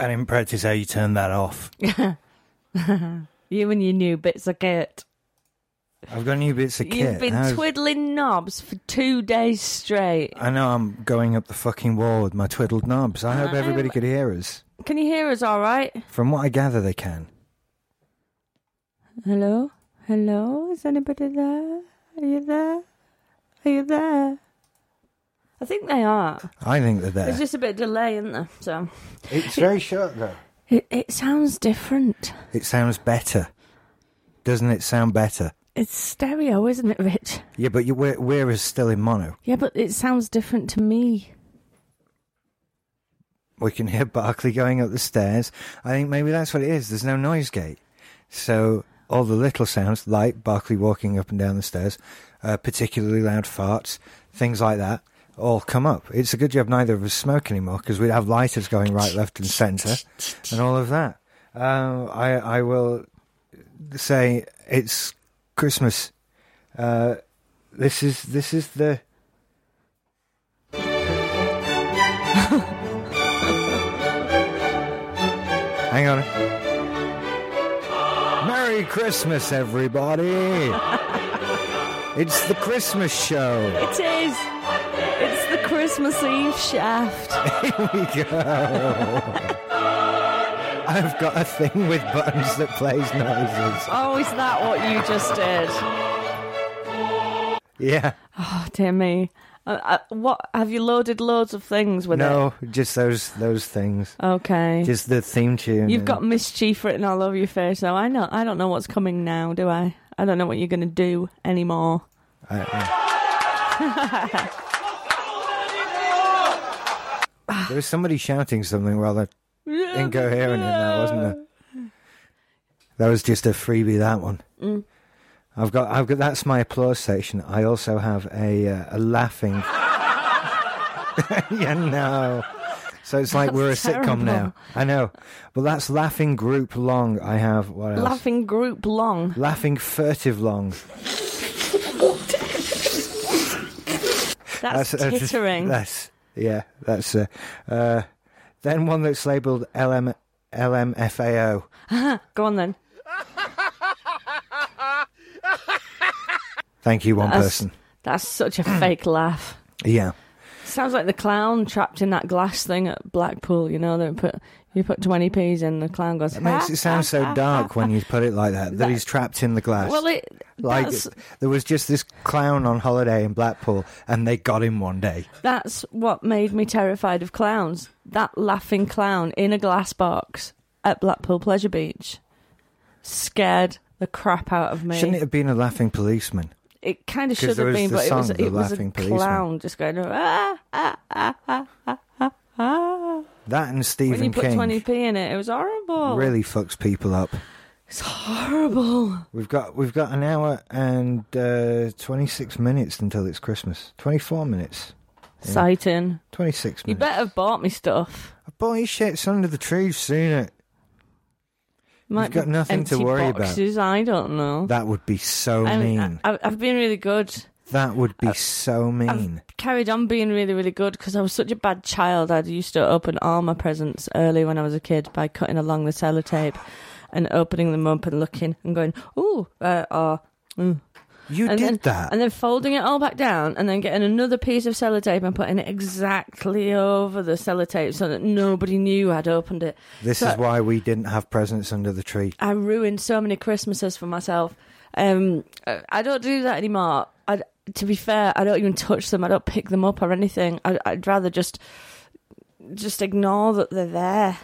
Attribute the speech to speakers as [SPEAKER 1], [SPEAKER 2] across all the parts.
[SPEAKER 1] I didn't practice how you turn that off.
[SPEAKER 2] You and your new bits of kit.
[SPEAKER 1] I've got new bits of kit.
[SPEAKER 2] You've been
[SPEAKER 1] How's-
[SPEAKER 2] twiddling knobs for two days straight.
[SPEAKER 1] I know I'm going up the fucking wall with my twiddled knobs. I hope everybody could hear us.
[SPEAKER 2] Can you hear us all right?
[SPEAKER 1] From what I gather, they can.
[SPEAKER 2] Hello? Hello? Is anybody there? Are you there? Are you there? I think they are.
[SPEAKER 1] I think they're there.
[SPEAKER 2] There's just a bit of delay, isn't there? So
[SPEAKER 1] It's very short, though.
[SPEAKER 2] it, it sounds different.
[SPEAKER 1] It sounds better. Doesn't it sound better?
[SPEAKER 2] It's stereo, isn't it, Rich?
[SPEAKER 1] Yeah, but you, we're, we're still in mono.
[SPEAKER 2] Yeah, but it sounds different to me.
[SPEAKER 1] We can hear Barclay going up the stairs. I think maybe that's what it is. There's no noise gate. So all the little sounds, like Barclay walking up and down the stairs, uh, particularly loud farts, things like that, all come up. It's a good job neither of us smoke anymore because we'd have lighters going right, left, and centre and all of that. Um, I, I will say it's Christmas. Uh, this is this is the Hang on. Merry Christmas, everybody! it's the Christmas show.
[SPEAKER 2] It is. It's the Christmas Eve shaft.
[SPEAKER 1] Here we go. I've got a thing with buttons that plays noises.
[SPEAKER 2] Oh, is that what you just did?
[SPEAKER 1] Yeah.
[SPEAKER 2] Oh, dear me. Uh, uh, what have you loaded loads of things with it?
[SPEAKER 1] No, just those those things.
[SPEAKER 2] Okay.
[SPEAKER 1] Just the theme tune.
[SPEAKER 2] You've
[SPEAKER 1] and-
[SPEAKER 2] got mischief written all over your face, though. I know. I don't know what's coming now, do I? I don't know what you're going to do anymore. Mm,
[SPEAKER 1] I- I- there was somebody shouting something rather incoherent in that, wasn't there? That was just a freebie. That one. I've got. I've got. That's my applause section. I also have a uh, a laughing. yeah, no. So it's like we're a
[SPEAKER 2] That's
[SPEAKER 1] sitcom now.
[SPEAKER 2] terrible.
[SPEAKER 1] I know. Well, that's laughing group long. I have what else?
[SPEAKER 2] Laughing group long.
[SPEAKER 1] laughing furtive long.
[SPEAKER 2] That's,
[SPEAKER 1] uh,
[SPEAKER 2] tittering.
[SPEAKER 1] That's yeah. That's uh, uh, then one that's labelled LM LMFAO.
[SPEAKER 2] Go on then.
[SPEAKER 1] Thank you, one
[SPEAKER 2] That's-
[SPEAKER 1] person.
[SPEAKER 2] That's such a fake laugh.
[SPEAKER 1] Yeah.
[SPEAKER 2] Sounds like the clown trapped in that glass thing at Blackpool. You know, they put you put twenty p's in, the clown goes.
[SPEAKER 1] It makes it sound so dark when you put it like that, that,
[SPEAKER 2] That-
[SPEAKER 1] he's trapped in the glass.
[SPEAKER 2] Well, it
[SPEAKER 1] like
[SPEAKER 2] that's
[SPEAKER 1] there was just this clown on holiday in Blackpool, and they got him one day.
[SPEAKER 2] that's what made me terrified of clowns. That laughing clown in a glass box at Blackpool Pleasure Beach scared the crap out of me.
[SPEAKER 1] Shouldn't it have been a laughing policeman?
[SPEAKER 2] it kind of
[SPEAKER 1] 'Cause
[SPEAKER 2] should
[SPEAKER 1] there
[SPEAKER 2] have
[SPEAKER 1] was
[SPEAKER 2] been,
[SPEAKER 1] the
[SPEAKER 2] but it was
[SPEAKER 1] song, The
[SPEAKER 2] it was a
[SPEAKER 1] Laughing Policeman.
[SPEAKER 2] clown just going ah ah ah ah ah ah. ah.
[SPEAKER 1] That and
[SPEAKER 2] When you
[SPEAKER 1] Stephen
[SPEAKER 2] put
[SPEAKER 1] King
[SPEAKER 2] twenty p in it, it was horrible.
[SPEAKER 1] really fucks people up.
[SPEAKER 2] it's horrible.
[SPEAKER 1] We've got we've got an hour and uh, twenty six minutes until it's Christmas. Twenty four minutes.
[SPEAKER 2] Exciting.
[SPEAKER 1] Twenty six
[SPEAKER 2] You
[SPEAKER 1] minutes.
[SPEAKER 2] better have bought me stuff.
[SPEAKER 1] Boy, your shit's under the tree. You've seen it.
[SPEAKER 2] Might
[SPEAKER 1] You've got
[SPEAKER 2] be
[SPEAKER 1] nothing to
[SPEAKER 2] empty
[SPEAKER 1] worry about. Oh,
[SPEAKER 2] boxes, about. I don't know.
[SPEAKER 1] That would be so
[SPEAKER 2] I mean,
[SPEAKER 1] mean.
[SPEAKER 2] I, I've been really good.
[SPEAKER 1] that would be so mean.
[SPEAKER 2] Carried on being really, really good because I was such a bad child. I used to open all my presents early when I was a kid by cutting along the sellotape and opening them up and looking and going, ooh, uh, uh, mm.
[SPEAKER 1] you
[SPEAKER 2] and
[SPEAKER 1] did
[SPEAKER 2] then,
[SPEAKER 1] that.
[SPEAKER 2] And then folding it all back down and then getting another piece of sellotape and putting it exactly over the sellotape so that nobody knew I'd opened it.
[SPEAKER 1] this
[SPEAKER 2] so-
[SPEAKER 1] is why we didn't have presents under the tree.
[SPEAKER 2] I ruined so many Christmases for myself. Um, I I don't do that anymore. I, to be fair, I don't even touch them. I don't pick them up or anything. I, I'd rather just just ignore that they're there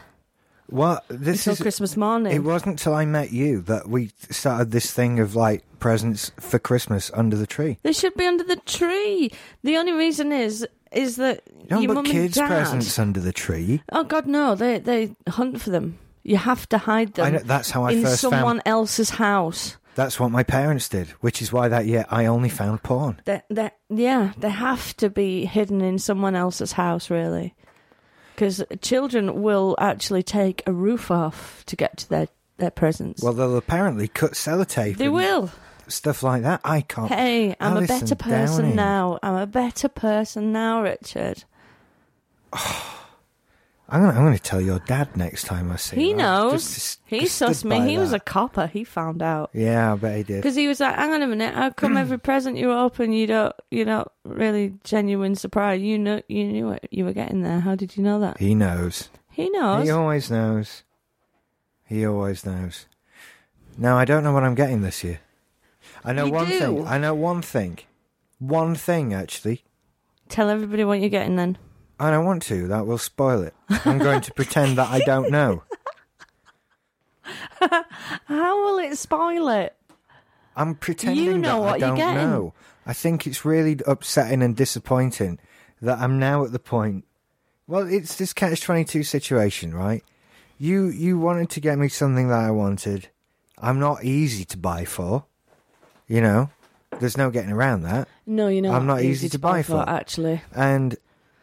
[SPEAKER 1] What this
[SPEAKER 2] until
[SPEAKER 1] is
[SPEAKER 2] Christmas morning.
[SPEAKER 1] It wasn't till I met you that we started this thing of like presents for Christmas under the tree.
[SPEAKER 2] They should be under the tree. The only reason is is that
[SPEAKER 1] You
[SPEAKER 2] your
[SPEAKER 1] don't
[SPEAKER 2] mum
[SPEAKER 1] put kids'
[SPEAKER 2] and dad.
[SPEAKER 1] presents under the tree.
[SPEAKER 2] Oh God, no! They they hunt for them. You have to hide them
[SPEAKER 1] I know, that's how I
[SPEAKER 2] in
[SPEAKER 1] first
[SPEAKER 2] someone
[SPEAKER 1] found.
[SPEAKER 2] else's house.
[SPEAKER 1] That's what my parents did, which is why that year I only found porn.
[SPEAKER 2] They they yeah, they have to be hidden in someone else's house, really, because children will actually take a roof off to get to their their presents.
[SPEAKER 1] Well, they'll apparently cut sellotape.
[SPEAKER 2] they
[SPEAKER 1] and
[SPEAKER 2] will.
[SPEAKER 1] stuff like that. I can't.
[SPEAKER 2] Oh, Hey, I'm a
[SPEAKER 1] Alison
[SPEAKER 2] better person
[SPEAKER 1] Downing.
[SPEAKER 2] now. I'm a better person now, Richard.
[SPEAKER 1] I'm gonna, I'm gonna tell your dad next time I see
[SPEAKER 2] He
[SPEAKER 1] him. I
[SPEAKER 2] knows.
[SPEAKER 1] just- just-
[SPEAKER 2] he
[SPEAKER 1] just
[SPEAKER 2] sussed
[SPEAKER 1] stood
[SPEAKER 2] me.
[SPEAKER 1] by
[SPEAKER 2] He was a
[SPEAKER 1] that.
[SPEAKER 2] copper. He found out
[SPEAKER 1] Yeah, I bet he did.
[SPEAKER 2] because he was like, "Hang on a minute. How come every present you open, you don't, you're not really genuine surprise? You know, you knew it. You were getting there. How did you know that?
[SPEAKER 1] He knows.
[SPEAKER 2] He knows.
[SPEAKER 1] He always knows. He always knows. Now I don't know what I'm getting this year. I know
[SPEAKER 2] You
[SPEAKER 1] one
[SPEAKER 2] do?
[SPEAKER 1] thing. I know one thing. One thing actually.
[SPEAKER 2] Tell everybody what you're getting then.
[SPEAKER 1] I don't want to. That will spoil it. I'm going to pretend that I don't know.
[SPEAKER 2] How will it spoil it?
[SPEAKER 1] I'm pretending
[SPEAKER 2] know
[SPEAKER 1] that
[SPEAKER 2] what
[SPEAKER 1] I
[SPEAKER 2] you're
[SPEAKER 1] don't
[SPEAKER 2] getting.
[SPEAKER 1] know. I think it's really upsetting and disappointing that I'm now at the point. Well, it's this catch twenty two situation, right? You you wanted to get me something that I wanted. I'm not easy to buy for. You know, there's no getting around that.
[SPEAKER 2] No, you know,
[SPEAKER 1] I'm not easy to buy for.
[SPEAKER 2] Actually,
[SPEAKER 1] And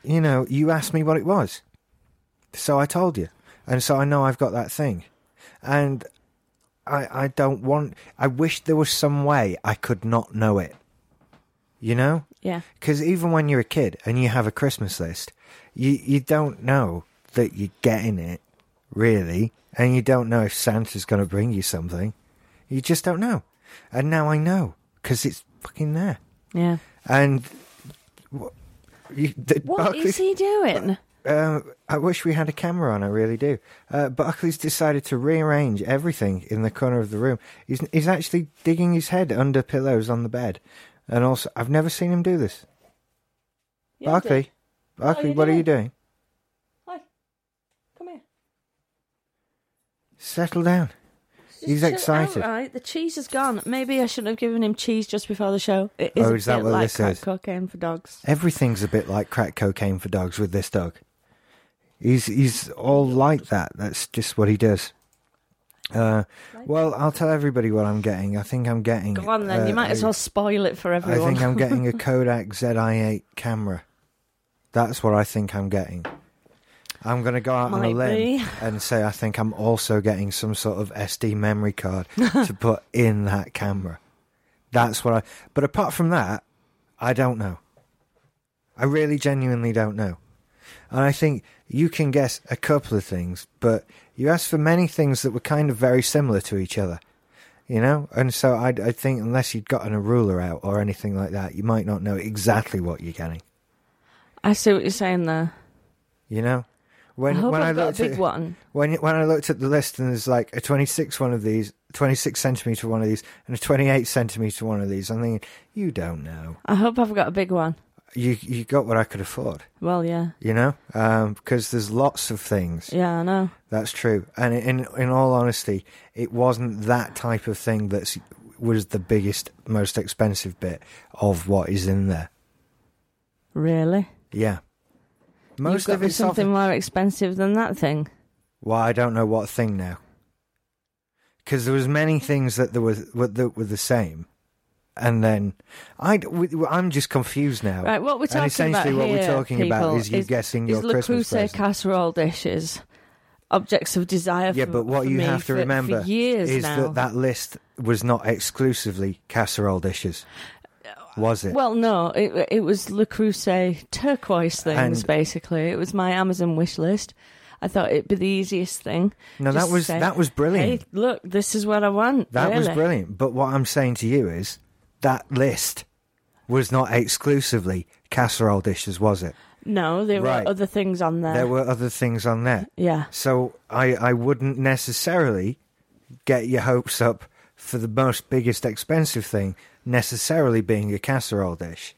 [SPEAKER 1] you know, you asked me what it was, so I told you, and so I know I've got that thing, and I I don't want. I wish there was some way I could not know it. You know,
[SPEAKER 2] yeah.
[SPEAKER 1] because even when you're a kid and you have a Christmas list, you you don't know that you're getting it really, and you don't know if Santa's going to bring you something. You just don't know, and now I know because it's fucking there.
[SPEAKER 2] Yeah.
[SPEAKER 1] And wh- you, the
[SPEAKER 2] What is
[SPEAKER 1] Barclays,
[SPEAKER 2] he doing?
[SPEAKER 1] uh, I wish we had a camera on. I really do. Uh, Barclays decided to rearrange everything in the corner of the room. He's he's actually digging his head under pillows on the bed, and also I've never seen him do this. Barclay, Barclay,
[SPEAKER 2] Oh, you
[SPEAKER 1] what are
[SPEAKER 2] doing?
[SPEAKER 1] you doing?
[SPEAKER 2] Hi. Come here.
[SPEAKER 1] Settle down. He's
[SPEAKER 2] Just-
[SPEAKER 1] excited.
[SPEAKER 2] All right, the cheese is gone. Maybe I shouldn't have given him cheese just before the show. It is
[SPEAKER 1] Oh,
[SPEAKER 2] a
[SPEAKER 1] is that
[SPEAKER 2] bit
[SPEAKER 1] what
[SPEAKER 2] like
[SPEAKER 1] this
[SPEAKER 2] crack
[SPEAKER 1] is?
[SPEAKER 2] cocaine for dogs.
[SPEAKER 1] Everything's a bit like crack cocaine for dogs with this dog. He's he's all like that. That's just what he does. Uh, well, I'll tell everybody what I'm getting. I think I'm getting.
[SPEAKER 2] Go on then.
[SPEAKER 1] uh,
[SPEAKER 2] you might as
[SPEAKER 1] a-
[SPEAKER 2] well spoil it for
[SPEAKER 1] I
[SPEAKER 2] everyone.
[SPEAKER 1] think I'm getting a Kodak ZI8 camera. That's what I think I'm getting. I'm going to go out on a
[SPEAKER 2] Might
[SPEAKER 1] limb
[SPEAKER 2] be.
[SPEAKER 1] and say I think I'm also getting some sort of SD memory card to put in that camera. That's what I. But apart from that, I don't know. I really genuinely don't know. And I think you can guess a couple of things, but you asked for many things that were kind of very similar to each other you know and so i i think unless you'd gotten a ruler out or anything like that you might not know exactly what you're getting
[SPEAKER 2] I see what you're saying there.
[SPEAKER 1] you know
[SPEAKER 2] I
[SPEAKER 1] when
[SPEAKER 2] hope
[SPEAKER 1] when
[SPEAKER 2] I've got a
[SPEAKER 1] looked
[SPEAKER 2] big
[SPEAKER 1] at
[SPEAKER 2] one.
[SPEAKER 1] when when i looked at the list and there's like a 26 one of these 26 centimeter one of these and a 28 centimeter one of these i'm thinking you don't know
[SPEAKER 2] I hope I've got a big one.
[SPEAKER 1] you you got what i could afford
[SPEAKER 2] Well, yeah,
[SPEAKER 1] you know um because there's lots of things
[SPEAKER 2] yeah, I know.
[SPEAKER 1] That's true. And in in all honesty, it wasn't that type of thing that was the biggest, most expensive bit of what is in there.
[SPEAKER 2] Really,
[SPEAKER 1] Yeah. Most
[SPEAKER 2] You've got
[SPEAKER 1] of
[SPEAKER 2] me
[SPEAKER 1] it's
[SPEAKER 2] something
[SPEAKER 1] off-
[SPEAKER 2] more expensive than that thing.
[SPEAKER 1] Well, I don't know what thing now. Because there was many things that there was were- that were the same, and then I am just confused now.
[SPEAKER 2] Right, what we're talking
[SPEAKER 1] Oh. and essentially
[SPEAKER 2] about
[SPEAKER 1] what
[SPEAKER 2] here,
[SPEAKER 1] we're talking
[SPEAKER 2] people,
[SPEAKER 1] about is you guessing your
[SPEAKER 2] is La
[SPEAKER 1] Christmas
[SPEAKER 2] Creuset
[SPEAKER 1] present.
[SPEAKER 2] casserole dishes, objects of desire.
[SPEAKER 1] Yeah,
[SPEAKER 2] for,
[SPEAKER 1] but what
[SPEAKER 2] for
[SPEAKER 1] you
[SPEAKER 2] me
[SPEAKER 1] have to
[SPEAKER 2] for- for
[SPEAKER 1] remember
[SPEAKER 2] years
[SPEAKER 1] is
[SPEAKER 2] now.
[SPEAKER 1] that that list was not exclusively casserole dishes, was it?
[SPEAKER 2] Well, no, it, it was Le Creuset turquoise things,
[SPEAKER 1] And-
[SPEAKER 2] basically. It was my Amazon wish list. I thought it'd be the easiest thing.
[SPEAKER 1] no, that
[SPEAKER 2] Just
[SPEAKER 1] was
[SPEAKER 2] say,
[SPEAKER 1] that was brilliant.
[SPEAKER 2] Hey, look, this is what I want.
[SPEAKER 1] that was
[SPEAKER 2] really.
[SPEAKER 1] brilliant. But what I'm saying to you is that list was not exclusively casserole dishes, was it?
[SPEAKER 2] No, there
[SPEAKER 1] Right.
[SPEAKER 2] were other things on there.
[SPEAKER 1] There were other things on there,
[SPEAKER 2] Uh, yeah.
[SPEAKER 1] so I I wouldn't necessarily get your hopes up for the most biggest expensive thing necessarily being a casserole dish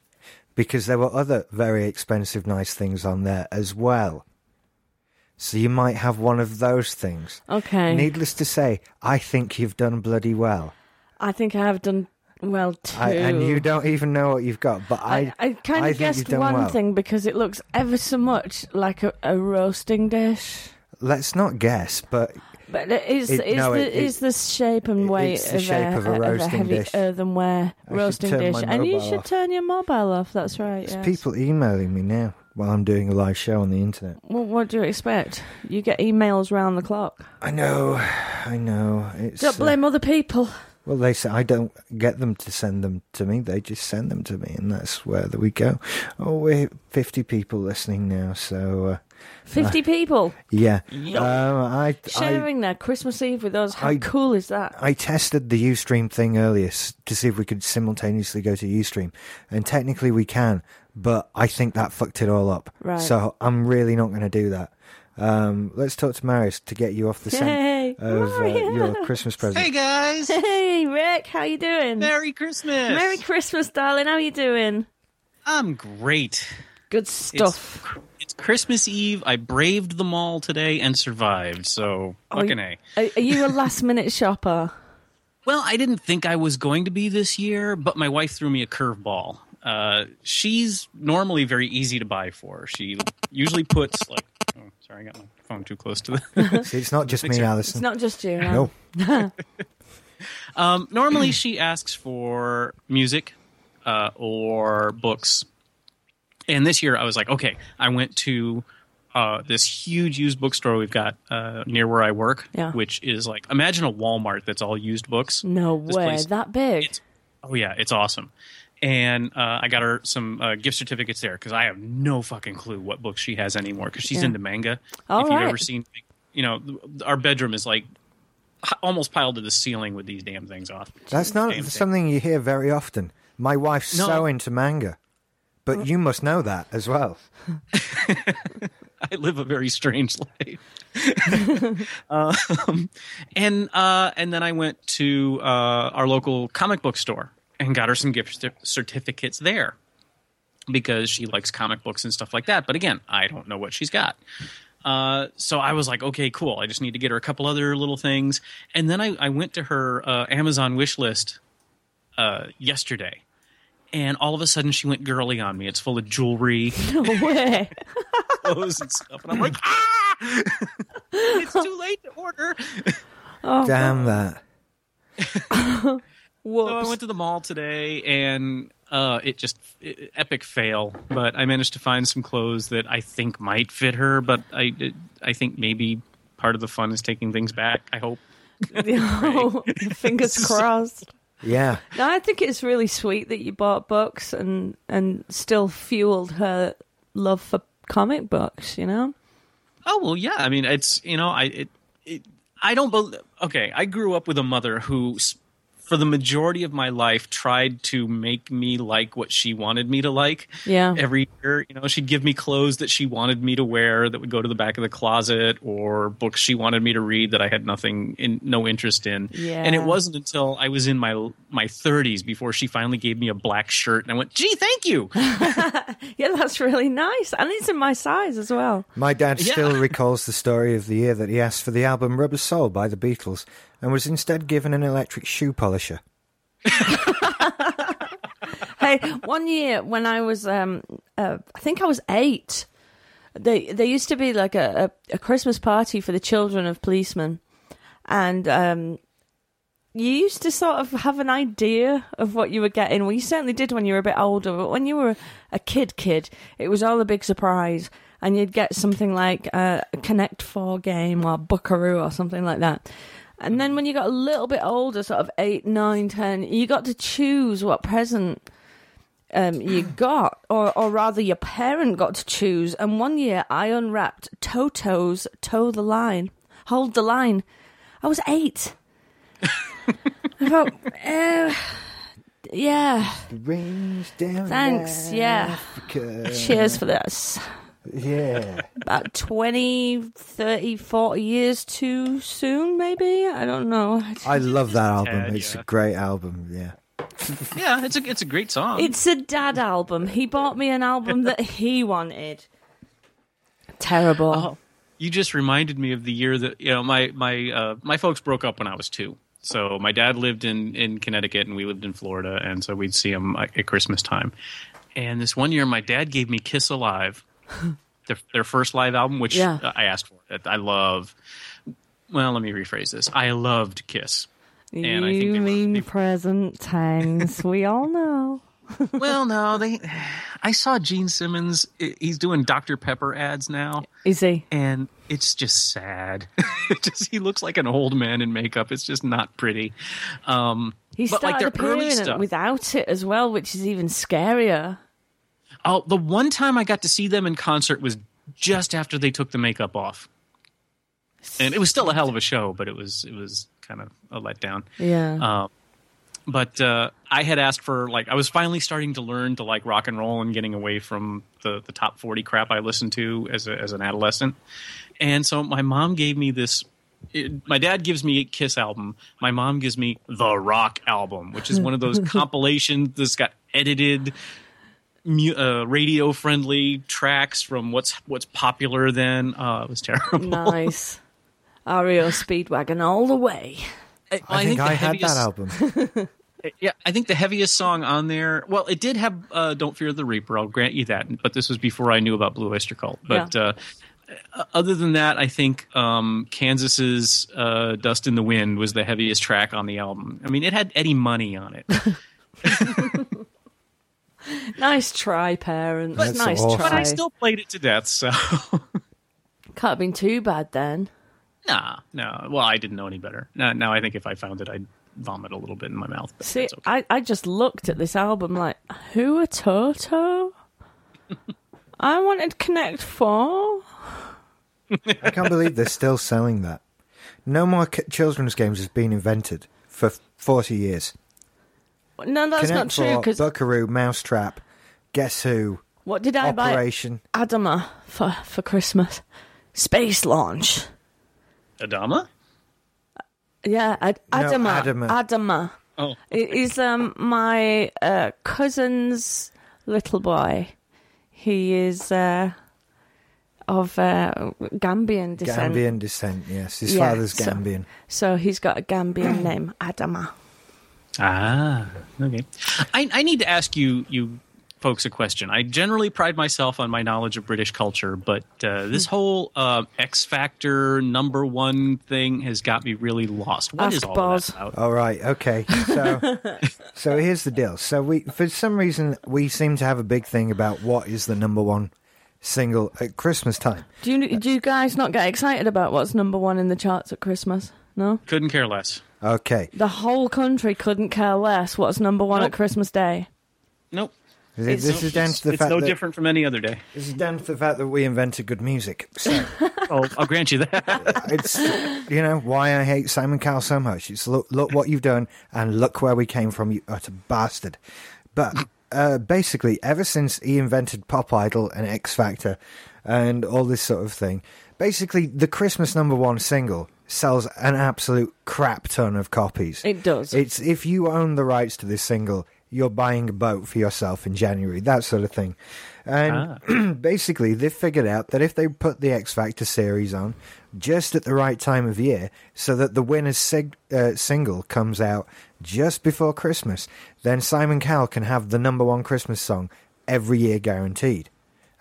[SPEAKER 1] because there were other very expensive, nice things on there as well. So you might have one of those things.
[SPEAKER 2] Okay.
[SPEAKER 1] Needless to say, I think you've done bloody well.
[SPEAKER 2] I think I have done well too.
[SPEAKER 1] I, and you don't even know what you've got, but I,
[SPEAKER 2] I, I kind
[SPEAKER 1] I
[SPEAKER 2] of
[SPEAKER 1] think
[SPEAKER 2] guessed
[SPEAKER 1] you've done
[SPEAKER 2] one
[SPEAKER 1] well.
[SPEAKER 2] thing because it looks ever so much like a, a roasting dish.
[SPEAKER 1] Let's not guess, but
[SPEAKER 2] But it is
[SPEAKER 1] It-
[SPEAKER 2] is
[SPEAKER 1] no,
[SPEAKER 2] the
[SPEAKER 1] it- it-
[SPEAKER 2] is the shape and
[SPEAKER 1] it-
[SPEAKER 2] weight
[SPEAKER 1] it's the
[SPEAKER 2] of,
[SPEAKER 1] shape
[SPEAKER 2] a,
[SPEAKER 1] of a roasting
[SPEAKER 2] heavy
[SPEAKER 1] dish.
[SPEAKER 2] earthenware
[SPEAKER 1] I should
[SPEAKER 2] roasting
[SPEAKER 1] turn
[SPEAKER 2] dish,
[SPEAKER 1] my
[SPEAKER 2] and you
[SPEAKER 1] mobile
[SPEAKER 2] should
[SPEAKER 1] off.
[SPEAKER 2] turn your mobile off. That's right.
[SPEAKER 1] there's
[SPEAKER 2] yes.
[SPEAKER 1] people emailing me now while I'm doing a live show on the internet.
[SPEAKER 2] Well, what do you expect? You get emails round the clock.
[SPEAKER 1] I know, I know. It's
[SPEAKER 2] Don't
[SPEAKER 1] uh,
[SPEAKER 2] blame other people.
[SPEAKER 1] Well, they say I don't get them to send them to me. They just send them to me, and that's where we go. Oh, we're fifty people listening now, so uh,
[SPEAKER 2] Fifty people
[SPEAKER 1] yeah. Um, I, I
[SPEAKER 2] sharing their Christmas Eve with us. How
[SPEAKER 1] I-
[SPEAKER 2] cool is that?
[SPEAKER 1] I tested the UStream thing earlier s- to see if we could simultaneously go to UStream, and technically we can, but I think that fucked it all up.
[SPEAKER 2] Right.
[SPEAKER 1] So I'm really not going to do that. Um, let's talk to Marius to get you off the scent
[SPEAKER 2] Hey,
[SPEAKER 1] of uh, your
[SPEAKER 2] Mario.
[SPEAKER 1] Christmas present.
[SPEAKER 3] Hey guys,
[SPEAKER 2] Hey, Rick, how you doing?
[SPEAKER 3] Merry Christmas.
[SPEAKER 2] Merry Christmas, darling. How you doing?
[SPEAKER 3] I'm great.
[SPEAKER 2] Good
[SPEAKER 3] It's-
[SPEAKER 2] stuff.
[SPEAKER 3] It's Christmas Eve. I braved them all today and survived. So
[SPEAKER 2] Are Oh, you-
[SPEAKER 3] fucking a.
[SPEAKER 2] Are, are you a last minute shopper?
[SPEAKER 3] Well, I didn't think I was going to be this year, but my wife threw me a curveball. Uh, she's normally very easy to buy for. She usually puts like. Oh, sorry, I got my phone too close to the.
[SPEAKER 1] See, it's not just me,
[SPEAKER 2] It's
[SPEAKER 1] Alison.
[SPEAKER 2] not just you. Anne.
[SPEAKER 1] No.
[SPEAKER 3] Um, normally, she asks for music uh, or books. And this year, I was like, okay, I went to uh, this huge used bookstore we've got uh, near where I work,
[SPEAKER 2] Yeah.
[SPEAKER 3] which is like imagine a Walmart that's all used books.
[SPEAKER 2] No
[SPEAKER 3] This
[SPEAKER 2] way.
[SPEAKER 3] place-
[SPEAKER 2] That big.
[SPEAKER 3] It's, oh yeah, it's awesome. And uh, I got her some uh, gift certificates there because I have no fucking clue what books she has anymore because she's
[SPEAKER 2] Yeah.
[SPEAKER 3] into manga.
[SPEAKER 2] All
[SPEAKER 3] if
[SPEAKER 2] right.
[SPEAKER 3] you've ever seen, you know, th- our bedroom is like h- almost piled to the ceiling with these damn things off.
[SPEAKER 1] That's not
[SPEAKER 3] Damn thing.
[SPEAKER 1] something you hear very often. My wife's
[SPEAKER 3] No.
[SPEAKER 1] so into manga, but you must know that as well.
[SPEAKER 3] I live a very strange life. um, and uh, and then I went to uh, our local comic book store and got her some gift cer- certificates there because she likes comic books and stuff like that. But again, I don't know what she's got. Uh, so I was like, okay, cool. I just need to get her a couple other little things. And then I, I went to her uh, Amazon wish list uh, yesterday. And all of a sudden, she went girly on me. It's full of jewelry
[SPEAKER 2] No way.
[SPEAKER 3] clothes and stuff. And I'm like, ah, it's too late to order.
[SPEAKER 2] Oh,
[SPEAKER 1] Damn that.
[SPEAKER 2] Whoops.
[SPEAKER 3] So I went to the mall today and uh, it just it, epic fail. But I managed to find some clothes that I think might fit her. But I, I think maybe part of the fun is taking things back. I hope.
[SPEAKER 2] Oh, fingers crossed.
[SPEAKER 1] Yeah.
[SPEAKER 2] No, I think it's really sweet that you bought books and and still fueled her love for comic books. You know.
[SPEAKER 3] Oh well, yeah. I mean, it's you know, I it, it I don't believe. Okay, I grew up with a mother who, s- for the majority of my life, tried to make me like what she wanted me to like.
[SPEAKER 2] Yeah.
[SPEAKER 3] Every year, you know, she'd give me clothes that she wanted me to wear that would go to the back of the closet, or books she wanted me to read that I had nothing in no interest in.
[SPEAKER 2] Yeah.
[SPEAKER 3] And it wasn't until I was in my my thirties before she finally gave me a black shirt, and I went, "Gee, thank you."
[SPEAKER 2] Yeah, that's really nice, and it's in my size as well.
[SPEAKER 1] My dad
[SPEAKER 3] Yeah.
[SPEAKER 1] still recalls the story of the year that he asked for the album Rubber Soul by the Beatles and was instead given an electric shoe polisher.
[SPEAKER 2] hey, one year when I was, um, uh, I think I was eight. They there used to be like a, a, a Christmas party for the children of policemen, and um, you used to sort of have an idea of what you were getting. Well, you certainly did when you were a bit older, but when you were a kid, kid, it was all a big surprise. And you'd get something like uh, a Connect Four game or Buckaroo or something like that. And then when you got a little bit older, sort of eight, nine, ten, you got to choose what present um, you got, or, or rather, your parent got to choose. And one year, I unwrapped Toto's "Toe the Line," hold the line. I was eight. I thought, uh, yeah,
[SPEAKER 1] The rings down
[SPEAKER 2] thanks,
[SPEAKER 1] in
[SPEAKER 2] yeah.
[SPEAKER 1] Africa.
[SPEAKER 2] Cheers for this.
[SPEAKER 1] Yeah.
[SPEAKER 2] About 20, 30, 40 years too soon, maybe? I don't know.
[SPEAKER 1] I love that album.
[SPEAKER 3] Tad,
[SPEAKER 1] it's
[SPEAKER 3] yeah.
[SPEAKER 1] a great album. Yeah.
[SPEAKER 3] yeah, it's a it's a great song.
[SPEAKER 2] It's a dad album. He bought me an album that he wanted. Terrible.
[SPEAKER 3] Oh, you just reminded me of the year that you know my my uh, my folks broke up when I was two. So my dad lived in in Connecticut and we lived in Florida, and so we'd see him like, at Christmas time. And this one year, my dad gave me "Kiss Alive," their, their first live album, which
[SPEAKER 2] Yeah.
[SPEAKER 3] I asked for. I love. Well, let me rephrase this. I loved Kiss. and I think
[SPEAKER 2] you
[SPEAKER 3] they were-
[SPEAKER 2] mean
[SPEAKER 3] they-
[SPEAKER 2] present tense. we all know.
[SPEAKER 3] Well, no, they. I saw Gene Simmons. i- He's doing Dr Pepper ads now.
[SPEAKER 2] Is he?
[SPEAKER 3] and it's just sad. It just he looks like an old man in makeup. It's just not pretty. Um,
[SPEAKER 2] He
[SPEAKER 3] but like
[SPEAKER 2] started
[SPEAKER 3] their early
[SPEAKER 2] appearing
[SPEAKER 3] stuff.
[SPEAKER 2] without it as well, which is even scarier.
[SPEAKER 3] oh, the one time I got to see them in concert was just after they took the makeup off, and it was still a hell of a show, but it was it was kind of a letdown.
[SPEAKER 2] Yeah.
[SPEAKER 3] Um, but uh, I had asked for like I was finally starting to learn to like rock and roll and getting away from the the top forty crap I listened to as a, as an adolescent, and so my mom gave me this. It, my dad gives me a Kiss album. My mom gives me the Rock album, which is one of those compilations that's got edited, mu- uh, radio friendly tracks from what's what's popular then. Uh, it was terrible.
[SPEAKER 2] nice. REO E Speedwagon all the way.
[SPEAKER 1] I, think, I
[SPEAKER 3] the
[SPEAKER 1] had that
[SPEAKER 3] heaviest-
[SPEAKER 1] album.
[SPEAKER 3] Yeah, I think the heaviest song on there. Well, it did have uh, "Don't Fear the Reaper." I'll grant you that, but this was before I knew about Blue Oyster Cult. But
[SPEAKER 2] Yeah.
[SPEAKER 3] uh, uh, other than that, I think um, Kansas's uh, "Dust in the Wind" was the heaviest track on the album. I mean, it had Eddie Money on it.
[SPEAKER 2] Nice try, parents.
[SPEAKER 1] That's
[SPEAKER 2] nice
[SPEAKER 1] awful.
[SPEAKER 2] try.
[SPEAKER 3] but I still played it to death. So,
[SPEAKER 2] Can't have been too bad then.
[SPEAKER 3] nah, no. Well, I didn't know any better. Now, now I think if I found it, I'd vomit a little bit in my mouth. But
[SPEAKER 2] See,
[SPEAKER 3] that's okay.
[SPEAKER 2] I, I just looked at this album like, who are Toto? I wanted Connect 4.
[SPEAKER 1] I can't believe they're still selling that. No more ki- children's games has been invented for 40 years.
[SPEAKER 2] No, that's not
[SPEAKER 1] Connect
[SPEAKER 2] true.
[SPEAKER 1] Four,
[SPEAKER 2] Because
[SPEAKER 1] Buckaroo, Mousetrap, Guess Who,
[SPEAKER 2] what did I buy
[SPEAKER 1] Operation.
[SPEAKER 2] Adama for, for Christmas? Space launch.
[SPEAKER 3] Adama.
[SPEAKER 2] Yeah, Ad-
[SPEAKER 1] No,
[SPEAKER 2] Adama.
[SPEAKER 1] Adama.
[SPEAKER 2] Adama.
[SPEAKER 3] Oh,
[SPEAKER 2] It is um, my uh, cousin's little boy. He is uh, of uh, Gambian descent.
[SPEAKER 1] Gambian descent, yes. His
[SPEAKER 2] Yeah,
[SPEAKER 1] father's
[SPEAKER 2] so-
[SPEAKER 1] Gambian.
[SPEAKER 2] So he's got a Gambian name, Adama.
[SPEAKER 3] Ah, okay. I, I need to ask you, you folks, a question. I generally pride myself on my knowledge of British culture, but uh, this whole uh, X Factor number one thing has got me really lost. What is
[SPEAKER 2] Ask
[SPEAKER 3] all
[SPEAKER 2] Boz.
[SPEAKER 3] that about?
[SPEAKER 1] All right, okay. So, so here's the deal. So we, for some reason, we seem to have a big thing about what is the number one single at Christmas time.
[SPEAKER 2] Do you do you guys not get excited about what's number one in the charts at Christmas? No,
[SPEAKER 3] Couldn't care less.
[SPEAKER 1] Okay,
[SPEAKER 2] the whole country couldn't care less what's number one
[SPEAKER 3] Nope.
[SPEAKER 2] at Christmas Day.
[SPEAKER 3] Nope.
[SPEAKER 1] this
[SPEAKER 2] It's-
[SPEAKER 1] is down
[SPEAKER 3] It's,
[SPEAKER 1] to the
[SPEAKER 3] it's
[SPEAKER 1] fact
[SPEAKER 3] no
[SPEAKER 1] that
[SPEAKER 3] different from any other day.
[SPEAKER 1] this is down to the fact that we invented good music. So
[SPEAKER 3] Oh, I'll grant you that.
[SPEAKER 1] it's you know why I hate Simon Cowell so much. It's look look what you've done and look where we came from, you utter bastard. But uh, basically, ever since he invented Pop Idol and X Factor and all this sort of thing, basically the Christmas number one single sells an absolute crap ton of copies.
[SPEAKER 2] It does.
[SPEAKER 1] It's if you own the rights to this single, you're buying a boat for yourself in January, that sort of thing. And basically, they figured out that if they put the X Factor series on just at the right time of year, so that the winner's sig- uh, single comes out just before Christmas, then Simon Cowell can have the number one Christmas song every year guaranteed.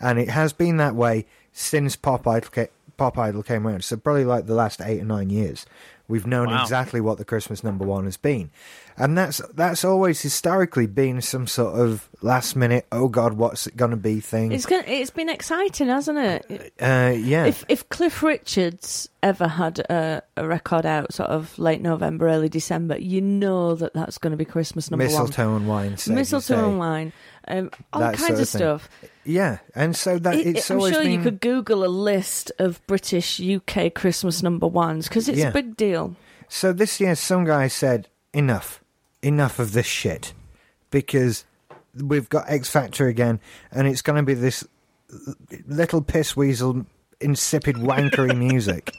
[SPEAKER 1] And it has been that way since Pop Idol, ca- Pop Idol came around. So, probably like the last eight or nine years, we've known
[SPEAKER 3] Wow.
[SPEAKER 1] exactly exactly what the Christmas number one has been, and that's that's always historically been some sort of last minute oh god what's it going to be thing.
[SPEAKER 2] It's gonna, it's been exciting, hasn't it?
[SPEAKER 1] uh, yeah,
[SPEAKER 2] If if Cliff Richards ever had a, a record out, sort of late November, early December, you know that that's going to be Christmas number
[SPEAKER 1] mistletoe and wine. so
[SPEAKER 2] one.
[SPEAKER 1] you say.
[SPEAKER 2] Mistletoe and wine, um, all
[SPEAKER 1] That
[SPEAKER 2] kinds
[SPEAKER 1] sort
[SPEAKER 2] of,
[SPEAKER 1] of thing.
[SPEAKER 2] stuff.
[SPEAKER 1] Yeah, and so that
[SPEAKER 2] It-
[SPEAKER 1] it's
[SPEAKER 2] I'm
[SPEAKER 1] always
[SPEAKER 2] sure
[SPEAKER 1] been.
[SPEAKER 2] you could Google a list of British UK Christmas number ones because it's
[SPEAKER 1] Yeah.
[SPEAKER 2] a big deal.
[SPEAKER 1] So this year, some guy said enough, enough of this shit, because we've got X Factor again, and it's going to be this little piss weasel insipid wankery music.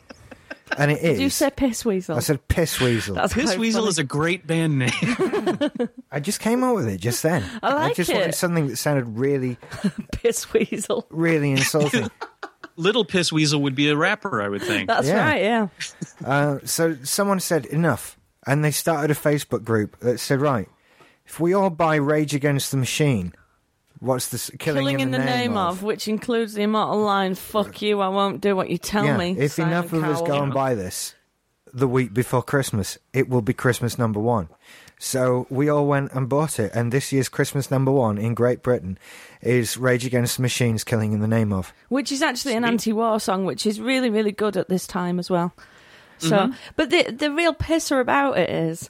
[SPEAKER 1] and it is.
[SPEAKER 2] Did you say piss weasel?
[SPEAKER 1] I said piss weasel.
[SPEAKER 2] That's
[SPEAKER 3] Piss
[SPEAKER 2] quite
[SPEAKER 3] Weasel
[SPEAKER 2] funny.
[SPEAKER 3] is a great band name.
[SPEAKER 1] I just came up with it just then.
[SPEAKER 2] I like
[SPEAKER 1] just
[SPEAKER 2] it.
[SPEAKER 1] wanted something that sounded really,
[SPEAKER 2] piss weasel.
[SPEAKER 1] really insulting.
[SPEAKER 3] Little Piss Weasel would be a rapper, I would think.
[SPEAKER 2] That's
[SPEAKER 1] Yeah.
[SPEAKER 2] right. Yeah.
[SPEAKER 1] Uh, so someone said enough, and they started a Facebook group that said, "Right, if we all buy Rage Against the Machine, what's the s- killing,
[SPEAKER 2] Killing in the name, of, which includes the immortal line "Fuck you, I won't do what you tell
[SPEAKER 1] yeah,
[SPEAKER 2] me."
[SPEAKER 1] if
[SPEAKER 2] Simon
[SPEAKER 1] enough of us
[SPEAKER 2] Cowell.
[SPEAKER 1] go and buy this the week before Christmas, it will be Christmas number one. So we all went and bought it, and this year's Christmas number one in Great Britain is Rage Against the Machine's "Killing in the Name of."
[SPEAKER 2] which is actually an anti-war song, which is really, really good at this time as well. So,
[SPEAKER 1] Mm-hmm.
[SPEAKER 2] but the the real pisser about it is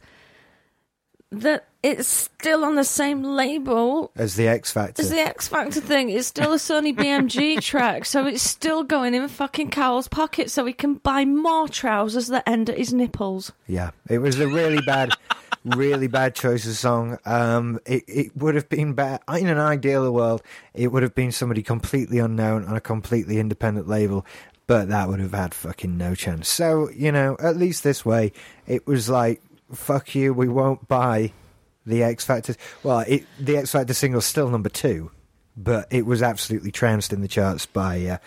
[SPEAKER 2] that it's still on the same label
[SPEAKER 1] As the X Factor,
[SPEAKER 2] as the X Factor thing. It's still a Sony BMG track, so it's still going in fucking Cowell's pocket, so he can buy more trousers that end at his nipples.
[SPEAKER 1] Yeah, it was a really bad, really bad choice of song. Um, it, it would have been better in an ideal world. It would have been somebody completely unknown on a completely independent label, but that would have had fucking no chance. So you know, at least this way, it was like fuck you. We won't buy the X Factor. Well, it, the X Factor single's still number two, but it was absolutely trounced in the charts by uh,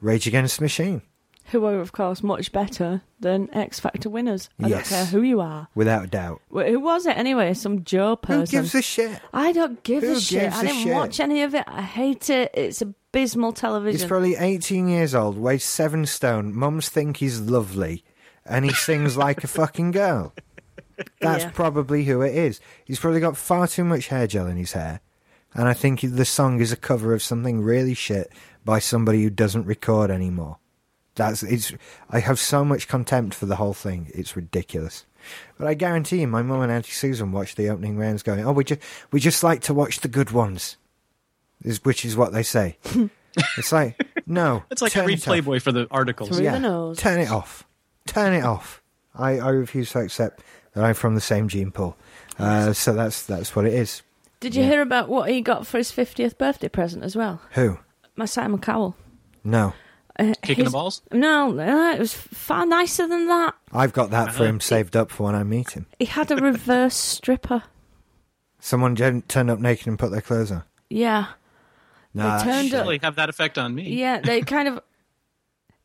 [SPEAKER 1] Rage Against the Machine,
[SPEAKER 2] Who are, of course, much better than X Factor winners. I
[SPEAKER 1] Yes.
[SPEAKER 2] don't care who you are.
[SPEAKER 1] without a doubt.
[SPEAKER 2] Wh- Who was it anyway? Some Joe person.
[SPEAKER 1] Who gives a shit?
[SPEAKER 2] I don't give
[SPEAKER 1] Who
[SPEAKER 2] a shit.
[SPEAKER 1] gives
[SPEAKER 2] I
[SPEAKER 1] a
[SPEAKER 2] didn't
[SPEAKER 1] shit?
[SPEAKER 2] watch any of it. I hate it. It's abysmal
[SPEAKER 1] He's
[SPEAKER 2] television.
[SPEAKER 1] probably 18 years old, weighs seven stone. Mums think he's lovely, and he sings like a fucking girl. That's
[SPEAKER 2] Yeah.
[SPEAKER 1] probably who it is. He's probably got far too much hair gel in his hair, and I think the song is a cover of something really shit by somebody who doesn't record anymore. That's it's. I have so much contempt for the whole thing. It's ridiculous. But I guarantee you, my mum and Auntie Susan watched the opening rounds, going, "Oh, we just we just like to watch the good ones," is which is what they say. it's like no,
[SPEAKER 3] It's like
[SPEAKER 1] turn
[SPEAKER 3] I read
[SPEAKER 1] it off.
[SPEAKER 3] Playboy for the articles.
[SPEAKER 2] Through the nose.
[SPEAKER 1] Turn it off. Turn it off. I, I refuse to accept that I'm from the same gene pool. Uh, so that's that's what it is.
[SPEAKER 2] Did you hear about what he got for his 50th birthday present as well?
[SPEAKER 1] Who?
[SPEAKER 2] My Simon Cowell.
[SPEAKER 1] No.
[SPEAKER 2] Uh,
[SPEAKER 3] Kicking the
[SPEAKER 2] his-
[SPEAKER 3] balls?
[SPEAKER 2] No, no, it was far nicer than that.
[SPEAKER 1] I've got that
[SPEAKER 3] Uh-huh.
[SPEAKER 1] for him saved up for when I meet him.
[SPEAKER 2] He had a reverse stripper.
[SPEAKER 1] Someone didn't turn up naked and put their clothes on.
[SPEAKER 2] Yeah.
[SPEAKER 1] Nah,
[SPEAKER 2] turned
[SPEAKER 1] shit.
[SPEAKER 2] up-
[SPEAKER 3] Really have that effect on me.
[SPEAKER 2] Yeah, they kind of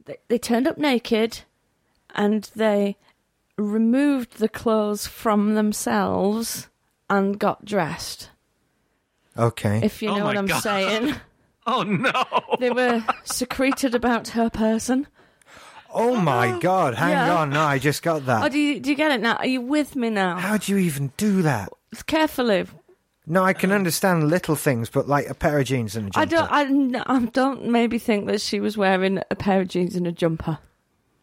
[SPEAKER 2] they, they turned up naked and they removed the clothes from themselves and got dressed.
[SPEAKER 1] Okay.
[SPEAKER 2] If you
[SPEAKER 3] Oh
[SPEAKER 2] know
[SPEAKER 3] my
[SPEAKER 2] what I'm
[SPEAKER 3] God.
[SPEAKER 2] saying.
[SPEAKER 3] Oh no!
[SPEAKER 2] They were secreted about her person.
[SPEAKER 1] oh my god! Hang
[SPEAKER 2] Yeah.
[SPEAKER 1] on. No, I just got
[SPEAKER 2] Oh,
[SPEAKER 1] that.
[SPEAKER 2] do you, do you get it now? Are you with me now?
[SPEAKER 1] Ah. How do you even do that?
[SPEAKER 2] Carefully.
[SPEAKER 1] No, I can understand little things, but like a pair of jeans and a
[SPEAKER 2] I
[SPEAKER 1] jumper.
[SPEAKER 2] don't. I, n- I don't. Maybe think that she was wearing a pair of jeans and a jumper.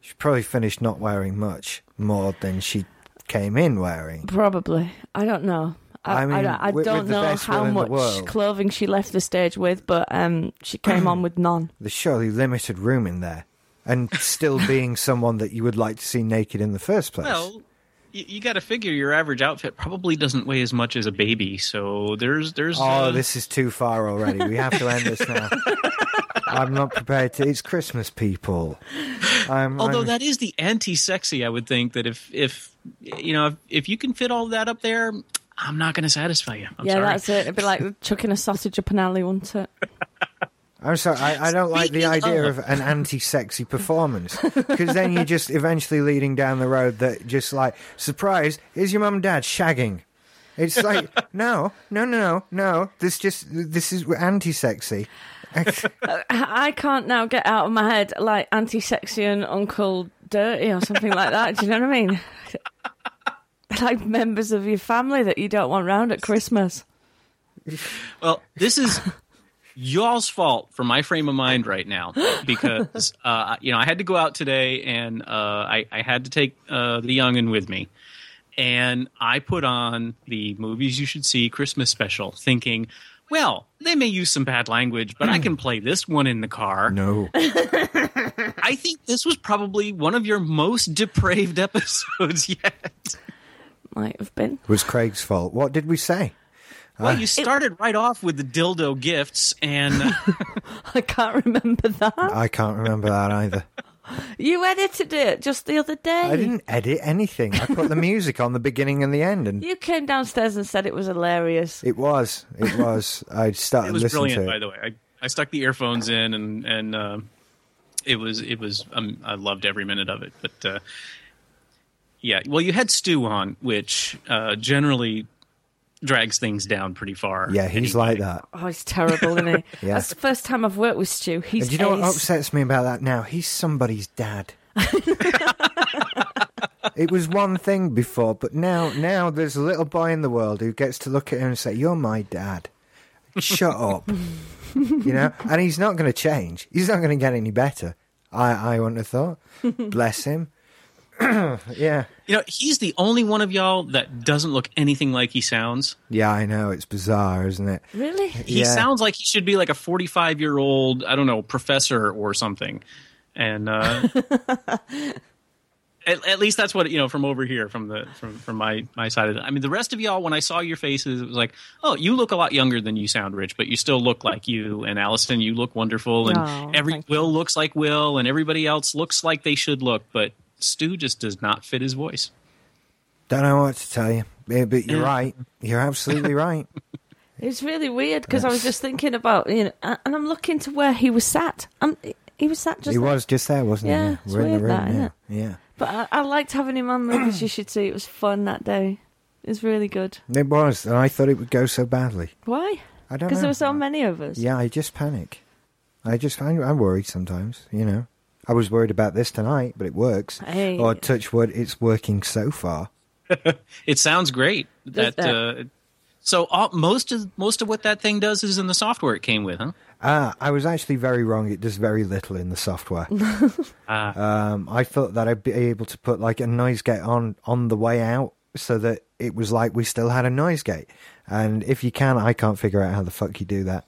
[SPEAKER 1] She probably finished not wearing much more than she came in wearing.
[SPEAKER 2] Probably. I don't know. I,
[SPEAKER 1] I
[SPEAKER 2] I,
[SPEAKER 1] mean,
[SPEAKER 2] I,
[SPEAKER 1] with-
[SPEAKER 2] don't
[SPEAKER 1] with the
[SPEAKER 2] know
[SPEAKER 1] best will
[SPEAKER 2] how
[SPEAKER 1] in the
[SPEAKER 2] much
[SPEAKER 1] world.
[SPEAKER 2] clothing she left the stage with, but um, she came on with none.
[SPEAKER 1] there's surely limited room in there and still being someone that you would like to see naked in the first place.
[SPEAKER 3] Well, you, you got to figure your average outfit probably doesn't weigh as much as a baby. So there's there's
[SPEAKER 1] oh,
[SPEAKER 3] uh,
[SPEAKER 1] this is too far already. We have to end this now. I'm not prepared to. It's Christmas, people. I'm,
[SPEAKER 3] Although
[SPEAKER 1] I'm-
[SPEAKER 3] that is the anti-sexy, I would think that if if you know if, if you can fit all that up there, I'm not going to satisfy you. I'm
[SPEAKER 2] yeah,
[SPEAKER 3] sorry.
[SPEAKER 2] that's it. It'd be like chucking a sausage up an alley, wouldn't it?
[SPEAKER 1] I'm sorry, I, I don't like the
[SPEAKER 3] Speaking
[SPEAKER 1] idea
[SPEAKER 3] of-
[SPEAKER 1] of an anti-sexy performance because then you're just eventually leading down the road that just like surprise is your mum and dad shagging. It's like no, no, no, no. This just this is anti-sexy.
[SPEAKER 2] I can't now get out of my head like anti-sexy and Uncle Dirty or something like that. Do you know what I mean? Like members of your family that you don't want round at Christmas.
[SPEAKER 3] Well, this is y'all's fault for my frame of mind right now because uh, you know I had to go out today and uh, I, I had to take uh, the youngin with me, and I put on the movies you should see Christmas special, thinking, well, they may use some bad language, but I can play this one in the car.
[SPEAKER 1] No.
[SPEAKER 3] I think this was probably one of your most depraved episodes yet.
[SPEAKER 2] Might have been.
[SPEAKER 1] was Craig's fault. What did we say?
[SPEAKER 3] Well, you started right off with the dildo gifts and.
[SPEAKER 2] I can't remember that.
[SPEAKER 1] I can't remember that either.
[SPEAKER 2] You edited it just the other day.
[SPEAKER 1] I didn't edit anything. I put the music on the beginning and the end, and
[SPEAKER 2] You came downstairs and said it was hilarious.
[SPEAKER 1] it was. It was. I started
[SPEAKER 3] It was
[SPEAKER 1] listening
[SPEAKER 3] brilliant,
[SPEAKER 1] to
[SPEAKER 3] by
[SPEAKER 1] it.
[SPEAKER 3] the way. I, I stuck the earphones in, and and uh, it was it was um, I loved every minute of it. But uh, yeah, well, you had Stu on, which uh, generally drags things down pretty far.
[SPEAKER 1] Yeah, he's
[SPEAKER 3] Anyway.
[SPEAKER 1] like that.
[SPEAKER 2] Oh, he's terrible, isn't he?
[SPEAKER 1] Yeah.
[SPEAKER 2] That's the first time I've worked with Stu. He's
[SPEAKER 1] And you know what
[SPEAKER 2] ace.
[SPEAKER 1] upsets me about that now? He's somebody's dad. it was one thing before, but now now there's a little boy in the world who gets to look at him and say, "You're my dad." Shut up. you know, and he's not going to change. He's not going to get any better. I I wouldn't have thought. Bless him. yeah.
[SPEAKER 3] You know, he's the only one of y'all that doesn't look anything like he sounds.
[SPEAKER 1] Yeah, I know it's bizarre, isn't it?
[SPEAKER 2] Really?
[SPEAKER 3] He
[SPEAKER 1] Yeah.
[SPEAKER 3] sounds like he should be like a forty-five-year-old, I don't know, professor or something. And uh, at, at least that's what you know from over here, from the from from my my side of it. I mean, the rest of y'all, when I saw your faces, it was like, oh, you look a lot younger than you sound, Rich, but you still look like you. And Allison, you look wonderful, and
[SPEAKER 2] Oh,
[SPEAKER 3] every
[SPEAKER 2] thank you.
[SPEAKER 3] Will looks like Will, and everybody else looks like they should look, but Stu just does not fit his voice.
[SPEAKER 1] Don't know what to tell you. Yeah, But you're right. You're absolutely right.
[SPEAKER 2] It's really weird because I was just thinking about you know, a- and I'm looking to where he was sat. i he was sat just.
[SPEAKER 1] he was just there, wasn't
[SPEAKER 2] Yeah,
[SPEAKER 1] he?
[SPEAKER 2] it's
[SPEAKER 1] We're in the
[SPEAKER 2] weird that,
[SPEAKER 1] room.
[SPEAKER 2] isn't
[SPEAKER 1] yeah.
[SPEAKER 2] it?
[SPEAKER 1] yeah.
[SPEAKER 2] But I, I liked having him on because you should see it was fun that day. It was really good.
[SPEAKER 1] It was, and I thought it would go so badly.
[SPEAKER 2] Why?
[SPEAKER 1] I don't know.
[SPEAKER 2] Because there were so many of us.
[SPEAKER 1] yeah, I just panic. I just, I, I'm worried sometimes. You know, I was worried about this tonight, but it works.
[SPEAKER 2] Hey.
[SPEAKER 1] Or touch wood, it's working so far.
[SPEAKER 3] It sounds great.
[SPEAKER 2] Does
[SPEAKER 3] That,
[SPEAKER 2] that-
[SPEAKER 3] uh, so all, most of most of what that thing does is in the software it came with, huh?
[SPEAKER 1] Ah, I was actually very wrong. It does very little in the software.
[SPEAKER 3] Ah.
[SPEAKER 1] um, I thought that I'd be able to put like a noise gate on on the way out, so that it was like we still had a noise gate. And if you can, I can't figure out how the fuck you do that.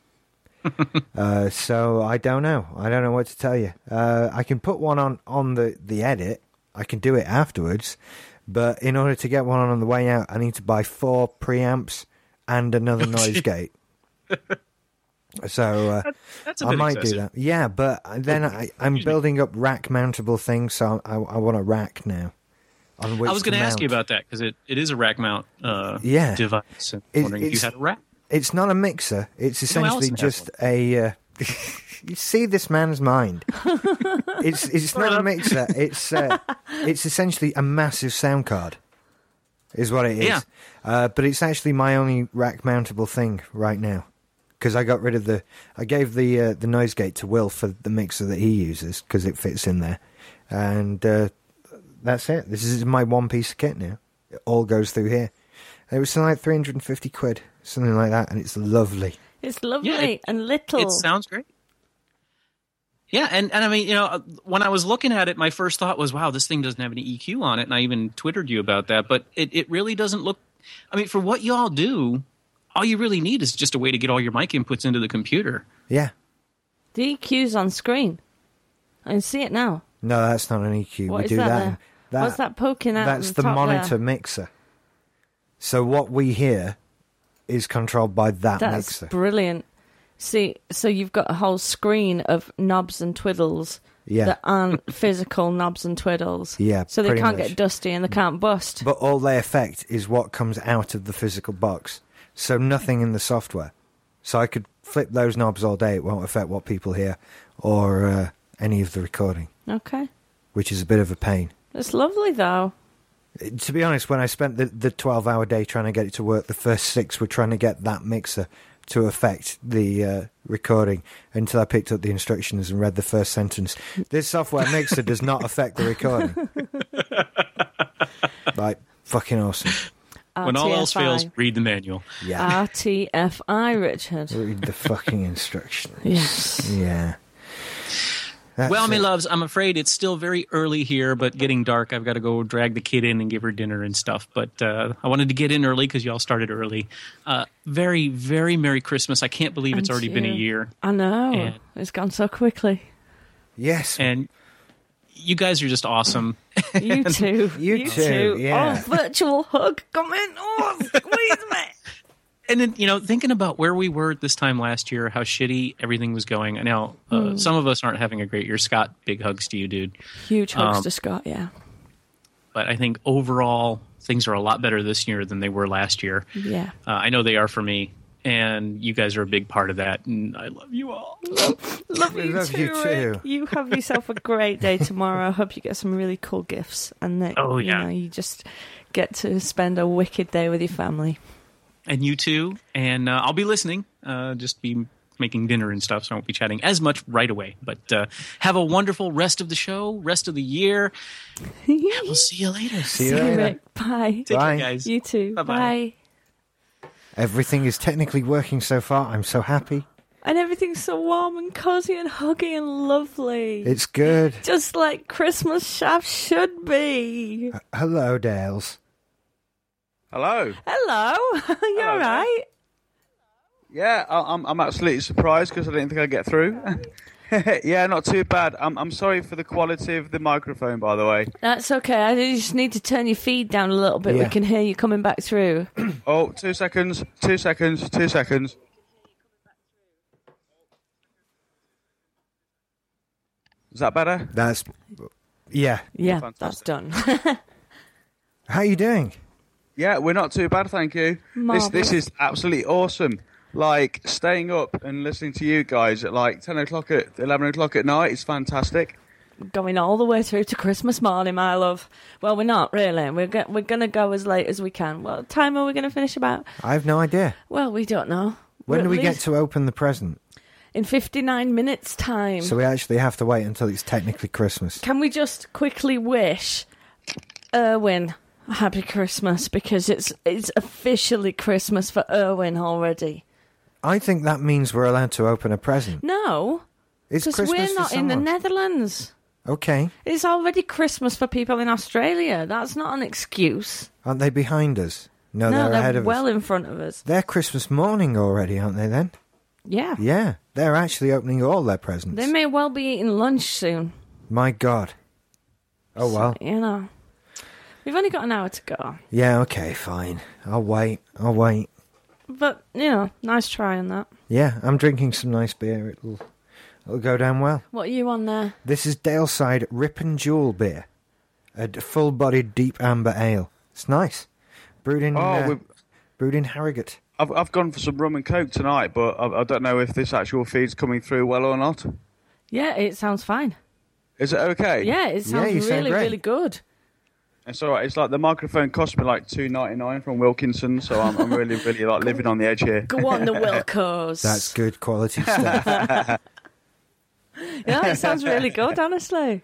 [SPEAKER 1] uh, so I don't know. I don't know what to tell you. Uh, I can put one on on the the edit. I can do it afterwards, but in order to get one on on the way out, I need to buy four preamps and another noise gate. So uh,
[SPEAKER 3] That's a
[SPEAKER 1] I
[SPEAKER 3] bit
[SPEAKER 1] might
[SPEAKER 3] excessive. Oh,
[SPEAKER 1] do that. Yeah, but then I, I'm building up rack mountable things, so I, I want a rack now. On which
[SPEAKER 3] I was going to ask you
[SPEAKER 1] mount.
[SPEAKER 3] about that because it, it is a rack mount uh,
[SPEAKER 1] Yeah.
[SPEAKER 3] device. I'm
[SPEAKER 1] It-
[SPEAKER 3] wondering if you
[SPEAKER 1] it's-
[SPEAKER 3] had a rack.
[SPEAKER 1] It's not a mixer. It's essentially
[SPEAKER 3] Allison has
[SPEAKER 1] just a. Uh, you see this man's mind. it's it's not a
[SPEAKER 3] enough.
[SPEAKER 1] mixer.
[SPEAKER 2] um,
[SPEAKER 1] It's uh, it's essentially a massive sound card, is what it is.
[SPEAKER 3] Yeah.
[SPEAKER 1] Uh, but it's actually my only rack mountable thing right now, because I got rid of the. I gave the uh, the noise gate to Will for the mixer that he uses because it fits in there, and uh, that's it. This is my one piece of kit now. It all goes through here. It was something like 350 quid, something like that, and it's lovely.
[SPEAKER 2] It's lovely
[SPEAKER 3] Yeah, it-
[SPEAKER 2] and little.
[SPEAKER 3] It sounds great. Yeah, and, and I mean, you know, uh, when I was looking at it, my first thought was, wow, this thing doesn't have any EQ on it. And I even Twittered you about that, but it, it really doesn't look. I mean, for what y'all do, all you really need is just a way to get all your mic inputs into the computer.
[SPEAKER 1] Yeah.
[SPEAKER 2] the EQ's on screen. I can see it now.
[SPEAKER 1] No, that's not an EQ.
[SPEAKER 2] What
[SPEAKER 1] we
[SPEAKER 2] is
[SPEAKER 1] do
[SPEAKER 2] that,
[SPEAKER 1] that.
[SPEAKER 2] there?
[SPEAKER 1] in- that-
[SPEAKER 2] What's that poking out?
[SPEAKER 1] That's
[SPEAKER 2] on
[SPEAKER 1] the
[SPEAKER 2] top there?
[SPEAKER 1] monitor mixer. So what we hear is controlled by that
[SPEAKER 2] That's
[SPEAKER 1] mixer.
[SPEAKER 2] brilliant. See, so you've got a whole screen of knobs and twiddles
[SPEAKER 1] Yeah.
[SPEAKER 2] that aren't physical knobs and twiddles.
[SPEAKER 1] Yeah,
[SPEAKER 2] So they
[SPEAKER 1] pretty
[SPEAKER 2] can't
[SPEAKER 1] much. Mm.
[SPEAKER 2] get dusty and they can't bust.
[SPEAKER 1] but all they affect is what comes out of the physical box. So nothing in the software. So I could flip those knobs all day. It won't affect what people hear or uh, any of the recording,
[SPEAKER 2] okay.
[SPEAKER 1] which is a bit of a pain.
[SPEAKER 2] It's lovely though.
[SPEAKER 1] to be honest, when I spent the, the 12 hour day trying to get it to work, the first six were trying to get that mixer to affect the uh, recording until I picked up the instructions and read the first sentence. This software mixer does not affect the recording. like, fucking awesome.
[SPEAKER 2] Oh,
[SPEAKER 3] When all else
[SPEAKER 2] RTFI.
[SPEAKER 3] fails, read the manual.
[SPEAKER 1] Yeah.
[SPEAKER 2] RTFI, Richard.
[SPEAKER 1] Read the fucking instructions.
[SPEAKER 2] Yes.
[SPEAKER 1] Yeah. That's
[SPEAKER 3] well, me
[SPEAKER 1] it.
[SPEAKER 3] loves, I'm afraid it's still very early here, but getting dark. I've got to go drag the kid in and give her dinner and stuff. But uh, I wanted to get in early because y'all started early. Uh, very, very Merry Christmas. I can't believe it's
[SPEAKER 2] And
[SPEAKER 3] already
[SPEAKER 2] to
[SPEAKER 3] been a
[SPEAKER 2] you.
[SPEAKER 3] year.
[SPEAKER 2] I know.
[SPEAKER 3] Yeah.
[SPEAKER 2] It's gone so quickly.
[SPEAKER 1] Yes.
[SPEAKER 3] And you guys are just awesome.
[SPEAKER 2] You too.
[SPEAKER 1] You too, yeah.
[SPEAKER 2] Oh, virtual hug. Come in. Oh, squeeze me.
[SPEAKER 3] and then you know thinking about where we were at this time last year how shitty everything was going now uh, some of us aren't having a great year scott big hugs to you dude
[SPEAKER 2] Huge hugs
[SPEAKER 3] Um,
[SPEAKER 2] to Scott, yeah.
[SPEAKER 3] but i think overall things are a lot better this year than they were last year
[SPEAKER 2] Yeah.
[SPEAKER 3] uh, i know they are for me and you guys are a big part of that and i love you all
[SPEAKER 2] Love
[SPEAKER 1] We
[SPEAKER 2] you,
[SPEAKER 1] love
[SPEAKER 2] too,
[SPEAKER 1] you
[SPEAKER 2] Rick.
[SPEAKER 1] too.
[SPEAKER 2] You have yourself a great day tomorrow. I hope you get some really cool gifts and that
[SPEAKER 3] Oh,
[SPEAKER 2] you
[SPEAKER 3] yeah.
[SPEAKER 2] know you just get to spend a wicked day with your family.
[SPEAKER 3] and you too and uh, i'll be listening uh, just be making dinner and stuff so i won't be chatting as much right away but uh, have a wonderful rest of the show rest of the year we'll see you later
[SPEAKER 1] See you later.
[SPEAKER 2] Rick. Bye.
[SPEAKER 3] take
[SPEAKER 1] Bye.
[SPEAKER 3] care guys
[SPEAKER 2] You too.
[SPEAKER 3] Bye-bye.
[SPEAKER 2] Bye.
[SPEAKER 1] Everything is technically working so far. I'm so happy.
[SPEAKER 2] And everything's so warm and cozy and huggy and lovely.
[SPEAKER 1] It's good.
[SPEAKER 2] just like Christmas shop should be.
[SPEAKER 1] Uh, Hello, Dales.
[SPEAKER 4] Hello.
[SPEAKER 2] Hello, you
[SPEAKER 4] Hello,
[SPEAKER 2] all
[SPEAKER 4] Jack.
[SPEAKER 2] right?
[SPEAKER 4] Yeah, I- I'm, I'm absolutely surprised because I didn't think I'd get through. yeah, not too bad. I'm, I'm sorry for the quality of the microphone, by the way.
[SPEAKER 2] That's okay. I just need to turn your feed down a little bit. We
[SPEAKER 1] Yeah.
[SPEAKER 2] can hear you coming back through.
[SPEAKER 4] Oh, two seconds, two seconds, two seconds. Is that better?
[SPEAKER 1] That's yeah.
[SPEAKER 2] Yeah, that's
[SPEAKER 4] Fantastic.
[SPEAKER 2] done.
[SPEAKER 1] How you doing?
[SPEAKER 4] Yeah, we're not too bad, thank you. This
[SPEAKER 2] Marvellous.
[SPEAKER 4] this is absolutely awesome. Like staying up and listening to you guys at like ten o'clock at eleven o'clock at night is fantastic.
[SPEAKER 2] going all the way through to Christmas morning, my love. Well, we're not really. We're go- we're gonna go as late as we can. What time are we gonna finish about?
[SPEAKER 1] I have no idea.
[SPEAKER 2] Well, we don't know.
[SPEAKER 1] When
[SPEAKER 2] We're
[SPEAKER 1] do
[SPEAKER 2] at
[SPEAKER 1] we get
[SPEAKER 2] least-
[SPEAKER 1] to open the present?
[SPEAKER 2] in fifty nine minutes time?
[SPEAKER 1] So we actually have to wait until it's technically Christmas.
[SPEAKER 2] Can we just quickly wish Erwin a happy Christmas because it's it's officially Christmas for Erwin already.
[SPEAKER 1] I think that means we're allowed to open a present.
[SPEAKER 2] No,
[SPEAKER 1] It's
[SPEAKER 2] because
[SPEAKER 1] Christmas
[SPEAKER 2] we're
[SPEAKER 1] for
[SPEAKER 2] not in the
[SPEAKER 1] someone.
[SPEAKER 2] Netherlands.
[SPEAKER 1] Okay,
[SPEAKER 2] It's already Christmas for people in Australia. That's not an excuse.
[SPEAKER 1] aren't they behind us? No,
[SPEAKER 2] no,
[SPEAKER 1] they're,
[SPEAKER 2] they're
[SPEAKER 1] ahead of
[SPEAKER 2] well
[SPEAKER 1] us.
[SPEAKER 2] in front of us.
[SPEAKER 1] They're Christmas morning already, aren't they? Then
[SPEAKER 2] Yeah.
[SPEAKER 1] yeah, they're actually opening all their presents.
[SPEAKER 2] They may well be eating lunch soon.
[SPEAKER 1] My God. Oh well.
[SPEAKER 2] You know. We've only got an hour to go.
[SPEAKER 1] Yeah. Okay. Fine. I'll wait. I'll wait.
[SPEAKER 2] But, you know, nice try on that.
[SPEAKER 1] Yeah, I'm drinking some nice beer. It'll it'll go down well.
[SPEAKER 2] What are you on there?
[SPEAKER 1] This is Daleside Rip and Jewel beer, a d- full-bodied deep amber ale. It's nice, brewed in
[SPEAKER 4] Oh,
[SPEAKER 1] uh,
[SPEAKER 4] we've-
[SPEAKER 1] brewed in Harrogate.
[SPEAKER 4] I've, I've gone for some rum and coke tonight, but I, I don't know if this actual feed's coming through well or not.
[SPEAKER 2] Yeah, it sounds fine.
[SPEAKER 4] Is it okay?
[SPEAKER 2] Yeah, it
[SPEAKER 1] Yeah,
[SPEAKER 2] sounds
[SPEAKER 1] you sound
[SPEAKER 2] really,
[SPEAKER 1] great.
[SPEAKER 2] really good.
[SPEAKER 4] It's all right. It's like the microphone cost me like two ninety nine from Wilkinson, so I'm, I'm really, really like living on the edge here.
[SPEAKER 2] Go on, the Wilcos.
[SPEAKER 1] That's good quality stuff.
[SPEAKER 2] Yeah, it sounds really good, honestly.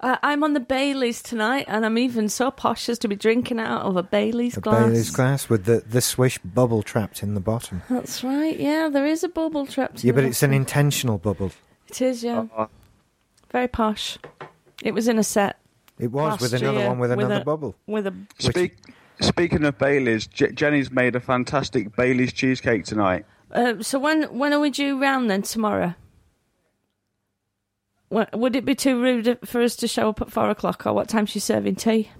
[SPEAKER 2] Uh, I'm on the Baileys tonight, and I'm even so posh as to be drinking out of a Baileys
[SPEAKER 1] a
[SPEAKER 2] glass.
[SPEAKER 1] Bailey's glass with the the swish bubble trapped in the bottom.
[SPEAKER 2] That's right. Yeah, there is a bubble trapped. in
[SPEAKER 1] Yeah, but
[SPEAKER 2] the
[SPEAKER 1] it's an Oh.
[SPEAKER 2] bottom.
[SPEAKER 1] intentional bubble.
[SPEAKER 2] It is. Yeah,
[SPEAKER 4] Uh,
[SPEAKER 2] very posh. It was in a set
[SPEAKER 1] It was with
[SPEAKER 2] Last
[SPEAKER 1] another
[SPEAKER 2] year,
[SPEAKER 1] one with
[SPEAKER 2] with
[SPEAKER 1] another
[SPEAKER 2] a-
[SPEAKER 1] bubble.
[SPEAKER 2] with a
[SPEAKER 4] speak, speaking of Bailey's, J- Jenny's made a fantastic Bailey's cheesecake tonight.
[SPEAKER 2] Uh, so when when are we due round then tomorrow? Wha- Would it be too rude for us to show up at four o'clock, or what time's she serving tea?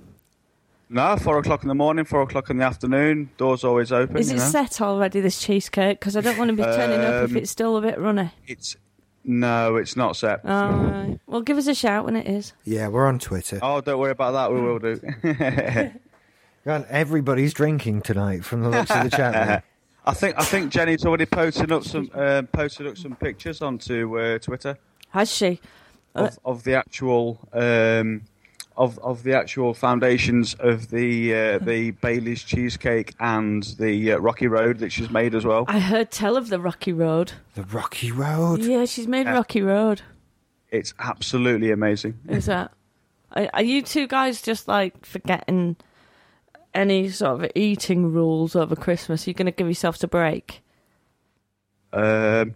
[SPEAKER 4] No, four o'clock in the morning, four o'clock in the afternoon. Doors always open.
[SPEAKER 2] Is
[SPEAKER 4] you
[SPEAKER 2] it
[SPEAKER 4] know?
[SPEAKER 2] set already this cheesecake? Because I don't want to be turning up if
[SPEAKER 4] Um,
[SPEAKER 2] it's still a bit runny.
[SPEAKER 4] It's no, it's not set.
[SPEAKER 2] All right. Well, give us a shout when it is.
[SPEAKER 1] Yeah, we're on Twitter.
[SPEAKER 4] oh, don't worry about that. We will do.
[SPEAKER 1] God, everybody's drinking tonight from the looks of the chat. room.
[SPEAKER 4] I think I think Jenny's already posted up some um, posted up some pictures onto uh, Twitter
[SPEAKER 2] Has she?
[SPEAKER 4] of, of the actual um, of of the actual foundations of the uh, the Bailey's cheesecake and the uh, Rocky Road that she's made as well.
[SPEAKER 2] I heard tell of the Rocky Road.
[SPEAKER 1] The rocky road. Uh,
[SPEAKER 2] Yeah, she's made
[SPEAKER 4] Yeah.
[SPEAKER 2] Rocky Road.
[SPEAKER 4] It's absolutely amazing.
[SPEAKER 2] Is that? Are, are you two guys just like forgetting any sort of eating rules over Christmas? You're going to give yourselves a break.
[SPEAKER 4] Um,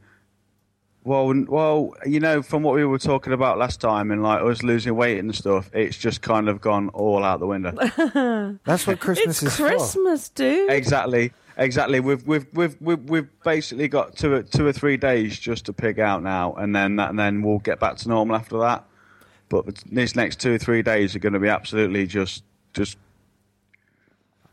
[SPEAKER 4] well, n- well, you know, from what we were talking about last time and like us losing weight and stuff, it's just kind of gone all out the window.
[SPEAKER 1] That's what Christmas
[SPEAKER 2] it's
[SPEAKER 1] is for.
[SPEAKER 2] Christmas, dude.
[SPEAKER 4] exactly, exactly. We've we've we've we've, we've basically got two or- two or three days just to pig out now, and then that, and then we'll get back to normal after that. But these next two or three days are going to be absolutely just just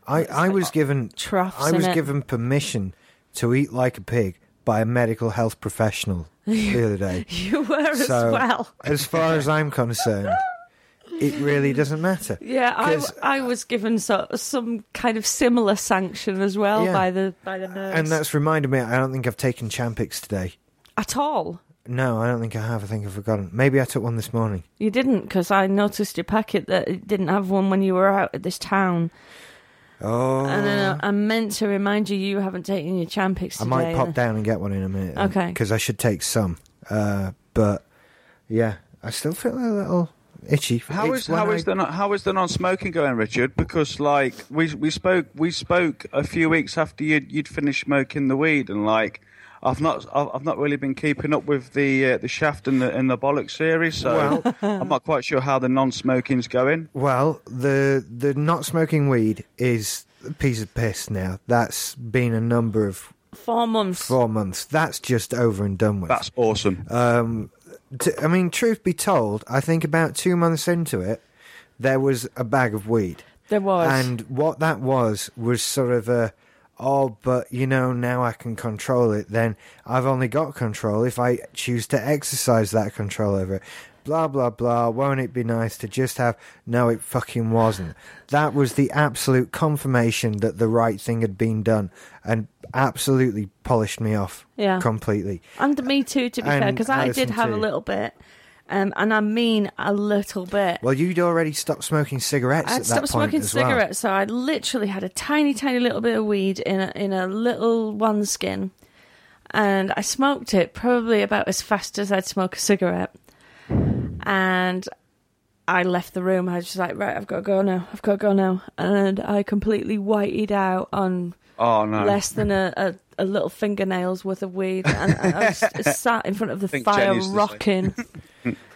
[SPEAKER 1] I, I was given
[SPEAKER 2] troughs
[SPEAKER 1] I
[SPEAKER 2] in
[SPEAKER 1] was
[SPEAKER 2] it.
[SPEAKER 1] given permission to eat like a pig by a medical health professional the other day.
[SPEAKER 2] You were as well.
[SPEAKER 1] as far as I'm concerned, it really doesn't matter.
[SPEAKER 2] Yeah, I,
[SPEAKER 1] 'Cause-
[SPEAKER 2] I was given so, some kind of similar sanction as well
[SPEAKER 1] Yeah.
[SPEAKER 2] by the by the nurse.
[SPEAKER 1] And that's reminded me. I don't think I've taken Champix today.
[SPEAKER 2] at all.
[SPEAKER 1] No, I don't think I have. I think I've forgotten. Maybe I took one this morning.
[SPEAKER 2] You didn't, because I noticed your packet that it didn't have one when you were out at this town.
[SPEAKER 1] Oh,
[SPEAKER 2] And then I, I meant to remind you you haven't taken your Champix today. uh,
[SPEAKER 1] I might pop down and get one in a minute.
[SPEAKER 2] Okay.
[SPEAKER 1] Because I should take some. Uh, but yeah, I still feel a little itchy.
[SPEAKER 4] How
[SPEAKER 1] It's
[SPEAKER 4] is
[SPEAKER 1] when
[SPEAKER 4] how
[SPEAKER 1] I-
[SPEAKER 4] is the non, how is the non-smoking going, Richard? Because like we we spoke we spoke a few weeks after you'd you'd finished smoking the weed, and like I've not I've I've not really been keeping up with the uh, the shaft and the and the bollock series, so I'm not quite sure how the non-smoking's going.
[SPEAKER 1] Well, the the not smoking weed is a piece of piss now. That's been a number of
[SPEAKER 2] Four months.
[SPEAKER 1] four months. That's just over and done with.
[SPEAKER 4] That's awesome.
[SPEAKER 1] Um, t- I mean, truth be told, I think about two months into it, there was a bag of weed.
[SPEAKER 2] There was.
[SPEAKER 1] And what that was was sort of a, oh, but you know, now I can control it. Then I've only got control if I choose to exercise that control over it. Blah, blah, blah. Won't it be nice to just have. No, it fucking wasn't. That was the absolute confirmation that the right thing had been done and absolutely polished me off
[SPEAKER 2] Yeah.
[SPEAKER 1] completely.
[SPEAKER 2] And me too, to be fair,
[SPEAKER 1] And
[SPEAKER 2] because I
[SPEAKER 1] Alison
[SPEAKER 2] did have a
[SPEAKER 1] too.
[SPEAKER 2] little bit. Um, and I mean a little bit.
[SPEAKER 1] Well, you'd already stopped smoking cigarettes
[SPEAKER 2] I
[SPEAKER 1] at
[SPEAKER 2] had
[SPEAKER 1] that
[SPEAKER 2] stopped
[SPEAKER 1] point
[SPEAKER 2] smoking
[SPEAKER 1] as
[SPEAKER 2] cigarettes, so I literally had a tiny, tiny little bit of weed in a, in a little one skin, and I smoked it probably about as fast as I'd smoke a cigarette, and I left the room. I was just like, right, I've got to go now. I've got to go now, and I completely whited out on
[SPEAKER 4] Oh no,
[SPEAKER 2] less than a, a, a little fingernails worth of weed, and I was sat in front of the
[SPEAKER 4] think
[SPEAKER 2] fire,
[SPEAKER 4] Jenny's the same.
[SPEAKER 2] rocking
[SPEAKER 1] well.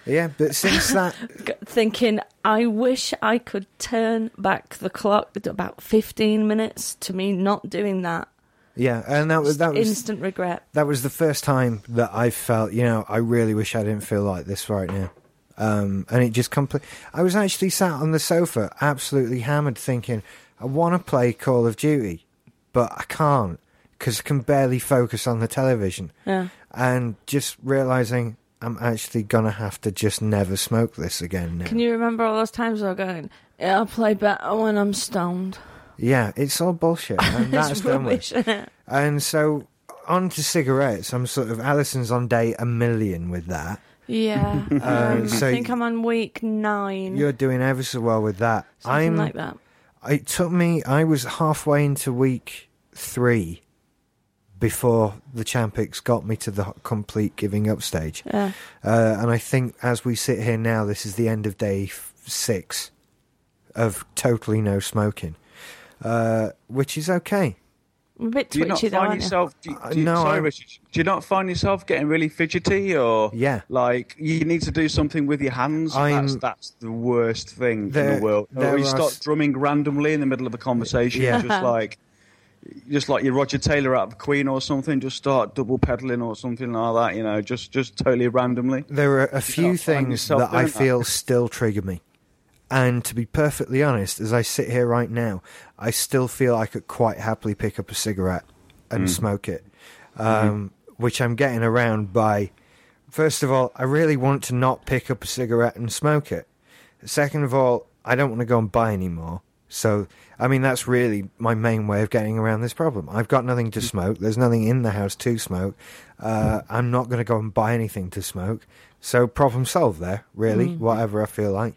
[SPEAKER 1] Yeah, but since that,
[SPEAKER 2] g- thinking, I wish I could turn back the clock at about 15 minutes to me not doing that.
[SPEAKER 1] yeah, and that was that was
[SPEAKER 2] Instant regret.
[SPEAKER 1] that was the first time that I felt, you know, I really wish I didn't feel like this right now. Um, and it just complete. I was actually sat on the sofa, absolutely hammered, thinking, I want to play Call of Duty, but I can't because I can barely focus on the television.
[SPEAKER 2] Yeah.
[SPEAKER 1] And just realizing I'm actually gonna have to just never smoke this again now.
[SPEAKER 2] Can you remember all those times I was going, yeah, I'll play better when I'm stoned?
[SPEAKER 1] yeah, it's all bullshit, and that's
[SPEAKER 2] it's
[SPEAKER 1] done with.
[SPEAKER 2] rubbish, isn't it?
[SPEAKER 1] And so on to cigarettes. I'm sort of Alison's on day a million with that.
[SPEAKER 2] Yeah. um,
[SPEAKER 1] Uh, so
[SPEAKER 2] I think I'm on week nine.
[SPEAKER 1] You're doing ever so well with that.
[SPEAKER 2] something
[SPEAKER 1] I'm.
[SPEAKER 2] like that.
[SPEAKER 1] It took me. I was halfway into week three before the Champix got me to the h- complete giving up stage.
[SPEAKER 2] Yeah.
[SPEAKER 1] Uh, and I think as we sit here now, this is the end of day f- six of totally no smoking, uh, which is okay.
[SPEAKER 2] I'm a bit
[SPEAKER 4] do you not
[SPEAKER 2] twitchy though,
[SPEAKER 4] find
[SPEAKER 2] aren't you?
[SPEAKER 4] yourself? Do, you-
[SPEAKER 1] Uh,
[SPEAKER 4] do you-
[SPEAKER 1] no,
[SPEAKER 4] sorry,
[SPEAKER 1] I'm-
[SPEAKER 4] Richard. Do you not find yourself getting really fidgety, or
[SPEAKER 1] Yeah.
[SPEAKER 4] like you need to do something with your hands? That's,
[SPEAKER 1] I'm-
[SPEAKER 4] that's the worst thing in
[SPEAKER 1] There-
[SPEAKER 4] the world.
[SPEAKER 1] there
[SPEAKER 4] Or you
[SPEAKER 1] are
[SPEAKER 4] start
[SPEAKER 1] s-
[SPEAKER 4] drumming randomly in the middle of a conversation,
[SPEAKER 1] Yeah.
[SPEAKER 4] just like. Just like your Roger Taylor out of Queen or something, just start double pedaling or something like that. You know, just just totally randomly.
[SPEAKER 1] There are a few
[SPEAKER 4] not find
[SPEAKER 1] things
[SPEAKER 4] yourself
[SPEAKER 1] that I
[SPEAKER 4] doing that?
[SPEAKER 1] feel still trigger me. And to be perfectly honest, as I sit here right now, I still feel I could quite happily pick up a cigarette and smoke it, um, which I'm getting around by. First of all, I really want to not pick up a cigarette and smoke it. Second of all, I don't want to go and buy any more. So, I mean, that's really my main way of getting around this problem. I've got nothing to smoke. There's nothing in the house to smoke. Uh, I'm not going to go and buy anything to smoke. So, problem solved there, really, whatever I feel like.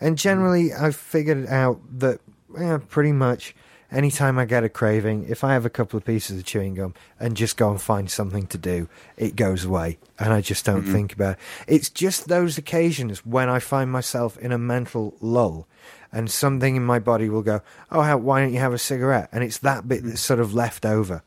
[SPEAKER 1] And generally, I've figured out that yeah, pretty much anytime I get a craving, if I have a couple of pieces of chewing gum and just go and find something to do, it goes away. And I just don't think about it. It's just those occasions when I find myself in a mental lull and something in my body will go, Oh, how, why don't you have a cigarette? And it's that bit that's sort of left over.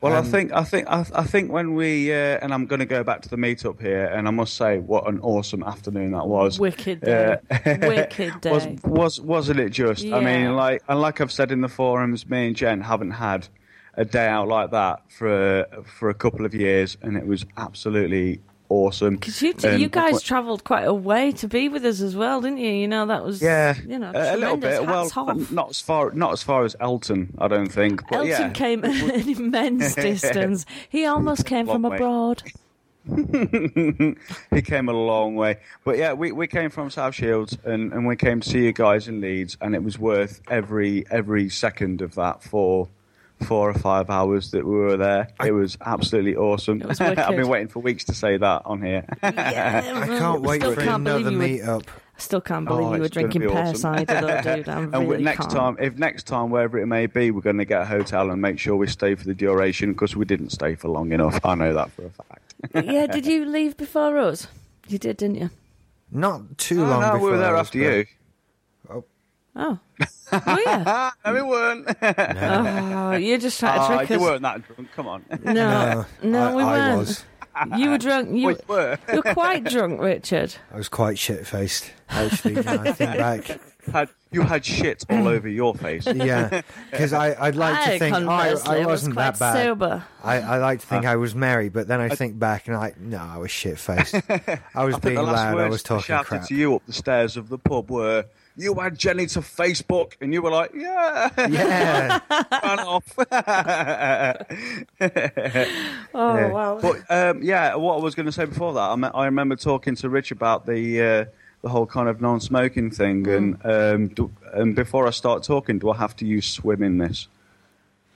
[SPEAKER 4] Well,
[SPEAKER 1] Um,
[SPEAKER 4] I think I think I, I think when we uh, and I'm going to go back to the meetup here, and I must say, what an awesome afternoon that was. Uh,
[SPEAKER 2] Wicked day. Wicked day.
[SPEAKER 4] Was was wasn't it just? I
[SPEAKER 2] Yeah.
[SPEAKER 4] mean, like and like I've said in the forums, me and Jen haven't had a day out like that for for a couple of years, and it was absolutely awesome.
[SPEAKER 2] Because you, t-
[SPEAKER 4] And-
[SPEAKER 2] you guys travelled quite a way to be with us as well, didn't you? You know that was
[SPEAKER 4] yeah,
[SPEAKER 2] you know
[SPEAKER 4] a, a little
[SPEAKER 2] tremendous.
[SPEAKER 4] bit. Well,
[SPEAKER 2] Hats off.
[SPEAKER 4] not as far, not as far as Elton, I don't think. But
[SPEAKER 2] Elton
[SPEAKER 4] yeah,
[SPEAKER 2] came an immense distance. He almost came
[SPEAKER 4] Long
[SPEAKER 2] from
[SPEAKER 4] way.
[SPEAKER 2] abroad.
[SPEAKER 4] he came a long way. But yeah, we, we came from South Shields and, and we came to see you guys in Leeds, and it was worth every every second of that for four or five hours that we were there. It was absolutely awesome.
[SPEAKER 2] It was
[SPEAKER 4] I've
[SPEAKER 2] wicked.
[SPEAKER 4] been waiting for weeks to say that on here.
[SPEAKER 2] Yeah,
[SPEAKER 1] I can't wait
[SPEAKER 2] still
[SPEAKER 1] for
[SPEAKER 2] can't
[SPEAKER 1] another
[SPEAKER 2] believe you were-
[SPEAKER 1] meetup.
[SPEAKER 2] Still can't believe
[SPEAKER 4] Oh,
[SPEAKER 2] you were
[SPEAKER 4] it's gonna
[SPEAKER 2] drinking
[SPEAKER 4] be
[SPEAKER 2] pear
[SPEAKER 4] awesome.
[SPEAKER 2] cider, though, dude. I'm
[SPEAKER 4] And
[SPEAKER 2] really
[SPEAKER 4] we- next
[SPEAKER 2] can't.
[SPEAKER 4] time, if next time, wherever it may be, we're going to get a hotel and make sure we stay for the duration because we didn't stay for long enough. I know that for a fact.
[SPEAKER 2] yeah, did you leave before us? You did, didn't you?
[SPEAKER 1] Not too
[SPEAKER 4] Oh,
[SPEAKER 1] long
[SPEAKER 4] no,
[SPEAKER 1] before
[SPEAKER 4] we were there
[SPEAKER 1] I was
[SPEAKER 4] after
[SPEAKER 1] born.
[SPEAKER 4] you.
[SPEAKER 2] Oh, oh yeah.
[SPEAKER 4] Ah, no, we weren't.
[SPEAKER 2] Oh, you're just trying to
[SPEAKER 4] Ah,
[SPEAKER 2] trick
[SPEAKER 4] you
[SPEAKER 2] us.
[SPEAKER 4] weren't that drunk. Come on.
[SPEAKER 2] No, no,
[SPEAKER 1] I-
[SPEAKER 2] we
[SPEAKER 1] I
[SPEAKER 2] weren't.
[SPEAKER 1] was.
[SPEAKER 2] You were drunk. You
[SPEAKER 4] We were.
[SPEAKER 2] You're quite drunk, Richard.
[SPEAKER 1] I was quite shit faced, actually. now I think back.
[SPEAKER 4] had you had shit all over your face.
[SPEAKER 1] Yeah, because I I'd like to think oh, I,
[SPEAKER 2] conversely,
[SPEAKER 1] I
[SPEAKER 2] was
[SPEAKER 1] wasn't
[SPEAKER 2] quite
[SPEAKER 1] that bad.
[SPEAKER 2] sober.
[SPEAKER 1] I, I like to think
[SPEAKER 4] Uh,
[SPEAKER 1] I was merry, but then I think back and like, no, I was shit faced. I was
[SPEAKER 4] The
[SPEAKER 1] being
[SPEAKER 4] last
[SPEAKER 1] loud. I
[SPEAKER 4] words
[SPEAKER 1] was
[SPEAKER 4] I
[SPEAKER 1] talking
[SPEAKER 4] shouted
[SPEAKER 1] crap.
[SPEAKER 4] to you up the stairs of the pub were, "You had Jenny to Facebook," and you were like, "Yeah,
[SPEAKER 1] Yeah,
[SPEAKER 4] ran off."
[SPEAKER 2] Oh
[SPEAKER 1] Yeah.
[SPEAKER 2] wow!
[SPEAKER 4] But um, yeah, what I was going to say before that, I, me- I remember talking to Rich about the uh, the whole kind of non-smoking thing,
[SPEAKER 2] Mm.
[SPEAKER 4] and um, do, and before I start talking, do I have to use swim in this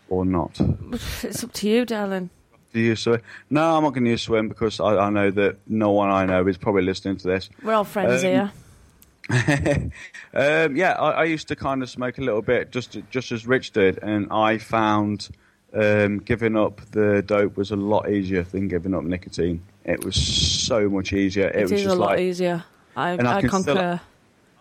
[SPEAKER 4] or not? Do
[SPEAKER 2] it's up to you, darling.
[SPEAKER 4] you swim? No, I'm not going to use swim because I, I know that no one I know is probably listening to this.
[SPEAKER 2] We're all friends
[SPEAKER 4] Um,
[SPEAKER 2] here.
[SPEAKER 4] Um, yeah, I, I used to kind of smoke a little bit, just just as Rich did, and I found um, giving up the dope was a lot easier than giving up nicotine. It was so much easier. It,
[SPEAKER 2] It
[SPEAKER 4] was
[SPEAKER 2] is
[SPEAKER 4] just
[SPEAKER 2] a lot
[SPEAKER 4] like
[SPEAKER 2] easier. I,
[SPEAKER 4] and I
[SPEAKER 2] I
[SPEAKER 4] can still-
[SPEAKER 2] concur.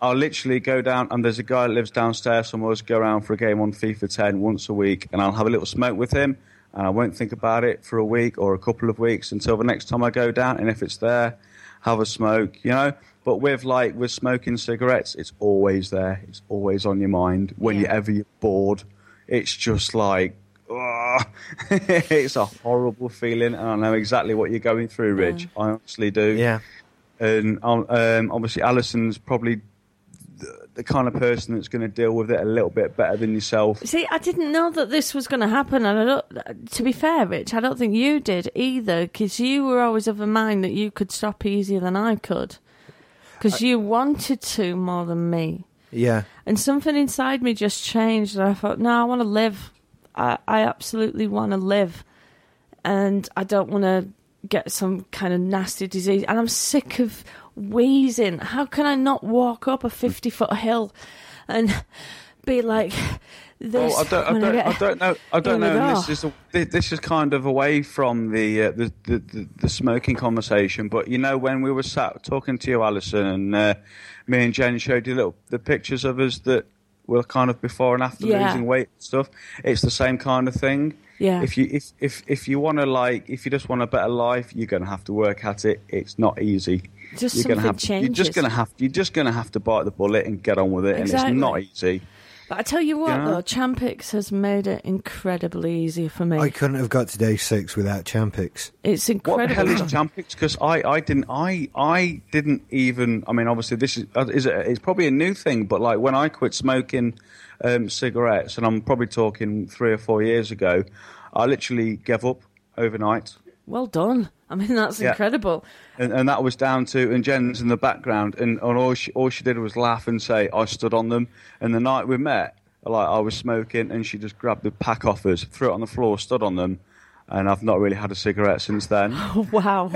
[SPEAKER 4] I'll literally go down, and there's a guy that lives downstairs from us. Go around for a game on FIFA 10 once a week, and I'll have a little smoke with him, and I won't think about it for a week or a couple of weeks until the next time I go down. And if it's there, have a smoke, you know. But with like with smoking cigarettes, it's always there. It's always on your mind
[SPEAKER 2] Yeah.
[SPEAKER 4] whenever you're bored. It's just like. ugh. it's a horrible feeling, and I know exactly what you're going through, Ridge. I honestly do
[SPEAKER 1] yeah.
[SPEAKER 4] and um, um, obviously Alison's probably the, the kind of person that's going to deal with it a little bit better than yourself.
[SPEAKER 2] See, I didn't know that this was going to happen, and I don't. To be fair, Rich, I don't think you did either, because you were always of a mind that you could stop easier than I could, because you wanted to more than me.
[SPEAKER 1] Yeah,
[SPEAKER 2] And something inside me just changed. And I thought, no, I want to live. I, I absolutely want to live. And I don't want to get some kind of nasty disease. And I'm sick of wheezing. How can I not walk up a 50 foot hill and be like this?
[SPEAKER 4] Well, Oh, I don't, I
[SPEAKER 2] when
[SPEAKER 4] don't,
[SPEAKER 2] get-
[SPEAKER 4] I don't know. I don't
[SPEAKER 2] Here we
[SPEAKER 4] know.
[SPEAKER 2] go.
[SPEAKER 4] And this is a, thi- this is kind of away from the, uh, the, the the the smoking conversation. But you know, when we were sat talking to you, Alison, and uh, me and Jen showed you little the pictures of us that were kind of before and after
[SPEAKER 2] Yeah.
[SPEAKER 4] losing weight and stuff. It's the same kind of thing.
[SPEAKER 2] Yeah.
[SPEAKER 4] If you if if if you want to like if you just want a better life, you're gonna have to work at it. It's not easy.
[SPEAKER 2] Just
[SPEAKER 4] you're gonna
[SPEAKER 2] something
[SPEAKER 4] have to, you're
[SPEAKER 2] changes.
[SPEAKER 4] just gonna have you're just gonna have to bite the bullet and get on with it.
[SPEAKER 2] Exactly.
[SPEAKER 4] And it's not easy.
[SPEAKER 2] But I tell you what,
[SPEAKER 4] Yeah.
[SPEAKER 2] though, Champix has made it incredibly easy for me.
[SPEAKER 1] I couldn't have got to day six without Champix.
[SPEAKER 2] it's incredible.
[SPEAKER 4] What the hell is Champix? Because I, I didn't I I didn't even I mean obviously this is uh, is a, it's probably a new thing, but like when I quit smoking um, cigarettes, and I'm probably talking three or four years ago, I literally gave up overnight.
[SPEAKER 2] well done. I mean, that's
[SPEAKER 4] Yeah.
[SPEAKER 2] incredible.
[SPEAKER 4] And, and that was down to and Jen's in the background, and, and all she all she did was laugh and say I stood on them. And the night we met, like I was smoking, and she just grabbed the pack offers, threw it on the floor, stood on them, and I've not really had a cigarette since then.
[SPEAKER 2] Wow.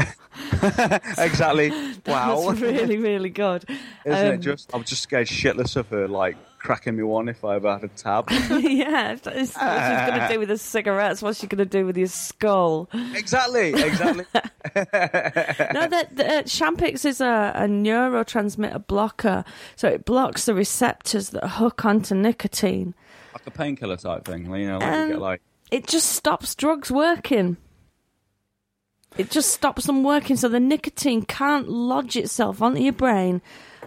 [SPEAKER 4] exactly. wow,
[SPEAKER 2] That's really, really good.
[SPEAKER 4] Isn't it
[SPEAKER 2] Um,
[SPEAKER 4] just? I'm just scared shitless of her, like cracking me one if I ever had a tab.
[SPEAKER 2] yeah, it's, it's, what's she going to do with the cigarettes? What's she going to do with your skull?
[SPEAKER 4] exactly, exactly.
[SPEAKER 2] No, that the, uh, Champix is a, a neurotransmitter blocker, so it blocks the receptors that hook onto nicotine.
[SPEAKER 4] like a painkiller type thing, you know, like
[SPEAKER 2] Um,
[SPEAKER 4] you get like.
[SPEAKER 2] It just stops drugs working. It just stops them working, so the nicotine can't lodge itself onto your brain,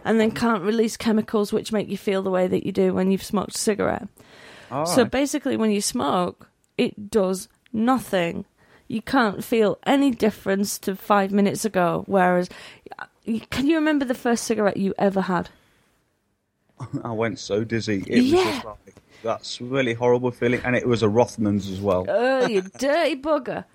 [SPEAKER 2] and then can't release chemicals which make you feel the way that you do when you've smoked a cigarette.
[SPEAKER 4] All
[SPEAKER 2] So
[SPEAKER 4] right.
[SPEAKER 2] basically, when you smoke, it does nothing. you can't feel any difference to five minutes ago. Whereas, y- can you remember the first cigarette you ever had?
[SPEAKER 4] I went so dizzy. It
[SPEAKER 2] Yeah.
[SPEAKER 4] was just like, that's really horrible feeling. And it was a Rothman's as well.
[SPEAKER 2] Oh, you dirty bugger!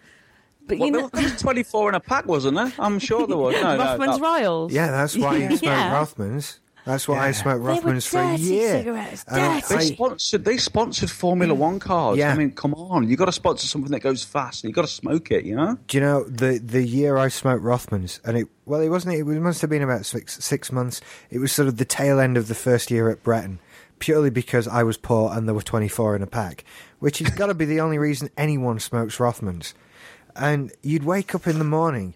[SPEAKER 2] But
[SPEAKER 4] Well,
[SPEAKER 2] you
[SPEAKER 4] there
[SPEAKER 2] know,
[SPEAKER 4] was- there was 24 in a pack, wasn't there? I'm sure there was. No, no,
[SPEAKER 2] Rothman's
[SPEAKER 4] that-
[SPEAKER 2] Royals.
[SPEAKER 1] Yeah, that's why you smoked
[SPEAKER 2] Yeah.
[SPEAKER 1] Rothmans. That's why I smoked
[SPEAKER 2] They were
[SPEAKER 1] Rothmans for a
[SPEAKER 2] dirty
[SPEAKER 1] year.
[SPEAKER 2] cigarettes,
[SPEAKER 1] And I-
[SPEAKER 4] They
[SPEAKER 2] dirty. Mm.
[SPEAKER 1] I-
[SPEAKER 4] sponsored. They sponsored Formula One cars.
[SPEAKER 1] Yeah.
[SPEAKER 4] I mean, come on, you got to sponsor something that goes fast. You got to smoke it, you know.
[SPEAKER 1] do you know the the year I smoked Rothmans, and it well, it wasn't. It was- must have been about six six months. It was sort of the tail end of the first year at Breton, purely because I was poor and there were twenty four in a pack, which has got to be the only reason anyone smokes Rothmans. And you'd wake up in the morning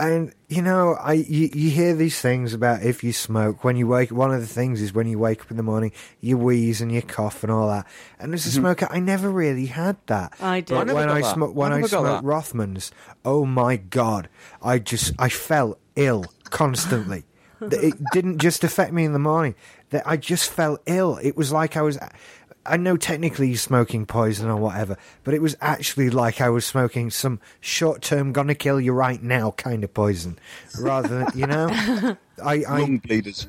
[SPEAKER 1] and you know, I you, you hear these things about if you smoke when you wake. One of the things is when you wake up in the morning, you wheeze and you cough and all that. And as a
[SPEAKER 4] Mm-hmm.
[SPEAKER 1] smoker, I never really had that.
[SPEAKER 2] I did. I
[SPEAKER 1] But
[SPEAKER 4] never
[SPEAKER 1] when
[SPEAKER 4] got
[SPEAKER 1] I
[SPEAKER 4] that.
[SPEAKER 1] smo- when
[SPEAKER 4] I
[SPEAKER 1] I,
[SPEAKER 4] never got
[SPEAKER 1] smoked
[SPEAKER 4] that.
[SPEAKER 1] Rothmans, oh my god, I just I fell ill constantly. Th- it didn't just affect me in the morning. That I just fell ill. It was like I was. I know technically you're smoking poison or whatever, but it was actually like I was smoking some short term gonna kill you right now kind of poison, rather than you know. I, I
[SPEAKER 4] Lung bleeders.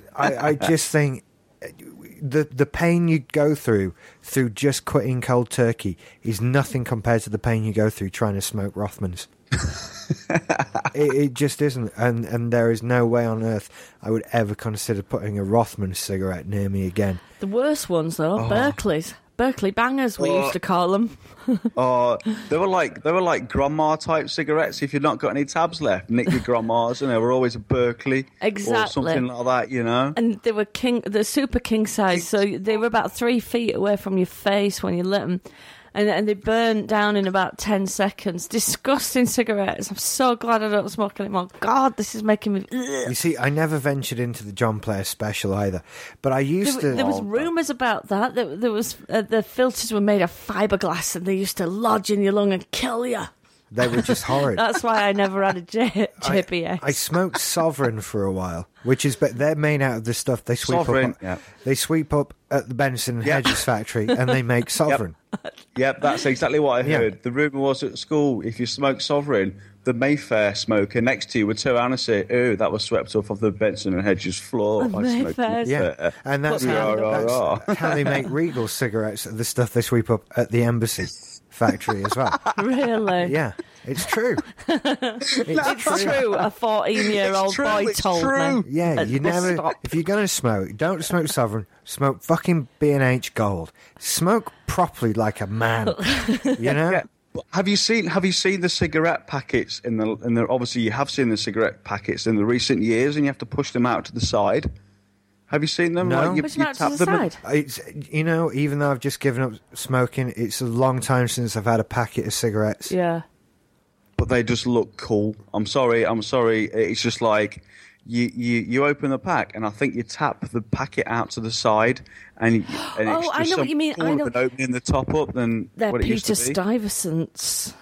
[SPEAKER 1] I, I just think the the pain you go through through just quitting cold turkey is nothing compared to the pain you go through trying to smoke Rothmans. it, it just isn't, and and there is no way on earth I would ever consider putting a Rothman cigarette near me again.
[SPEAKER 2] The worst ones though,
[SPEAKER 1] Oh.
[SPEAKER 2] are Berkeley's, Berkeley bangers. We
[SPEAKER 4] Oh.
[SPEAKER 2] used to call them.
[SPEAKER 4] Oh, they were like they were like grandma type cigarettes. If you've not got any tabs left, nick your grandma's, and they were always a Berkeley or
[SPEAKER 2] Exactly.
[SPEAKER 4] something like that. You know.
[SPEAKER 2] And they were king, the super king size, so they were about three feet away from your face when you lit them, and and they burnt down in about ten seconds. Disgusting cigarettes. I'm so glad I don't smoke anymore. God, this is making me.
[SPEAKER 1] You see, I never ventured into the John Player special either, but I used
[SPEAKER 2] There,
[SPEAKER 1] to.
[SPEAKER 2] there was rumours about that. There, there was uh, the filters were made of fiberglass, and they used to lodge in your lung and kill you.
[SPEAKER 1] they were just horrid.
[SPEAKER 2] That's why I never had a J- eh?
[SPEAKER 1] I-
[SPEAKER 2] JPA.
[SPEAKER 1] I smoked Sovereign for a while, which is but they're made out of the stuff they sweep
[SPEAKER 4] Sovereign,
[SPEAKER 1] up.
[SPEAKER 4] yeah.
[SPEAKER 1] They sweep up at the Benson and Hedges factory, and they make Sovereign.
[SPEAKER 4] Yep, that's exactly what I
[SPEAKER 1] Yeah.
[SPEAKER 4] heard. The rumor was at school if you smoked sovereign, the Mayfair smoker next to you would turn around and say, "Oh, that was swept off of the Benson and Hedges floor." I smoked
[SPEAKER 2] Mayfair's.
[SPEAKER 1] Yeah, and that's,
[SPEAKER 2] Put
[SPEAKER 1] how,
[SPEAKER 2] that
[SPEAKER 4] on the-
[SPEAKER 1] that's how they make Regal cigarettes. The stuff they sweep up at the embassy factory as well.
[SPEAKER 2] really?
[SPEAKER 1] Yeah, it's true.
[SPEAKER 2] It's true. A fourteen-year-old
[SPEAKER 4] It's true,
[SPEAKER 2] boy
[SPEAKER 4] it's
[SPEAKER 2] told
[SPEAKER 4] true.
[SPEAKER 2] me.
[SPEAKER 1] Yeah,
[SPEAKER 2] at
[SPEAKER 1] you
[SPEAKER 2] the bus
[SPEAKER 1] never.
[SPEAKER 2] stop.
[SPEAKER 1] If you're going to smoke, don't smoke Sovereign. Smoke fucking B and H Gold. Smoke properly like a man. You know.
[SPEAKER 4] Yeah. But Have you seen Have you seen the cigarette packets in the in the Obviously, you have seen the cigarette packets in the recent years, and you have to push them out to the side. Have you seen them?
[SPEAKER 1] No.
[SPEAKER 4] you,
[SPEAKER 2] Push
[SPEAKER 4] you
[SPEAKER 2] them out to
[SPEAKER 4] tap
[SPEAKER 2] the
[SPEAKER 4] them
[SPEAKER 2] side.
[SPEAKER 1] It's you know, even though I've just given up smoking, it's a long time since I've had a packet of cigarettes.
[SPEAKER 2] Yeah.
[SPEAKER 4] but they just look cool. I'm sorry, I'm sorry. It's just like you you, you open the pack, and I think you tap the packet out to the side, and, and
[SPEAKER 2] Oh,
[SPEAKER 4] it's
[SPEAKER 2] I
[SPEAKER 4] just
[SPEAKER 2] know what
[SPEAKER 4] some
[SPEAKER 2] you mean. I
[SPEAKER 4] form of
[SPEAKER 2] know-
[SPEAKER 4] an opening the top up than
[SPEAKER 2] They're
[SPEAKER 4] what it used
[SPEAKER 2] Peter
[SPEAKER 4] to be.
[SPEAKER 2] Stuyvesants.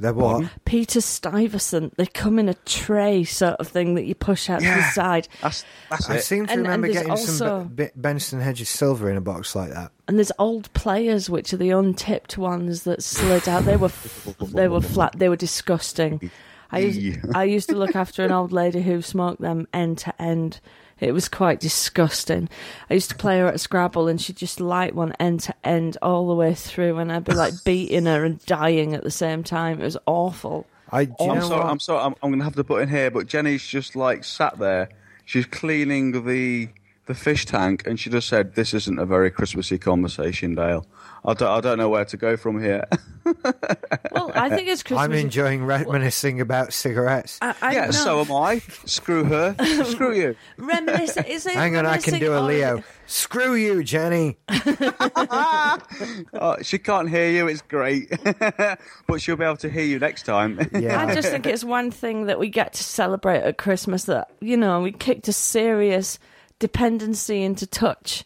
[SPEAKER 1] They're what?
[SPEAKER 2] Peter Stuyvesant. They come in a tray sort of thing that you push out to the
[SPEAKER 4] Yeah.
[SPEAKER 2] side.
[SPEAKER 4] That's that's
[SPEAKER 1] I
[SPEAKER 4] it.
[SPEAKER 1] seem to
[SPEAKER 2] And- and
[SPEAKER 1] remember
[SPEAKER 2] there's
[SPEAKER 1] getting
[SPEAKER 2] also-
[SPEAKER 1] some B- B- Benson Hedges silver in a box like that.
[SPEAKER 2] And there's old players, which are the untipped ones that slid out. They were f- they were flat. They were disgusting. I used, I used to look after an old lady who smoked them end to end. It was quite disgusting. I used to play her at Scrabble, and she'd just light one end to end all the way through, and I'd be like beating her and dying at the same time. It was awful.
[SPEAKER 1] I do you
[SPEAKER 4] Oh, I'm
[SPEAKER 1] know
[SPEAKER 4] sorry,
[SPEAKER 1] what?
[SPEAKER 4] I'm sorry. I'm, I'm going to have to put in here, but Jenny's just like sat there. She's cleaning the the fish tank, and she just said, "This isn't a very Christmassy conversation, Dale. I don't, I don't know where to go from here."
[SPEAKER 2] Well, I think it's Christmas.
[SPEAKER 1] I'm enjoying reminiscing about cigarettes.
[SPEAKER 2] I, I
[SPEAKER 4] yeah,
[SPEAKER 2] don't
[SPEAKER 4] so
[SPEAKER 2] know.
[SPEAKER 4] am I. Screw her. Screw you.
[SPEAKER 2] Reminiscing. Is it
[SPEAKER 1] Hang on, I can
[SPEAKER 2] reminiscing
[SPEAKER 1] do a
[SPEAKER 2] or is
[SPEAKER 1] Leo.
[SPEAKER 2] it-
[SPEAKER 1] Screw you, Jenny.
[SPEAKER 4] Oh, she can't hear you. It's great, but she'll be able to hear you next time.
[SPEAKER 1] Yeah,
[SPEAKER 2] I just think it's one thing that we get to celebrate at Christmas that, you know, we kicked a serious dependency into touch.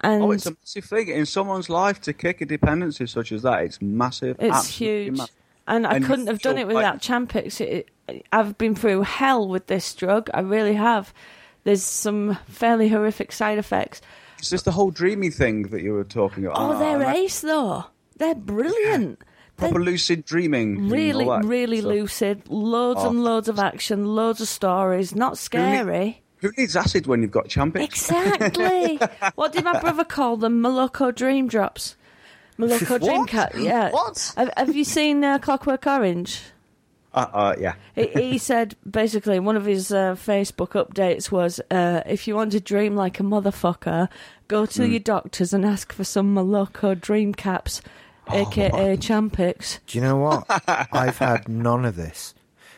[SPEAKER 2] And
[SPEAKER 4] oh, it's a massive thing in someone's life to kick a dependency such as that. It's massive.
[SPEAKER 2] it's
[SPEAKER 4] absolutely
[SPEAKER 2] huge.
[SPEAKER 4] massive.
[SPEAKER 2] And I
[SPEAKER 4] And you
[SPEAKER 2] couldn't have done
[SPEAKER 4] feel
[SPEAKER 2] it without
[SPEAKER 4] like-
[SPEAKER 2] Champix. It, it- I've been through hell with this drug. I really have. There's some fairly horrific side effects.
[SPEAKER 4] It's just the whole dreamy thing that you were talking about.
[SPEAKER 2] Oh,
[SPEAKER 4] I
[SPEAKER 2] they're
[SPEAKER 4] imagine-
[SPEAKER 2] ace, though. They're brilliant.
[SPEAKER 4] proper lucid dreaming.
[SPEAKER 2] Really,
[SPEAKER 4] and all that
[SPEAKER 2] really
[SPEAKER 4] stuff.
[SPEAKER 2] lucid. Loads
[SPEAKER 4] Oh.
[SPEAKER 2] and loads of action. Loads of stories. Not scary.
[SPEAKER 4] Who needs acid when you've got champions?
[SPEAKER 2] Exactly. what did my brother call them? Maloko dream drops. Maloko dream
[SPEAKER 4] What?
[SPEAKER 2] cat. Yeah.
[SPEAKER 4] What?
[SPEAKER 2] Have, have you seen uh, Clockwork Orange?
[SPEAKER 4] Uh, uh, yeah.
[SPEAKER 2] he, he said basically one of his uh, Facebook updates was uh, if you want to dream like a motherfucker, go to your doctors and ask for some Maloko dream caps, aka Champix.
[SPEAKER 1] Do you know what? I've had none of this.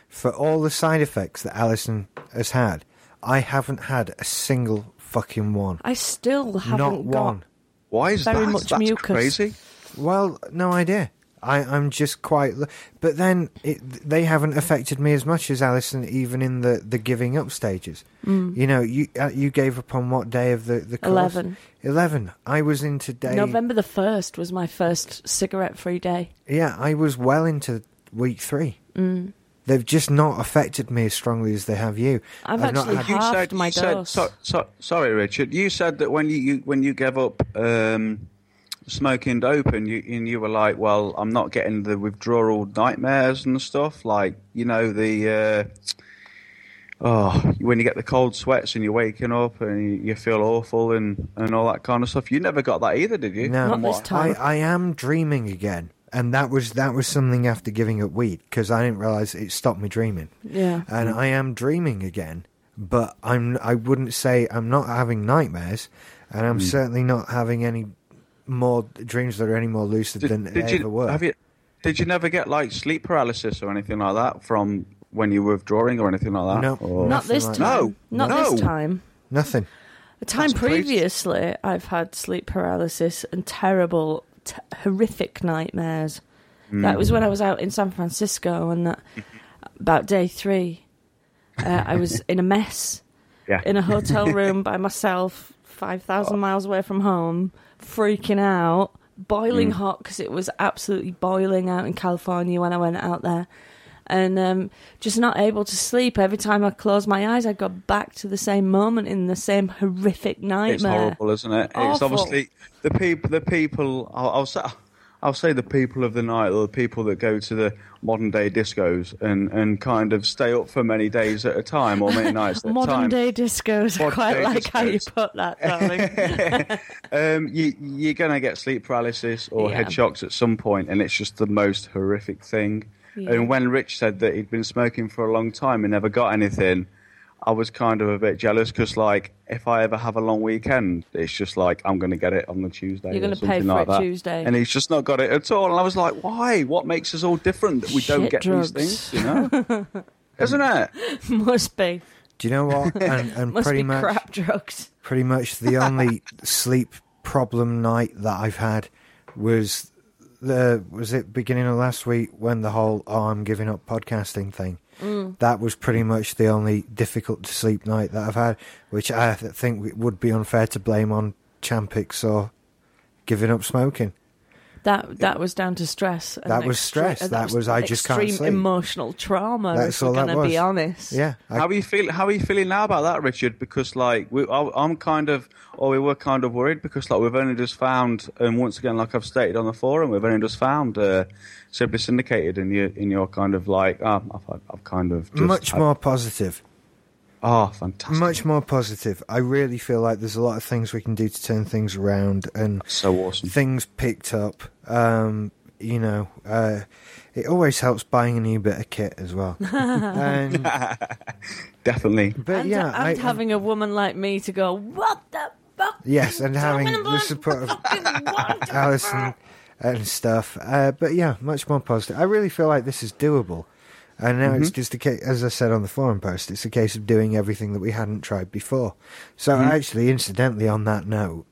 [SPEAKER 1] For all the side effects that Alison has had, I haven't had a single fucking one.
[SPEAKER 2] I still haven't
[SPEAKER 1] Not
[SPEAKER 2] got.
[SPEAKER 1] one.
[SPEAKER 4] Why is
[SPEAKER 2] Very
[SPEAKER 4] that?
[SPEAKER 2] much
[SPEAKER 4] That's
[SPEAKER 2] mucus.
[SPEAKER 4] crazy.
[SPEAKER 1] Well, no idea. I, I'm just quite. l- But then it, they haven't affected me as much as Alison, even in the, the giving up stages. You know, you uh, you gave up on what day of the the
[SPEAKER 2] Mm.
[SPEAKER 1] course?
[SPEAKER 2] Eleven.
[SPEAKER 1] Eleven. I was into day.
[SPEAKER 2] November the first was my first cigarette-free day.
[SPEAKER 1] Yeah, I was well into week three. Mm. They've just not affected me as strongly as they have you.
[SPEAKER 2] I've
[SPEAKER 1] not
[SPEAKER 2] actually
[SPEAKER 1] had
[SPEAKER 2] halved my
[SPEAKER 4] you said
[SPEAKER 2] dose.
[SPEAKER 4] so, so, sorry, Richard. You said that when you, you when you gave up um, smoking dope and you and you were like, well, I'm not getting the withdrawal nightmares and stuff. Like you know the. Uh, Oh, when you get the cold sweats and you're waking up and you, you feel awful and, and all that kind of stuff, you never got that either, did you?
[SPEAKER 1] No.
[SPEAKER 2] Not
[SPEAKER 4] From
[SPEAKER 2] this
[SPEAKER 4] what-
[SPEAKER 2] time.
[SPEAKER 1] I, I am dreaming again, and that was that was something after giving up weed because I didn't realize it stopped me dreaming.
[SPEAKER 2] Yeah.
[SPEAKER 1] and I am dreaming again, but I'm I wouldn't say I'm not having nightmares, and
[SPEAKER 4] Hmm.
[SPEAKER 1] I'm certainly not having any more dreams that are any more lucid than they ever
[SPEAKER 4] you,
[SPEAKER 1] were.
[SPEAKER 4] Have you, did you never get like sleep paralysis or anything like that from when you were withdrawing or anything like that?
[SPEAKER 1] No.
[SPEAKER 4] Or-
[SPEAKER 2] Not this
[SPEAKER 1] like
[SPEAKER 4] that.
[SPEAKER 2] time.
[SPEAKER 4] No,
[SPEAKER 2] Not this
[SPEAKER 4] no.
[SPEAKER 2] time.
[SPEAKER 1] Nothing.
[SPEAKER 2] The time
[SPEAKER 4] That's crazy.
[SPEAKER 2] previously, I've had sleep paralysis and terrible, t- horrific nightmares. That was
[SPEAKER 4] Hmm.
[SPEAKER 2] when I was out in San Francisco, and that,
[SPEAKER 4] Mm-hmm.
[SPEAKER 2] about day three, uh, I was in a mess
[SPEAKER 4] Yeah. Oh.
[SPEAKER 2] in a hotel room by myself, 5,000 miles away from home, freaking out,
[SPEAKER 4] Mm.
[SPEAKER 2] boiling hot because it was absolutely boiling out in California when I went out there. And um, just not able to sleep. Every time I closed my eyes, I got back to the same moment in the same horrific nightmare.
[SPEAKER 4] It's horrible, isn't it? It's
[SPEAKER 2] Awful.
[SPEAKER 4] obviously the people. The people. I'll, I'll say. I'll say the people of the night, or the people that go to the modern day discos and, and kind of stay up for many days at a time or many nights at a time.
[SPEAKER 2] Modern day discos. I
[SPEAKER 4] Modern
[SPEAKER 2] quite
[SPEAKER 4] day
[SPEAKER 2] like how you
[SPEAKER 4] discos.
[SPEAKER 2] put that, darling.
[SPEAKER 4] Um, you, you're going to get sleep paralysis or
[SPEAKER 2] Yeah.
[SPEAKER 4] head shocks at some point, and it's just the most horrific thing.
[SPEAKER 2] Yeah.
[SPEAKER 4] And when Rich said that he'd been smoking for a long time and never got anything, I was kind of a bit jealous because, like, if I ever have a long weekend, it's just like I'm going to get it on the Tuesday.
[SPEAKER 2] You're
[SPEAKER 4] going
[SPEAKER 2] gonna
[SPEAKER 4] to
[SPEAKER 2] pay for
[SPEAKER 4] like
[SPEAKER 2] it
[SPEAKER 4] that.
[SPEAKER 2] Tuesday.
[SPEAKER 4] and he's just not got it at all. And I was like, why? What makes us all different that we don't
[SPEAKER 2] Shit
[SPEAKER 4] get
[SPEAKER 2] drugs.
[SPEAKER 4] these things? You know, isn't it?
[SPEAKER 2] Must be.
[SPEAKER 1] Do you know what? And, and
[SPEAKER 2] Must
[SPEAKER 1] pretty
[SPEAKER 2] be
[SPEAKER 1] much
[SPEAKER 2] crap drugs.
[SPEAKER 1] pretty much the only sleep problem night that I've had was the was it beginning of last week when the whole oh I'm giving up podcasting thing.
[SPEAKER 2] Mm.
[SPEAKER 1] That was pretty much the only difficult to sleep night that I've had, which I th- think it would be unfair to blame on Champix or giving up smoking.
[SPEAKER 2] That that was down to stress. and
[SPEAKER 1] That was stress.
[SPEAKER 2] and
[SPEAKER 1] That was, "I just can't
[SPEAKER 2] extreme
[SPEAKER 1] sleep."
[SPEAKER 2] emotional trauma.
[SPEAKER 1] That's
[SPEAKER 2] if we're
[SPEAKER 1] all that
[SPEAKER 2] gonna be
[SPEAKER 1] was.
[SPEAKER 2] honest.
[SPEAKER 1] Yeah, I-
[SPEAKER 4] how are you feel? How are you feeling now about that, Richard? Because like we, I, I'm kind of, or we were kind of worried because like we've only just found, and once again, like I've stated on the forum, we've only just found uh, Simply Syndicated, and you, in your kind of like, um, I've, I've kind of just,
[SPEAKER 1] much more positive.
[SPEAKER 4] Oh, fantastic!
[SPEAKER 1] Much more positive. I really feel like there's a lot of things we can do to turn things around and
[SPEAKER 4] so awesome.
[SPEAKER 1] things picked up. Um, you know, uh, it always helps buying a new bit of kit as well. and,
[SPEAKER 4] Definitely.
[SPEAKER 1] but
[SPEAKER 2] and,
[SPEAKER 1] yeah,
[SPEAKER 2] and
[SPEAKER 1] I-
[SPEAKER 2] having a woman like me to go, what the fuck?
[SPEAKER 1] yes, and having
[SPEAKER 2] Women
[SPEAKER 1] the
[SPEAKER 2] want
[SPEAKER 1] support of
[SPEAKER 2] fucking want to
[SPEAKER 1] Alison
[SPEAKER 2] fuck."
[SPEAKER 1] and stuff. Uh, but yeah, much more positive. I really feel like this is doable. And now it's just a case, as I said on the forum post, it's a case of doing everything that we hadn't tried before. So actually, incidentally, on that note,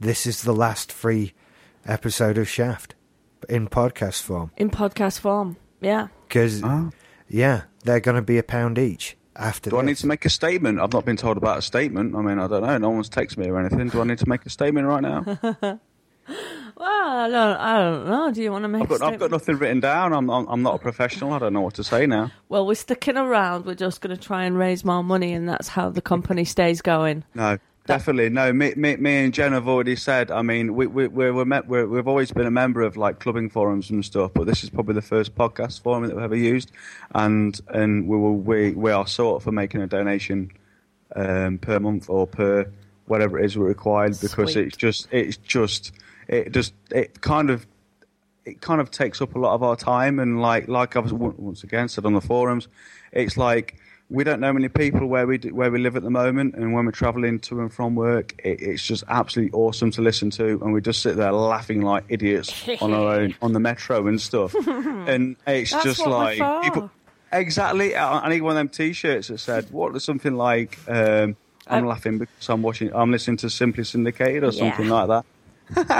[SPEAKER 1] this is the last free episode of Shaft in podcast form.
[SPEAKER 2] in podcast form. Yeah,
[SPEAKER 1] Because, yeah, they're going to be a pound each after
[SPEAKER 4] Do I
[SPEAKER 1] this.
[SPEAKER 4] need to make a statement? I've not been told about a statement. I mean, I don't know. No one's texted me or anything. Do I need to make a statement right now?
[SPEAKER 2] well, I don't, I don't know. Do you want to make?
[SPEAKER 4] I've got,
[SPEAKER 2] a
[SPEAKER 4] I've got
[SPEAKER 2] statement?
[SPEAKER 4] nothing written down. I'm, I'm, I'm not a professional. I don't know what to say now.
[SPEAKER 2] Well, we're sticking around. We're just going to try and raise more money, and that's how the company stays going.
[SPEAKER 4] No, Definitely no. Me, me, me and Jen have already said. I mean, we we we're, we're, met, we're we've always been a member of like clubbing forums and stuff, but this is probably the first podcast forum that we've ever used, and and we will we we are sought for making a donation um, per month or per whatever it is we're required because
[SPEAKER 2] Sweet.
[SPEAKER 4] it's just it's just it just it kind of it kind of takes up a lot of our time and like like I've on- once again said on the forums, it's like we don't know many people where we do, where we live at the moment, and when we're travelling to and from work, it, it's just absolutely awesome to listen to, and we just sit there laughing like idiots on our own on the metro and stuff, and it's
[SPEAKER 2] Hmm. That's
[SPEAKER 4] just
[SPEAKER 2] what we're
[SPEAKER 4] like
[SPEAKER 2] for.
[SPEAKER 4] people exactly. I, I need one of them T-shirts that said what something like um, I'm
[SPEAKER 2] I-
[SPEAKER 4] laughing because I'm watching, I'm listening to Simply Syndicated or something
[SPEAKER 2] Yeah.
[SPEAKER 4] like that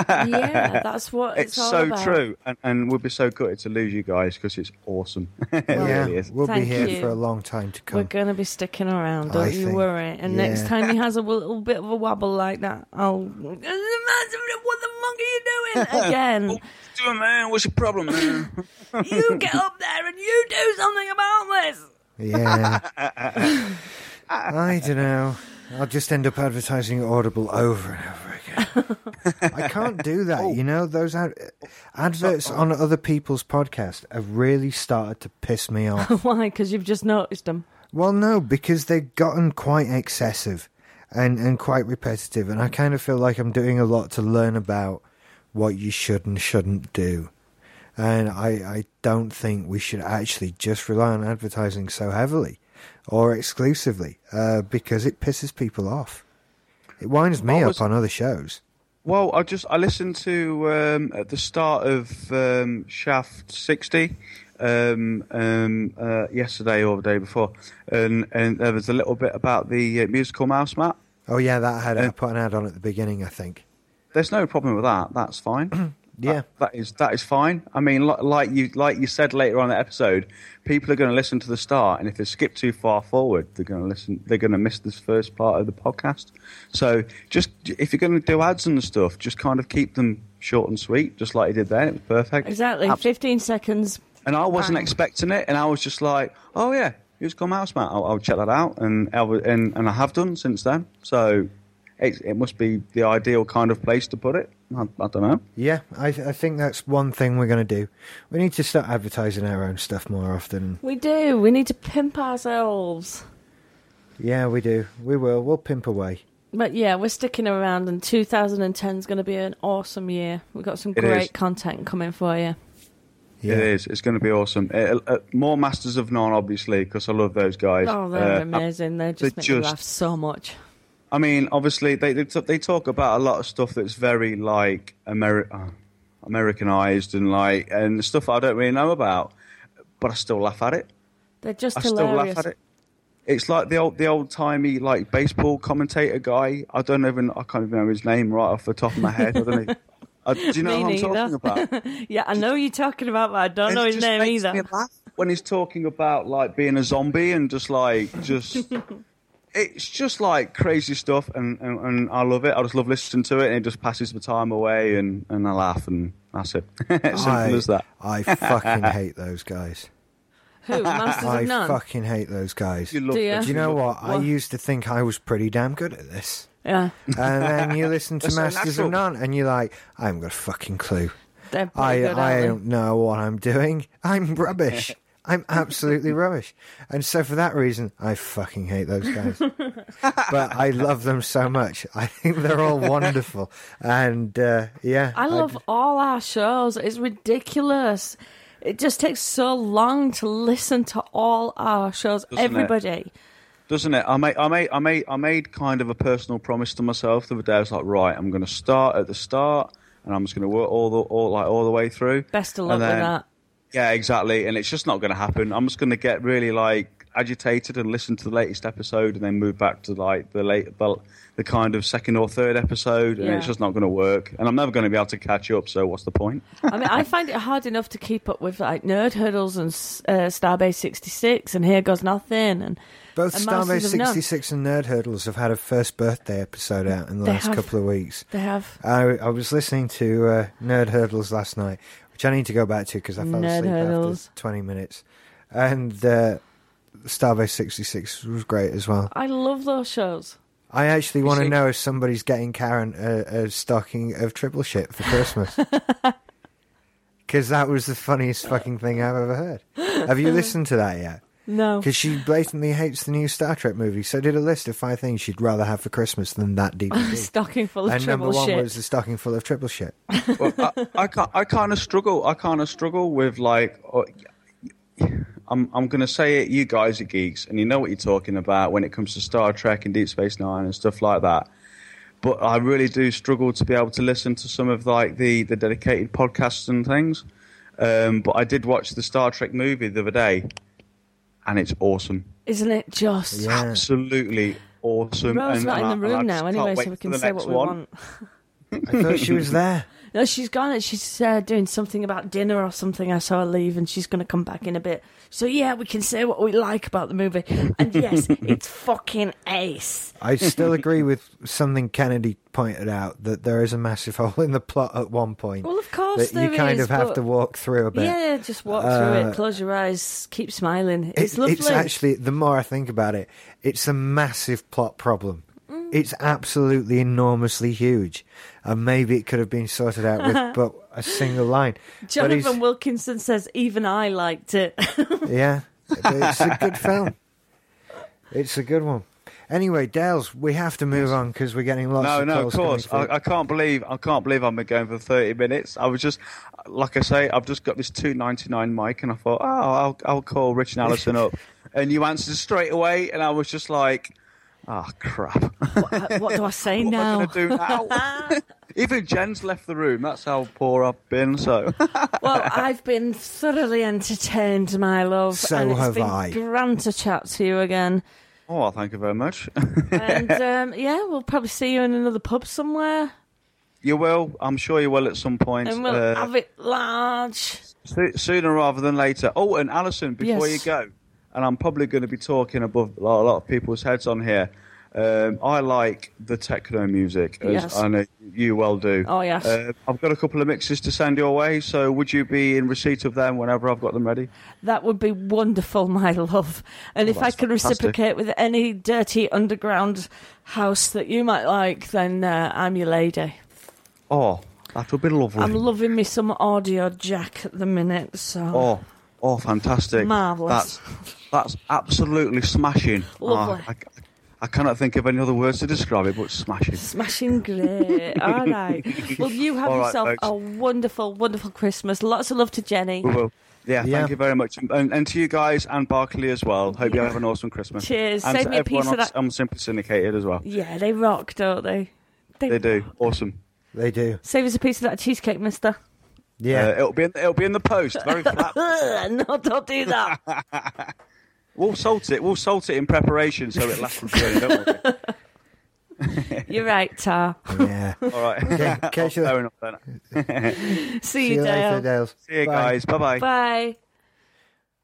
[SPEAKER 2] yeah, that's what
[SPEAKER 4] it's
[SPEAKER 2] it's, all
[SPEAKER 4] so
[SPEAKER 2] about.
[SPEAKER 4] true, and, and we'll be so gutted to lose you guys because it's awesome. it
[SPEAKER 1] yeah,
[SPEAKER 4] really is.
[SPEAKER 1] we'll be
[SPEAKER 2] Thank
[SPEAKER 1] here
[SPEAKER 2] you.
[SPEAKER 1] for a long time to
[SPEAKER 2] We're
[SPEAKER 1] come.
[SPEAKER 2] gonna be sticking around,
[SPEAKER 1] I
[SPEAKER 2] don't you
[SPEAKER 1] think-
[SPEAKER 2] worry. And next
[SPEAKER 1] yeah.
[SPEAKER 2] time he has a little bit of a wobble like that, I'll. What the fuck are you doing again?
[SPEAKER 4] Oh, Do it, man. What's your problem, man?
[SPEAKER 2] you get up there and you do something about this.
[SPEAKER 1] Yeah. I don't know. I'll just end up advertising Audible over and over again. I can't do that. You know, those ad- adverts on other people's podcasts have really started to piss me off.
[SPEAKER 2] Why? Because you've just noticed them.
[SPEAKER 1] Well, no, because they've gotten quite excessive and, and quite repetitive, and I kind of feel like I'm doing a lot to learn about what you should and shouldn't do. And I, I don't think we should actually just rely on advertising so heavily or exclusively uh, because it pisses people off. It winds me
[SPEAKER 4] What was-
[SPEAKER 1] up on other shows.
[SPEAKER 4] well, I just I listened to um, at the start of um, Shaft sixty um, um, uh, yesterday or the day before, and and there was a little bit about the uh, musical mouse mat.
[SPEAKER 1] Oh, yeah, that had I put an ad on at the beginning, I think.
[SPEAKER 4] There's no problem with that. That's fine.
[SPEAKER 1] Yeah.
[SPEAKER 4] That is that is fine. I mean, li- like you like you said later on in the episode, people are going to listen to the start, and if they skip too far forward, they're going to listen. They're going to miss this first part of the podcast. So, just if you're going to do ads and stuff, just kind of keep them short and sweet, just like you did then. It was perfect.
[SPEAKER 2] Exactly.
[SPEAKER 4] Ab-
[SPEAKER 2] 15 seconds.
[SPEAKER 4] And I wasn't expecting it, and I was just like, "Oh yeah, who's come house, Matt? I'll, I'll check that out." And I was, and, and I have done since then. So, it, it must be the ideal kind of place to put it. I, I don't know.
[SPEAKER 1] Yeah, I, I think that's one thing we're going to do. We need to start advertising our own stuff more often.
[SPEAKER 2] We do. We need to pimp ourselves.
[SPEAKER 1] Yeah, we do. We will. We'll pimp away.
[SPEAKER 2] But yeah, we're sticking around, and 2010 is going to be an awesome year. We've got some
[SPEAKER 4] It
[SPEAKER 2] great
[SPEAKER 4] is.
[SPEAKER 2] content coming for you.
[SPEAKER 1] Yeah.
[SPEAKER 4] It is. It's going to be awesome. It, uh, more Masters of None, obviously, because I love those guys.
[SPEAKER 2] Oh, they're
[SPEAKER 4] Uh,
[SPEAKER 2] amazing. They just
[SPEAKER 4] they
[SPEAKER 2] make me
[SPEAKER 4] just-
[SPEAKER 2] laugh so much.
[SPEAKER 4] I mean, obviously, they they, t- they talk about a lot of stuff that's very like Ameri- uh, Americanized and like and stuff I don't really know about, but I still laugh at it.
[SPEAKER 2] They're just
[SPEAKER 4] I still
[SPEAKER 2] hilarious.
[SPEAKER 4] laugh at it. It's like the old the old timey like baseball commentator guy. I don't even I can't even remember his name right off the top of my head. I don't know. I, Uh, do you know
[SPEAKER 2] Me
[SPEAKER 4] what I'm
[SPEAKER 2] neither.
[SPEAKER 4] talking about?
[SPEAKER 2] Yeah, I know you're talking about, but I don't know
[SPEAKER 4] And it
[SPEAKER 2] his
[SPEAKER 4] just
[SPEAKER 2] name
[SPEAKER 4] makes
[SPEAKER 2] either.
[SPEAKER 4] me laugh when he's talking about like being a zombie and just like just it's just like crazy stuff and, and, and I love it. I just love listening to it and it just passes the time away and, and I laugh and that's it. Simple
[SPEAKER 1] I,
[SPEAKER 4] as that.
[SPEAKER 1] I fucking hate those guys.
[SPEAKER 2] Who? Masters
[SPEAKER 1] I
[SPEAKER 2] of None.
[SPEAKER 1] fucking hate those guys.
[SPEAKER 4] You love
[SPEAKER 2] Do
[SPEAKER 4] it.
[SPEAKER 1] Do you know what? I
[SPEAKER 2] What?
[SPEAKER 1] used to think I was pretty damn good at this.
[SPEAKER 2] Yeah,
[SPEAKER 1] And then you listen to
[SPEAKER 4] That's so
[SPEAKER 1] Masters of
[SPEAKER 4] natural.
[SPEAKER 1] None and you're like, I haven't got a fucking clue.
[SPEAKER 2] they're pretty
[SPEAKER 1] I,
[SPEAKER 2] good.
[SPEAKER 1] I
[SPEAKER 2] aren't
[SPEAKER 1] don't know what I'm doing. I'm rubbish. I'm absolutely rubbish. And so for that reason, I fucking hate those guys. but I love them so much. I think they're all wonderful. And uh, yeah.
[SPEAKER 2] I love all our shows. It's ridiculous. It just takes so long to listen to all our shows.
[SPEAKER 1] eh?
[SPEAKER 4] Doesn't it?
[SPEAKER 2] Everybody.
[SPEAKER 4] Doesn't it? I made I made I made I made kind of a personal promise to myself the other day. I was like, right, I'm gonna start at the start and I'm just gonna work all the all like all the way through.
[SPEAKER 2] Best of luck
[SPEAKER 4] And
[SPEAKER 2] with
[SPEAKER 4] then-
[SPEAKER 2] that.
[SPEAKER 4] Yeah, exactly. And it's just not going to happen. I'm just going to get really like agitated and listen to the latest episode and then move back to like the late the, the kind of second or third episode and
[SPEAKER 2] Yeah.
[SPEAKER 4] it's just not going to work and i'm never going to be able to catch up so what's the point
[SPEAKER 2] I mean, I find it hard enough to keep up with like Nerd Hurdles and uh, Starbase 66 and Here Goes Nothing and
[SPEAKER 1] Both
[SPEAKER 2] and
[SPEAKER 1] Starbase
[SPEAKER 2] Masters of None.
[SPEAKER 1] 66 and Nerd Hurdles have had a first birthday episode out in the
[SPEAKER 2] They
[SPEAKER 1] last
[SPEAKER 2] have.
[SPEAKER 1] couple of weeks.
[SPEAKER 2] They have
[SPEAKER 1] I, I was listening to uh, Nerd Hurdles last night, which I need to go back to because I fell
[SPEAKER 2] Nerd
[SPEAKER 1] asleep
[SPEAKER 2] Hurdles.
[SPEAKER 1] after 20 minutes. And uh, Starbase 66 was great as well.
[SPEAKER 2] I love those shows.
[SPEAKER 1] I actually want to
[SPEAKER 3] see-
[SPEAKER 1] know if somebody's getting Karen a, a stocking of triple shit for Christmas. Because that was the funniest fucking thing I've ever heard. Have you listened to that yet?
[SPEAKER 2] No.
[SPEAKER 1] Because she blatantly hates the new Star Trek movie, so did a list of five things she'd rather have for Christmas than that DVD.
[SPEAKER 2] Stocking full of
[SPEAKER 1] and number
[SPEAKER 2] triple
[SPEAKER 1] one
[SPEAKER 2] shit.
[SPEAKER 1] was the stocking full of triple shit.
[SPEAKER 4] Well, I, I can't. I kind of struggle. I kind of struggle with like. uh, I'm I'm gonna say it. You guys are geeks, and you know what you're talking about when it comes to Star Trek and Deep Space Nine and stuff like that. But I really do struggle to be able to listen to some of like the the dedicated podcasts and things. Um, but I did watch the Star Trek movie the other day, and it's awesome.
[SPEAKER 2] Isn't it just?
[SPEAKER 1] Yeah.
[SPEAKER 4] Absolutely awesome.
[SPEAKER 2] Rose's
[SPEAKER 4] and, and
[SPEAKER 2] not in
[SPEAKER 4] I-
[SPEAKER 2] the
[SPEAKER 4] and I
[SPEAKER 2] room
[SPEAKER 4] just
[SPEAKER 2] now
[SPEAKER 4] can't
[SPEAKER 2] anyway,
[SPEAKER 4] wait
[SPEAKER 2] so we
[SPEAKER 4] for
[SPEAKER 2] can
[SPEAKER 4] the
[SPEAKER 2] say
[SPEAKER 4] next
[SPEAKER 2] what we
[SPEAKER 4] one.
[SPEAKER 2] want.
[SPEAKER 1] I thought she was there.
[SPEAKER 2] No, she's gone. She's uh, doing something about dinner or something. I saw her leave, and she's going to come back in a bit. So yeah, we can say what we like about the movie, and yes, it's fucking ace.
[SPEAKER 1] I still agree with something Kennedy pointed out that there is a massive hole in the plot at one point.
[SPEAKER 2] Well, of course
[SPEAKER 1] that you
[SPEAKER 2] there
[SPEAKER 1] kind
[SPEAKER 2] is,
[SPEAKER 1] of have
[SPEAKER 2] but-
[SPEAKER 1] to walk through a bit.
[SPEAKER 2] Yeah, just walk through
[SPEAKER 1] Uh,
[SPEAKER 2] it. Close your eyes. Keep smiling.
[SPEAKER 1] It-
[SPEAKER 2] It's lovely.
[SPEAKER 1] actually the more I think about it, it's a massive plot problem.
[SPEAKER 2] Mm.
[SPEAKER 1] It's absolutely enormously huge, and maybe it could have been sorted out with but a single line. But
[SPEAKER 2] Jonathan
[SPEAKER 1] it's-
[SPEAKER 2] Wilkinson says, "Even I liked it."
[SPEAKER 1] yeah, it's a good film. It's a good one. Anyway, Dales, we have to move on because we're getting lots
[SPEAKER 4] No,
[SPEAKER 1] of
[SPEAKER 4] no, of
[SPEAKER 1] calls coming
[SPEAKER 4] course.
[SPEAKER 1] through.
[SPEAKER 4] I, I can't believe I can't believe I'm going for 30 minutes. I was just, like I say, I've just got this 299 mic, and I thought, oh, I'll, I'll call Rich and Allison up, and you answered straight away, and I was just like, oh crap, what
[SPEAKER 2] what, what do I say
[SPEAKER 4] am
[SPEAKER 2] now?
[SPEAKER 4] I going to do now? Even Jen's left the room. That's how poor I've been. So
[SPEAKER 2] Well, I've been thoroughly entertained, my love.
[SPEAKER 1] So
[SPEAKER 2] and it's
[SPEAKER 1] have
[SPEAKER 2] been
[SPEAKER 1] I.
[SPEAKER 2] Grand to chat to you again.
[SPEAKER 4] oh, well, thank you very much.
[SPEAKER 2] And um, yeah, we'll probably see you in another pub somewhere,
[SPEAKER 4] you will. I'm sure you will at some point.
[SPEAKER 2] and we'll
[SPEAKER 4] uh,
[SPEAKER 2] have it large.
[SPEAKER 4] So- sooner rather than later. Oh, and Alison, before
[SPEAKER 2] Yes.
[SPEAKER 4] you go, and I'm probably going to be talking above a lot, a lot of people's heads on here. Um, I like the techno music, as
[SPEAKER 2] Yes.
[SPEAKER 4] I know you well do.
[SPEAKER 2] Oh, yes.
[SPEAKER 4] Uh, I've got a couple of mixes to send your way, so would you be in receipt of them whenever I've got them ready?
[SPEAKER 2] That would be wonderful, my love. And if I
[SPEAKER 4] that's
[SPEAKER 2] can
[SPEAKER 4] fantastic.
[SPEAKER 2] reciprocate with any dirty underground house that you might like, then uh, I'm your lady.
[SPEAKER 4] Oh, that would be lovely.
[SPEAKER 2] I'm loving me some audio jack at the minute, so
[SPEAKER 4] oh, oh, fantastic!
[SPEAKER 2] Marvellous.
[SPEAKER 4] That's that's absolutely smashing. Oh,
[SPEAKER 2] Lovely.
[SPEAKER 4] I, I cannot think of any other words to describe it, but smashing.
[SPEAKER 2] smashing great. All right. Well, you have
[SPEAKER 4] All right,
[SPEAKER 2] yourself
[SPEAKER 4] folks.
[SPEAKER 2] a wonderful, wonderful Christmas. Lots of love to Jenny.
[SPEAKER 4] We will. Yeah,
[SPEAKER 1] Yeah.
[SPEAKER 4] thank you very much. And, and to you guys and Barclay as well. Hope you have an awesome Christmas.
[SPEAKER 2] Cheers.
[SPEAKER 4] And
[SPEAKER 2] Save
[SPEAKER 4] to
[SPEAKER 2] me a piece
[SPEAKER 4] everyone
[SPEAKER 2] of
[SPEAKER 4] on-
[SPEAKER 2] that-
[SPEAKER 4] on Simply Syndicated as well.
[SPEAKER 2] Yeah, they rock, don't they?
[SPEAKER 4] They do. Awesome.
[SPEAKER 1] They do.
[SPEAKER 2] Save us a piece of that cheesecake, mister.
[SPEAKER 1] Yeah.
[SPEAKER 4] Uh, it'll, be in, it'll be in the post. Very flat.
[SPEAKER 2] Ugh, no, don't do that.
[SPEAKER 4] we'll salt it. We'll salt it in preparation so it lasts until the end, don't
[SPEAKER 2] You're right, Tar.
[SPEAKER 1] yeah.
[SPEAKER 4] we? All right.
[SPEAKER 1] Okay, catch you-
[SPEAKER 4] Fair enough then.
[SPEAKER 2] See,
[SPEAKER 1] See
[SPEAKER 2] you,
[SPEAKER 1] you later,
[SPEAKER 2] Dale.
[SPEAKER 1] Dales.
[SPEAKER 4] See you
[SPEAKER 1] Bye.
[SPEAKER 4] guys. Bye-bye.
[SPEAKER 2] Bye.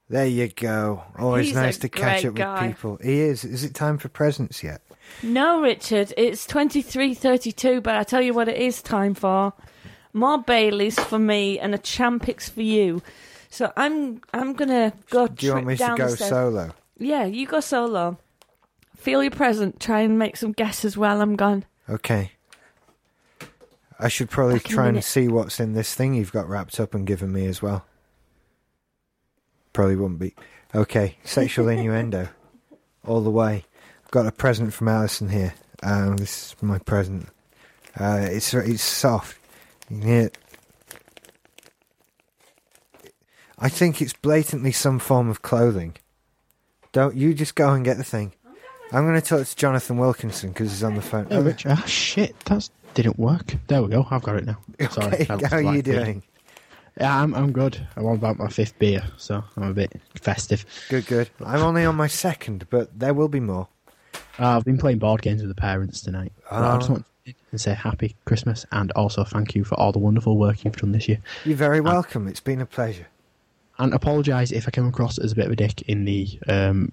[SPEAKER 1] There you go. Always
[SPEAKER 2] He's
[SPEAKER 1] nice
[SPEAKER 2] a
[SPEAKER 1] to catch
[SPEAKER 2] great
[SPEAKER 1] up
[SPEAKER 2] guy.
[SPEAKER 1] with people. He is. Is it time for presents yet?
[SPEAKER 2] No, Richard, it's 23.32, but I tell you what it is time for. More Baileys for me and a Champix for you. So I'm I'm going to go
[SPEAKER 1] Do you want me to
[SPEAKER 2] down
[SPEAKER 1] go
[SPEAKER 2] the stairs.
[SPEAKER 1] solo?
[SPEAKER 2] Yeah, you go solo. Feel your present. Try and make some guesses while I'm gone.
[SPEAKER 1] Okay. I should probably
[SPEAKER 2] Back in a
[SPEAKER 1] try and
[SPEAKER 2] minute.
[SPEAKER 1] see what's in this thing you've got wrapped up and given me as well. Probably wouldn't be. Okay, sexual innuendo. All the way. Got a present from Alison here. Um, this is my present. Uh, it's it's soft. You can hear it. I think it's blatantly some form of clothing. Don't you just go and get the thing. I'm going to talk to Jonathan Wilkinson because he's on the phone.
[SPEAKER 5] Oh, Richard. Ah, shit. That didn't work. There we go. I've got it now. Sorry.
[SPEAKER 1] Okay,
[SPEAKER 5] that was
[SPEAKER 1] how are you
[SPEAKER 5] like the-
[SPEAKER 1] doing?
[SPEAKER 5] Yeah, I'm, I'm good. I'm on about my fifth beer, so I'm a bit festive.
[SPEAKER 1] Good, good. I'm only on my second, but there will be more.
[SPEAKER 5] Uh, I've been playing board games with the parents tonight. But I just
[SPEAKER 1] Ah.
[SPEAKER 5] want to say happy Christmas and also thank you for all the wonderful work you've done this year.
[SPEAKER 1] You're very welcome. It's been a pleasure.
[SPEAKER 5] And apologise if I came across as a bit of a dick in the um,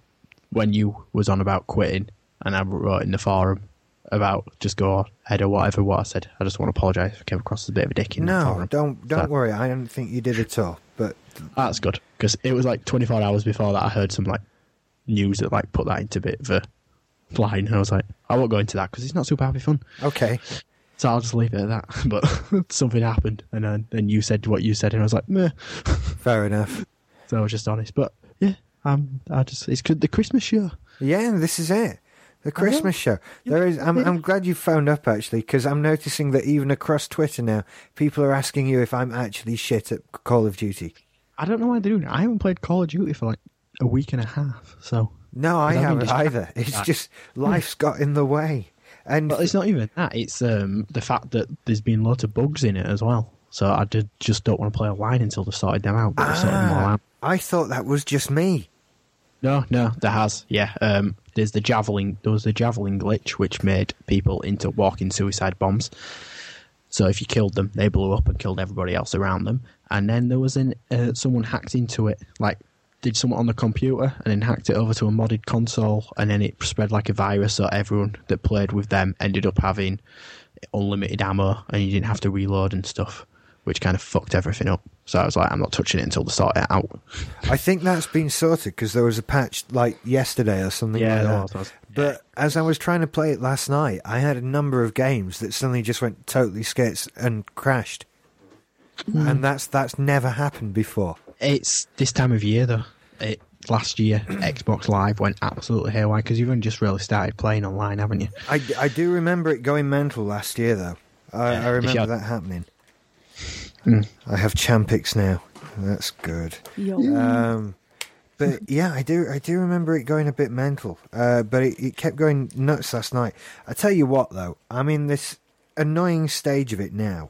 [SPEAKER 5] when you was on about quitting and I wrote in the forum about just go ahead or whatever what I said. I just want to apologise if I came across as a bit of a dick in the
[SPEAKER 1] No,
[SPEAKER 5] forum.
[SPEAKER 1] don't don't
[SPEAKER 5] So-
[SPEAKER 1] worry. I don't think you did at all. But
[SPEAKER 5] That's good because it was like 24 hours before that I heard some like news that like put that into a bit of a line. And I was like, I won't go into that because it's not super happy fun.
[SPEAKER 1] Okay.
[SPEAKER 5] So I'll just leave it at that. But something happened, and then and you said what you said, and I was like, meh.
[SPEAKER 1] Fair enough.
[SPEAKER 5] So I was just honest. But yeah, um, I just it's good. The Christmas show.
[SPEAKER 1] Yeah, and this is it. The Christmas show. There is. I'm, I'm glad you phoned up actually, because I'm noticing that even across Twitter now, people are asking you if I'm actually shit at Call of Duty.
[SPEAKER 5] I don't know why they're doing it. I haven't played Call of Duty for like a week and a half. So
[SPEAKER 1] No, I
[SPEAKER 5] Does that mean
[SPEAKER 1] haven't
[SPEAKER 5] just-
[SPEAKER 1] either. It's just life's got in the way, and
[SPEAKER 5] Well, it's not even that. It's um, the fact that there's been loads of bugs in it as well. So I did, just don't want to play online until they've sorted them out. But they've sorted them all
[SPEAKER 1] Ah,
[SPEAKER 5] out.
[SPEAKER 1] I thought that was just me.
[SPEAKER 5] No, no, there has. Yeah, um, there's the javelin. There was the javelin glitch, which made people into walking suicide bombs. So if you killed them, they blew up and killed everybody else around them. And then there was an uh, someone hacked into it, like did someone on the computer, and then hacked it over to a modded console, and then it spread like a virus. So everyone that played with them ended up having unlimited ammo, and you didn't have to reload and stuff, which kind of fucked everything up. So I was like, I'm not touching it until they sort it out.
[SPEAKER 1] I think that's been sorted because there was a patch like yesterday or something. like
[SPEAKER 5] Yeah,
[SPEAKER 1] that.
[SPEAKER 5] there was, there was.
[SPEAKER 1] But as I was trying to play it last night, I had a number of games that suddenly just went totally skits and crashed,
[SPEAKER 5] Hmm.
[SPEAKER 1] and that's that's never happened before.
[SPEAKER 5] It's this time of year though. It, last year, Xbox Live went absolutely haywire because you've only just really started playing online, haven't you?
[SPEAKER 1] I, I do remember it going mental last year though. I, I
[SPEAKER 5] Yeah, if you
[SPEAKER 1] remember
[SPEAKER 5] had-
[SPEAKER 1] that happening. I have Champix now. That's good.
[SPEAKER 2] Yo.
[SPEAKER 1] Um, but yeah, I do. I do remember it going a bit mental. Uh, but it, it kept going nuts last night. I tell you what, though, I'm in this annoying stage of it now,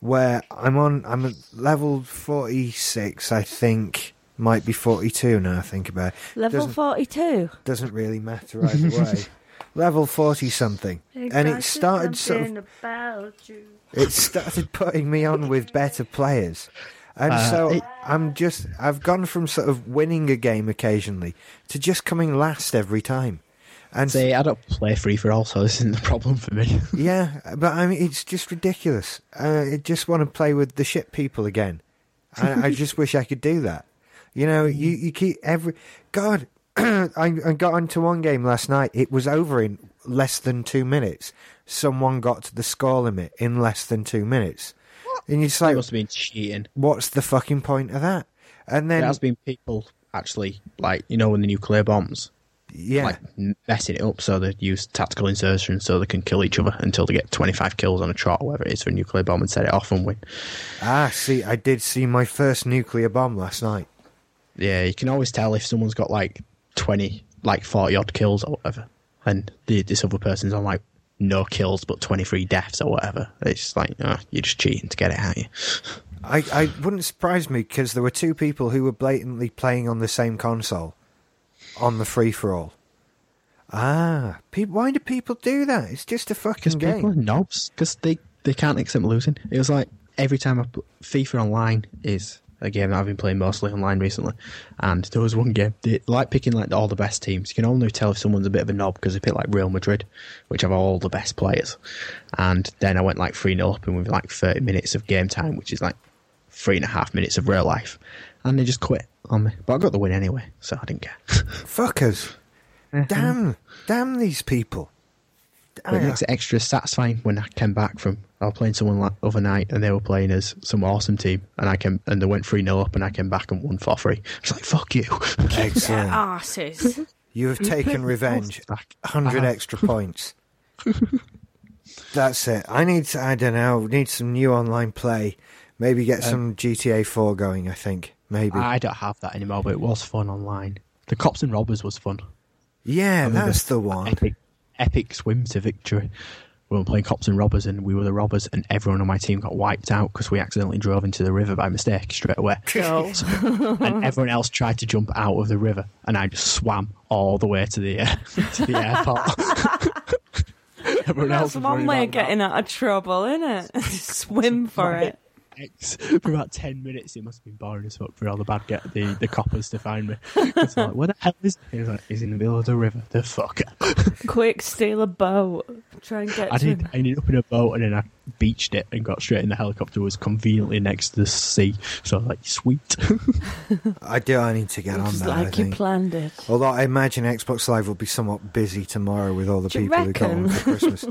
[SPEAKER 1] where I'm on. I'm at level forty six, I think. Might be forty two now. I think about it.
[SPEAKER 2] Level
[SPEAKER 1] Doesn't-
[SPEAKER 2] forty-two.
[SPEAKER 1] doesn't really matter either way. Level forty something, and it started sort of it started putting me on with better players. And so
[SPEAKER 5] Uh, it-
[SPEAKER 1] I'm just, I've gone from sort of winning a game occasionally to just coming last every time. And
[SPEAKER 5] See, I don't play free for all, so this isn't the problem for me.
[SPEAKER 1] yeah, but I mean, it's just ridiculous. Uh, I just want to play with the shit people again. I, I just wish I could do that. You know, you, you keep every. God, I, I got onto one game last night. It was over in less than two minutes. Someone got to the score limit in less than two minutes. And you're just
[SPEAKER 5] I
[SPEAKER 1] like,
[SPEAKER 5] must have been cheating.
[SPEAKER 1] what's the fucking point of that? And then,
[SPEAKER 5] There has been people actually, like you know, when the nuclear bombs,
[SPEAKER 1] yeah,
[SPEAKER 5] like m- messing it up, so they use tactical insertion so they can kill each other until they get 25 kills on a trot, or whatever it is, for a nuclear bomb and set it off and win.
[SPEAKER 1] ah, see, I did see my first nuclear bomb last night.
[SPEAKER 5] Yeah, you can always tell if someone's got like 20, like 40 odd kills or whatever, and the, this other person's on like no kills but 23 deaths or whatever. It's just like, oh, you're just cheating to get it out of you.
[SPEAKER 1] I, I wouldn't surprise me because there were two people who were blatantly playing on the same console on the free for all. Ah, pe- why do people do that? It's just a
[SPEAKER 5] Because
[SPEAKER 1] fucking
[SPEAKER 5] people are
[SPEAKER 1] game.
[SPEAKER 5] knobs, because they, they can't accept losing. It was like every time I pl- FIFA Online is a game that I've been playing mostly online recently, and there was one game, they like picking like all the best teams. You can only tell if someone's a bit of a knob because they pick like Real Madrid, which have all the best players. And then I went like 3 0 up and with like 30 minutes of game time, which is like three and a half minutes of real life. And they just quit on me. But I got the win anyway, so I didn't care.
[SPEAKER 1] Fuckers.
[SPEAKER 2] Mm-hmm.
[SPEAKER 1] damn, damn these people.
[SPEAKER 5] But it
[SPEAKER 1] Ah.
[SPEAKER 5] makes it extra satisfying when I came back from I was playing someone like other night and they were playing as some awesome team and I came and they went three 0 up and I came back and won four three. It's like fuck you.
[SPEAKER 1] Excellent.
[SPEAKER 2] Oh. Asses.
[SPEAKER 1] You have taken revenge.
[SPEAKER 5] back.
[SPEAKER 1] Hundred
[SPEAKER 5] Uh-huh.
[SPEAKER 1] extra points. That's it. I need. To, I don't know. Need some new online play. Maybe
[SPEAKER 2] Uh,
[SPEAKER 1] get some GTA Four going. I think maybe.
[SPEAKER 5] I don't have that anymore, but it was fun online. The cops and robbers was fun.
[SPEAKER 1] yeah, that's the one.
[SPEAKER 5] Epic, epic swim to victory. We were playing cops and robbers, and we were the robbers, and everyone on my team got wiped out because we accidentally drove into the river by mistake straight away.
[SPEAKER 2] No.
[SPEAKER 5] So- and everyone else tried to jump out of the river, and I just swam all the way to the uh, to the airport. everyone
[SPEAKER 2] That's
[SPEAKER 5] was
[SPEAKER 2] one
[SPEAKER 5] worried
[SPEAKER 2] way
[SPEAKER 5] about
[SPEAKER 2] of getting out of trouble, isn't it? Swim for it.
[SPEAKER 5] that. For about ten minutes, it must have been boring as fuck for all the bad get the, the coppers to find me. It's like, where the hell is he? He was like, he's in the middle of the river. The fuck.
[SPEAKER 2] Quick, steal a boat. try and get
[SPEAKER 5] I
[SPEAKER 2] to
[SPEAKER 5] did.
[SPEAKER 2] him.
[SPEAKER 5] I ended up in a boat and then I beached it and got straight in the helicopter. Was conveniently next to the sea, so I was like, sweet.
[SPEAKER 1] I do. I need to get on
[SPEAKER 2] Just
[SPEAKER 1] that. I
[SPEAKER 2] like you
[SPEAKER 1] think.
[SPEAKER 2] planned it.
[SPEAKER 1] Although I imagine Xbox Live will be somewhat busy tomorrow with all the
[SPEAKER 2] Do you
[SPEAKER 1] people who got
[SPEAKER 2] reckon?
[SPEAKER 1] one for Christmas.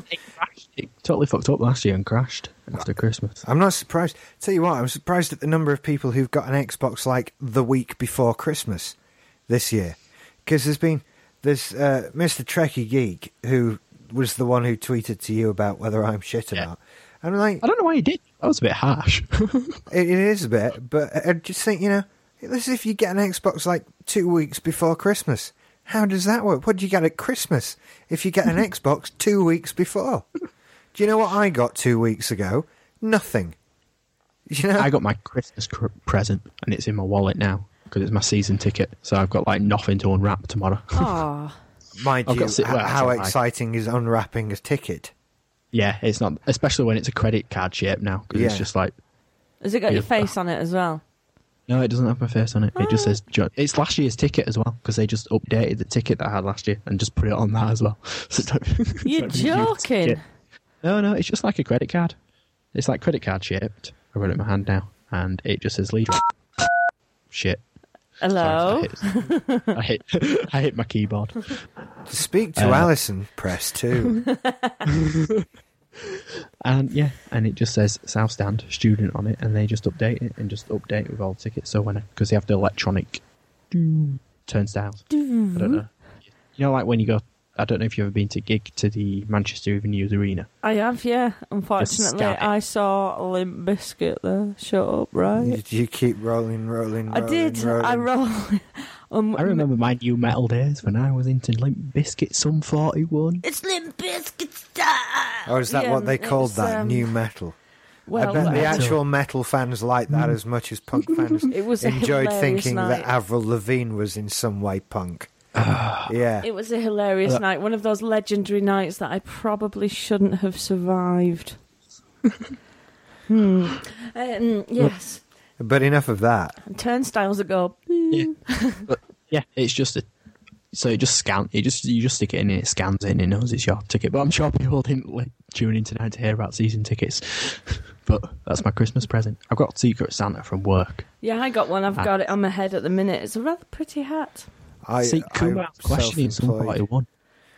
[SPEAKER 5] it totally fucked up last year and crashed after Christmas.
[SPEAKER 1] I'm not surprised. Tell you what, I'm surprised at the number of people who've got an Xbox like the week before Christmas this year, because there's been there's uh, Mr. Trekkie Geek who was the one who tweeted to you about whether I'm shit or
[SPEAKER 5] Yeah.
[SPEAKER 1] not. And I'm like,
[SPEAKER 5] I don't know why he did. That was a bit harsh.
[SPEAKER 1] It, it is a bit, but I- I just think, you know, it's as if you get an Xbox like two weeks before Christmas. How does that work? What do you get at Christmas if you get an Xbox two weeks before? Do you know what I got two weeks ago? Nothing. You know,
[SPEAKER 5] I got my Christmas cr- present and it's in my wallet now because it's my season ticket. So I've got like nothing to unwrap tomorrow.
[SPEAKER 2] Oh,
[SPEAKER 1] mind
[SPEAKER 5] I've
[SPEAKER 1] you,
[SPEAKER 5] got si-
[SPEAKER 1] h-
[SPEAKER 5] well,
[SPEAKER 1] how
[SPEAKER 5] actually, I-
[SPEAKER 1] exciting is unwrapping a ticket?
[SPEAKER 5] yeah, it's not, especially when it's a credit card shape now because
[SPEAKER 1] Yeah.
[SPEAKER 5] it's just like
[SPEAKER 2] has it got your
[SPEAKER 5] Yeah.
[SPEAKER 2] face on it as well?
[SPEAKER 5] No, it doesn't have my face on it. It just says
[SPEAKER 2] Ah.
[SPEAKER 5] jo- it's last year's ticket as well because they just updated the ticket that I had last year and just put it on that as well. So it's not- it's
[SPEAKER 2] You're
[SPEAKER 5] not even a new
[SPEAKER 2] joking.
[SPEAKER 5] ticket. No, no, it's just like a credit card. It's like credit card shaped. I got it in my hand now, and it just says lead. Shit.
[SPEAKER 2] Hello.
[SPEAKER 5] Sorry, I hit. I hit, I hit my keyboard.
[SPEAKER 1] To speak to
[SPEAKER 5] Uh,
[SPEAKER 1] Alison, press two.
[SPEAKER 5] And yeah, and it just says South Stand student on it, and they just update it and just update it with all tickets. So when because they have the electronic turnstiles, I
[SPEAKER 2] Mm-hmm.
[SPEAKER 5] don't know. You know, like when you go, I don't know if you've ever been to gig to the Manchester Evening News Arena.
[SPEAKER 2] I have, yeah. Unfortunately,
[SPEAKER 5] scan it.
[SPEAKER 2] I saw Limp Biscuit there. Shut up, right?
[SPEAKER 1] Did you keep rolling, rolling,
[SPEAKER 2] I
[SPEAKER 1] rolling?
[SPEAKER 2] did.
[SPEAKER 1] rolling?
[SPEAKER 2] I roll. um,
[SPEAKER 5] I remember my new metal days when I was into Limp Biscuit, Sum Forty One.
[SPEAKER 2] It's Limp Biscuit style.
[SPEAKER 1] Or is that
[SPEAKER 2] Yeah,
[SPEAKER 1] what they
[SPEAKER 2] it
[SPEAKER 1] called
[SPEAKER 2] was,
[SPEAKER 1] that
[SPEAKER 2] um,
[SPEAKER 1] new metal? uh,
[SPEAKER 2] Well,
[SPEAKER 1] I bet the
[SPEAKER 2] whatever.
[SPEAKER 1] actual metal fans like that as much as punk fans
[SPEAKER 2] It was a
[SPEAKER 1] enjoyed
[SPEAKER 2] hilarious
[SPEAKER 1] thinking
[SPEAKER 2] night.
[SPEAKER 1] that Avril Lavigne was in some way punk. yeah.
[SPEAKER 2] It was a
[SPEAKER 5] Uh,
[SPEAKER 2] hilarious night. One of those legendary nights that I probably shouldn't have survived. hmm. Um, yes.
[SPEAKER 1] But enough of that.
[SPEAKER 2] Turnstiles that go. beep.
[SPEAKER 5] Yeah, but yeah, it's just a. So it just scan. It just you just stick it in, and it scans it, and it knows it's your ticket. But I'm sure people didn't like tune in tonight to hear about season tickets. but that's my Christmas present. I've got Secret Santa from work.
[SPEAKER 2] Yeah, I got one. I've
[SPEAKER 5] Ah.
[SPEAKER 2] got it on my head at the minute. It's a rather pretty hat.
[SPEAKER 1] I,
[SPEAKER 5] See,
[SPEAKER 1] I'm
[SPEAKER 5] Kumail's questioning somebody
[SPEAKER 1] self-employed.
[SPEAKER 5] one.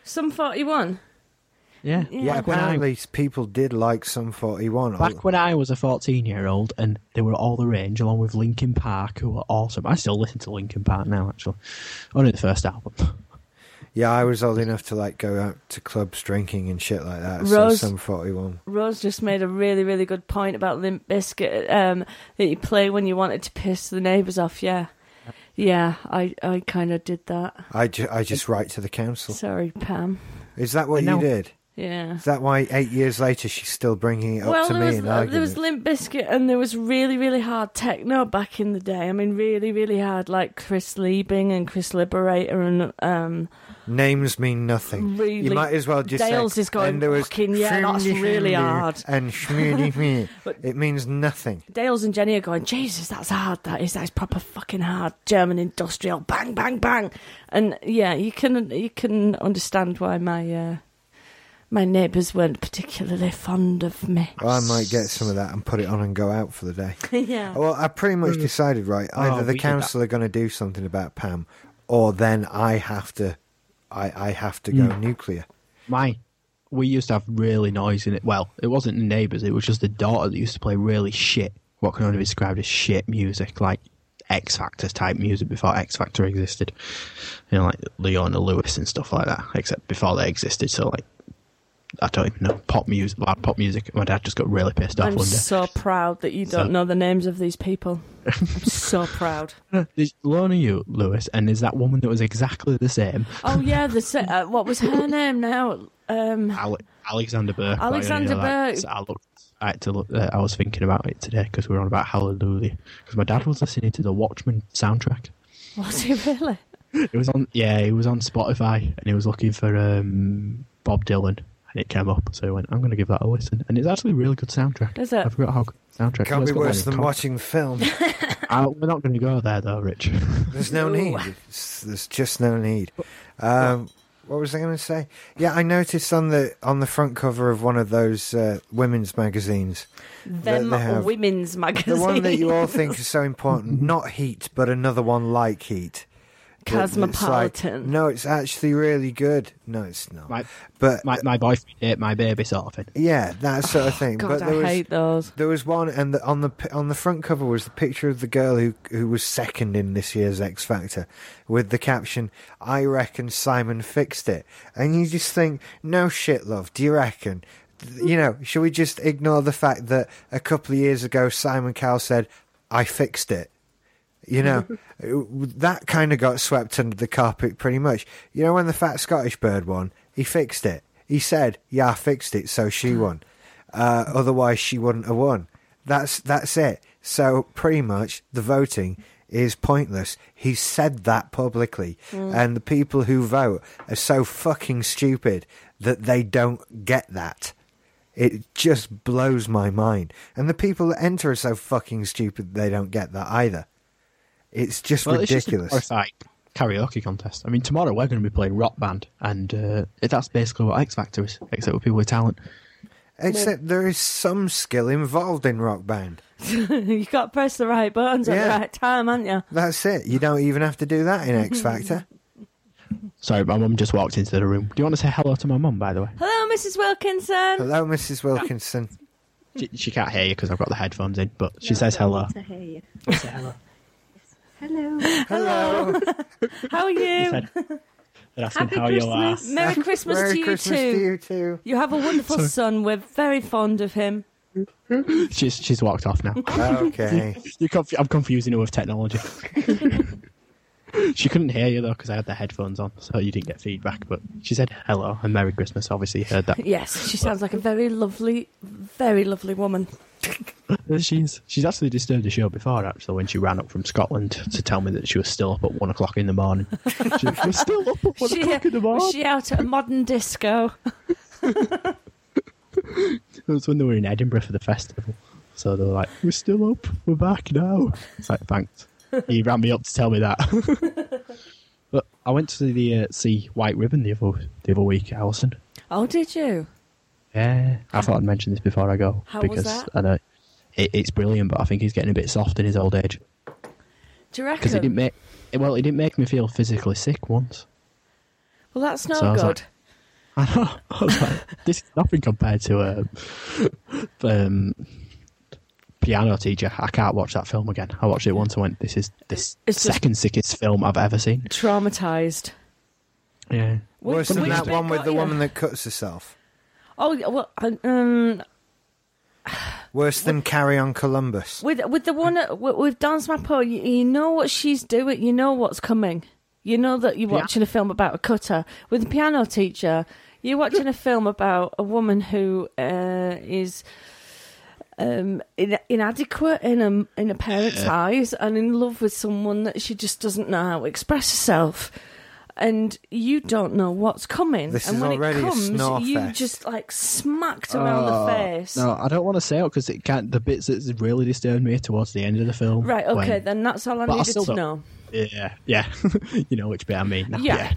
[SPEAKER 2] Some 41.
[SPEAKER 5] Yeah,
[SPEAKER 1] Yeah,
[SPEAKER 5] Back when I-
[SPEAKER 1] apparently people did like some 41.
[SPEAKER 5] Back when I was a 14 year old and they were all the rage, along with Linkin Park, who were awesome. I still listen to Linkin Park now, actually. Only the first album.
[SPEAKER 1] yeah, I was old enough to like go out to clubs drinking and shit like that.
[SPEAKER 2] Rose-
[SPEAKER 1] So some 41.
[SPEAKER 2] Rose just made a really, really good point about Limp Biscuit um, that you play when you wanted to piss the neighbours off. Yeah. Yeah, I, I kind of did that.
[SPEAKER 1] I, ju- I just write to the council.
[SPEAKER 2] Sorry, Pam.
[SPEAKER 1] Is that what
[SPEAKER 5] And
[SPEAKER 1] you
[SPEAKER 5] now-
[SPEAKER 1] did?
[SPEAKER 2] Yeah.
[SPEAKER 1] Is that why eight years later she's still bringing it up
[SPEAKER 2] well,
[SPEAKER 1] to
[SPEAKER 2] there
[SPEAKER 1] me
[SPEAKER 2] was
[SPEAKER 1] and
[SPEAKER 2] there
[SPEAKER 1] arguing?
[SPEAKER 2] was Limp Bizkit and there was really really hard techno back in the day. I mean, really really hard, like Chris Liebing and Chris Liberator and um,
[SPEAKER 1] Names mean nothing.
[SPEAKER 2] Really?
[SPEAKER 1] You might as well just
[SPEAKER 2] Dales
[SPEAKER 1] say,
[SPEAKER 2] is going,
[SPEAKER 1] and there was
[SPEAKER 2] "Fucking yeah, that's
[SPEAKER 1] Shmooly
[SPEAKER 2] really
[SPEAKER 1] Shmoo
[SPEAKER 2] hard."
[SPEAKER 1] And shmoody me.
[SPEAKER 2] But-
[SPEAKER 1] It means nothing.
[SPEAKER 2] Dales and Jenny are going. Jesus, that's hard. That is that's proper fucking hard. German industrial, bang bang bang. And yeah, you can you can understand why my uh, my neighbours weren't particularly fond of me.
[SPEAKER 1] I might get some of that and put it on and go out for the day.
[SPEAKER 2] yeah.
[SPEAKER 1] Well, I pretty much decided, right? Either
[SPEAKER 5] Hmm. Oh,
[SPEAKER 1] the
[SPEAKER 5] we did
[SPEAKER 1] council are going to do something about Pam, or then I have to, I, I have to go nuclear.
[SPEAKER 5] Hmm. My, we used to have really noise in it. Well, it wasn't the neighbours, it was just the daughter that used to play really shit, what can only be described as shit music, like X Factor type music before X Factor existed. You know, like Leona Lewis and stuff like that, except before they existed. So, like, I don't even know. Pop music, loud pop music. My dad just got really pissed off
[SPEAKER 2] I'm
[SPEAKER 5] one day.
[SPEAKER 2] so proud that you don't
[SPEAKER 5] So-
[SPEAKER 2] know the names of these people. I'm so proud.
[SPEAKER 5] There's Lorna you, Lewis, and there's that woman that was exactly the same,
[SPEAKER 2] Oh yeah, the se- uh, what was her name now? Um,
[SPEAKER 5] Ale- Alexander Burke. but,
[SPEAKER 2] Alexander
[SPEAKER 5] you know, like,
[SPEAKER 2] Burke.
[SPEAKER 5] so I looked. I had to look. Uh, I was thinking about it today because we were on about Hallelujah. Because my dad was listening to the Watchmen soundtrack.
[SPEAKER 2] was he really?
[SPEAKER 5] It was on. Yeah, it was on Spotify, and he was looking for um, Bob Dylan, and it came up. So he went, "I'm going to give that a listen." And it's actually a really good soundtrack.
[SPEAKER 2] Is it?
[SPEAKER 5] I forgot how good the soundtrack.
[SPEAKER 1] Can't
[SPEAKER 5] was.
[SPEAKER 1] be
[SPEAKER 5] It's got, like,
[SPEAKER 1] worse
[SPEAKER 5] a
[SPEAKER 1] than
[SPEAKER 5] con-
[SPEAKER 1] watching film.
[SPEAKER 5] I- we're not going to go there though, Rich.
[SPEAKER 1] There's no
[SPEAKER 2] No.
[SPEAKER 1] need. It's, there's just no need. Um, What was I going to say? Yeah, I noticed on the on the front cover of one of those uh, women's magazines,
[SPEAKER 2] Them
[SPEAKER 1] they have-
[SPEAKER 2] women's magazine.
[SPEAKER 1] the one that you all think is so important, not Heat, but another one like Heat. that- that's like-
[SPEAKER 2] Cosmopolitan.
[SPEAKER 1] no, it's actually really good. No, it's not.
[SPEAKER 5] My-
[SPEAKER 1] but
[SPEAKER 5] My, my boyfriend ate my baby sort of thing.
[SPEAKER 1] yeah, that sort of thing.
[SPEAKER 2] God,
[SPEAKER 1] but
[SPEAKER 2] I
[SPEAKER 1] there was,
[SPEAKER 2] hate those.
[SPEAKER 1] There was one, and the, on the p- on the front cover was the picture of the girl who who was second in this year's X Factor, with the caption "I reckon Simon fixed it." And you just think, no shit, love. Do you reckon? Th- You know, should we just ignore the fact that a couple of years ago Simon Cowell said, "I fixed it." You know, it- that kind of got swept under the carpet pretty much. You know, when the Fat Scottish Bird won, he fixed it. He said, "Yeah, I fixed it," so she won. Uh, otherwise, she wouldn't have won. That's that's it. So pretty much, the voting is pointless. He said that publicly, and the people who vote are so fucking stupid that they don't get that. It just blows my mind. And the people that enter are so fucking stupid they don't get that either. It's just
[SPEAKER 5] Well,
[SPEAKER 1] ridiculous.
[SPEAKER 5] It's just a glorified karaoke contest. I mean, tomorrow we're going to be playing Rock Band, and uh, that's basically what X Factor is, except with people with talent.
[SPEAKER 1] Except there is some skill involved in rock band.
[SPEAKER 2] you got to press the right buttons at
[SPEAKER 1] Yeah.
[SPEAKER 2] the right time, haven't you?
[SPEAKER 1] That's it. You don't even have to do that in X Factor.
[SPEAKER 5] Sorry, my mum just walked into the room. Do you want to say hello to my mum, by the way?
[SPEAKER 2] Hello, Mrs. Wilkinson.
[SPEAKER 1] Hello, Mrs. Wilkinson.
[SPEAKER 5] She, she can't hear you because I've got the headphones in, but she says hello.
[SPEAKER 6] to hear you.
[SPEAKER 1] Hello.
[SPEAKER 2] How are you?
[SPEAKER 5] said- They're asking
[SPEAKER 6] Happy
[SPEAKER 5] how you are.
[SPEAKER 6] Christmas.
[SPEAKER 2] Merry Christmas
[SPEAKER 1] Merry
[SPEAKER 2] to you
[SPEAKER 1] Christmas
[SPEAKER 2] too.
[SPEAKER 1] to you too.
[SPEAKER 2] You have a wonderful son. We're very fond of him.
[SPEAKER 1] Mm-hmm.
[SPEAKER 5] She's, she's walked off now.
[SPEAKER 1] Okay.
[SPEAKER 5] You're conf- I'm confusing her with technology. she couldn't hear you though because I had the headphones on, so you didn't get feedback. But she said hello and Merry Christmas. Obviously, you heard that.
[SPEAKER 2] Yes, she sounds like a very lovely, very lovely woman.
[SPEAKER 5] She's she's actually disturbed the show before, actually, when she ran up from Scotland to tell me that she was still up at one o'clock in the morning. She was still up at one
[SPEAKER 2] she,
[SPEAKER 5] o'clock in the
[SPEAKER 2] was
[SPEAKER 5] morning.
[SPEAKER 2] she out at a modern disco?
[SPEAKER 5] It was when they were in Edinburgh for the festival. So they were like, "We're still up. We're back now." It's like, thanks. He ran me up to tell me that. but I went to the uh, see White Ribbon the other the other week, Alison.
[SPEAKER 2] Oh, did you?
[SPEAKER 5] Yeah, I thought I'd mention this before I go
[SPEAKER 2] How was
[SPEAKER 5] because
[SPEAKER 2] that?
[SPEAKER 5] I know it, it's brilliant, but I think he's getting a bit soft in his old age
[SPEAKER 2] Do you
[SPEAKER 5] because it
[SPEAKER 2] reckon?
[SPEAKER 5] didn't make it- well, it didn't make me feel physically sick once.
[SPEAKER 2] Well, that's not
[SPEAKER 5] So I was
[SPEAKER 2] good.
[SPEAKER 5] like- I know. I was like, this is nothing compared to um, um, piano teacher. I can't watch that film again. I watched it once and went, "This is this
[SPEAKER 2] It's just-
[SPEAKER 5] second sickest film I've ever seen."
[SPEAKER 2] Traumatized.
[SPEAKER 5] Yeah,
[SPEAKER 2] Which-
[SPEAKER 1] Worse than
[SPEAKER 2] which
[SPEAKER 1] that
[SPEAKER 2] bit
[SPEAKER 1] one with
[SPEAKER 2] got
[SPEAKER 1] the
[SPEAKER 2] you?
[SPEAKER 1] woman that cuts herself.
[SPEAKER 2] Oh, yeah, well, um,
[SPEAKER 1] Worse than Carry On Columbus.
[SPEAKER 2] with with the one that- with, with Dance My Poe, you, you know what she's doing. You know what's coming. You know that you're
[SPEAKER 5] Yeah.
[SPEAKER 2] watching a film about a cutter. With the piano teacher, you're watching a film about a woman who uh, is um, in, inadequate in a in a parent's eyes and in love with someone that she just doesn't know how to express herself. And you don't know what's coming.
[SPEAKER 1] This
[SPEAKER 2] and
[SPEAKER 1] is
[SPEAKER 2] when
[SPEAKER 1] already
[SPEAKER 2] it
[SPEAKER 1] a
[SPEAKER 2] comes,
[SPEAKER 1] snore
[SPEAKER 2] you
[SPEAKER 1] fest.
[SPEAKER 2] just like smacked around the face.
[SPEAKER 5] Oh, No, I don't want to say it because it can't. The bits that's really disturbed me towards the end of the film.
[SPEAKER 2] Right, okay,
[SPEAKER 5] when-
[SPEAKER 2] then that's all I
[SPEAKER 5] But I
[SPEAKER 2] needed
[SPEAKER 5] still
[SPEAKER 2] to
[SPEAKER 5] don't-
[SPEAKER 2] know.
[SPEAKER 5] Yeah, yeah. you know which bit I mean. now,
[SPEAKER 2] Yeah.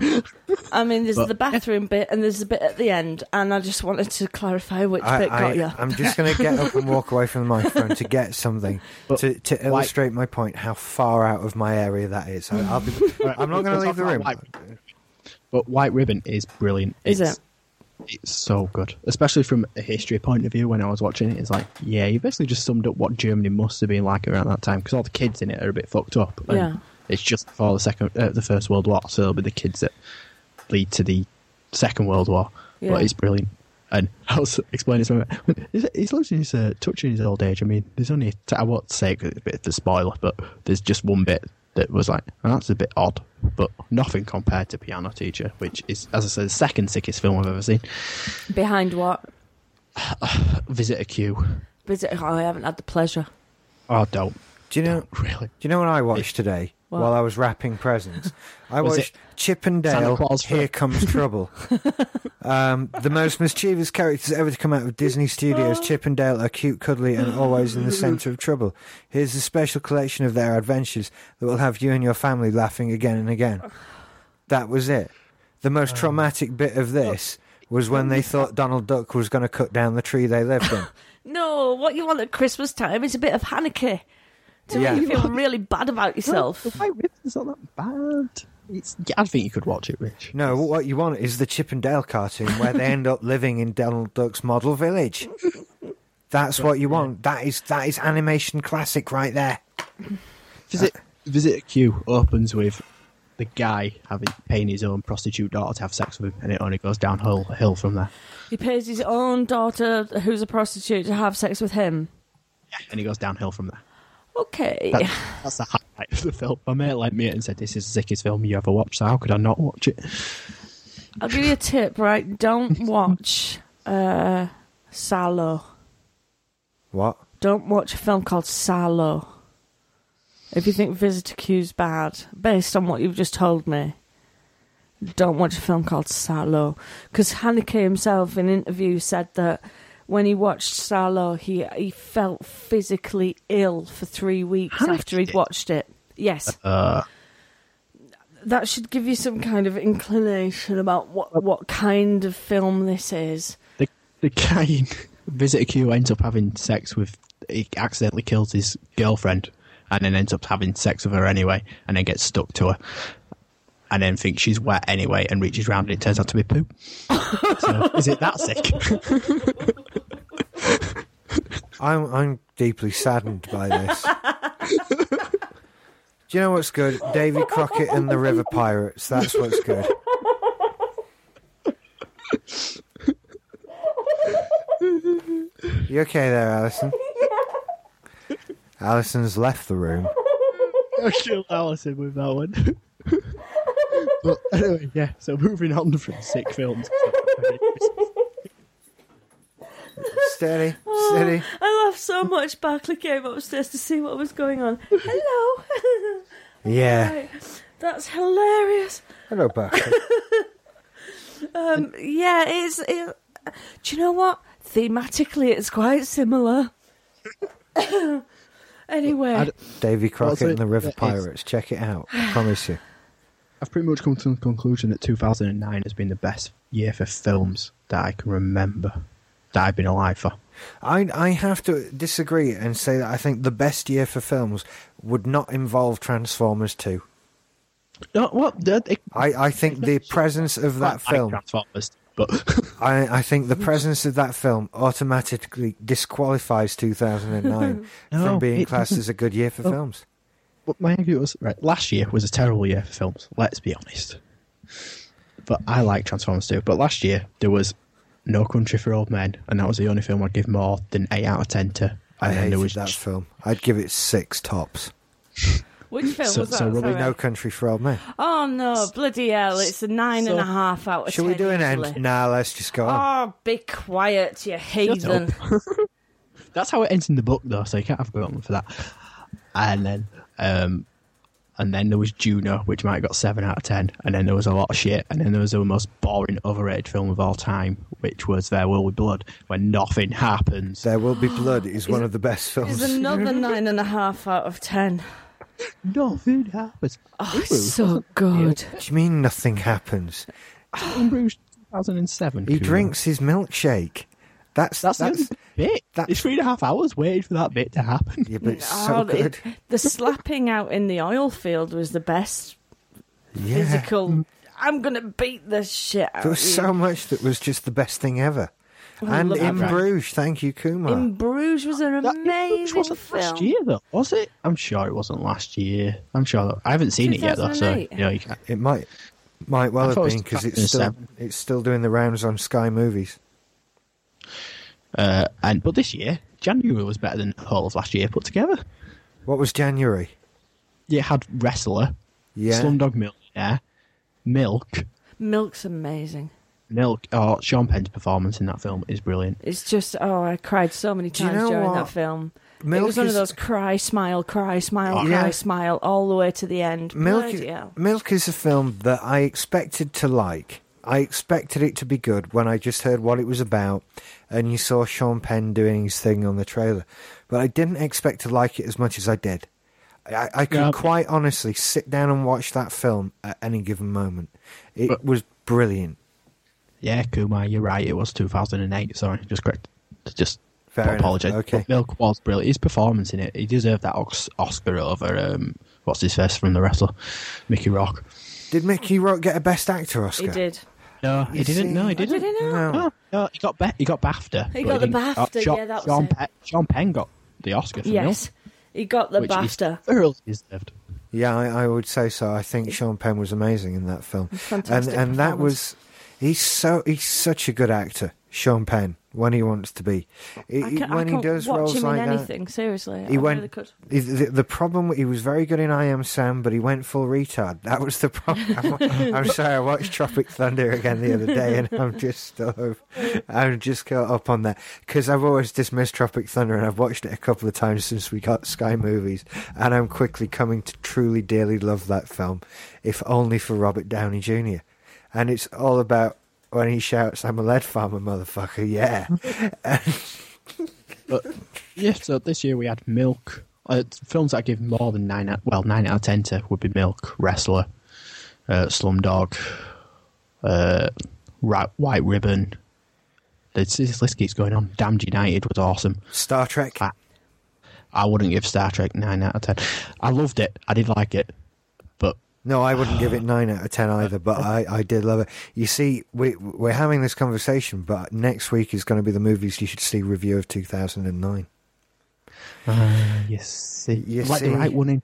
[SPEAKER 2] I mean, there's
[SPEAKER 5] But-
[SPEAKER 2] the bathroom bit and there's the bit at the end, and I just wanted to clarify which bit got you.
[SPEAKER 1] I'm just going to get up and walk away from the microphone to get something to, to illustrate my point. How far out of my area that is. I, I'll be, I'm not going to
[SPEAKER 5] We'll
[SPEAKER 1] leave the
[SPEAKER 5] talk
[SPEAKER 1] room.
[SPEAKER 5] about But White Ribbon is brilliant.
[SPEAKER 2] Is
[SPEAKER 5] it's, It's so good, especially from a history point of view. When I was watching it, it's like, yeah, you basically just summed up what Germany must have been like around that time because all the kids in it are a bit fucked up. and
[SPEAKER 2] Yeah.
[SPEAKER 5] it's just before the second, uh, the First World War, so it'll be the kids that lead to the Second World War.
[SPEAKER 2] Yeah.
[SPEAKER 5] But it's brilliant. And I was explaining to my he's, he's literally just, uh, touching his old age. I mean, there's only, I won't say it 'cause it's a bit of a spoiler, but there's just one bit that was like, and that's a bit odd, but nothing compared to Piano Teacher, which is, as I said, the second sickest film I've ever seen.
[SPEAKER 2] Behind what?
[SPEAKER 5] Visit a queue.
[SPEAKER 2] Visit. Oh, I haven't had the pleasure.
[SPEAKER 5] Oh, don't.
[SPEAKER 1] Do you know?
[SPEAKER 5] Don't, really.
[SPEAKER 1] Do you know what I watched today
[SPEAKER 2] What?
[SPEAKER 1] while I was wrapping presents? I
[SPEAKER 5] Was
[SPEAKER 1] watched
[SPEAKER 5] it
[SPEAKER 1] Chip and Dale.
[SPEAKER 5] Claus for-
[SPEAKER 1] Here Comes Trouble. um, the most mischievous characters ever to come out of Disney Studios. Chip and Dale are cute, cuddly, and always in the centre of trouble. Here's a special collection of their adventures that will have you and your family laughing again and again. That was it. The most
[SPEAKER 5] Um,
[SPEAKER 1] traumatic bit of this
[SPEAKER 5] oh,
[SPEAKER 1] was when they thought Donald Duck was going to cut down the tree they lived in.
[SPEAKER 2] No, what you want at Christmas time is a bit of Hanukkah to
[SPEAKER 1] Yeah.
[SPEAKER 2] make you feel really bad about yourself.
[SPEAKER 5] The White Ribbon's not that bad. It's, yeah, I think you could watch it, Rich.
[SPEAKER 1] No, what you want is the Chip and Dale cartoon where they end up living in Donald Duck's model village. That's what you want. That is that is animation classic right there.
[SPEAKER 5] Visit Visit Q opens with the guy having paying his own prostitute daughter to have sex with him, and it only goes downhill hill from there.
[SPEAKER 2] He pays his own daughter, who's a prostitute, to have sex with him.
[SPEAKER 5] And it goes downhill from there.
[SPEAKER 2] Okay.
[SPEAKER 5] That, That's the highlight of the film. My mate liked me and said, "This is the sickest film you ever watched." So how could I not watch it?
[SPEAKER 2] I'll give you a tip, right? Don't watch uh, Salo.
[SPEAKER 1] What?
[SPEAKER 2] Don't watch a film called Salo. If you think Visitor Q's bad, based on what you've just told me, don't watch a film called Salo. Because Haneke himself, in an interview, said that when he watched Salo, he he felt physically ill for three weeks
[SPEAKER 5] Haneke
[SPEAKER 2] after he'd
[SPEAKER 5] did?
[SPEAKER 2] watched it. Yes,
[SPEAKER 5] Uh,
[SPEAKER 2] that should give you some kind of inclination about what what kind of film this is.
[SPEAKER 5] the the guy in Visit Q ends up having sex with. He accidentally kills his girlfriend, and then ends up having sex with her anyway, and then gets stuck to her, and then thinks she's wet anyway, and reaches round, and it turns out to be poo. so is it that sick?
[SPEAKER 1] I'm I'm deeply saddened by this. Do you know what's good? Davy Crockett and the River Pirates. That's what's good. You okay there, Alison? Alison's left the room.
[SPEAKER 5] I killed Alison with that one. but anyway, yeah. So moving on from sick films.
[SPEAKER 1] Steady, steady.
[SPEAKER 2] Oh, I laughed so much. Barclay came upstairs to see what was going on. Hello.
[SPEAKER 1] Yeah.
[SPEAKER 2] Right. That's hilarious.
[SPEAKER 1] Hello, Buffy.
[SPEAKER 2] Um, yeah, it's. It, do you know what? Thematically, it's quite similar.
[SPEAKER 5] I
[SPEAKER 2] anyway,
[SPEAKER 5] d-
[SPEAKER 1] Davy
[SPEAKER 5] Also,
[SPEAKER 1] Crockett and the River
[SPEAKER 5] it's-
[SPEAKER 1] Pirates. Check it out. I promise you.
[SPEAKER 5] I've pretty much come to the conclusion that 2009 has been the best year for films that I can remember that I've been alive for.
[SPEAKER 1] I I have to disagree and say that I think the best year for films would not involve Transformers Two.
[SPEAKER 5] No, what? the- it-
[SPEAKER 1] I, I think the presence of that
[SPEAKER 5] I like
[SPEAKER 1] film,
[SPEAKER 5] Transformers, but
[SPEAKER 1] I, I think the presence of that film automatically disqualifies 2009
[SPEAKER 5] No,
[SPEAKER 1] from being
[SPEAKER 5] it
[SPEAKER 1] classed
[SPEAKER 5] doesn't.
[SPEAKER 1] as a good year for
[SPEAKER 5] Oh.
[SPEAKER 1] films.
[SPEAKER 5] But my argument was right. Last year was a terrible year for films. Let's be honest. But I like Transformers too. But last year there was No Country for Old Men, and that was the only film I'd give more than eight out of ten to.
[SPEAKER 1] I
[SPEAKER 5] And then there
[SPEAKER 1] hated
[SPEAKER 5] was
[SPEAKER 1] that film. I'd give it six tops.
[SPEAKER 2] which film
[SPEAKER 5] So-
[SPEAKER 2] was that?
[SPEAKER 5] so Robbie-
[SPEAKER 2] Sorry.
[SPEAKER 1] No Country for Old Men.
[SPEAKER 2] Oh no, bloody hell! It's a nine and
[SPEAKER 5] so-
[SPEAKER 2] a half out of
[SPEAKER 1] Shall
[SPEAKER 2] ten.
[SPEAKER 1] we do an
[SPEAKER 2] usually.
[SPEAKER 1] end? Nah, let's just go on.
[SPEAKER 2] Oh, be quiet, you heathen!
[SPEAKER 5] That's how it ends in the book, though, so you can't have forgotten for that. And then, um, and then there was Juno, which might have got seven out of ten. And then there was a lot of shit. And then there was the most boring, overrated film of all time, which was There Will Be Blood, when nothing happens.
[SPEAKER 1] There Will Be Blood is one of the best
[SPEAKER 2] It's
[SPEAKER 1] films.
[SPEAKER 2] another nine and a half out of ten.
[SPEAKER 5] Nothing happens.
[SPEAKER 2] Oh, it's so good.
[SPEAKER 1] What do you mean nothing happens?
[SPEAKER 5] in Bruges 2007.
[SPEAKER 1] He
[SPEAKER 5] Kuno.
[SPEAKER 1] drinks his milkshake. That's
[SPEAKER 5] That's,
[SPEAKER 1] that's,
[SPEAKER 5] the only bit.
[SPEAKER 1] that's-
[SPEAKER 5] it's three and a half hours waiting for that bit to happen.
[SPEAKER 1] yeah, but it's
[SPEAKER 2] Oh,
[SPEAKER 1] so good.
[SPEAKER 2] it- the slapping out in the oil field was the best
[SPEAKER 1] yeah,
[SPEAKER 2] physical. I'm gonna beat the shit out
[SPEAKER 1] there was
[SPEAKER 2] of you.
[SPEAKER 1] so much that was just the best thing ever. and
[SPEAKER 2] Oh, love
[SPEAKER 1] in
[SPEAKER 5] that.
[SPEAKER 1] Bruges, thank you, Kumar.
[SPEAKER 2] in Bruges was an
[SPEAKER 5] That- which
[SPEAKER 2] amazing
[SPEAKER 5] wasn't last
[SPEAKER 2] film.
[SPEAKER 5] year, though, was it? I'm sure it wasn't last year. I'm sure. That, I haven't seen it yet, though. So
[SPEAKER 2] 2008.
[SPEAKER 5] you know, you can't.
[SPEAKER 1] It might might
[SPEAKER 5] I
[SPEAKER 1] well
[SPEAKER 5] thought
[SPEAKER 1] have
[SPEAKER 5] it was
[SPEAKER 1] been because
[SPEAKER 5] Captain
[SPEAKER 1] it's still
[SPEAKER 5] Seven.
[SPEAKER 1] it's still doing the rounds on Sky Movies.
[SPEAKER 5] Uh, and but this year, January was better than the whole of last year put together.
[SPEAKER 1] What was January?
[SPEAKER 5] It had wrestler,
[SPEAKER 1] Yeah,
[SPEAKER 5] Slumdog Millionaire, Milk,
[SPEAKER 2] Milk's amazing.
[SPEAKER 5] Milk. Oh, Sean Penn's performance in that film is brilliant.
[SPEAKER 2] It's just oh, I cried so many
[SPEAKER 1] Do you
[SPEAKER 2] times
[SPEAKER 1] know
[SPEAKER 2] during
[SPEAKER 1] what?
[SPEAKER 2] that film. it
[SPEAKER 1] Milk
[SPEAKER 2] was one
[SPEAKER 1] is-
[SPEAKER 2] of those cry, smile, cry, smile,
[SPEAKER 1] Yeah.
[SPEAKER 2] cry, smile, all the way to the end.
[SPEAKER 1] Milk.
[SPEAKER 2] Bloody hell.
[SPEAKER 1] Milk is a film that I expected to like. I expected it to be good when I just heard what it was about, and you saw Sean Penn doing his thing on the trailer. But I didn't expect to like it as much as I did. I, I could
[SPEAKER 5] Yeah.
[SPEAKER 1] quite honestly sit down and watch that film at any given moment. It was brilliant.
[SPEAKER 5] Yeah, Kumar, you're right. It was 2008. Sorry, just correct. Just
[SPEAKER 1] Fair enough,
[SPEAKER 5] apologize.
[SPEAKER 1] okay.
[SPEAKER 5] Milk was brilliant. His performance in it, he deserved that Ox- Oscar over um, what's his face from the wrestler, Mickey Rock.
[SPEAKER 1] Did Mickey Rock get a Best Actor Oscar?
[SPEAKER 2] He did. Oh,
[SPEAKER 5] No, he
[SPEAKER 1] You
[SPEAKER 5] didn't. No,
[SPEAKER 1] see?
[SPEAKER 5] he didn't.
[SPEAKER 2] Did he not?
[SPEAKER 1] No.
[SPEAKER 5] No, no, he got ba- he got BAFTA.
[SPEAKER 2] He
[SPEAKER 5] but
[SPEAKER 2] got the
[SPEAKER 5] didn't-
[SPEAKER 2] BAFTA,
[SPEAKER 5] Sean,
[SPEAKER 2] yeah, that was
[SPEAKER 5] Sean,
[SPEAKER 2] it.
[SPEAKER 5] Pe- Sean Penn got the Oscar for
[SPEAKER 2] Yes, he got the
[SPEAKER 5] Milk, which he
[SPEAKER 2] BAFTA.
[SPEAKER 5] thoroughly deserved.
[SPEAKER 1] Yeah, I, I would say so. I think Sean Penn was amazing in that film,
[SPEAKER 2] Fantastic
[SPEAKER 1] and and that
[SPEAKER 2] performance.
[SPEAKER 1] was he's so he's such a good actor, Sean Penn, when he wants to be. He-
[SPEAKER 2] I
[SPEAKER 1] he-
[SPEAKER 2] can't,
[SPEAKER 1] when
[SPEAKER 2] I
[SPEAKER 1] he
[SPEAKER 2] can't
[SPEAKER 1] does
[SPEAKER 2] watch
[SPEAKER 1] roles
[SPEAKER 2] him
[SPEAKER 1] like
[SPEAKER 2] in
[SPEAKER 1] that,
[SPEAKER 2] anything. Seriously,
[SPEAKER 1] he
[SPEAKER 2] I
[SPEAKER 1] went.
[SPEAKER 2] Really could.
[SPEAKER 1] he- the, the problem he was very good in I Am Sam, but he went full retard. That was the problem. I'm sorry. I watched Tropic Thunder again the other day, and I'm just still over- I'm just caught up on that because I've always dismissed Tropic Thunder, and I've watched it a couple of times since we got Sky Movies, and I'm quickly coming to truly dearly love that film, if only for Robert Downey Jr. And it's all about when he shouts, "I'm a lead farmer, motherfucker!" Yeah.
[SPEAKER 5] But yeah, so this year we had Milk. Uh, films that give more than nine out, well nine out of ten to would be Milk, Wrestler, uh, Slumdog, uh, Ra- White Ribbon. This, this list keeps going on. Damned United was awesome.
[SPEAKER 1] Star Trek.
[SPEAKER 5] I, I wouldn't give Star Trek nine out of ten. I loved it. I did like it, but
[SPEAKER 1] No, I wouldn't give it nine out of ten either, but I, I did love it. You see, we we're having this conversation, but next week is going to be the movies you should see review of two thousand and nine.
[SPEAKER 5] you see,
[SPEAKER 1] You
[SPEAKER 5] like
[SPEAKER 1] see.
[SPEAKER 5] the right one in.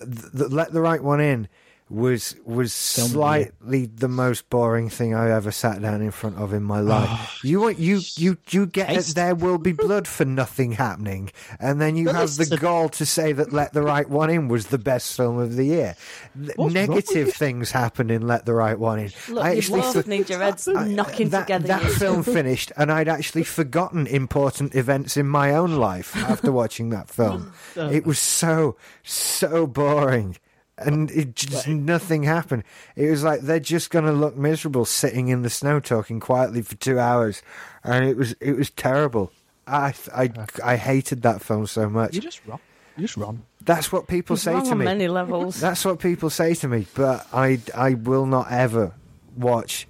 [SPEAKER 1] The, Let the Right One In was was
[SPEAKER 5] Tell me.
[SPEAKER 1] slightly the most boring thing I ever sat down in front of in my
[SPEAKER 5] Oh,
[SPEAKER 1] life. you want you you you get that
[SPEAKER 5] Taste.
[SPEAKER 1] there will be blood for nothing happening, and then you have the
[SPEAKER 5] Listen.
[SPEAKER 1] gall to say that Let the Right One In was the best film of the year. Th-
[SPEAKER 5] wrong with
[SPEAKER 1] Negative things happen in Let the Right One In.
[SPEAKER 2] Look,
[SPEAKER 1] I
[SPEAKER 2] you've
[SPEAKER 1] actually
[SPEAKER 2] lost
[SPEAKER 1] thought-
[SPEAKER 2] Ninja Red's knocking
[SPEAKER 1] that,
[SPEAKER 2] together.
[SPEAKER 1] that
[SPEAKER 2] you two.
[SPEAKER 1] film finished, and I'd actually forgotten important events in my own life after watching that film. it was so so boring, and it just nothing happened. It was like they're just going to look miserable sitting in the snow talking quietly for two hours, and it was it was terrible. I I I hated that film so much.
[SPEAKER 5] You're just wrong. You're just wrong.
[SPEAKER 1] That's what people
[SPEAKER 2] He's
[SPEAKER 1] say
[SPEAKER 2] wrong
[SPEAKER 1] to
[SPEAKER 2] on
[SPEAKER 1] me.
[SPEAKER 2] many levels.
[SPEAKER 1] That's what people say to me, but I I will not ever watch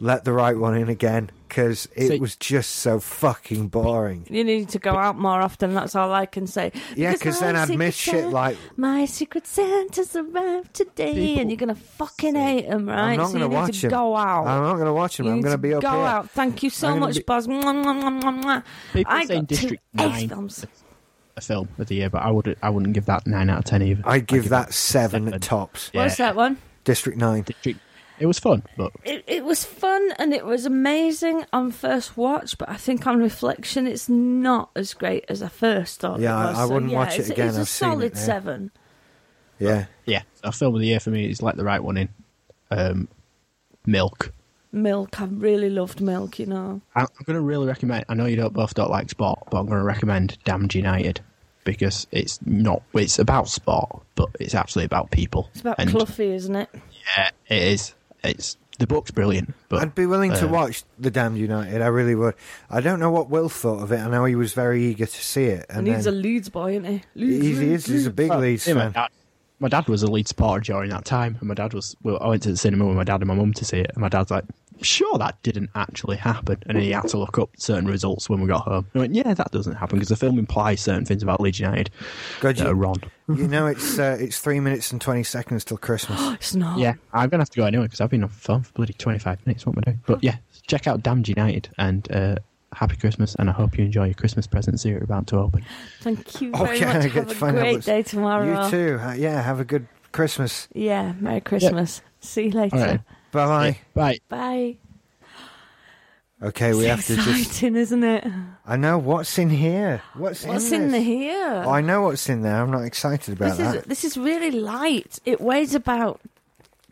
[SPEAKER 1] Let the Right One In again because it
[SPEAKER 5] So-
[SPEAKER 1] was just so fucking boring.
[SPEAKER 2] You need to go out more often. That's all I can say.
[SPEAKER 1] Yeah, 'cause then
[SPEAKER 2] my
[SPEAKER 1] I'd miss
[SPEAKER 2] secret
[SPEAKER 1] shit
[SPEAKER 2] San-
[SPEAKER 1] like-
[SPEAKER 2] my secret Santa's arrived today,
[SPEAKER 5] People-
[SPEAKER 2] and you're gonna fucking hate him, right?
[SPEAKER 1] I'm not
[SPEAKER 2] so
[SPEAKER 1] going
[SPEAKER 2] you
[SPEAKER 1] to
[SPEAKER 2] need
[SPEAKER 1] watch
[SPEAKER 2] to
[SPEAKER 1] him.
[SPEAKER 2] go out.
[SPEAKER 1] I'm not going to watch him.
[SPEAKER 2] You
[SPEAKER 1] I'm
[SPEAKER 2] need
[SPEAKER 1] going to
[SPEAKER 2] to
[SPEAKER 1] be up
[SPEAKER 2] go
[SPEAKER 1] here.
[SPEAKER 2] out. Thank you so
[SPEAKER 1] I'm gonna
[SPEAKER 2] much,
[SPEAKER 1] be-
[SPEAKER 2] Buzz. Mwah, mwah, mwah, mwah, mwah.
[SPEAKER 5] People
[SPEAKER 2] I
[SPEAKER 5] saying
[SPEAKER 2] got
[SPEAKER 5] District
[SPEAKER 2] two
[SPEAKER 5] Nine.
[SPEAKER 2] ace films.
[SPEAKER 5] A film of the year, but I would I wouldn't give that nine out of ten either.
[SPEAKER 1] I'd give that
[SPEAKER 5] it
[SPEAKER 1] seven, tops.
[SPEAKER 5] Yeah.
[SPEAKER 2] What's that one?
[SPEAKER 1] District Nine.
[SPEAKER 5] District. It was fun, but
[SPEAKER 2] It, it was fun and it was amazing on first watch, but I think on reflection, it's not as great as I first thought. it
[SPEAKER 1] Yeah, I-
[SPEAKER 2] was.
[SPEAKER 1] I
[SPEAKER 2] So,
[SPEAKER 1] wouldn't
[SPEAKER 2] yeah,
[SPEAKER 1] watch it
[SPEAKER 2] it's,
[SPEAKER 1] again.
[SPEAKER 2] It's a
[SPEAKER 1] I've seen it
[SPEAKER 2] solid
[SPEAKER 1] now.
[SPEAKER 2] seven.
[SPEAKER 1] Yeah.
[SPEAKER 5] yeah, a film of the year for me is like the right one in. Um, Milk.
[SPEAKER 2] Milk. I really loved Milk. You know.
[SPEAKER 5] I- I'm going to really recommend. I know you don't both don't like sport, but I'm going to recommend Damned United because it's not. It's about sport, but it's actually about people.
[SPEAKER 2] It's about Cluffy, isn't it?
[SPEAKER 5] Yeah, it is. It's the book's brilliant, but
[SPEAKER 1] I'd be willing to
[SPEAKER 5] uh,
[SPEAKER 1] watch The Damned United. I really would. I don't know what Will thought of it. I know he was very eager to see it. And,
[SPEAKER 2] And, he's a
[SPEAKER 1] then,
[SPEAKER 2] Leeds boy, isn't he? Leeds,
[SPEAKER 1] he's, he
[SPEAKER 2] Leeds,
[SPEAKER 1] is, he's a
[SPEAKER 2] Leeds.
[SPEAKER 1] big Leeds
[SPEAKER 5] Yeah, my
[SPEAKER 1] fan.
[SPEAKER 5] dad, my dad was a lead supporter during that time, and my dad was. Well, I went to the cinema with my dad and my mum to see it, and my dad's like, "Sure, that didn't actually happen," and then he had to look up certain results when we got home. I went, "Yeah, that doesn't happen because the film implies certain things about Leeds United
[SPEAKER 1] God,
[SPEAKER 5] that are
[SPEAKER 1] you,
[SPEAKER 5] wrong."
[SPEAKER 1] you know it's uh, it's three minutes and twenty seconds till Christmas.
[SPEAKER 2] It's not.
[SPEAKER 5] Yeah, I'm gonna have to go anyway because I've been on the phone for bloody 25 minutes. What am I doing? But yeah, check out Damned United and uh, Happy Christmas, and I hope you enjoy your Christmas presents here about to open.
[SPEAKER 2] Thank you very
[SPEAKER 1] Okay,
[SPEAKER 2] much.
[SPEAKER 1] I get to
[SPEAKER 2] Have a
[SPEAKER 1] find out
[SPEAKER 2] great
[SPEAKER 1] what's-
[SPEAKER 2] day tomorrow.
[SPEAKER 1] You too. Uh, yeah, have a good Christmas.
[SPEAKER 2] Yeah. Merry Christmas. See you later.
[SPEAKER 5] All right.
[SPEAKER 1] Bye bye.
[SPEAKER 5] Bye.
[SPEAKER 2] Bye.
[SPEAKER 1] Okay, we have
[SPEAKER 2] It's
[SPEAKER 1] to just.
[SPEAKER 2] exciting, isn't it?
[SPEAKER 1] I know what's in here. What's,
[SPEAKER 2] What's
[SPEAKER 1] in,
[SPEAKER 2] in
[SPEAKER 1] this? Oh,
[SPEAKER 2] here?
[SPEAKER 1] I know what's in there. I'm not excited about
[SPEAKER 2] This is
[SPEAKER 1] that.
[SPEAKER 2] this is really light. It weighs about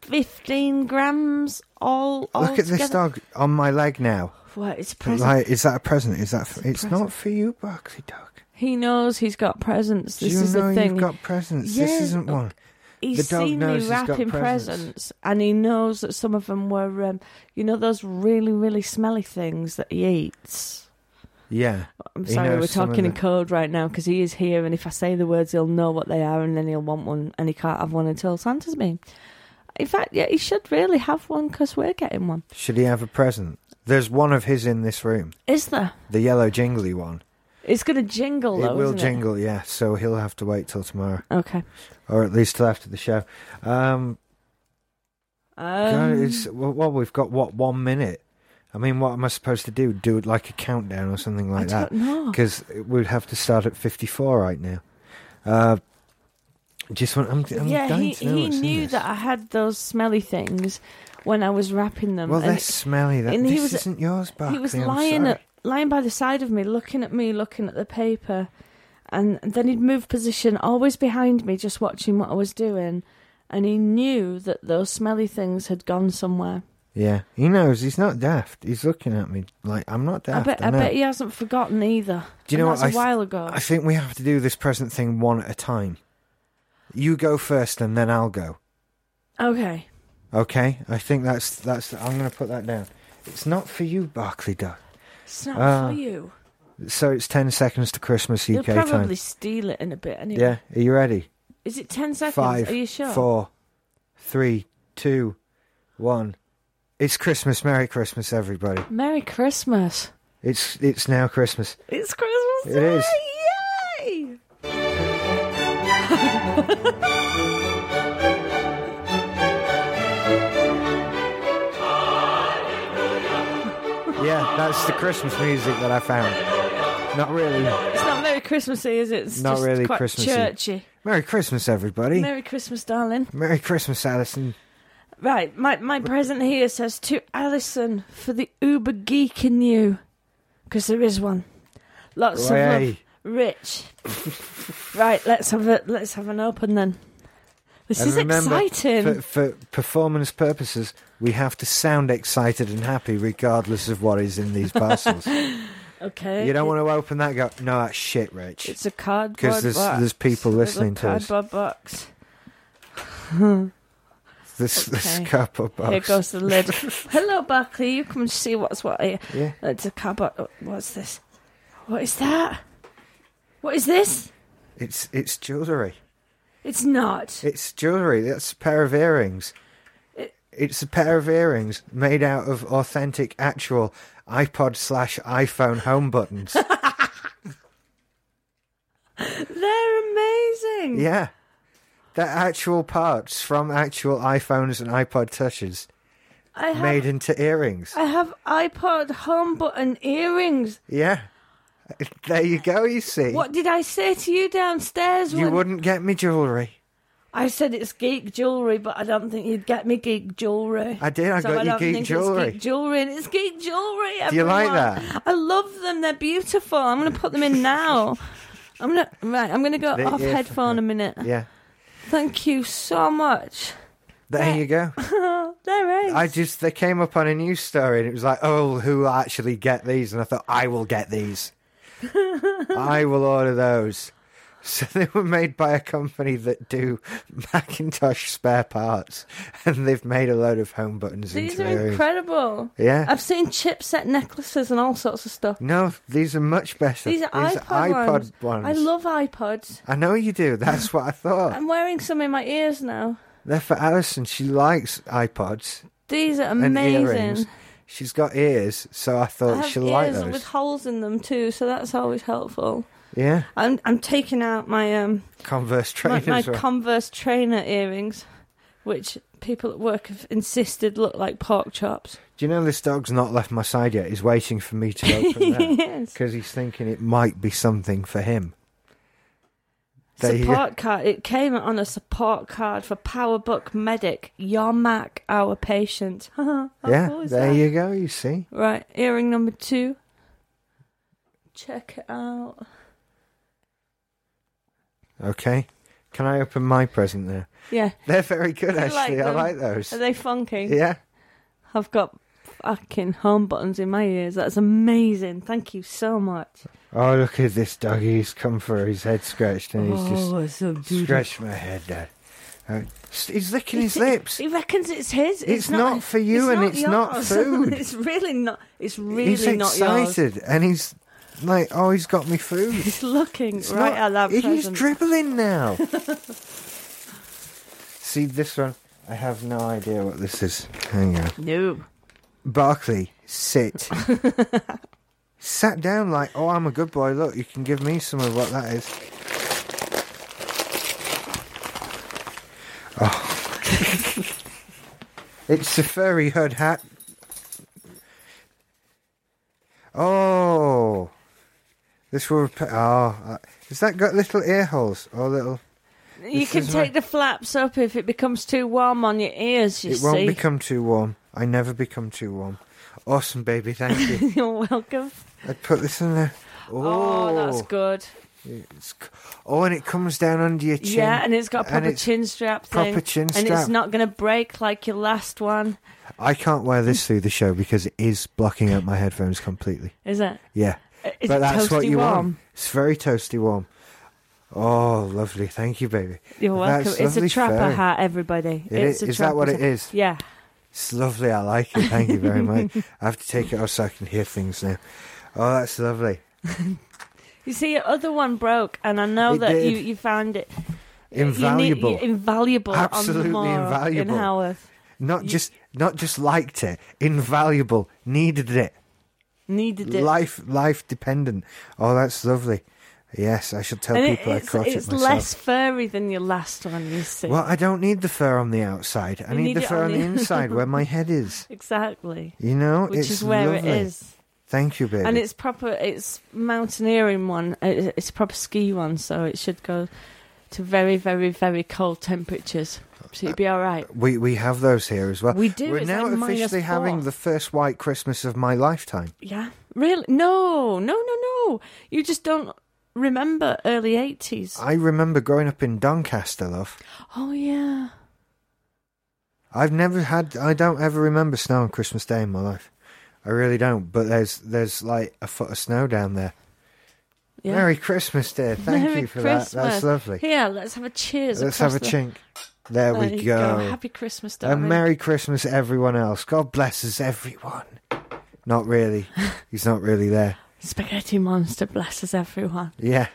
[SPEAKER 2] fifteen grams. All, all
[SPEAKER 1] Look at this
[SPEAKER 2] together.
[SPEAKER 1] dog on my leg now.
[SPEAKER 2] Well, it's a present.
[SPEAKER 1] Like, is that a present? Is that? For, it's
[SPEAKER 2] present.
[SPEAKER 1] not for you, Barkley dog.
[SPEAKER 2] He knows he's got presents.
[SPEAKER 1] Do
[SPEAKER 2] This
[SPEAKER 1] you
[SPEAKER 2] is
[SPEAKER 1] know
[SPEAKER 2] the thing.
[SPEAKER 1] you've got presents?
[SPEAKER 2] Yeah,
[SPEAKER 1] this isn't
[SPEAKER 2] look,
[SPEAKER 1] one.
[SPEAKER 2] He's
[SPEAKER 1] the dog
[SPEAKER 2] seen
[SPEAKER 1] knows
[SPEAKER 2] me
[SPEAKER 1] he's got
[SPEAKER 2] wrapping
[SPEAKER 1] presents.
[SPEAKER 2] presents, and he knows that some of them were, um, you know, those really, really smelly things that he eats.
[SPEAKER 1] Yeah.
[SPEAKER 2] I'm
[SPEAKER 1] He
[SPEAKER 2] sorry,
[SPEAKER 1] knows
[SPEAKER 2] we're
[SPEAKER 1] some of
[SPEAKER 2] talking in
[SPEAKER 1] the-
[SPEAKER 2] code right now because he is here, and if I say the words, he'll know what they are, and then he'll want one, and he can't have one until Santa's been. In fact, yeah, he should really have one because we're getting one.
[SPEAKER 1] Should he have a present? There's one of his in this room,
[SPEAKER 2] Is there?
[SPEAKER 1] the yellow jingly one.
[SPEAKER 2] It's going to jingle, though.
[SPEAKER 1] it will
[SPEAKER 2] isn't
[SPEAKER 1] jingle, yeah. So he'll have to wait till tomorrow,
[SPEAKER 2] Okay.
[SPEAKER 1] or at least till after the show. Um, God,
[SPEAKER 2] Um,
[SPEAKER 1] it's, well, well, we've got what one minute. I mean, what am I supposed to do? Do it like a countdown or something like
[SPEAKER 2] I
[SPEAKER 1] that?
[SPEAKER 2] don't know.
[SPEAKER 1] Because we'd have to start at fifty-four right now. Uh, just want. I'm, I'm
[SPEAKER 2] yeah,
[SPEAKER 1] dying
[SPEAKER 2] he,
[SPEAKER 1] to know
[SPEAKER 2] he
[SPEAKER 1] what's in
[SPEAKER 2] knew
[SPEAKER 1] this.
[SPEAKER 2] that I had those smelly things when I was wrapping them.
[SPEAKER 1] Well,
[SPEAKER 2] and
[SPEAKER 1] they're smelly. That
[SPEAKER 2] and he
[SPEAKER 1] this
[SPEAKER 2] was-
[SPEAKER 1] isn't yours, Barkley.
[SPEAKER 2] he was
[SPEAKER 1] I'm
[SPEAKER 2] lying
[SPEAKER 1] sorry.
[SPEAKER 2] at, lying by the side of me, looking at me, looking at the paper, and then he'd move position, always behind me, just watching what I was doing, and he knew that those smelly things had gone somewhere.
[SPEAKER 1] Yeah, he knows. He's not daft. He's looking at me like I'm not
[SPEAKER 2] I
[SPEAKER 1] daft.
[SPEAKER 2] bet,
[SPEAKER 1] I
[SPEAKER 2] I
[SPEAKER 1] know.
[SPEAKER 2] bet he hasn't forgotten either.
[SPEAKER 1] Do you
[SPEAKER 2] And
[SPEAKER 1] know
[SPEAKER 2] that's
[SPEAKER 1] what? I
[SPEAKER 2] a
[SPEAKER 1] th-
[SPEAKER 2] while ago.
[SPEAKER 1] I think we have to do this present thing one at a time. You go first, and then I'll go.
[SPEAKER 2] okay.
[SPEAKER 1] Okay, I think that's that's. I'm going to put that down. It's not for you, Barclay Duck.
[SPEAKER 2] It's not
[SPEAKER 1] Uh,
[SPEAKER 2] for you.
[SPEAKER 1] So it's ten seconds to Christmas
[SPEAKER 2] He'll
[SPEAKER 1] UK
[SPEAKER 2] probably
[SPEAKER 1] time.
[SPEAKER 2] steal it in a bit anyway.
[SPEAKER 1] Yeah, are you ready?
[SPEAKER 2] Is it 10 seconds?
[SPEAKER 1] Five,
[SPEAKER 2] Are you sure?
[SPEAKER 1] four, three, two, one. It's Christmas. Merry Christmas, everybody.
[SPEAKER 2] Merry Christmas.
[SPEAKER 1] It's it's now Christmas.
[SPEAKER 2] It's Christmas
[SPEAKER 1] It
[SPEAKER 2] Day!
[SPEAKER 1] is.
[SPEAKER 2] Yay!
[SPEAKER 1] Yeah, that's the Christmas music that I found. Not really.
[SPEAKER 2] It's not very Christmassy, is it? It's
[SPEAKER 1] Not
[SPEAKER 2] just
[SPEAKER 1] really
[SPEAKER 2] quite
[SPEAKER 1] Christmassy.
[SPEAKER 2] churchy.
[SPEAKER 1] Merry Christmas, everybody.
[SPEAKER 2] Merry Christmas, darling.
[SPEAKER 1] Merry Christmas, Alison.
[SPEAKER 2] Right, my, my present here says to Alison for the uber geek in you, because there is one. Lots of love,
[SPEAKER 1] Hey,
[SPEAKER 2] Rich. right, let's have a let's have an open then. This
[SPEAKER 1] And
[SPEAKER 2] is
[SPEAKER 1] remember,
[SPEAKER 2] exciting.
[SPEAKER 1] for, for performance purposes, we have to sound excited and happy regardless of what is in these parcels.
[SPEAKER 2] okay,
[SPEAKER 1] you don't want to open that. Go, no, that's shit, Rich.
[SPEAKER 2] It's a cardboard
[SPEAKER 1] 'Cause there's-
[SPEAKER 2] box.
[SPEAKER 1] there's people
[SPEAKER 2] Little
[SPEAKER 1] listening to us.
[SPEAKER 2] Cardboard box.
[SPEAKER 1] this this
[SPEAKER 2] okay.
[SPEAKER 1] cardboard box.
[SPEAKER 2] Here goes the lid. Hello, Barclay. You come and see what's what here.
[SPEAKER 1] Yeah.
[SPEAKER 2] It's a cardboard. oh, What's this? What is that? What is this?
[SPEAKER 1] It's it's jewellery.
[SPEAKER 2] It's not.
[SPEAKER 1] It's jewellery. That's a pair of earrings. It's a pair of earrings made out of authentic, actual iPod slash iPhone home buttons.
[SPEAKER 2] They're amazing.
[SPEAKER 1] yeah. They're actual parts from actual iPhones and iPod Touches
[SPEAKER 2] I have.
[SPEAKER 1] made into earrings.
[SPEAKER 2] I have iPod home button earrings.
[SPEAKER 1] Yeah. There you go, you see.
[SPEAKER 2] What did I say to you downstairs?
[SPEAKER 1] You
[SPEAKER 2] when-
[SPEAKER 1] wouldn't get me jewellery.
[SPEAKER 2] I said it's geek jewelry, but I don't think you'd get me geek jewelry.
[SPEAKER 1] I did, I
[SPEAKER 2] so
[SPEAKER 1] got
[SPEAKER 2] I
[SPEAKER 1] you
[SPEAKER 2] don't
[SPEAKER 1] geek
[SPEAKER 2] think
[SPEAKER 1] jewelry.
[SPEAKER 2] It's geek jewelry, and it's geek jewelry.
[SPEAKER 1] Do you like
[SPEAKER 2] everyone.
[SPEAKER 1] that?
[SPEAKER 2] I love them. They're beautiful. I'm going to put them in now. I'm gonna right. I'm gonna go
[SPEAKER 1] The
[SPEAKER 2] off
[SPEAKER 1] ear-
[SPEAKER 2] headphone a minute.
[SPEAKER 1] Yeah.
[SPEAKER 2] Thank you so much.
[SPEAKER 1] There you go.
[SPEAKER 2] There is.
[SPEAKER 1] I just, they came up on a news story and it was like, oh, who will actually get these? And I thought, I will get these. I will order those. So they were made by a company that do Macintosh spare parts and they've made a load of home buttons
[SPEAKER 2] These
[SPEAKER 1] into
[SPEAKER 2] are
[SPEAKER 1] earrings.
[SPEAKER 2] incredible.
[SPEAKER 1] Yeah.
[SPEAKER 2] I've seen chipset necklaces and all sorts of stuff.
[SPEAKER 1] No, these are much better.
[SPEAKER 2] These are iPod,
[SPEAKER 1] iPod
[SPEAKER 2] ones.
[SPEAKER 1] ones. Oh.
[SPEAKER 2] I love iPods.
[SPEAKER 1] I know you do. That's what I thought.
[SPEAKER 2] I'm wearing some in my ears now.
[SPEAKER 1] They're for Alison. She likes iPods
[SPEAKER 2] These are
[SPEAKER 1] and
[SPEAKER 2] amazing.
[SPEAKER 1] earrings. She's got ears, so I
[SPEAKER 2] I
[SPEAKER 1] thought
[SPEAKER 2] have
[SPEAKER 1] she
[SPEAKER 2] ears
[SPEAKER 1] liked those.
[SPEAKER 2] with holes in them too, so that's always helpful.
[SPEAKER 1] Yeah,
[SPEAKER 2] I'm I'm taking out my um
[SPEAKER 1] Converse
[SPEAKER 2] my,
[SPEAKER 1] trainers.
[SPEAKER 2] my
[SPEAKER 1] were-
[SPEAKER 2] Converse trainer earrings, which people at work have insisted look like pork chops.
[SPEAKER 1] Do you know this dog's not left my side yet? He's waiting for me to open that
[SPEAKER 2] yes.
[SPEAKER 1] because he's thinking it might be something for him. There you go.
[SPEAKER 2] support card. It came on a support card for PowerBook Medic. Your Mac, our patient. How cool
[SPEAKER 1] yeah,
[SPEAKER 2] is
[SPEAKER 1] there
[SPEAKER 2] that?
[SPEAKER 1] you go. You see,
[SPEAKER 2] Right, earring number two. Check it out.
[SPEAKER 1] okay. Can I open my present there?
[SPEAKER 2] Yeah,
[SPEAKER 1] They're very good,
[SPEAKER 2] You like
[SPEAKER 1] actually. I
[SPEAKER 2] them?
[SPEAKER 1] like those.
[SPEAKER 2] are they funky?
[SPEAKER 1] Yeah.
[SPEAKER 2] I've got fucking home buttons in my ears. That's amazing. Thank you so much.
[SPEAKER 1] Oh, look at this doggy. He's come for his head scratched and he's just
[SPEAKER 2] it's so beautiful.
[SPEAKER 1] Scratch my head, Dad. Uh, s- he's licking his
[SPEAKER 2] He-
[SPEAKER 1] lips.
[SPEAKER 2] He reckons it's his. It's,
[SPEAKER 1] It's not for you and it's not
[SPEAKER 2] yours.
[SPEAKER 1] food.
[SPEAKER 2] it's really not. It's really
[SPEAKER 1] He's
[SPEAKER 2] not yours.
[SPEAKER 1] excited and he's like, "Oh, he's got me food."
[SPEAKER 2] He's looking
[SPEAKER 1] It's
[SPEAKER 2] right
[SPEAKER 1] not-
[SPEAKER 2] at that
[SPEAKER 1] he's
[SPEAKER 2] present.
[SPEAKER 1] dribbling now. See this one? I have no idea what this is. Hang on.
[SPEAKER 2] No.
[SPEAKER 1] Barclay, sit. Sat down like, oh, I'm a good boy. Look, you can give me some of what that is. Oh. it's a furry hood hat. Oh. This will repair. Oh. uh, Has that got little ear holes or little.
[SPEAKER 2] You
[SPEAKER 1] This
[SPEAKER 2] can
[SPEAKER 1] is
[SPEAKER 2] take
[SPEAKER 1] my-
[SPEAKER 2] the flaps up if it becomes too warm on your ears, you
[SPEAKER 1] it
[SPEAKER 2] see.
[SPEAKER 1] won't become too warm. I never become too warm. Awesome, baby. Thank you.
[SPEAKER 2] You're welcome.
[SPEAKER 1] I'd put this in there.
[SPEAKER 2] Oh, that's good.
[SPEAKER 1] It's, c- oh, and it comes down under your chin.
[SPEAKER 2] Yeah, and it's got a
[SPEAKER 1] And
[SPEAKER 2] proper
[SPEAKER 1] it's-
[SPEAKER 2] chin strap
[SPEAKER 1] proper
[SPEAKER 2] thing.
[SPEAKER 1] chin
[SPEAKER 2] And it's
[SPEAKER 1] strap.
[SPEAKER 2] not going to break like your last one,
[SPEAKER 1] I can't wear this through the show because it is blocking out my headphones completely.
[SPEAKER 2] is it?
[SPEAKER 1] Yeah,
[SPEAKER 2] Uh, Is
[SPEAKER 1] but
[SPEAKER 2] it
[SPEAKER 1] that's
[SPEAKER 2] toasty
[SPEAKER 1] what you
[SPEAKER 2] warm?
[SPEAKER 1] want. It's very toasty warm. Oh, lovely! Thank you, baby.
[SPEAKER 2] You're welcome.
[SPEAKER 1] That's
[SPEAKER 2] it's a
[SPEAKER 1] lovely
[SPEAKER 2] trapper
[SPEAKER 1] fur.
[SPEAKER 2] hat, everybody.
[SPEAKER 1] It
[SPEAKER 2] it's
[SPEAKER 1] is,
[SPEAKER 2] a
[SPEAKER 1] is that
[SPEAKER 2] trapper
[SPEAKER 1] what it
[SPEAKER 2] hat.
[SPEAKER 1] is?
[SPEAKER 2] Yeah.
[SPEAKER 1] It's lovely. I like it. Thank you very much. I have to take it off so I can hear things now. Oh, that's lovely.
[SPEAKER 2] You see, your other one broke, and I know
[SPEAKER 1] It
[SPEAKER 2] that
[SPEAKER 1] did.
[SPEAKER 2] you, you found it you need-
[SPEAKER 1] Invaluable.
[SPEAKER 2] you- invaluable, on the
[SPEAKER 1] Absolutely
[SPEAKER 2] moor
[SPEAKER 1] invaluable.
[SPEAKER 2] In Haworth,
[SPEAKER 1] Not
[SPEAKER 2] you-
[SPEAKER 1] just not just liked it. Invaluable. Needed it.
[SPEAKER 2] needed it.
[SPEAKER 1] life life dependent. Oh, that's lovely. Yes, I should tell
[SPEAKER 2] and it-
[SPEAKER 1] people
[SPEAKER 2] it's,
[SPEAKER 1] I caught
[SPEAKER 2] it's
[SPEAKER 1] it myself.
[SPEAKER 2] less furry than your last one. You see,
[SPEAKER 1] Well, I don't need the fur on the outside. I
[SPEAKER 2] You
[SPEAKER 1] need,
[SPEAKER 2] need
[SPEAKER 1] the
[SPEAKER 2] it
[SPEAKER 1] fur
[SPEAKER 2] on
[SPEAKER 1] on the
[SPEAKER 2] the-
[SPEAKER 1] inside where my head is.
[SPEAKER 2] exactly,
[SPEAKER 1] You know,
[SPEAKER 2] which
[SPEAKER 1] it's
[SPEAKER 2] is where
[SPEAKER 1] lovely.
[SPEAKER 2] it is.
[SPEAKER 1] Thank you, baby.
[SPEAKER 2] And it's proper. It's mountaineering one. It- It's a proper ski one, so it should go to very, very, very cold temperatures. So you'd be all right.
[SPEAKER 1] we we have those here as well.
[SPEAKER 2] We do,
[SPEAKER 1] We're
[SPEAKER 2] it's
[SPEAKER 1] now
[SPEAKER 2] like minus
[SPEAKER 1] officially
[SPEAKER 2] four.
[SPEAKER 1] having the first white Christmas of my lifetime.
[SPEAKER 2] Yeah, really? No, no, no, no. You just don't remember early eighties.
[SPEAKER 1] I remember growing up in Doncaster, love.
[SPEAKER 2] Oh yeah.
[SPEAKER 1] I've never had. I don't ever remember snow on Christmas Day in my life. I really don't. But there's there's like a foot of snow down there.
[SPEAKER 2] Yeah.
[SPEAKER 1] Merry Christmas, dear. Thank
[SPEAKER 2] Merry
[SPEAKER 1] you for that.
[SPEAKER 2] Christmas.
[SPEAKER 1] That's lovely.
[SPEAKER 2] Here, let's have a cheers.
[SPEAKER 1] Let's
[SPEAKER 2] across
[SPEAKER 1] have a
[SPEAKER 2] the-
[SPEAKER 1] chink. There,
[SPEAKER 2] There
[SPEAKER 1] we
[SPEAKER 2] you
[SPEAKER 1] go.
[SPEAKER 2] Happy Christmas, darling.
[SPEAKER 1] And Merry Christmas, everyone else. God blesses everyone. Not really. He's not really there.
[SPEAKER 2] Spaghetti monster blesses everyone.
[SPEAKER 1] Yeah.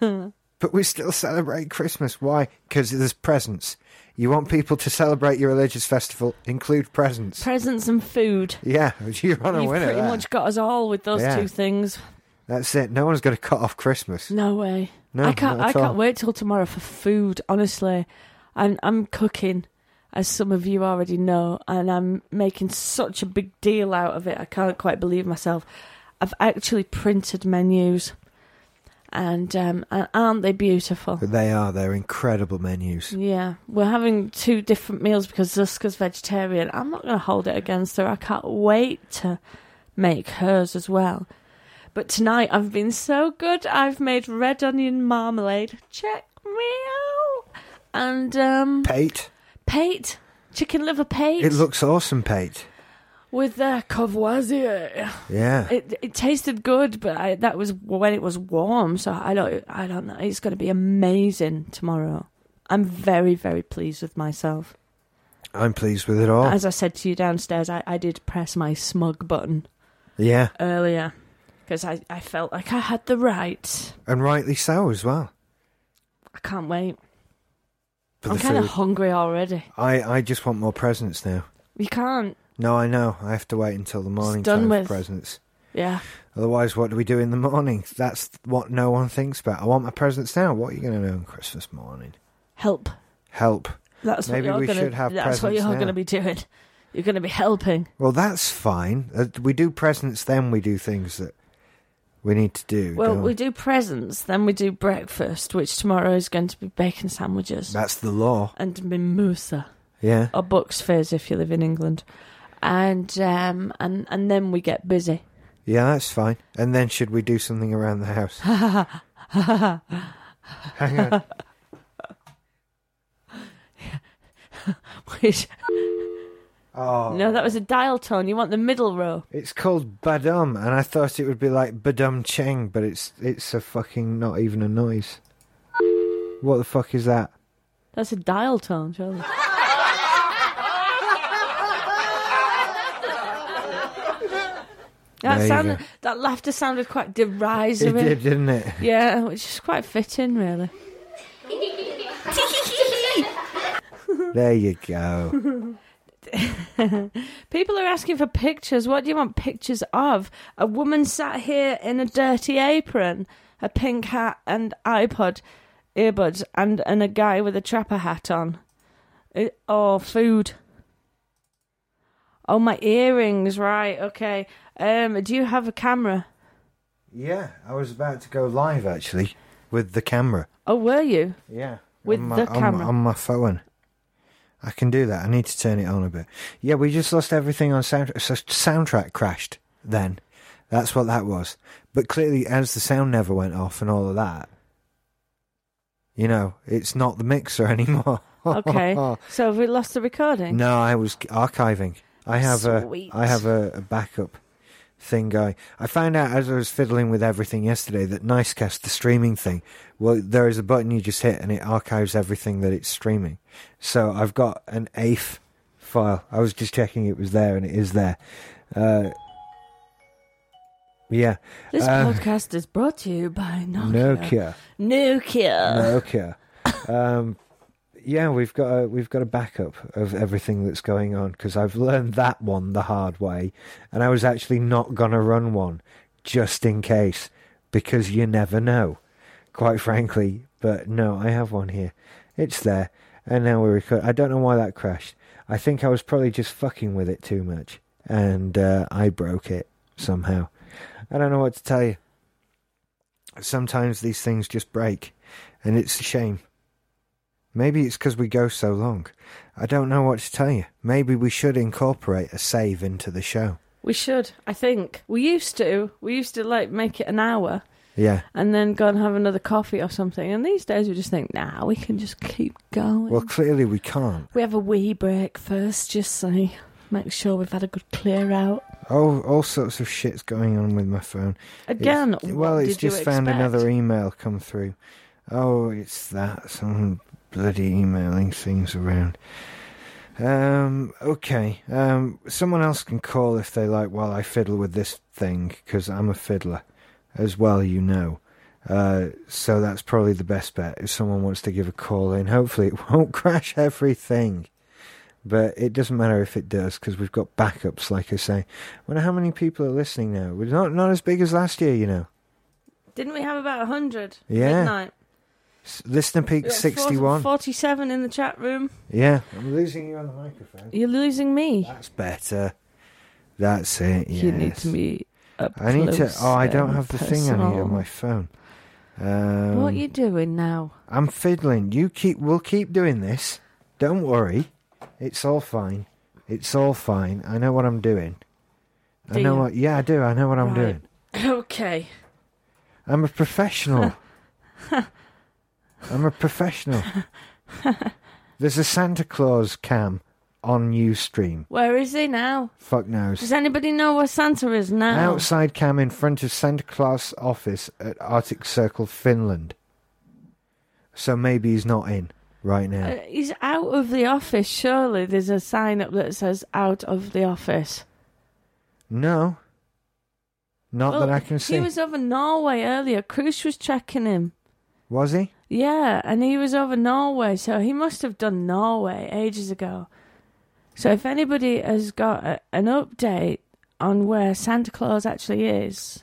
[SPEAKER 1] but we still celebrate Christmas. Why? Because there's presents. You want people to celebrate your religious festival, include presents.
[SPEAKER 2] Presents and food.
[SPEAKER 1] yeah, you're on a
[SPEAKER 2] You've
[SPEAKER 1] winner.
[SPEAKER 2] pretty
[SPEAKER 1] there.
[SPEAKER 2] much got us all with those
[SPEAKER 1] Yeah.
[SPEAKER 2] two things.
[SPEAKER 1] That's it. No one's going to cut off Christmas.
[SPEAKER 2] No way.
[SPEAKER 1] No,
[SPEAKER 2] I can't.
[SPEAKER 1] not
[SPEAKER 2] I
[SPEAKER 1] at all.
[SPEAKER 2] can't wait till tomorrow for food. Honestly, I'm I'm cooking, as some of you already know, and I'm making such a big deal out of it. I can't quite believe myself. I've actually printed menus, and um, and aren't they beautiful?
[SPEAKER 1] But they are. They're incredible menus.
[SPEAKER 2] Yeah, we're having two different meals because Zuska's vegetarian. I'm not going to hold it against her. I can't wait to make hers as well. But tonight I've been so good. I've made red onion marmalade. Check me out. And um,
[SPEAKER 1] Pate.
[SPEAKER 2] pate, chicken liver pate
[SPEAKER 1] It looks awesome, Pate.
[SPEAKER 2] with uh, courvoisier.
[SPEAKER 1] Yeah.
[SPEAKER 2] It it tasted good, but I, that was when it was warm. So I don't I don't know. It's going to be amazing tomorrow. I'm very very pleased with myself.
[SPEAKER 1] I'm pleased with it all.
[SPEAKER 2] As I said to you downstairs, I, I did press my smug button
[SPEAKER 1] Yeah.
[SPEAKER 2] earlier because I, I felt like I had the right.
[SPEAKER 1] And rightly so as well.
[SPEAKER 2] I can't wait.
[SPEAKER 1] For
[SPEAKER 2] I'm
[SPEAKER 1] the
[SPEAKER 2] kind of
[SPEAKER 1] food.
[SPEAKER 2] hungry already.
[SPEAKER 1] I, I just want more presents now.
[SPEAKER 2] You can't.
[SPEAKER 1] No, I know. I have to wait until the morning
[SPEAKER 2] done
[SPEAKER 1] time
[SPEAKER 2] with.
[SPEAKER 1] for presents.
[SPEAKER 2] Yeah.
[SPEAKER 1] Otherwise, what do we do in the morning? That's what no one thinks about. I want my presents now. What are you going to do on Christmas morning?
[SPEAKER 2] Help.
[SPEAKER 1] Help.
[SPEAKER 2] That's
[SPEAKER 1] Maybe
[SPEAKER 2] what
[SPEAKER 1] we
[SPEAKER 2] you're going
[SPEAKER 1] should
[SPEAKER 2] to
[SPEAKER 1] have
[SPEAKER 2] That's what
[SPEAKER 1] presents
[SPEAKER 2] you're
[SPEAKER 1] now.
[SPEAKER 2] going to be doing. You're going to be helping.
[SPEAKER 1] Well, that's fine. Uh, we do presents, then we do things that we need to do.
[SPEAKER 2] Well,
[SPEAKER 1] don't
[SPEAKER 2] we do presents, then we do breakfast, which tomorrow is going to be bacon sandwiches
[SPEAKER 1] That's the law.
[SPEAKER 2] and mimosa.
[SPEAKER 1] Yeah.
[SPEAKER 2] or Bucks Fizz if you live in England, and um, and and then we get busy.
[SPEAKER 1] Yeah, that's fine. And then should we do something around the house? Hang on.
[SPEAKER 2] Which
[SPEAKER 1] Oh.
[SPEAKER 2] no, that was a dial tone. You want the middle row?
[SPEAKER 1] It's called Badum, and I thought it would be like Badum Cheng, but it's it's a fucking not even a noise. What the fuck is that?
[SPEAKER 2] That's a dial tone, surely.
[SPEAKER 1] There
[SPEAKER 2] That
[SPEAKER 1] you
[SPEAKER 2] sounded,
[SPEAKER 1] go.
[SPEAKER 2] that laughter sounded quite
[SPEAKER 1] It
[SPEAKER 2] derisory.
[SPEAKER 1] did, didn't it?
[SPEAKER 2] Yeah, which is quite fitting, really.
[SPEAKER 1] There you go.
[SPEAKER 2] People are asking for pictures. What do you want pictures of? A woman sat here in a dirty apron, a pink hat, and iPod earbuds, and, and a guy with a trapper hat on. It, oh, food. Oh, my earrings. Right. Okay. Um, do you have a camera?
[SPEAKER 1] yeah, I was about to go live actually with the camera.
[SPEAKER 2] Oh, were you?
[SPEAKER 1] Yeah. uh,
[SPEAKER 2] With
[SPEAKER 1] on my,
[SPEAKER 2] the
[SPEAKER 1] on my-
[SPEAKER 2] camera.
[SPEAKER 1] On, my phone. I can do that. I need to turn it on a bit. Yeah, we just lost everything on soundtrack. So soundtrack crashed then. That's what that was. But clearly, as the sound never went off and all of that, you know, it's not the mixer anymore.
[SPEAKER 2] Okay. so have we lost the recording?
[SPEAKER 1] No, I was archiving. I have
[SPEAKER 2] Sweet.
[SPEAKER 1] a I have a, a backup thing going. I found out as I was fiddling with everything yesterday that Nicecast, the streaming thing, well, there is a button you just hit and it archives everything that it's streaming. So I've got an AIF file. I was just checking it was there and it is there. Uh, yeah.
[SPEAKER 2] This
[SPEAKER 1] Um,
[SPEAKER 2] podcast is brought to you by Nokia.
[SPEAKER 1] Nokia.
[SPEAKER 2] Nokia.
[SPEAKER 1] Nokia. um, yeah, we've got a, we've got a backup of everything that's going on because I've learned that one the hard way, and I was actually not gonna run one just in case because you never know, quite frankly. But no, I have one here. It's there, and now we're recording. I don't know why that crashed. I think I was probably just fucking with it too much, and uh, I broke it somehow. I don't know what to tell you. Sometimes these things just break and it's a shame. Maybe it's because we go so long. I don't know what to tell you. Maybe we should incorporate a save into the show.
[SPEAKER 2] We should, I think. We used to. We used to like make it an hour
[SPEAKER 1] Yeah.
[SPEAKER 2] and then go and have another coffee or something. And these days we just think, nah, we can just keep going.
[SPEAKER 1] Well, clearly we can't.
[SPEAKER 2] we have a wee break first, just so make sure we've had a good clear out.
[SPEAKER 1] Oh, all sorts of shit's going on with my phone. It's-
[SPEAKER 2] Again,
[SPEAKER 1] well,
[SPEAKER 2] what
[SPEAKER 1] it's
[SPEAKER 2] did you
[SPEAKER 1] just found
[SPEAKER 2] expect?
[SPEAKER 1] another email come through. Oh, it's that some bloody emailing things around. Um, okay. Um, someone else can call if they like while I fiddle with this thing because I'm a fiddler, as well, you know. Uh, so that's probably the best bet if someone wants to give a call in. Hopefully, it won't crash everything. But it doesn't matter if it does because we've got backups, like I say. I wonder how many people are listening now. We're not not as big as last year, you know.
[SPEAKER 2] Didn't we have about 100?
[SPEAKER 1] Yeah.
[SPEAKER 2] Midnight.
[SPEAKER 1] S- Listener peak
[SPEAKER 2] We got
[SPEAKER 1] 61.
[SPEAKER 2] 47 in the chat room.
[SPEAKER 1] Yeah. I'm losing you on the microphone.
[SPEAKER 2] You're losing me.
[SPEAKER 1] That's better. That's it. Yes.
[SPEAKER 2] You need to be up
[SPEAKER 1] I need to.
[SPEAKER 2] close
[SPEAKER 1] Oh, I don't
[SPEAKER 2] and
[SPEAKER 1] have the thing on
[SPEAKER 2] personal.
[SPEAKER 1] here on my phone. Um,
[SPEAKER 2] What are you doing now?
[SPEAKER 1] I'm fiddling. You keep. We'll keep doing this. Don't worry. It's all fine. It's all fine. I know what I'm doing.
[SPEAKER 2] Do
[SPEAKER 1] I know
[SPEAKER 2] you?
[SPEAKER 1] what. Yeah, I do. I know what I'm
[SPEAKER 2] Right.
[SPEAKER 1] doing.
[SPEAKER 2] Okay.
[SPEAKER 1] I'm a professional. I'm a professional. There's a Santa Claus cam on Ustream.
[SPEAKER 2] Where is he now?
[SPEAKER 1] Fuck knows.
[SPEAKER 2] Does anybody know where Santa is now?
[SPEAKER 1] Outside cam in front of Santa Claus office at Arctic Circle, Finland. So maybe he's not in right now.
[SPEAKER 2] Uh, he's out of the office, surely. There's a sign up that says out of the office.
[SPEAKER 1] no. Not
[SPEAKER 2] Well,
[SPEAKER 1] that I can see.
[SPEAKER 2] He was over Norway earlier. Cruz was checking him.
[SPEAKER 1] Was he?
[SPEAKER 2] Yeah, and he was over Norway, so he must have done Norway ages ago. So if anybody has got a, an update on where Santa Claus actually is,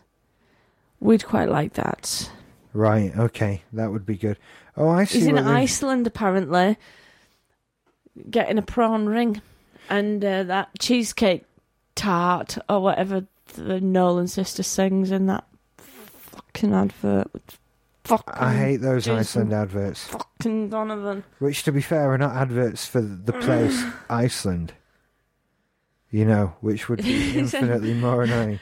[SPEAKER 2] we'd quite like that.
[SPEAKER 1] Right, okay. That would be good. Oh, I see.
[SPEAKER 2] He's in
[SPEAKER 1] what they've-
[SPEAKER 2] Iceland, apparently, getting a prawn ring and uh, that cheesecake tart or whatever the Nolan sister sings in that fucking advert. Fucking,
[SPEAKER 1] I hate those
[SPEAKER 2] Jason.
[SPEAKER 1] Iceland adverts.
[SPEAKER 2] fucking Donovan.
[SPEAKER 1] Which, to be fair, are not adverts for the place Iceland. You know, which would be infinitely more annoying.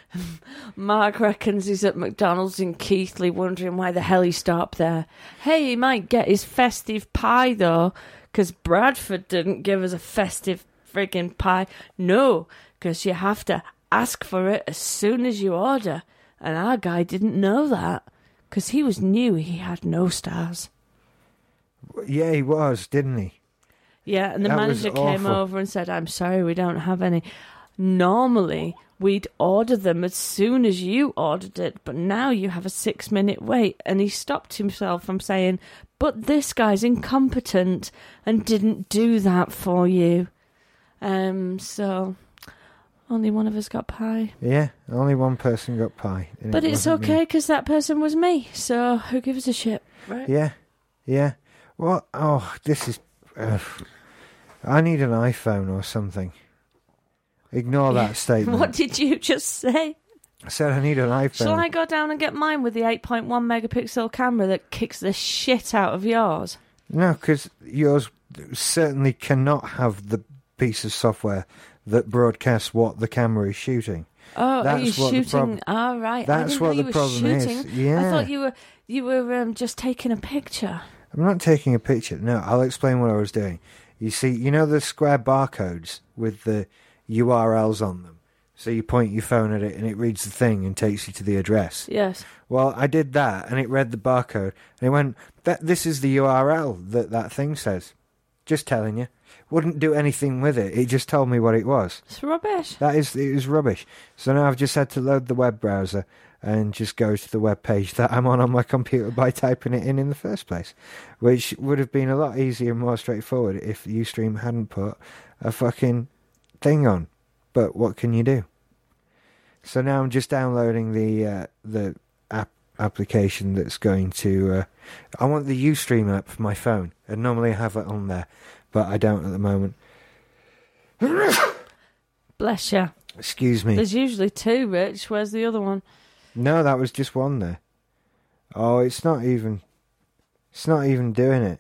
[SPEAKER 2] Mark reckons he's at McDonald's in Keithley wondering why the hell he stopped there. Hey, he might get his festive pie though, 'cause Bradford didn't give us a festive friggin' pie. No, 'cause you have to ask for it as soon as you order. And our guy didn't know that, 'cause he was new, he had no stars.
[SPEAKER 1] Yeah, he was, didn't he?
[SPEAKER 2] Yeah, and the
[SPEAKER 1] That was
[SPEAKER 2] manager came
[SPEAKER 1] awful.
[SPEAKER 2] over and said, I'm sorry, we don't have any. Normally, we'd order them as soon as you ordered it, but now you have a six minute wait. And he stopped himself from saying, But this guy's incompetent and didn't do that for you. Um, so only one of us got pie.
[SPEAKER 1] Yeah, only one person got pie. and it
[SPEAKER 2] But it's
[SPEAKER 1] wasn't me.
[SPEAKER 2] okay because that person was me, so who gives a shit, right?
[SPEAKER 1] Yeah, yeah. What? Oh, this is. Uh, I need an iPhone or something. Ignore that statement.
[SPEAKER 2] What did you just say?
[SPEAKER 1] I said I need an iPhone.
[SPEAKER 2] Shall I go down and get mine with the 8.1 megapixel camera that kicks the shit out of yours?
[SPEAKER 1] No, because yours certainly cannot have the piece of software that broadcasts what the camera is shooting.
[SPEAKER 2] Oh,
[SPEAKER 1] That's
[SPEAKER 2] are you
[SPEAKER 1] what the
[SPEAKER 2] shooting? All right, I
[SPEAKER 1] That's
[SPEAKER 2] didn't
[SPEAKER 1] what
[SPEAKER 2] know you
[SPEAKER 1] the
[SPEAKER 2] were
[SPEAKER 1] problem is,
[SPEAKER 2] shooting. I
[SPEAKER 1] yeah.
[SPEAKER 2] thought you were you were um, just taking a picture.
[SPEAKER 1] I'm not taking a picture. No, I'll explain what I was doing. You see, you know the square barcodes with the URLs on them. So you point your phone at it and it reads the thing and takes you to the address.
[SPEAKER 2] Yes.
[SPEAKER 1] Well, I did that, and it read the barcode, and it went, "That this is the URL that that thing says." Just telling you, wouldn't do anything with it. It just told me what it was.
[SPEAKER 2] It's rubbish.
[SPEAKER 1] That is, it was rubbish. So now I've just had to load the web browser and just go to the web page that I'm on on my computer by typing it in in the first place, which would have been a lot easier and more straightforward if UStream hadn't put a fucking thing on. But what can you do? So now I'm just downloading the uh, the app application that's going to. Uh, I want the UStream app for my phone, and normally I have it on there, but I don't at the moment.
[SPEAKER 2] Bless you.
[SPEAKER 1] Excuse me.
[SPEAKER 2] There's usually two, Rich. Where's the other one?
[SPEAKER 1] No, that was just one there. Oh, it's not even. It's not even doing it.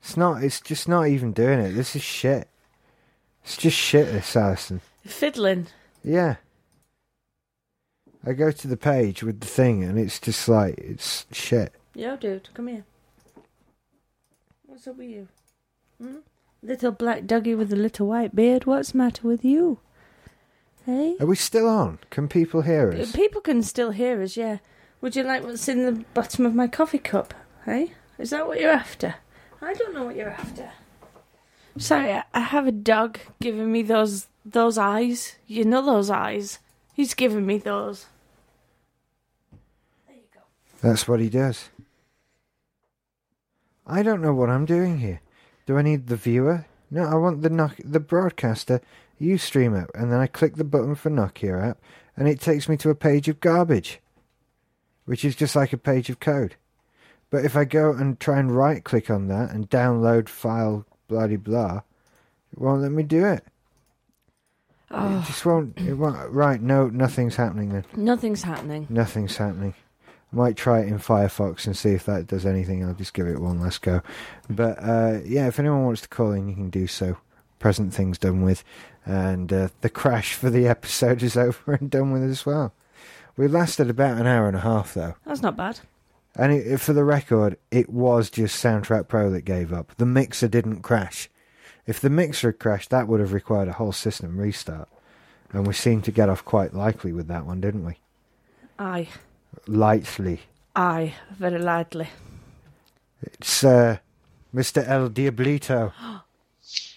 [SPEAKER 1] It's not. It's just not even doing it. This is shit. It's just shit, this Alison.
[SPEAKER 2] Fiddling.
[SPEAKER 1] Yeah. I go to the page with the thing, and it's just like it's shit.
[SPEAKER 2] Yo, dude, come here. What's up with you? Hmm? Little black doggy with a little white beard. What's the matter with you? Hey.
[SPEAKER 1] Are we still on? Can people hear us?
[SPEAKER 2] People can still hear us, yeah. Would you like what's in the bottom of my coffee cup? Hey? Is that what you're after? I don't know what you're after. Sorry, I- I have a dog giving me those those eyes. You know those eyes. He's giving me those. There you go.
[SPEAKER 1] That's what he does. I don't know what I'm doing here. Do I need the viewer? No, I want the Nok- the broadcaster Ustream app, and then I click the button for Nokia app, and it takes me to a page of garbage, which is just like a page of code. But if I go and try and right click on that and download file, bloody blah, it won't let me do it. It just won't. It won't. Right? No, nothing's happening then.
[SPEAKER 2] Nothing's happening.
[SPEAKER 1] Nothing's happening. I might try it in Firefox and see if that does anything. I'll just give it one last go. But uh, yeah, if anyone wants to call in, you can do so. Present things done with, and uh, the crash for the episode is over and done with as well. We lasted about an hour and a half though,
[SPEAKER 2] That's not bad.
[SPEAKER 1] and it, for the record, it was just Soundtrack Pro that gave up. The mixer didn't crash. If the mixer had crashed, that would have required a whole system restart, and we seemed to get off quite lightly with that one, didn't we?
[SPEAKER 2] Aye.
[SPEAKER 1] Lightly.
[SPEAKER 2] Aye. Very lightly.
[SPEAKER 1] It's uh, Mr. El Diablito.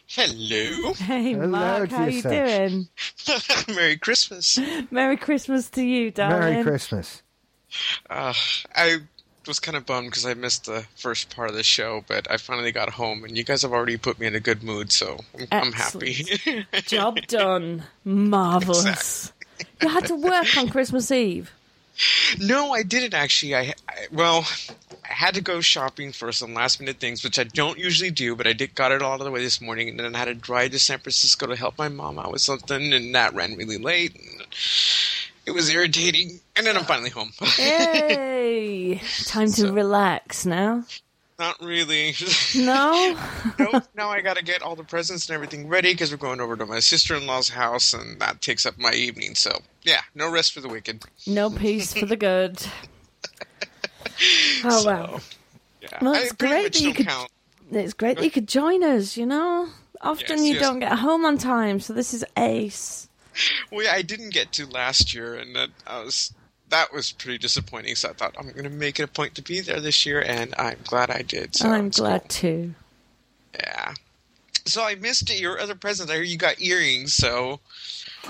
[SPEAKER 6] Hello.
[SPEAKER 2] Hey,
[SPEAKER 1] Hello
[SPEAKER 2] Mark,
[SPEAKER 1] to
[SPEAKER 2] how you
[SPEAKER 1] yourself.
[SPEAKER 2] doing?
[SPEAKER 6] Merry Christmas.
[SPEAKER 2] Merry Christmas to you, darling.
[SPEAKER 1] Merry Christmas.
[SPEAKER 6] Uh, I was kind of bummed because I missed the first part of the show, but I finally got home, and you guys have already put me in a good mood, so I'm, I'm happy.
[SPEAKER 2] Job done. Marvellous. You had to work on Christmas Eve.
[SPEAKER 6] no, I didn't actually. I, I well, I had to go shopping for some last minute things, which I don't usually do, but I did got it all out of the way this morning, and then I had to drive to San Francisco to help my mom out with something, and that ran really late. And it was irritating, and then I'm finally home.
[SPEAKER 2] Yay! Time to relax now.
[SPEAKER 6] Not really.
[SPEAKER 2] No?
[SPEAKER 6] nope, now I gotta get all the presents and everything ready because we're going over to my sister in law's house, and that takes up my evening. So yeah, no rest for the wicked.
[SPEAKER 2] No peace for the good. Oh, wow.
[SPEAKER 6] Yeah,
[SPEAKER 2] Well, it's
[SPEAKER 6] I
[SPEAKER 2] great
[SPEAKER 6] pretty much
[SPEAKER 2] that you
[SPEAKER 6] don't
[SPEAKER 2] could-
[SPEAKER 6] count.
[SPEAKER 2] It's great that you could join us, you know? Often
[SPEAKER 6] Yes,
[SPEAKER 2] you
[SPEAKER 6] yes.
[SPEAKER 2] don't get home on time, so this is ace.
[SPEAKER 6] Well, yeah, I didn't get to last year, and that I was that was pretty disappointing. So I thought I'm gonna make it a point to be there this year, and I'm glad I did. So
[SPEAKER 2] I'm
[SPEAKER 6] it's
[SPEAKER 2] glad
[SPEAKER 6] cool.
[SPEAKER 2] too.
[SPEAKER 6] Yeah. so I missed it. Your other presents. I hear you got earrings. So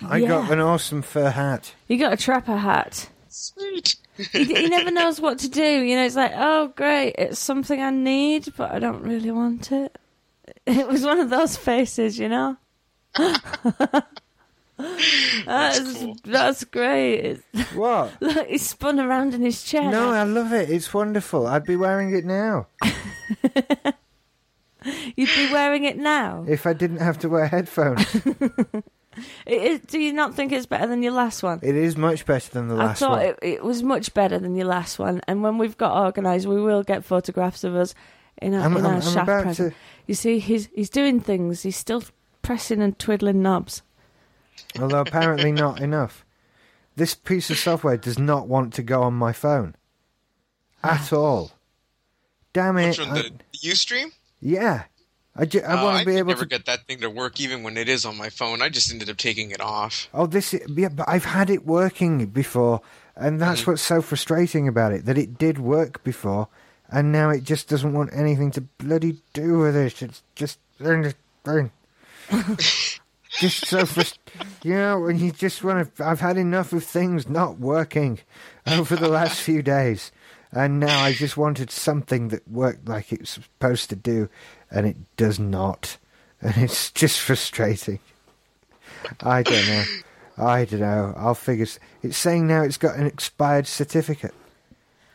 [SPEAKER 1] I got
[SPEAKER 2] Yeah.
[SPEAKER 1] an awesome fur hat.
[SPEAKER 2] You got a trapper hat.
[SPEAKER 6] sweet.
[SPEAKER 2] He, he never knows what to do. You know, it's like, oh, great, it's something I need, but I don't really want it. It was one of those faces, you know? that's,
[SPEAKER 6] cool.
[SPEAKER 2] that's great. It's-
[SPEAKER 1] What?
[SPEAKER 2] look, he spun around in his chair.
[SPEAKER 1] No, I love it. It's wonderful. I'd be wearing it now
[SPEAKER 2] You'd be wearing it now.
[SPEAKER 1] if I didn't have to wear headphones.
[SPEAKER 2] It is- do you not think it's better than your last one?
[SPEAKER 1] It is much better than the
[SPEAKER 2] I
[SPEAKER 1] last
[SPEAKER 2] thought
[SPEAKER 1] one.
[SPEAKER 2] It, it was much better than your last one. And when we've got organised, we will get photographs of us in our,
[SPEAKER 1] I'm-
[SPEAKER 2] in
[SPEAKER 1] I'm-
[SPEAKER 2] our
[SPEAKER 1] I'm
[SPEAKER 2] shaft
[SPEAKER 1] about
[SPEAKER 2] present.
[SPEAKER 1] to-
[SPEAKER 2] You see, he's he's doing things. He's still pressing and twiddling knobs.
[SPEAKER 1] Although apparently not enough. This piece of software does not want to go on my phone at
[SPEAKER 2] Ah.
[SPEAKER 1] all. Damn it!
[SPEAKER 6] Which one?
[SPEAKER 1] I-
[SPEAKER 6] The UStream.
[SPEAKER 1] yeah, I, ju- I
[SPEAKER 6] Uh,
[SPEAKER 1] want to be
[SPEAKER 6] could
[SPEAKER 1] able
[SPEAKER 6] never
[SPEAKER 1] to.
[SPEAKER 6] get that thing to work even when it is on my phone. I just ended up taking it off.
[SPEAKER 1] Oh, this. i- Yeah, but I've had it working before, and that's what's so frustrating about it. That it did work before, and now it just doesn't want anything to bloody do with it. It's just. Just so frust- you know when you just want to. I've had enough of things not working over the last few days, and now I just wanted something that worked like it's supposed to do, and it does not, and it's just frustrating. I don't know. I don't know. I'll figure. s- It's saying now it's got an expired certificate.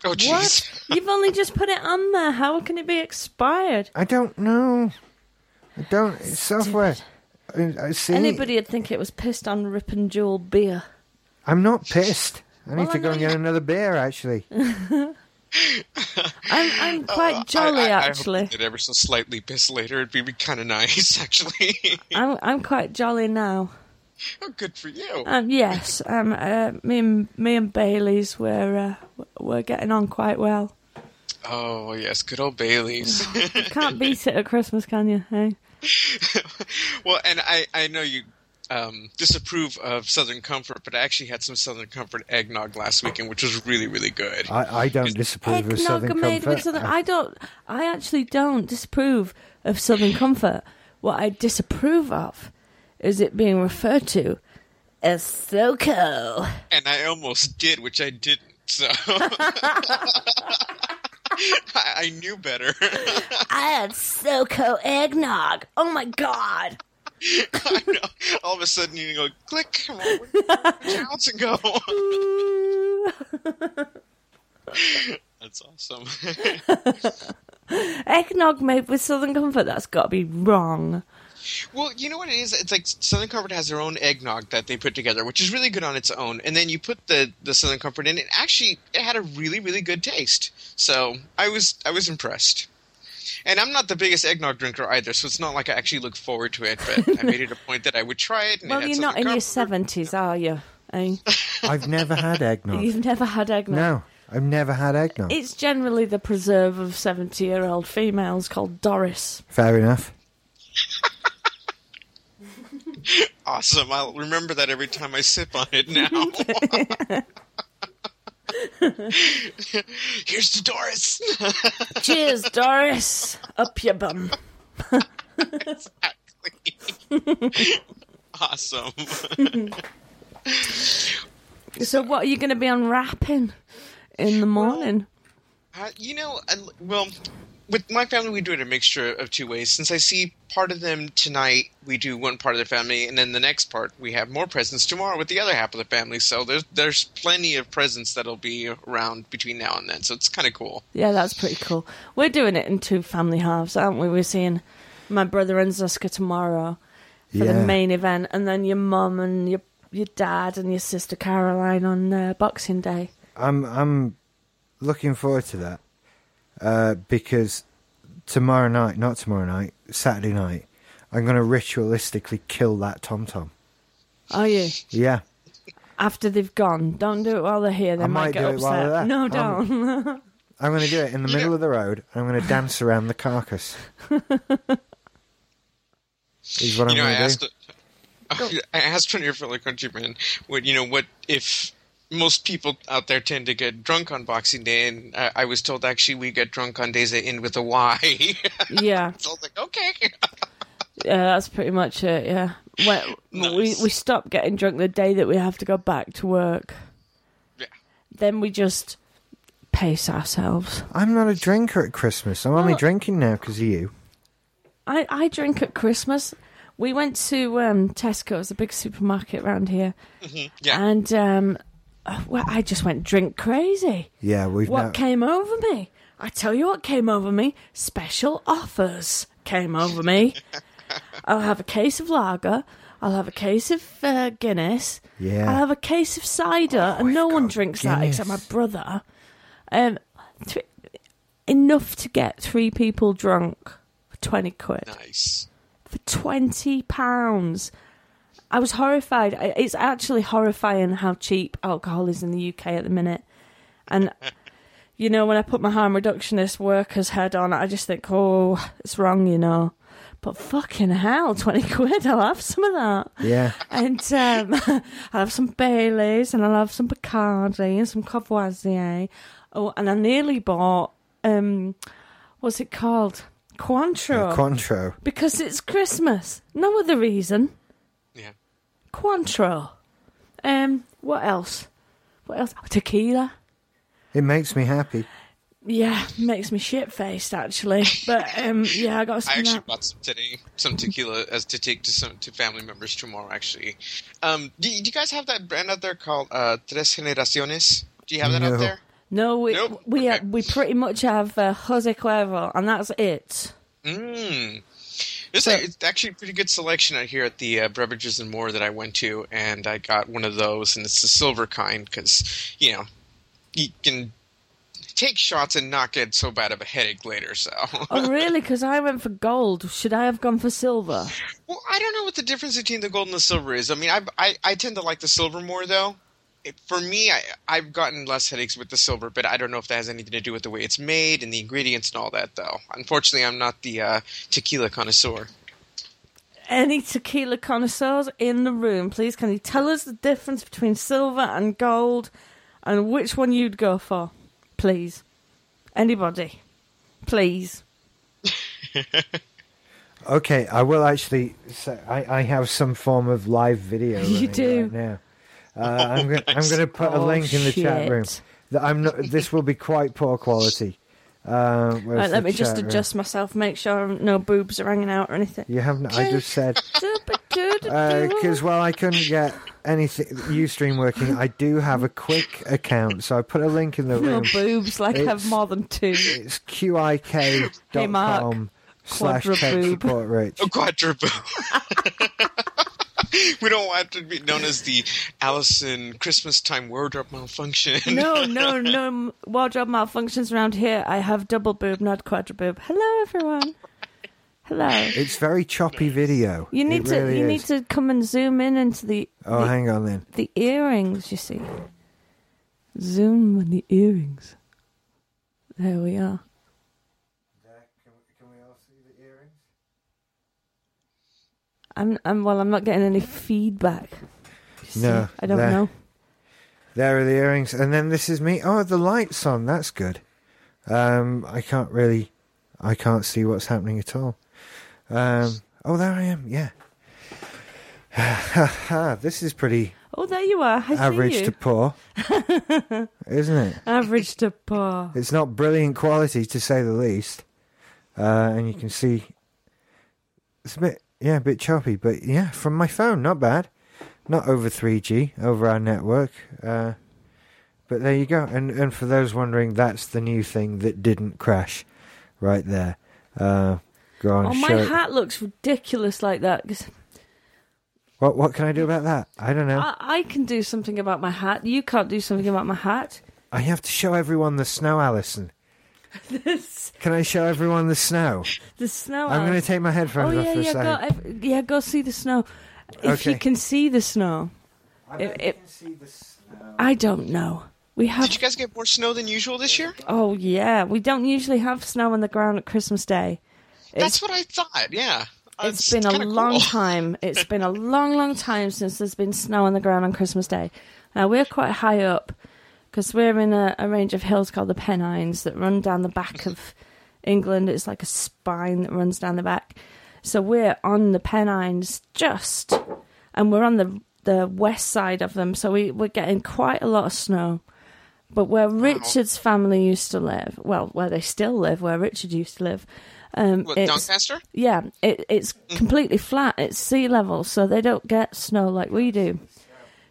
[SPEAKER 6] Oh jeez.
[SPEAKER 2] What? You've only just put it on there. How can it be expired?
[SPEAKER 1] I don't know. I don't. It's software. I I see.
[SPEAKER 2] Anybody would think it was pissed on Rip and Jewel beer.
[SPEAKER 1] I'm not pissed. I need
[SPEAKER 2] Well,
[SPEAKER 1] to
[SPEAKER 2] I
[SPEAKER 1] go
[SPEAKER 2] know
[SPEAKER 1] and get
[SPEAKER 2] you-
[SPEAKER 1] another beer, actually.
[SPEAKER 2] I'm I'm quite
[SPEAKER 6] Uh, I-
[SPEAKER 2] jolly
[SPEAKER 6] I, I,
[SPEAKER 2] actually.
[SPEAKER 6] Hope it ever so slightly pissed later. It'd be kind of nice, actually.
[SPEAKER 2] I'm I'm quite jolly now.
[SPEAKER 6] oh, good for you.
[SPEAKER 2] Um, yes. Um, uh, me and me and Bailey's we're uh, we're getting on quite well.
[SPEAKER 6] Oh yes, good old Bailey's.
[SPEAKER 2] Oh, Can't beat it at Christmas, can you? Hey.
[SPEAKER 6] well, and I, I know you um, disapprove of Southern Comfort, but I actually had some Southern Comfort eggnog last weekend, which was really, really good.
[SPEAKER 1] I, I don't disapprove of
[SPEAKER 2] Eggnog
[SPEAKER 1] Southern
[SPEAKER 2] made
[SPEAKER 1] Comfort.
[SPEAKER 2] with southern. I don't. I actually don't disapprove of Southern Comfort. What I disapprove of is it being referred to as SoCo.
[SPEAKER 6] And I almost did, which I didn't. So I, I knew better.
[SPEAKER 2] I had SoCo eggnog. Oh my god!
[SPEAKER 6] I know. All of a sudden, you go click. Come on, which ounce and go. That's awesome.
[SPEAKER 2] eggnog made with Southern Comfort. That's got to be wrong.
[SPEAKER 6] Well, you know what it is? It's like Southern Comfort has their own eggnog that they put together, which is really good on its own. And then you put the, the Southern Comfort in, and actually it had a really, really good taste. So I was I was impressed. And I'm not the biggest eggnog drinker either, so it's not like I actually look forward to it, but I made it a point that I would try it. And it
[SPEAKER 2] Well,
[SPEAKER 6] had
[SPEAKER 2] you're not
[SPEAKER 6] Southern
[SPEAKER 2] in your
[SPEAKER 6] Comfort.
[SPEAKER 2] seventies, are you? Eh?
[SPEAKER 1] I've never had eggnog.
[SPEAKER 2] You've never had eggnog.
[SPEAKER 1] No, I've never had eggnog.
[SPEAKER 2] It's generally the preserve of 70 year old females called Doris.
[SPEAKER 1] Fair enough.
[SPEAKER 6] Awesome. I'll remember that every time I sip on it now. Here's to Doris.
[SPEAKER 2] Cheers, Doris! Up your bum.
[SPEAKER 6] awesome.
[SPEAKER 2] So, what are you going to be unwrapping in the morning?
[SPEAKER 6] Uh, you know, I, well, with my family, we do it a mixture of two ways. Since I see part of them tonight, we do one part of the family, and then the next part, we have more presents tomorrow with the other half of the family. So there's there's plenty of presents that'll be around between now and then. So it's kind of cool.
[SPEAKER 2] Yeah, that's pretty cool. We're doing it in two family halves, aren't we? We're seeing my brother and Zuska tomorrow for
[SPEAKER 1] Yeah.
[SPEAKER 2] the main event, and then your mum and your your dad and your sister Caroline on uh, Boxing Day.
[SPEAKER 1] I'm I'm looking forward to that uh, because tomorrow night, not tomorrow night, Saturday night, I'm going to ritualistically kill that tom tom.
[SPEAKER 2] Are you?
[SPEAKER 1] Yeah,
[SPEAKER 2] After they've gone, don't do it while they're here. They
[SPEAKER 1] I might
[SPEAKER 2] might, get
[SPEAKER 1] do it
[SPEAKER 2] upset.
[SPEAKER 1] while they're there.
[SPEAKER 2] No,
[SPEAKER 1] Um,
[SPEAKER 2] don't.
[SPEAKER 1] I'm going to do it in the middle of the road. I'm going to dance around the carcass. Is what
[SPEAKER 6] you know,
[SPEAKER 1] I'm
[SPEAKER 6] I
[SPEAKER 1] going to do.
[SPEAKER 6] asked, I asked one of your fellow countrymen, what you know, what if most people out there tend to get drunk on Boxing Day, and I, I was told actually we get drunk on days that end with a Y.
[SPEAKER 2] yeah.
[SPEAKER 6] so I was like, okay.
[SPEAKER 2] Yeah, that's pretty much it. Yeah, Well, we
[SPEAKER 6] Nice.
[SPEAKER 2] we stop getting drunk the day that we have to go back to work.
[SPEAKER 6] Yeah.
[SPEAKER 2] Then we just pace ourselves.
[SPEAKER 1] I'm not a drinker at Christmas. I'm only
[SPEAKER 2] Well-
[SPEAKER 1] drinking now because of you.
[SPEAKER 2] I I drink at Christmas. We went to um, Tesco. It's a big supermarket around here,
[SPEAKER 6] Yeah.
[SPEAKER 2] and um, uh, well, I just went drink crazy.
[SPEAKER 1] Yeah, we've
[SPEAKER 2] What
[SPEAKER 1] now-
[SPEAKER 2] came over me? I tell you what came over me. Special offers came over me. I'll have a case of lager. I'll have a case of uh, Guinness.
[SPEAKER 1] Yeah.
[SPEAKER 2] I'll have a case of cider, and no one drinks that
[SPEAKER 1] Guinness.
[SPEAKER 2] except my brother. Um, th- enough to get three people drunk for twenty quid
[SPEAKER 6] Nice.
[SPEAKER 2] for twenty pounds. I was horrified. I- It's actually horrifying how cheap alcohol is in the UK at the minute. And you know, when I put my harm reductionist workers head on, I just think, oh, it's wrong, you know. But fucking hell, twenty quid! I'll have some of that.
[SPEAKER 1] Yeah.
[SPEAKER 2] And um, I'll have some Baileys and I'll have some Bacardi and some Courvoisier. Oh, and I nearly bought um, what's it called? Cointreau
[SPEAKER 1] Uh, Cointreau.
[SPEAKER 2] because it's Christmas. No other reason.
[SPEAKER 6] Yeah.
[SPEAKER 2] Cointreau. Um, what else? What else? Tequila.
[SPEAKER 1] It makes me happy.
[SPEAKER 2] Yeah, makes me shit faced actually. But um, yeah, I got
[SPEAKER 6] I
[SPEAKER 2] some. of
[SPEAKER 6] actually
[SPEAKER 2] that.
[SPEAKER 6] bought some today, some tequila as to take to some to family members tomorrow. Actually, um, do, you- do you guys have that brand out there called uh, Tres Generaciones? Do you have that
[SPEAKER 1] No.
[SPEAKER 6] out there?
[SPEAKER 2] No, we
[SPEAKER 6] Nope.
[SPEAKER 2] we uh,
[SPEAKER 6] Okay.
[SPEAKER 2] we pretty much have uh, Jose Cuervo, and that's it.
[SPEAKER 6] Mm. It's, a, it's actually a pretty good selection out here at the uh, Beverages and More that I went to, and I got one of those, and it's the silver kind because you know you can take shots and not get so bad of a headache later. So,
[SPEAKER 2] Oh, really? Because I went for gold. Should I have gone for silver?
[SPEAKER 6] well, I don't know what the difference between the gold and the silver is. I mean, I I, I tend to like the silver more though. It, for me, I I've gotten less headaches with the silver, but I don't know if that has anything to do with the way it's made and the ingredients and all that though. Unfortunately, I'm not the uh, tequila connoisseur.
[SPEAKER 2] Any tequila connoisseurs in the room, please can you tell us the difference between silver and gold and which one you'd go for? Please. Anybody. Please.
[SPEAKER 1] Okay, I will actually. Say, I, I have some form of live video.
[SPEAKER 2] You
[SPEAKER 1] running
[SPEAKER 2] do.
[SPEAKER 1] right now. Uh, I'm going I'm to put a
[SPEAKER 2] Oh,
[SPEAKER 1] link in the chat room.
[SPEAKER 2] shit.
[SPEAKER 1] That I'm not. This will be quite poor quality. Uh, where's
[SPEAKER 2] Right, let
[SPEAKER 1] the
[SPEAKER 2] me just
[SPEAKER 1] chat room?
[SPEAKER 2] adjust myself, make sure no boobs are hanging out or anything.
[SPEAKER 1] You haven't. I just said because
[SPEAKER 2] Because
[SPEAKER 1] while I couldn't get anything UStream working, I do have a quick account, so I put a link in the
[SPEAKER 2] no
[SPEAKER 1] room.
[SPEAKER 2] boobs, like I have
[SPEAKER 1] It's-
[SPEAKER 2] more than two.
[SPEAKER 1] It's qik.com
[SPEAKER 2] Hey, Mark.
[SPEAKER 1] slash tech
[SPEAKER 2] Quadriboob.
[SPEAKER 1] support rich.
[SPEAKER 6] A quadriboo. we don't want to be known as the Allison Christmas time wardrobe malfunction.
[SPEAKER 2] No, no, no m- wardrobe malfunctions around here. I have double boob, not quadra boob. Hello, everyone. Hello.
[SPEAKER 1] It's very choppy video.
[SPEAKER 2] You need
[SPEAKER 1] It
[SPEAKER 2] to
[SPEAKER 1] really
[SPEAKER 2] you
[SPEAKER 1] is.
[SPEAKER 2] need to come and zoom in into the
[SPEAKER 1] Oh,
[SPEAKER 2] the,
[SPEAKER 1] hang on then.
[SPEAKER 2] the earrings. You see, zoom on the earrings. There we are. I'm I'm well. I'm not getting any feedback. You
[SPEAKER 1] No,
[SPEAKER 2] see, I don't
[SPEAKER 1] there.
[SPEAKER 2] know.
[SPEAKER 1] There are the earrings, and then this is me. Oh, the lights on. That's good. Um, I can't really, I can't see what's happening at all. Um, oh, there I am. Yeah. this is pretty
[SPEAKER 2] Oh, there you are. I
[SPEAKER 1] average
[SPEAKER 2] see you.
[SPEAKER 1] to poor, isn't it?
[SPEAKER 2] Average to poor.
[SPEAKER 1] It's not brilliant quality to say the least. Uh, and you can see it's a bit, yeah, a bit choppy, but yeah, from my phone, not bad. Not over 3G, over our network. Uh, but there you go. And and for those wondering, that's the new thing that didn't crash, right there. Uh, go on,
[SPEAKER 2] Oh,
[SPEAKER 1] show.
[SPEAKER 2] my
[SPEAKER 1] it.
[SPEAKER 2] hat looks ridiculous like that. 'cause
[SPEAKER 1] What what can I do about that? I don't know.
[SPEAKER 2] I, I can do something about my hat. You can't do something about my hat.
[SPEAKER 1] I have to show everyone the snow, Alison. Can I show everyone the snow?
[SPEAKER 2] The snow.
[SPEAKER 1] I'm going
[SPEAKER 2] Alice.
[SPEAKER 1] to take my headphones
[SPEAKER 2] oh
[SPEAKER 1] off
[SPEAKER 2] yeah,
[SPEAKER 1] for a
[SPEAKER 2] yeah,
[SPEAKER 1] second.
[SPEAKER 2] go, ev- yeah, go see the snow. If you
[SPEAKER 1] Okay.
[SPEAKER 2] can see the snow, It- bet you it- can
[SPEAKER 1] see the snow.
[SPEAKER 2] I don't know. We
[SPEAKER 6] Did
[SPEAKER 2] have
[SPEAKER 6] you guys get more snow than usual this year?
[SPEAKER 2] oh yeah, we don't usually have snow on the ground at Christmas Day.
[SPEAKER 6] That's what I thought. Yeah, Uh,
[SPEAKER 2] It's been a
[SPEAKER 6] kinda
[SPEAKER 2] long
[SPEAKER 6] cool.
[SPEAKER 2] time. It's been a long, long time since there's been snow on the ground on Christmas Day. Now we're quite high up because we're in a, a range of hills called the Pennines that run down the back of England. It's like a spine that runs down the back, So we're on the Pennines just, and we're on the the west side of them. So we we're getting quite a lot of snow. But where Richard's family used to live, well, where they still live, where Richard used to live, um,
[SPEAKER 6] What,
[SPEAKER 2] it's-
[SPEAKER 6] Doncaster?
[SPEAKER 2] yeah, it, it's
[SPEAKER 6] Mm-hmm.
[SPEAKER 2] completely flat. It's sea level, so they don't get snow like we do.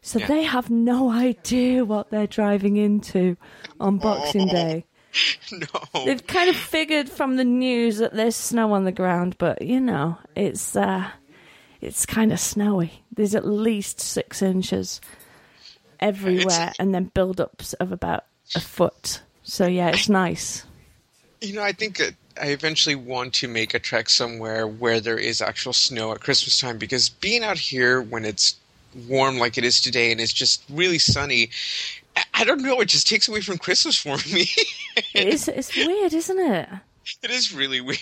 [SPEAKER 2] So
[SPEAKER 6] Yeah.
[SPEAKER 2] they have no idea what they're driving into on Boxing Day.
[SPEAKER 6] No.
[SPEAKER 2] They've kind of figured from the news that there's snow on the ground, but you know, it's uh, it's kind of snowy. There's at least six inches everywhere, and then build-ups of about a foot. So yeah, it's nice.
[SPEAKER 6] You know, I think that I eventually want to make a trek somewhere where there is actual snow at Christmas time because being out here when it's warm like it is today and it's just really sunny, I- I don't know. It just takes away from Christmas for me.
[SPEAKER 2] It's it's weird, isn't it?
[SPEAKER 6] it is really weird.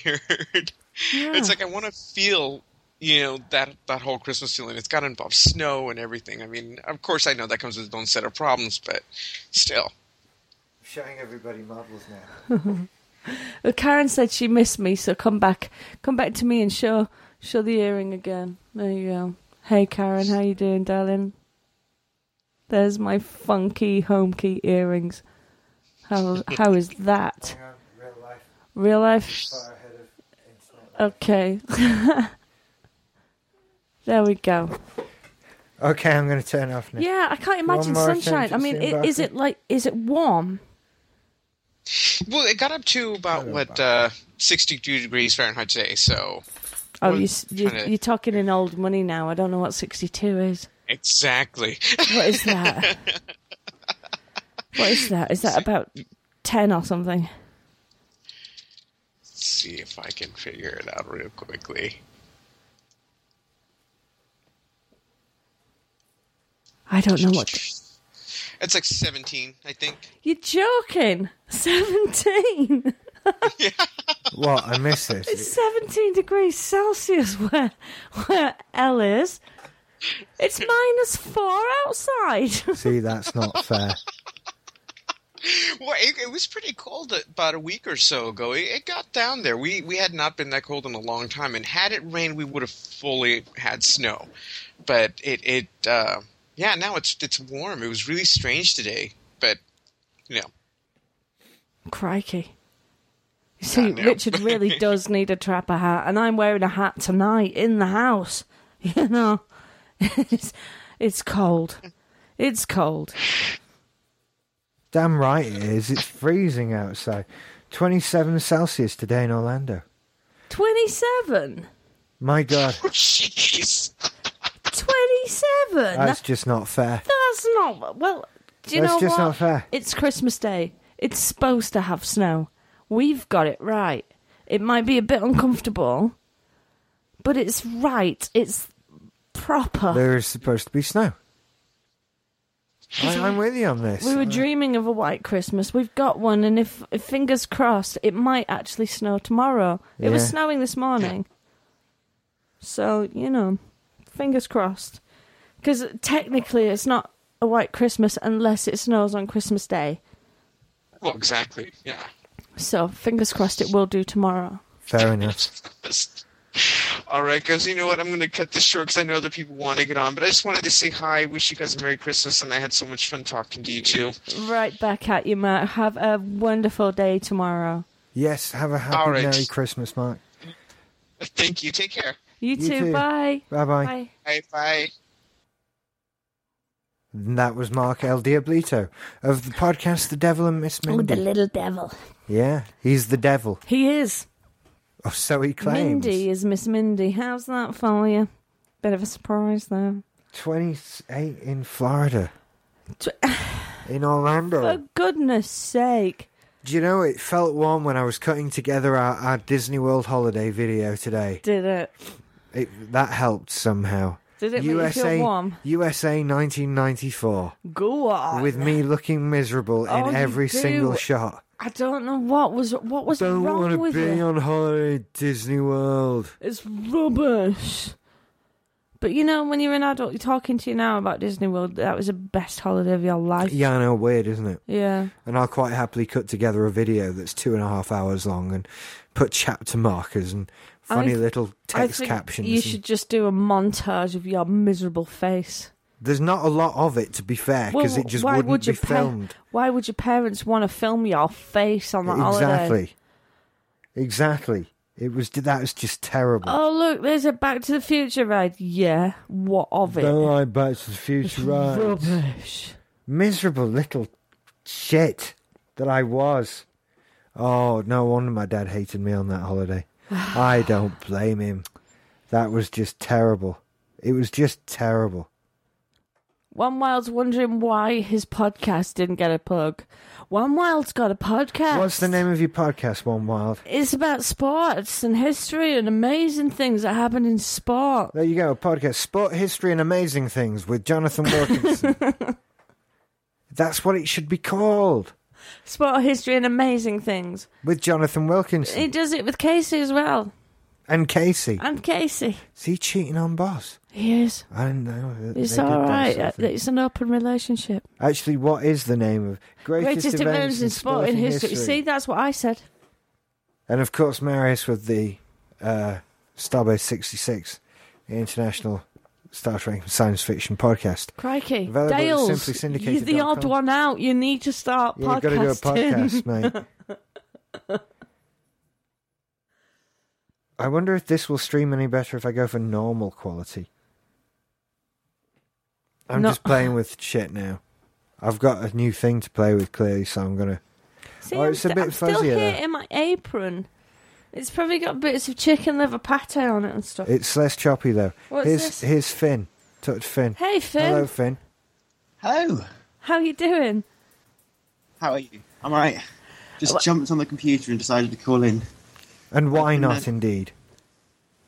[SPEAKER 2] Yeah.
[SPEAKER 6] It's like I want to feel, you know, that that whole Christmas feeling. It's got to involve snow and everything. I mean, of course, I know that comes with its own set of problems, but still.
[SPEAKER 1] Showing everybody models now.
[SPEAKER 2] Well, Karen said she missed me, so come back, come back to me and show show the earring again. There you go. Hey, Karen, how you doing, darling? There's my funky home key earrings. How how is that?
[SPEAKER 1] Real life,
[SPEAKER 2] Real life?
[SPEAKER 1] far ahead of internet.
[SPEAKER 2] Okay. there we go.
[SPEAKER 1] Okay, I'm going to turn off now.
[SPEAKER 2] Yeah, I can't imagine
[SPEAKER 1] more
[SPEAKER 2] sunshine. I
[SPEAKER 1] sentence
[SPEAKER 2] mean,
[SPEAKER 1] in
[SPEAKER 2] i- is
[SPEAKER 1] Barking.
[SPEAKER 2] it like is it warm?
[SPEAKER 6] Well, it got up to about what uh, sixty-two degrees Fahrenheit today. So
[SPEAKER 2] Oh,
[SPEAKER 6] Well,
[SPEAKER 2] you, s- you
[SPEAKER 6] kinda-
[SPEAKER 2] you're talking in old money now. I don't know what sixty two is.
[SPEAKER 6] exactly,
[SPEAKER 2] What is that? what is that? Is that about ten or something?
[SPEAKER 6] Let's see if I can figure it out real quickly.
[SPEAKER 2] I don't know what.
[SPEAKER 6] It's like seventeen, I think.
[SPEAKER 2] You're joking. Seventeen.
[SPEAKER 1] What? I missed this.
[SPEAKER 2] It's seventeen degrees Celsius where where L is. It's minus four outside.
[SPEAKER 1] See, that's not fair.
[SPEAKER 6] Well, it, it was pretty cold about a week or so ago. It, it got down there. We we had not been that cold in a long time, and had it rained, we would have fully had snow. But it it uh, yeah, now it's it's warm. It was really strange today, but you know,
[SPEAKER 2] Crikey. You see,
[SPEAKER 6] know.
[SPEAKER 2] Richard really does need a trapper hat, and I'm wearing a hat tonight in the house. You know, it's, it's cold. It's cold.
[SPEAKER 1] Damn right it is. It's freezing outside. 27 Celsius today in Orlando.
[SPEAKER 2] 27?
[SPEAKER 1] My God,
[SPEAKER 2] Oh,
[SPEAKER 6] jeez.
[SPEAKER 2] 27?
[SPEAKER 1] that's just not fair.
[SPEAKER 2] That's not. Well, do you
[SPEAKER 1] That's
[SPEAKER 2] know
[SPEAKER 1] just
[SPEAKER 2] what?
[SPEAKER 1] not fair.
[SPEAKER 2] It's Christmas Day. It's supposed to have snow. We've got it right. It might be a bit uncomfortable, but it's right. It's proper.
[SPEAKER 1] There is supposed to be snow. I, I'm with you on this.
[SPEAKER 2] we were dreaming of a white Christmas. We've got one, and if, if fingers crossed, it might actually snow tomorrow. It was
[SPEAKER 1] Yeah.
[SPEAKER 2] snowing this morning, so you know, fingers crossed. Because technically, it's not a white Christmas unless it snows on Christmas Day.
[SPEAKER 6] Well, exactly. Yeah.
[SPEAKER 2] So fingers crossed, it will do tomorrow.
[SPEAKER 1] Fair enough.
[SPEAKER 6] All right, guys. You know what? I'm going to cut this short because I know other people want to get on, but I just wanted to say hi, wish you guys a Merry Christmas, and I had so much fun talking to you too.
[SPEAKER 2] Right back at you, Matt. Have a wonderful day tomorrow.
[SPEAKER 1] Yes, have a happy
[SPEAKER 6] All right.
[SPEAKER 1] Merry Christmas, Mark.
[SPEAKER 6] Thank you. Take care.
[SPEAKER 2] You,
[SPEAKER 1] You
[SPEAKER 2] too.
[SPEAKER 1] too.
[SPEAKER 2] Bye.
[SPEAKER 1] Bye-bye.
[SPEAKER 2] Bye.
[SPEAKER 6] Bye. Bye.
[SPEAKER 1] And that was Mark El Diablito of the podcast The Devil and Miss Mindy.
[SPEAKER 2] little devil.
[SPEAKER 1] yeah, he's the devil,
[SPEAKER 2] Oh, He is.
[SPEAKER 1] or so he claims.
[SPEAKER 2] Mindy is Miss Mindy. How's that for you? Bit of a surprise there.
[SPEAKER 1] 28 in Florida.
[SPEAKER 2] Tw-
[SPEAKER 1] In Orlando.
[SPEAKER 2] For goodness sake.
[SPEAKER 1] Do you know it felt warm when I was cutting together our, our Disney World holiday video today?
[SPEAKER 2] Did it.
[SPEAKER 1] It, that helped somehow.
[SPEAKER 2] Did it make you feel warm?
[SPEAKER 1] USA 1994,
[SPEAKER 2] Go on.
[SPEAKER 1] with me looking miserable in
[SPEAKER 2] Oh, you
[SPEAKER 1] every
[SPEAKER 2] do.
[SPEAKER 1] single shot.
[SPEAKER 2] I don't know what was what was
[SPEAKER 1] Don't want
[SPEAKER 2] wrong
[SPEAKER 1] to
[SPEAKER 2] with
[SPEAKER 1] be
[SPEAKER 2] you.
[SPEAKER 1] on holiday at Disney World.
[SPEAKER 2] It's rubbish. But you know, when you're an adult, you're talking to you now about Disney World. That was the best holiday of your life.
[SPEAKER 1] Yeah, I know, weird, isn't it?
[SPEAKER 2] Yeah.
[SPEAKER 1] And I'll quite happily cut together a video that's two and a half hours long and put chapter markers and funny
[SPEAKER 2] I-
[SPEAKER 1] little
[SPEAKER 2] I
[SPEAKER 1] text
[SPEAKER 2] think
[SPEAKER 1] captions.
[SPEAKER 2] You
[SPEAKER 1] and-
[SPEAKER 2] should just do a montage of your miserable face.
[SPEAKER 1] There's not a lot of it, to be fair, because
[SPEAKER 2] Well,
[SPEAKER 1] it just
[SPEAKER 2] why
[SPEAKER 1] wouldn't
[SPEAKER 2] would
[SPEAKER 1] be
[SPEAKER 2] your pa-
[SPEAKER 1] filmed.
[SPEAKER 2] why would your parents want to film your face on that holiday?
[SPEAKER 1] Exactly. Exactly. It was that was just terrible.
[SPEAKER 2] Oh look, there's a Back to the Future ride. Yeah, what of it?
[SPEAKER 1] Don't like Back to the Future rides.
[SPEAKER 2] Rubbish.
[SPEAKER 1] Miserable little shit that I was. Oh, no wonder my dad hated me on that holiday. I don't blame him. That was just terrible. It was just terrible.
[SPEAKER 2] One Wild's wondering why his podcast didn't get a plug. One Wild's got a podcast.
[SPEAKER 1] What's the name of your podcast, One Wild?
[SPEAKER 2] It's about sports and history and amazing things that happen in sport.
[SPEAKER 1] There you go, a podcast. Sport history and amazing things with Jonathan Wilkinson. That's what it should be called.
[SPEAKER 2] Sport history and amazing things.
[SPEAKER 1] With Jonathan Wilkinson
[SPEAKER 2] He does it with Casey as well.
[SPEAKER 1] and Casey.
[SPEAKER 2] And Casey.
[SPEAKER 1] Is he cheating on boss?
[SPEAKER 2] He is.
[SPEAKER 1] I don't know. that they
[SPEAKER 2] It's
[SPEAKER 1] did
[SPEAKER 2] all
[SPEAKER 1] that
[SPEAKER 2] right.
[SPEAKER 1] sort of thing.
[SPEAKER 2] It's an open relationship.
[SPEAKER 1] Actually, what is the name of greatest,
[SPEAKER 2] Greatest events in sport in
[SPEAKER 1] sporting
[SPEAKER 2] history. See, that's what I said.
[SPEAKER 1] And of course, Marius with the uh, Starbase 66, the international Star Trek science fiction podcast.
[SPEAKER 2] Crikey,
[SPEAKER 1] Available at
[SPEAKER 2] Dales,
[SPEAKER 1] simplysyndicated.com.
[SPEAKER 2] you're the odd one out. You need to start podcasting.
[SPEAKER 1] Yeah, you've got to do a podcast, mate. I wonder if this will stream any better if I go for normal quality. I'm
[SPEAKER 2] No-
[SPEAKER 1] just playing with shit now. I've got a new thing to play with clearly, so I'm gonna.
[SPEAKER 2] See,
[SPEAKER 1] Oh,
[SPEAKER 2] I'm,
[SPEAKER 1] it's a
[SPEAKER 2] st-
[SPEAKER 1] bit
[SPEAKER 2] I'm still
[SPEAKER 1] fuzzier
[SPEAKER 2] here
[SPEAKER 1] there.
[SPEAKER 2] in my apron. It's probably got bits of chicken liver pate on it and stuff.
[SPEAKER 1] It's less choppy though.
[SPEAKER 2] What's
[SPEAKER 1] here's
[SPEAKER 2] this?
[SPEAKER 1] here's Finn. Touch Finn.
[SPEAKER 2] hey Finn,
[SPEAKER 1] Hello, Finn.
[SPEAKER 7] Hello.
[SPEAKER 2] how you doing?
[SPEAKER 7] How are you? I'm alright. Just jumped on the computer and decided to call in.
[SPEAKER 1] And why
[SPEAKER 7] Hello.
[SPEAKER 1] not? Indeed.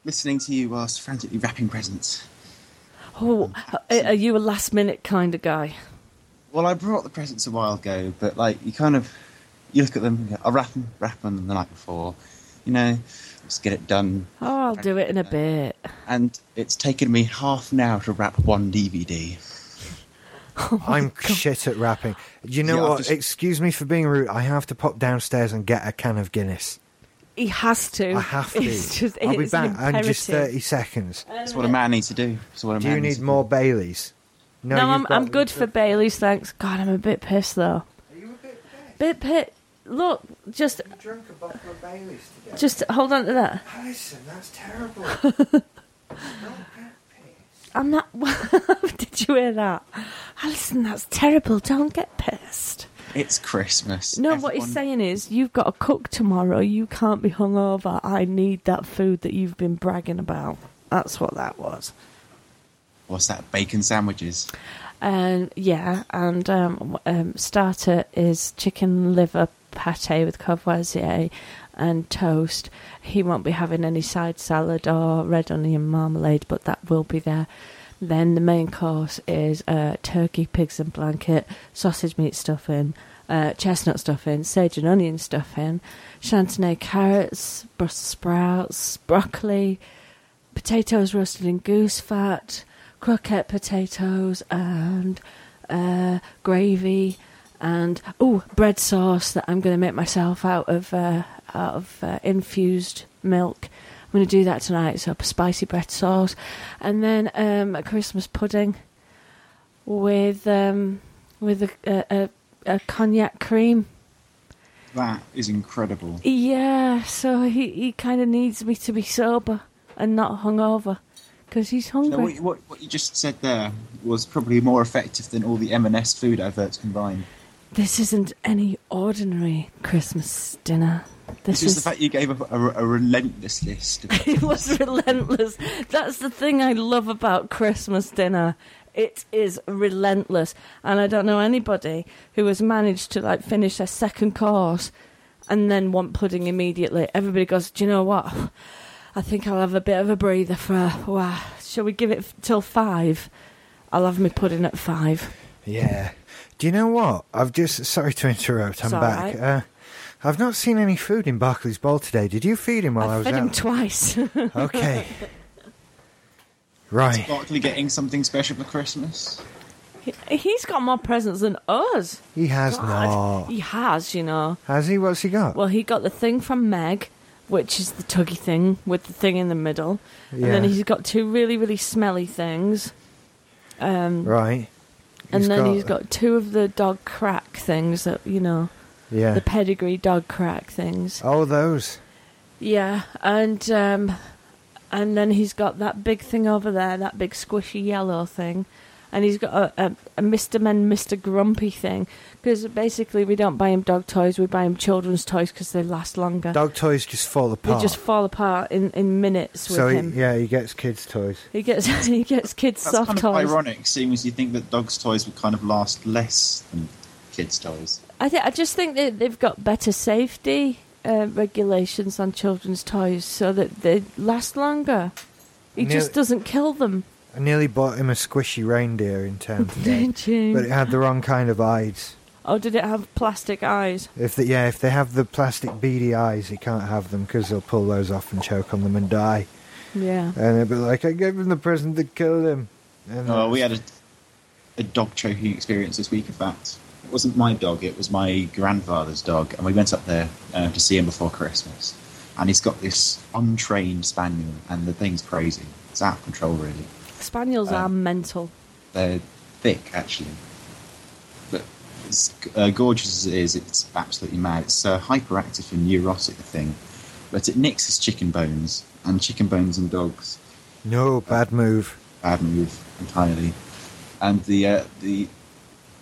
[SPEAKER 7] Listening to you whilst frantically wrapping presents.
[SPEAKER 2] Oh, a- are you a last minute kind of guy?
[SPEAKER 7] Well, I brought the presents a while ago, but like you kind of you look at them. and go, I'll wrap them, wrap them the night before. You know, just get it done.
[SPEAKER 2] Oh, I'll do it in a bit.
[SPEAKER 7] And it's taken me half an hour to wrap one DVD.
[SPEAKER 2] Oh
[SPEAKER 1] I'm shit at rapping. You know
[SPEAKER 7] Yeah, I've
[SPEAKER 1] what?
[SPEAKER 7] just-
[SPEAKER 1] Excuse me for being rude. I have to pop downstairs and get a can of Guinness.
[SPEAKER 2] He has to.
[SPEAKER 1] I have to.
[SPEAKER 2] It's just,
[SPEAKER 1] I'll be
[SPEAKER 2] it's an
[SPEAKER 1] back in just
[SPEAKER 2] imperative.
[SPEAKER 1] 30 seconds.
[SPEAKER 7] That's what a man needs to do. That's what a
[SPEAKER 1] Do
[SPEAKER 7] man
[SPEAKER 1] you
[SPEAKER 7] needs
[SPEAKER 1] need
[SPEAKER 7] to
[SPEAKER 1] more Baileys? No,
[SPEAKER 2] no,
[SPEAKER 1] you've
[SPEAKER 2] I'm
[SPEAKER 1] got-
[SPEAKER 2] I'm good for Bailey's. Thanks. God, I'm a bit pissed though. Bit pit. Look, just
[SPEAKER 1] You drunk a bottle of Baileys today.
[SPEAKER 2] just hold on to that.
[SPEAKER 1] Alison, that's terrible.
[SPEAKER 2] I'm not. Did you hear that? Alison, that's terrible. Don't get pissed.
[SPEAKER 7] do. It's Christmas.
[SPEAKER 2] No, what he's
[SPEAKER 7] Everyone-
[SPEAKER 2] saying is, you've got to cook tomorrow. You can't be hungover. I need that food that you've been bragging about. That's what that was.
[SPEAKER 7] What's that? Bacon sandwiches.
[SPEAKER 2] And yeah, and um, w- um, starter is chicken liver pate with courvoisier and toast. He won't be having any side salad or red onion marmalade, but that will be there. Then the main course is uh, turkey, pigs and blanket, sausage meat stuffing, uh, chestnut stuffing, sage and onion stuffing, chantenay carrots, Brussels sprouts, broccoli, potatoes roasted in goose fat, croquette potatoes, and uh, gravy, and oh, bread sauce that I'm going to make myself out of uh, out of uh, infused milk. I'm going to do that tonight. So spicy bread sauce, and then um, a Christmas pudding with um, with a, a, a, a cognac cream.
[SPEAKER 7] That is incredible.
[SPEAKER 2] Yeah, so he, he kind of needs me to be sober and not hungover because he's
[SPEAKER 7] Now,
[SPEAKER 2] hungry.
[SPEAKER 7] what, what, what you just said there was probably more effective than all the M&S food adverts combined.
[SPEAKER 2] This isn't any ordinary Christmas dinner.
[SPEAKER 7] It's
[SPEAKER 2] This
[SPEAKER 7] just
[SPEAKER 2] is.
[SPEAKER 7] the fact you gave a, a, a relentless list. Of,
[SPEAKER 2] it was relentless. That's the thing I love about Christmas dinner. It is relentless, and I don't know anybody who has managed to like finish their second course and then want pudding immediately. Everybody goes, "Do you know what? I think I'll have a bit of a breather for a while. Shall we give it f- till five? I'll have my pudding at five.
[SPEAKER 1] Yeah. Do you know what? I've just. Sorry to interrupt. I'm
[SPEAKER 2] It's all
[SPEAKER 1] back.
[SPEAKER 2] right.
[SPEAKER 1] Uh, I've not seen any food in Barclays Bowl today. Did you feed him while I,
[SPEAKER 2] I
[SPEAKER 1] was
[SPEAKER 2] fed him
[SPEAKER 1] out?
[SPEAKER 2] twice.
[SPEAKER 1] okay. Right.
[SPEAKER 7] Barkley getting something special for Christmas.
[SPEAKER 2] He- He's got more presents than us.
[SPEAKER 1] He has
[SPEAKER 2] God.
[SPEAKER 1] not.
[SPEAKER 2] He has, you know.
[SPEAKER 1] Has he? What's he got?
[SPEAKER 2] Well, he got the thing from Meg, which is the tuggy thing with the thing in the middle, and then
[SPEAKER 1] Yeah.
[SPEAKER 2] he's got two really really smelly things. Um,
[SPEAKER 1] right.
[SPEAKER 2] and
[SPEAKER 1] He's
[SPEAKER 2] then he's got two of the dog crack things that you know,
[SPEAKER 1] Yeah.
[SPEAKER 2] the pedigree dog crack things.
[SPEAKER 1] oh, those.
[SPEAKER 2] Yeah, and um, and then he's got that big thing over there, that big squishy yellow thing, and he's got a, a, a Mister Men, Mister Grumpy thing because basically we don't buy him dog toys, we buy him children's toys because they last longer.
[SPEAKER 1] Dog toys just fall
[SPEAKER 2] they
[SPEAKER 1] apart.
[SPEAKER 2] just fall apart in, in minutes with
[SPEAKER 1] so he-
[SPEAKER 2] him.
[SPEAKER 1] yeah, he gets kids' toys.
[SPEAKER 2] He gets he gets kids
[SPEAKER 7] That's
[SPEAKER 2] soft
[SPEAKER 7] kind of
[SPEAKER 2] toys.
[SPEAKER 7] ironic, seeing as you think that dogs' toys would kind of last less than kids' toys.
[SPEAKER 2] I think I just think that they've got better safety uh, regulations on children's toys so that they last longer. He
[SPEAKER 1] Nearly-
[SPEAKER 2] just doesn't kill them.
[SPEAKER 1] I nearly bought him a squishy reindeer in town today,
[SPEAKER 2] Did you?
[SPEAKER 1] but it had the wrong kind of eyes.
[SPEAKER 2] Oh, did it have plastic eyes?
[SPEAKER 1] If the, yeah, if they have the plastic beady eyes, he can't have them because they'll pull those off and choke on them and die.
[SPEAKER 2] Yeah.
[SPEAKER 1] And they'll be like, "I gave him the present that killed him." And
[SPEAKER 7] Oh, we had a, a dog choking experience this week, in fact. It wasn't my dog, it was my grandfather's dog, and we went up there uh, to see him before Christmas. And he's got this untrained spaniel, and the thing's crazy. It's out of control, really.
[SPEAKER 2] Spaniels are
[SPEAKER 1] Um,
[SPEAKER 2] mental.
[SPEAKER 7] They're thick, actually. But as uh, gorgeous as it is, it's absolutely mad. It's uh, hyperactive and neurotic, the thing. But it nicks his chicken bones, and chicken bones and dogs
[SPEAKER 1] no bad move.
[SPEAKER 7] bad move entirely. And the uh, the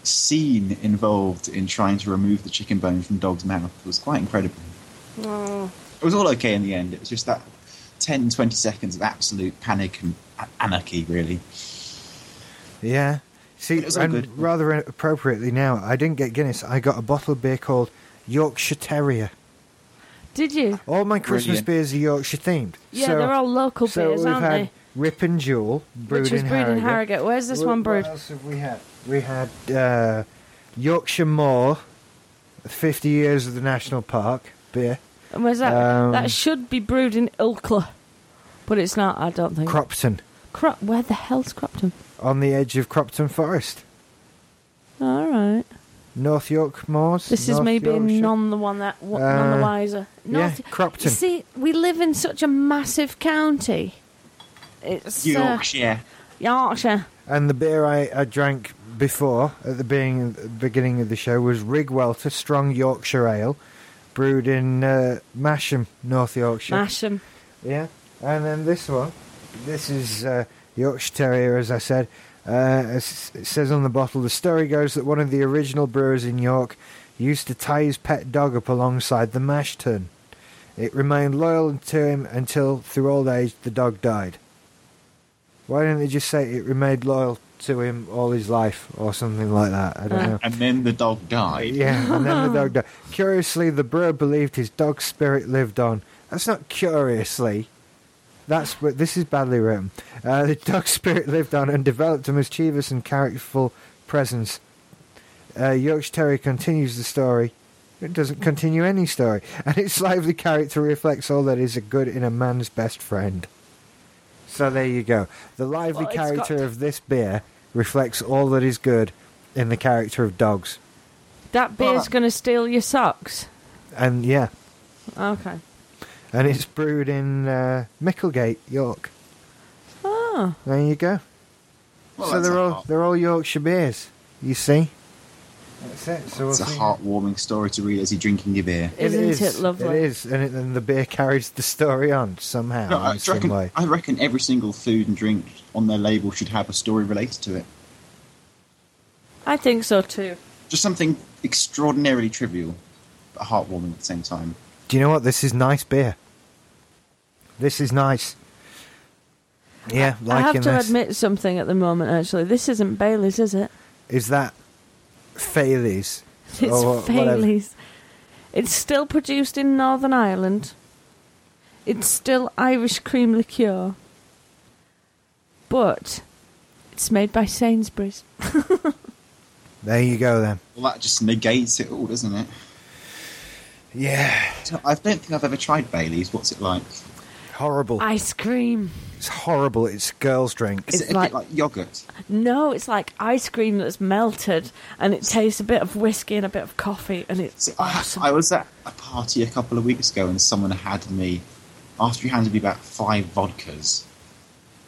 [SPEAKER 7] scene involved in trying to remove the chicken bone from dog's mouth was quite incredible. It was all okay in the end. It was just that 10, 20 seconds of absolute panic and a- anarchy, really.
[SPEAKER 1] Yeah. See,
[SPEAKER 7] It was all
[SPEAKER 1] and
[SPEAKER 7] good.
[SPEAKER 1] rather appropriately now, I didn't get Guinness. I got a bottle of beer called Yorkshire Terrier.
[SPEAKER 2] Did you?
[SPEAKER 1] All Oh, my Christmas
[SPEAKER 7] Brilliant.
[SPEAKER 1] beers are Yorkshire themed.
[SPEAKER 2] Yeah,
[SPEAKER 1] so,
[SPEAKER 2] they're all local
[SPEAKER 1] so
[SPEAKER 2] beers,
[SPEAKER 1] we've
[SPEAKER 2] aren't
[SPEAKER 1] had
[SPEAKER 2] they?
[SPEAKER 1] Rip and Jewel, brewed
[SPEAKER 2] Which was
[SPEAKER 1] in
[SPEAKER 2] brewed
[SPEAKER 1] Harrogate.
[SPEAKER 2] in Harrogate. Where's this
[SPEAKER 1] Wh-
[SPEAKER 2] one brewed?
[SPEAKER 1] What else have we had? We had uh, Yorkshire Moor, 50 years of the national park beer,
[SPEAKER 2] And where's that?
[SPEAKER 1] Um,
[SPEAKER 2] that should be brewed in Ilkley, but it's not. I don't think.
[SPEAKER 1] Cropton,
[SPEAKER 2] Crop. Where the hell's Cropton?
[SPEAKER 1] on the edge of Cropton Forest,
[SPEAKER 2] All right.
[SPEAKER 1] North York Moors.
[SPEAKER 2] This is
[SPEAKER 1] North
[SPEAKER 2] me being
[SPEAKER 1] Yorkshire.
[SPEAKER 2] none the one that w- none the
[SPEAKER 1] Uh,
[SPEAKER 2] wiser.
[SPEAKER 1] yeah,
[SPEAKER 2] North-
[SPEAKER 1] Cropton.
[SPEAKER 2] You see, we live in such a massive county. It's uh,
[SPEAKER 7] Yorkshire.
[SPEAKER 2] Yorkshire.
[SPEAKER 1] And the beer I, I drank before at the being, beginning of the show was Rigwelter Strong Yorkshire Ale, brewed in uh, Masham, North Yorkshire.
[SPEAKER 2] Masham.
[SPEAKER 1] Yeah, and then this one, this is uh, Yorkshire Terrier, as I said. Uh, it's- it says on the bottle, the story goes that one of the original brewers in York used to tie his pet dog up alongside the mash tun. It remained loyal to him until, through old age, the dog died. Why didn't they just say it remained loyal to him all his life or something like that? I don't know.
[SPEAKER 7] And then the dog died.
[SPEAKER 1] Yeah, and then the dog died. Curiously, the brewer believed his dog's spirit lived on. That's not curiously. That's but this is badly written. Uh, the dog's spirit lived on and developed a mischievous and characterful presence. Uh, Yorkshire Terrier continues the story. It doesn't continue any story, and its lively character reflects all that is a good in a man's best friend. So there you go. The lively
[SPEAKER 2] Well, it's got-
[SPEAKER 1] character of this beer reflects all that is good in the character of dogs.
[SPEAKER 2] That
[SPEAKER 1] uh
[SPEAKER 2] beer's going to steal your socks.
[SPEAKER 1] And yeah,
[SPEAKER 2] Okay.
[SPEAKER 1] and it's brewed in uh, Micklegate, York.
[SPEAKER 2] Oh,
[SPEAKER 1] There you go.
[SPEAKER 7] Well,
[SPEAKER 1] so
[SPEAKER 7] that's
[SPEAKER 1] they're
[SPEAKER 7] a
[SPEAKER 1] all
[SPEAKER 7] heart-
[SPEAKER 1] they're all Yorkshire beers. You see, that's it. So
[SPEAKER 7] It's a
[SPEAKER 1] we'll see.
[SPEAKER 7] heartwarming story to read as you're drinking your beer.
[SPEAKER 2] isn't it,
[SPEAKER 1] is,
[SPEAKER 2] lovely?
[SPEAKER 1] It is, and, it, and the beer carries the story on somehow.
[SPEAKER 7] No,
[SPEAKER 1] in
[SPEAKER 7] I,
[SPEAKER 1] some
[SPEAKER 7] reckon,
[SPEAKER 1] way.
[SPEAKER 7] I reckon every single food and drink on their label should have a story related to it.
[SPEAKER 2] I think so too.
[SPEAKER 7] Just something extraordinarily trivial, but heartwarming at the same time.
[SPEAKER 1] Do you know what? This is nice beer. This is nice. Yeah,
[SPEAKER 2] I
[SPEAKER 1] liking
[SPEAKER 2] have to
[SPEAKER 1] this.
[SPEAKER 2] admit something at the moment. Actually, this isn't Bailey's, is it?
[SPEAKER 1] is that Faileys?
[SPEAKER 2] It's
[SPEAKER 1] or Oh, whatever.
[SPEAKER 2] Bailey's. It's still produced in Northern Ireland. It's still Irish cream liqueur, but it's made by Sainsbury's.
[SPEAKER 1] There you go then.
[SPEAKER 7] Well, that just negates it all, doesn't it?
[SPEAKER 1] Yeah.
[SPEAKER 7] I don't think I've ever tried Bailey's. What's it like?
[SPEAKER 1] horrible.
[SPEAKER 2] Ice cream.
[SPEAKER 1] It's horrible. It's girls' drink.
[SPEAKER 7] Is
[SPEAKER 2] It's
[SPEAKER 7] it a
[SPEAKER 2] like-
[SPEAKER 7] bit like yogurt?
[SPEAKER 2] No, it's like ice cream that's melted, and it tastes a bit of whiskey and a bit of coffee, and it's
[SPEAKER 7] See, I,
[SPEAKER 2] awesome.
[SPEAKER 7] I was at a party a couple of weeks ago and someone handed me, after he handed me about five vodkas,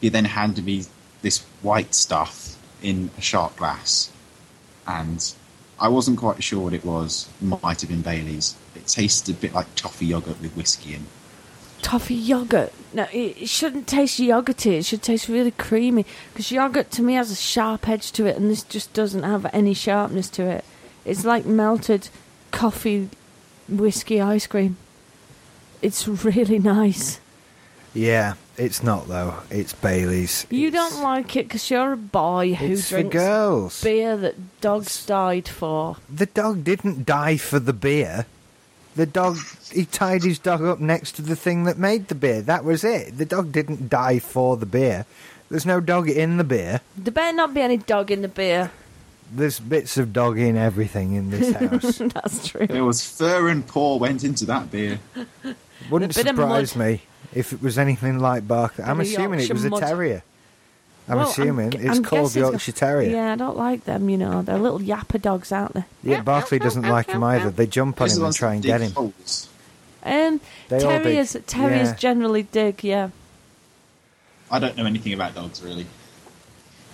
[SPEAKER 7] he then handed me this white stuff in a shot glass. And I wasn't quite sure what it was. Might have been Bailey's. It tasted a bit like toffee yogurt with whiskey in.
[SPEAKER 2] Toffee yogurt. No, it, it shouldn't taste yogurty. It should taste really creamy because yogurt to me has a sharp edge to it, and this just doesn't have any sharpness to it. It's like melted coffee, whiskey ice cream. It's really nice.
[SPEAKER 1] Yeah, it's not though. It's Bailey's.
[SPEAKER 2] You
[SPEAKER 1] It's-
[SPEAKER 2] don't like it because you're a boy who
[SPEAKER 1] It's for
[SPEAKER 2] drinks
[SPEAKER 1] girls.
[SPEAKER 2] beer that dogs died for.
[SPEAKER 1] The dog didn't die for the beer. The dog, he tied his dog up next to the thing that made the beer. That was it. The dog didn't die for the beer. There's no dog in the beer.
[SPEAKER 2] There better not be any dog in the beer.
[SPEAKER 1] There's bits of dog in everything in this house.
[SPEAKER 2] That's true.
[SPEAKER 7] There was fur and paw went into that beer.
[SPEAKER 1] Wouldn't
[SPEAKER 2] A bit of mud.
[SPEAKER 1] surprise me if it was anything like Barker. I'm
[SPEAKER 2] of
[SPEAKER 1] assuming it
[SPEAKER 2] Yorkshire
[SPEAKER 1] was a
[SPEAKER 2] mud.
[SPEAKER 1] terrier. I'm
[SPEAKER 2] Well,
[SPEAKER 1] assuming
[SPEAKER 2] gu-
[SPEAKER 1] it's
[SPEAKER 2] I'm
[SPEAKER 1] called
[SPEAKER 2] guessing
[SPEAKER 1] Yorkshire Terrier.
[SPEAKER 2] Yeah, I don't like them, you know. They're little yapper dogs, aren't they?
[SPEAKER 1] Yeah, Barclay doesn't like him either. They jump on
[SPEAKER 7] These are
[SPEAKER 1] him
[SPEAKER 7] the
[SPEAKER 1] and
[SPEAKER 7] ones
[SPEAKER 1] try
[SPEAKER 7] that
[SPEAKER 1] and get
[SPEAKER 7] dig
[SPEAKER 1] him.
[SPEAKER 7] holes.
[SPEAKER 2] Um,
[SPEAKER 1] They all dig.
[SPEAKER 2] terriers terriers
[SPEAKER 1] Yeah.
[SPEAKER 2] generally dig, yeah.
[SPEAKER 7] I don't know anything about dogs really.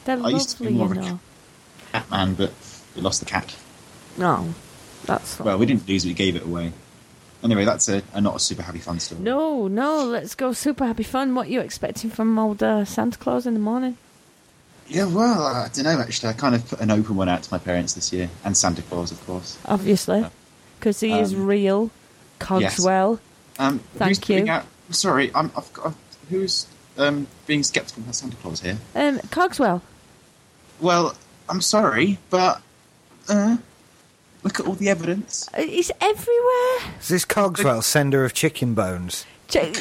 [SPEAKER 2] They're
[SPEAKER 7] I
[SPEAKER 2] lovely,
[SPEAKER 7] used to be more
[SPEAKER 2] you
[SPEAKER 7] of a
[SPEAKER 2] know.
[SPEAKER 7] Cat man, but we lost the cat.
[SPEAKER 2] No, that's not.
[SPEAKER 7] Well, we didn't lose, we gave it away. Anyway, that's a, a not a super happy fun story.
[SPEAKER 2] no, no, let's go super happy fun. What are you expecting from old uh, Santa Claus in the morning?
[SPEAKER 7] Yeah, well, I don't know actually. I kind of put an open one out to my parents this year, and Santa Claus, of course.
[SPEAKER 2] Obviously. Because he is
[SPEAKER 7] Uh, Um,
[SPEAKER 2] real. Cogswell.
[SPEAKER 7] Um, who's
[SPEAKER 2] Thank
[SPEAKER 7] putting
[SPEAKER 2] you.
[SPEAKER 7] Out, sorry, I'm, I've got. Who's um, being sceptical about Santa Claus here?
[SPEAKER 2] Um, Cogswell.
[SPEAKER 7] Well, I'm sorry, but uh, look at all the evidence.
[SPEAKER 2] Uh, He's everywhere.
[SPEAKER 1] Is this Cogswell sender of chicken bones?
[SPEAKER 2] Ch-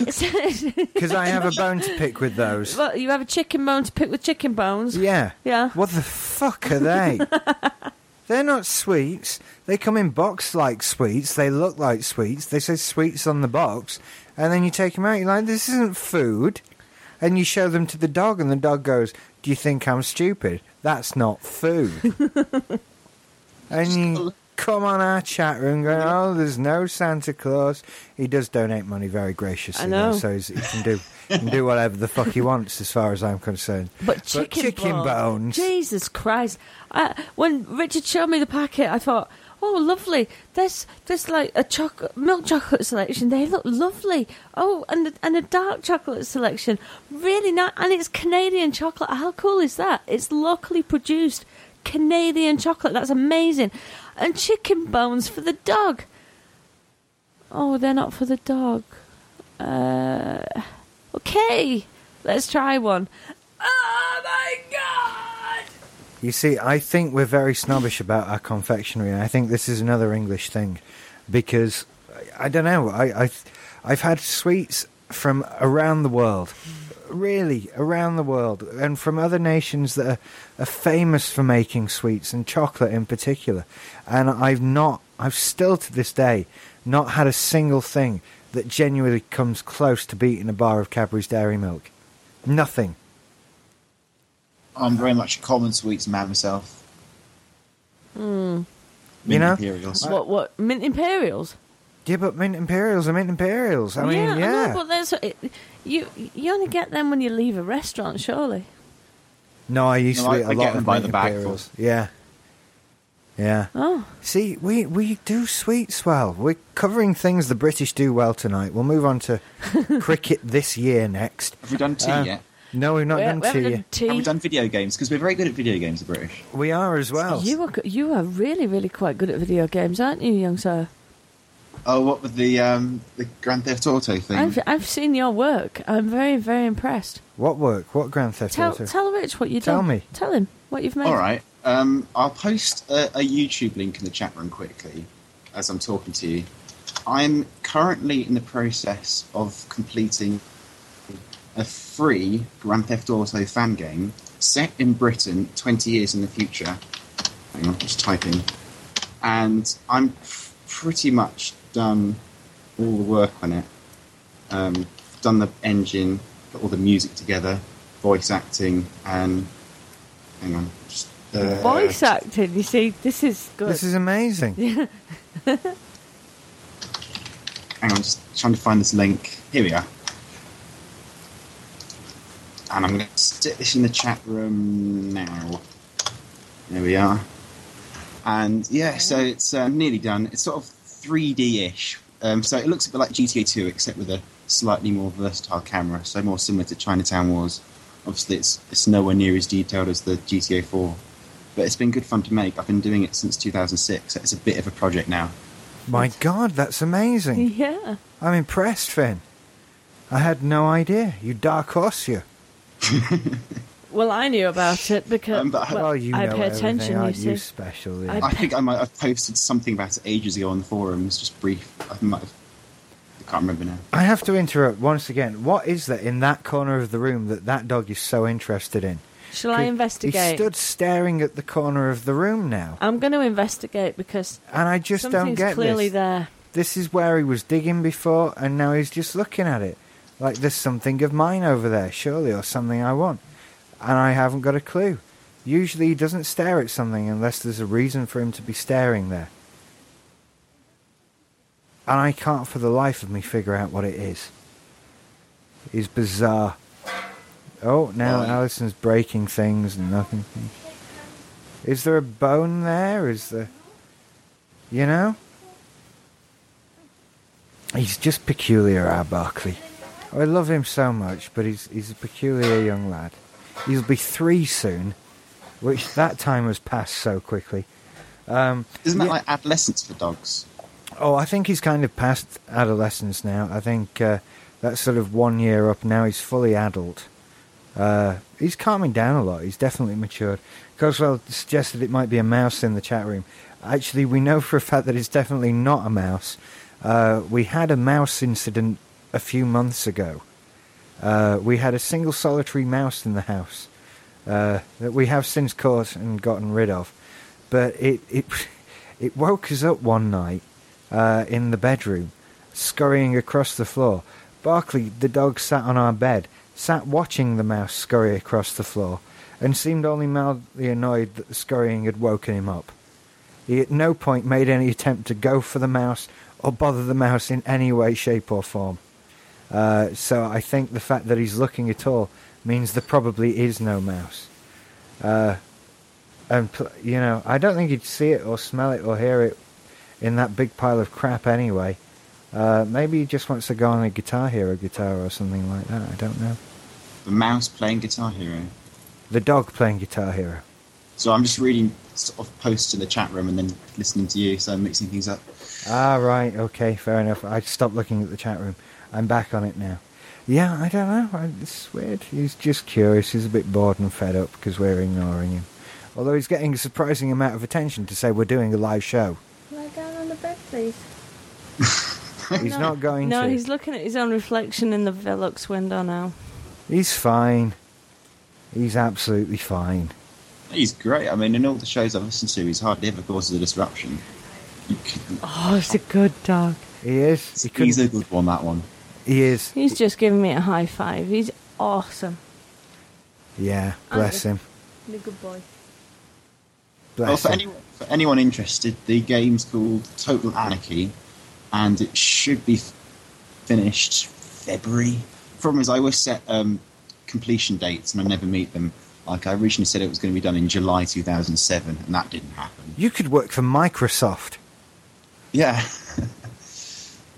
[SPEAKER 1] Because I have a bone to pick with those.
[SPEAKER 2] What, you have a chicken bone to pick with chicken bones?
[SPEAKER 1] Yeah.
[SPEAKER 2] Yeah.
[SPEAKER 1] What the fuck are they? They're not sweets. They come in box like sweets. They look like sweets. They say sweets on the box. And then you take them out. You're like, this isn't food. And you show them to the dog, and the dog goes, Do you think I'm stupid? That's not food. and you come on our chat room going,
[SPEAKER 2] Mm-hmm.
[SPEAKER 1] Oh, there's no Santa Claus. He does donate money very graciously,
[SPEAKER 2] I know.
[SPEAKER 1] though, so he's, he can do. he can do whatever the fuck he wants, as far as I'm concerned.
[SPEAKER 2] But chicken,
[SPEAKER 1] chicken
[SPEAKER 2] bone-
[SPEAKER 1] bones.
[SPEAKER 2] Jesus Christ! I, when Richard showed me the packet, I thought, "Oh, lovely! There's there's like a chocolate milk chocolate selection. They look lovely. Oh, and and a dark chocolate selection. Really nice. And it's Canadian chocolate. How cool is that? It's locally produced Canadian chocolate. That's amazing. And chicken bones for the dog. Oh, they're not for the dog. Uh, okay, let's try one. Oh my god!
[SPEAKER 1] You see, I think we're very snobbish about our confectionery, and I think this is another English thing because I don't know. I, I I've had sweets from around the world, really around the world, and from other nations that are, are famous for making sweets and chocolate in particular. And I've not, I've still to this day not had a single thing that genuinely comes close to beating a bar of Cadbury's Dairy Milk. Nothing.
[SPEAKER 7] I'm very much a common sweets man myself.
[SPEAKER 2] Hmm.
[SPEAKER 7] Mm.
[SPEAKER 1] You know?
[SPEAKER 7] Imperials.
[SPEAKER 2] what? What? Mint Imperials?
[SPEAKER 1] Yeah, but mint imperials are mint imperials. I mean, yeah.
[SPEAKER 2] I know, but there's it, you. You only get them when you leave a restaurant, surely.
[SPEAKER 1] no, I used
[SPEAKER 7] No,
[SPEAKER 1] to
[SPEAKER 7] I-
[SPEAKER 1] eat a
[SPEAKER 7] I get
[SPEAKER 1] lot
[SPEAKER 7] them
[SPEAKER 1] of
[SPEAKER 7] by
[SPEAKER 1] mint
[SPEAKER 7] the bag
[SPEAKER 1] imperials. Yeah, yeah.
[SPEAKER 2] Oh,
[SPEAKER 1] See, we we do sweets well. We're covering things the British do well tonight. We'll move on to cricket this year next.
[SPEAKER 7] Have we done tea
[SPEAKER 1] Uh,
[SPEAKER 7] yet?
[SPEAKER 1] No, we've not
[SPEAKER 2] we,
[SPEAKER 1] done
[SPEAKER 2] we
[SPEAKER 1] tea.
[SPEAKER 2] haven't
[SPEAKER 1] yet.
[SPEAKER 2] done tea.
[SPEAKER 7] Have we done video games? Because we're very good at video games, the British.
[SPEAKER 1] We are as well.
[SPEAKER 2] You are go- you are really really quite good at video games, aren't you, young sir?
[SPEAKER 7] Oh, what with the um, the Grand Theft Auto thing?
[SPEAKER 2] I've I've seen your work. I'm very very impressed.
[SPEAKER 1] What work? What Grand Theft
[SPEAKER 2] Tell
[SPEAKER 1] Auto?
[SPEAKER 2] tell Rich what you
[SPEAKER 1] Tell
[SPEAKER 2] done.
[SPEAKER 1] me.
[SPEAKER 2] Tell him what you've made.
[SPEAKER 7] All right. Um, I'll post a, a YouTube link in the chat room quickly as I'm talking to you. I'm currently in the process of completing a free Grand Theft Auto fan game set in Britain 20 years in the future. Hang on, just typing. And I'm pr- pretty much done all the work on it. Um, done the engine, put all the music together, voice acting, and hang on, just uh,
[SPEAKER 2] Voice acting, you see, this is good.
[SPEAKER 1] This is amazing.
[SPEAKER 7] Hang on, just trying to find this link. Here we are. And I'm going to stick this in the chat room now. There we are. And yeah, so it's uh, nearly done. It's sort of 3D ish. Um, so it looks a bit like GTA 2, except with a slightly more versatile camera, so more similar to Chinatown Wars. Obviously, it's, it's nowhere near as detailed as the GTA 4. But it's been good fun to make. I've been doing it since 2006. so It's a bit of a project now.
[SPEAKER 1] My God, that's amazing.
[SPEAKER 2] yeah.
[SPEAKER 1] I'm impressed, Finn. I had no idea. You dark horse, you.
[SPEAKER 2] Well, I knew about it because
[SPEAKER 7] Um, but-
[SPEAKER 2] well,
[SPEAKER 1] Oh, you
[SPEAKER 2] I
[SPEAKER 1] know
[SPEAKER 2] pay attention.
[SPEAKER 1] everything.
[SPEAKER 2] You
[SPEAKER 1] Aren't
[SPEAKER 2] see,
[SPEAKER 1] you, special? yeah.
[SPEAKER 2] I-
[SPEAKER 7] I think I might have posted something about it ages ago on the forums, just brief. I might have. I can't remember now.
[SPEAKER 1] I have to interrupt once again. What is that in that corner of the room that that dog is so interested in?
[SPEAKER 2] shall I
[SPEAKER 1] He
[SPEAKER 2] investigate?
[SPEAKER 1] stood staring at the corner of the room now,
[SPEAKER 2] I'm going to investigate because
[SPEAKER 1] and I just
[SPEAKER 2] something's
[SPEAKER 1] don't get
[SPEAKER 2] clearly
[SPEAKER 1] this.
[SPEAKER 2] there.
[SPEAKER 1] This is where he was digging before, and now he's just looking at it like there's something of mine over there, surely, or something I want, and I haven't got a clue. Usually, he doesn't stare at something unless there's a reason for him to be staring there. And I can't for the life of me figure out what it is. It's bizarre. Oh, now
[SPEAKER 7] Right.
[SPEAKER 1] Alison's breaking things and nothing. Is there a bone there? Is there. You know? He's just peculiar, our Barkley. I love him so much, but he's, he's a peculiar young lad. He'll be three soon, which that time has passed so quickly. Um,
[SPEAKER 7] Isn't that like adolescence for dogs?
[SPEAKER 1] Oh, I think he's kind of past adolescence now. I think uh, that's sort of one year up now. He's fully adult. Uh, he's calming down a lot. He's definitely matured. Coswell suggested it might be a mouse in the chat room. Actually, we know for a fact that it's definitely not a mouse. Uh, we had a mouse incident a few months ago. Uh, we had a single solitary mouse in the house uh, that we have since caught and gotten rid of. But it it it woke us up one night uh, in the bedroom, scurrying across the floor. Barkley, the dog, sat on our bed, sat watching the mouse scurry across the floor, and seemed only mildly annoyed that the scurrying had woken him up. He at no point made any attempt to go for the mouse or bother the mouse in any way, shape, or form. Uh, so I think the fact that he's looking at all means there probably is no mouse. Uh, and pl- you know, I don't think he'd see it or smell it or hear it in that big pile of crap anyway. Uh, maybe he just wants to go on a Guitar Hero guitar or something like that. I don't know.
[SPEAKER 7] The mouse playing Guitar Hero.
[SPEAKER 1] The dog playing Guitar Hero.
[SPEAKER 7] So I'm just reading sort of posts in the chat room and then listening to you, so I'm mixing things up.
[SPEAKER 1] Ah, right. Okay, fair enough. I stopped looking at the chat room. I'm back on it now. Yeah, I don't know. I, it's weird. He's just curious. He's a bit bored and fed up because we're ignoring him. Although he's getting a surprising amount of attention to say we're doing a live show.
[SPEAKER 2] Lie down on the bed, please.
[SPEAKER 1] He's not going
[SPEAKER 2] No,
[SPEAKER 1] to.
[SPEAKER 2] he's looking at his own reflection in the Velux window now.
[SPEAKER 1] He's fine. He's absolutely fine.
[SPEAKER 7] He's great. I mean, in all the shows I've listened to, he's hardly ever causes a disruption. You couldn't-
[SPEAKER 2] Oh, it's a good dog.
[SPEAKER 1] He is. He,
[SPEAKER 7] He's a
[SPEAKER 1] couldn't-
[SPEAKER 7] good one, that one.
[SPEAKER 1] he is.
[SPEAKER 2] He's just giving me a high five. He's awesome.
[SPEAKER 1] Yeah, bless him.
[SPEAKER 2] He's a good boy.
[SPEAKER 7] Well,
[SPEAKER 1] Bless
[SPEAKER 7] for,
[SPEAKER 1] him.
[SPEAKER 7] anyone, for anyone interested, the game's called Total Anarchy, and it should be f- finished February. Problem is, I always set um, completion dates and I never meet them. Like I originally said, it was going to be done in July 2007, and that didn't happen.
[SPEAKER 1] You could work for Microsoft.
[SPEAKER 7] Yeah.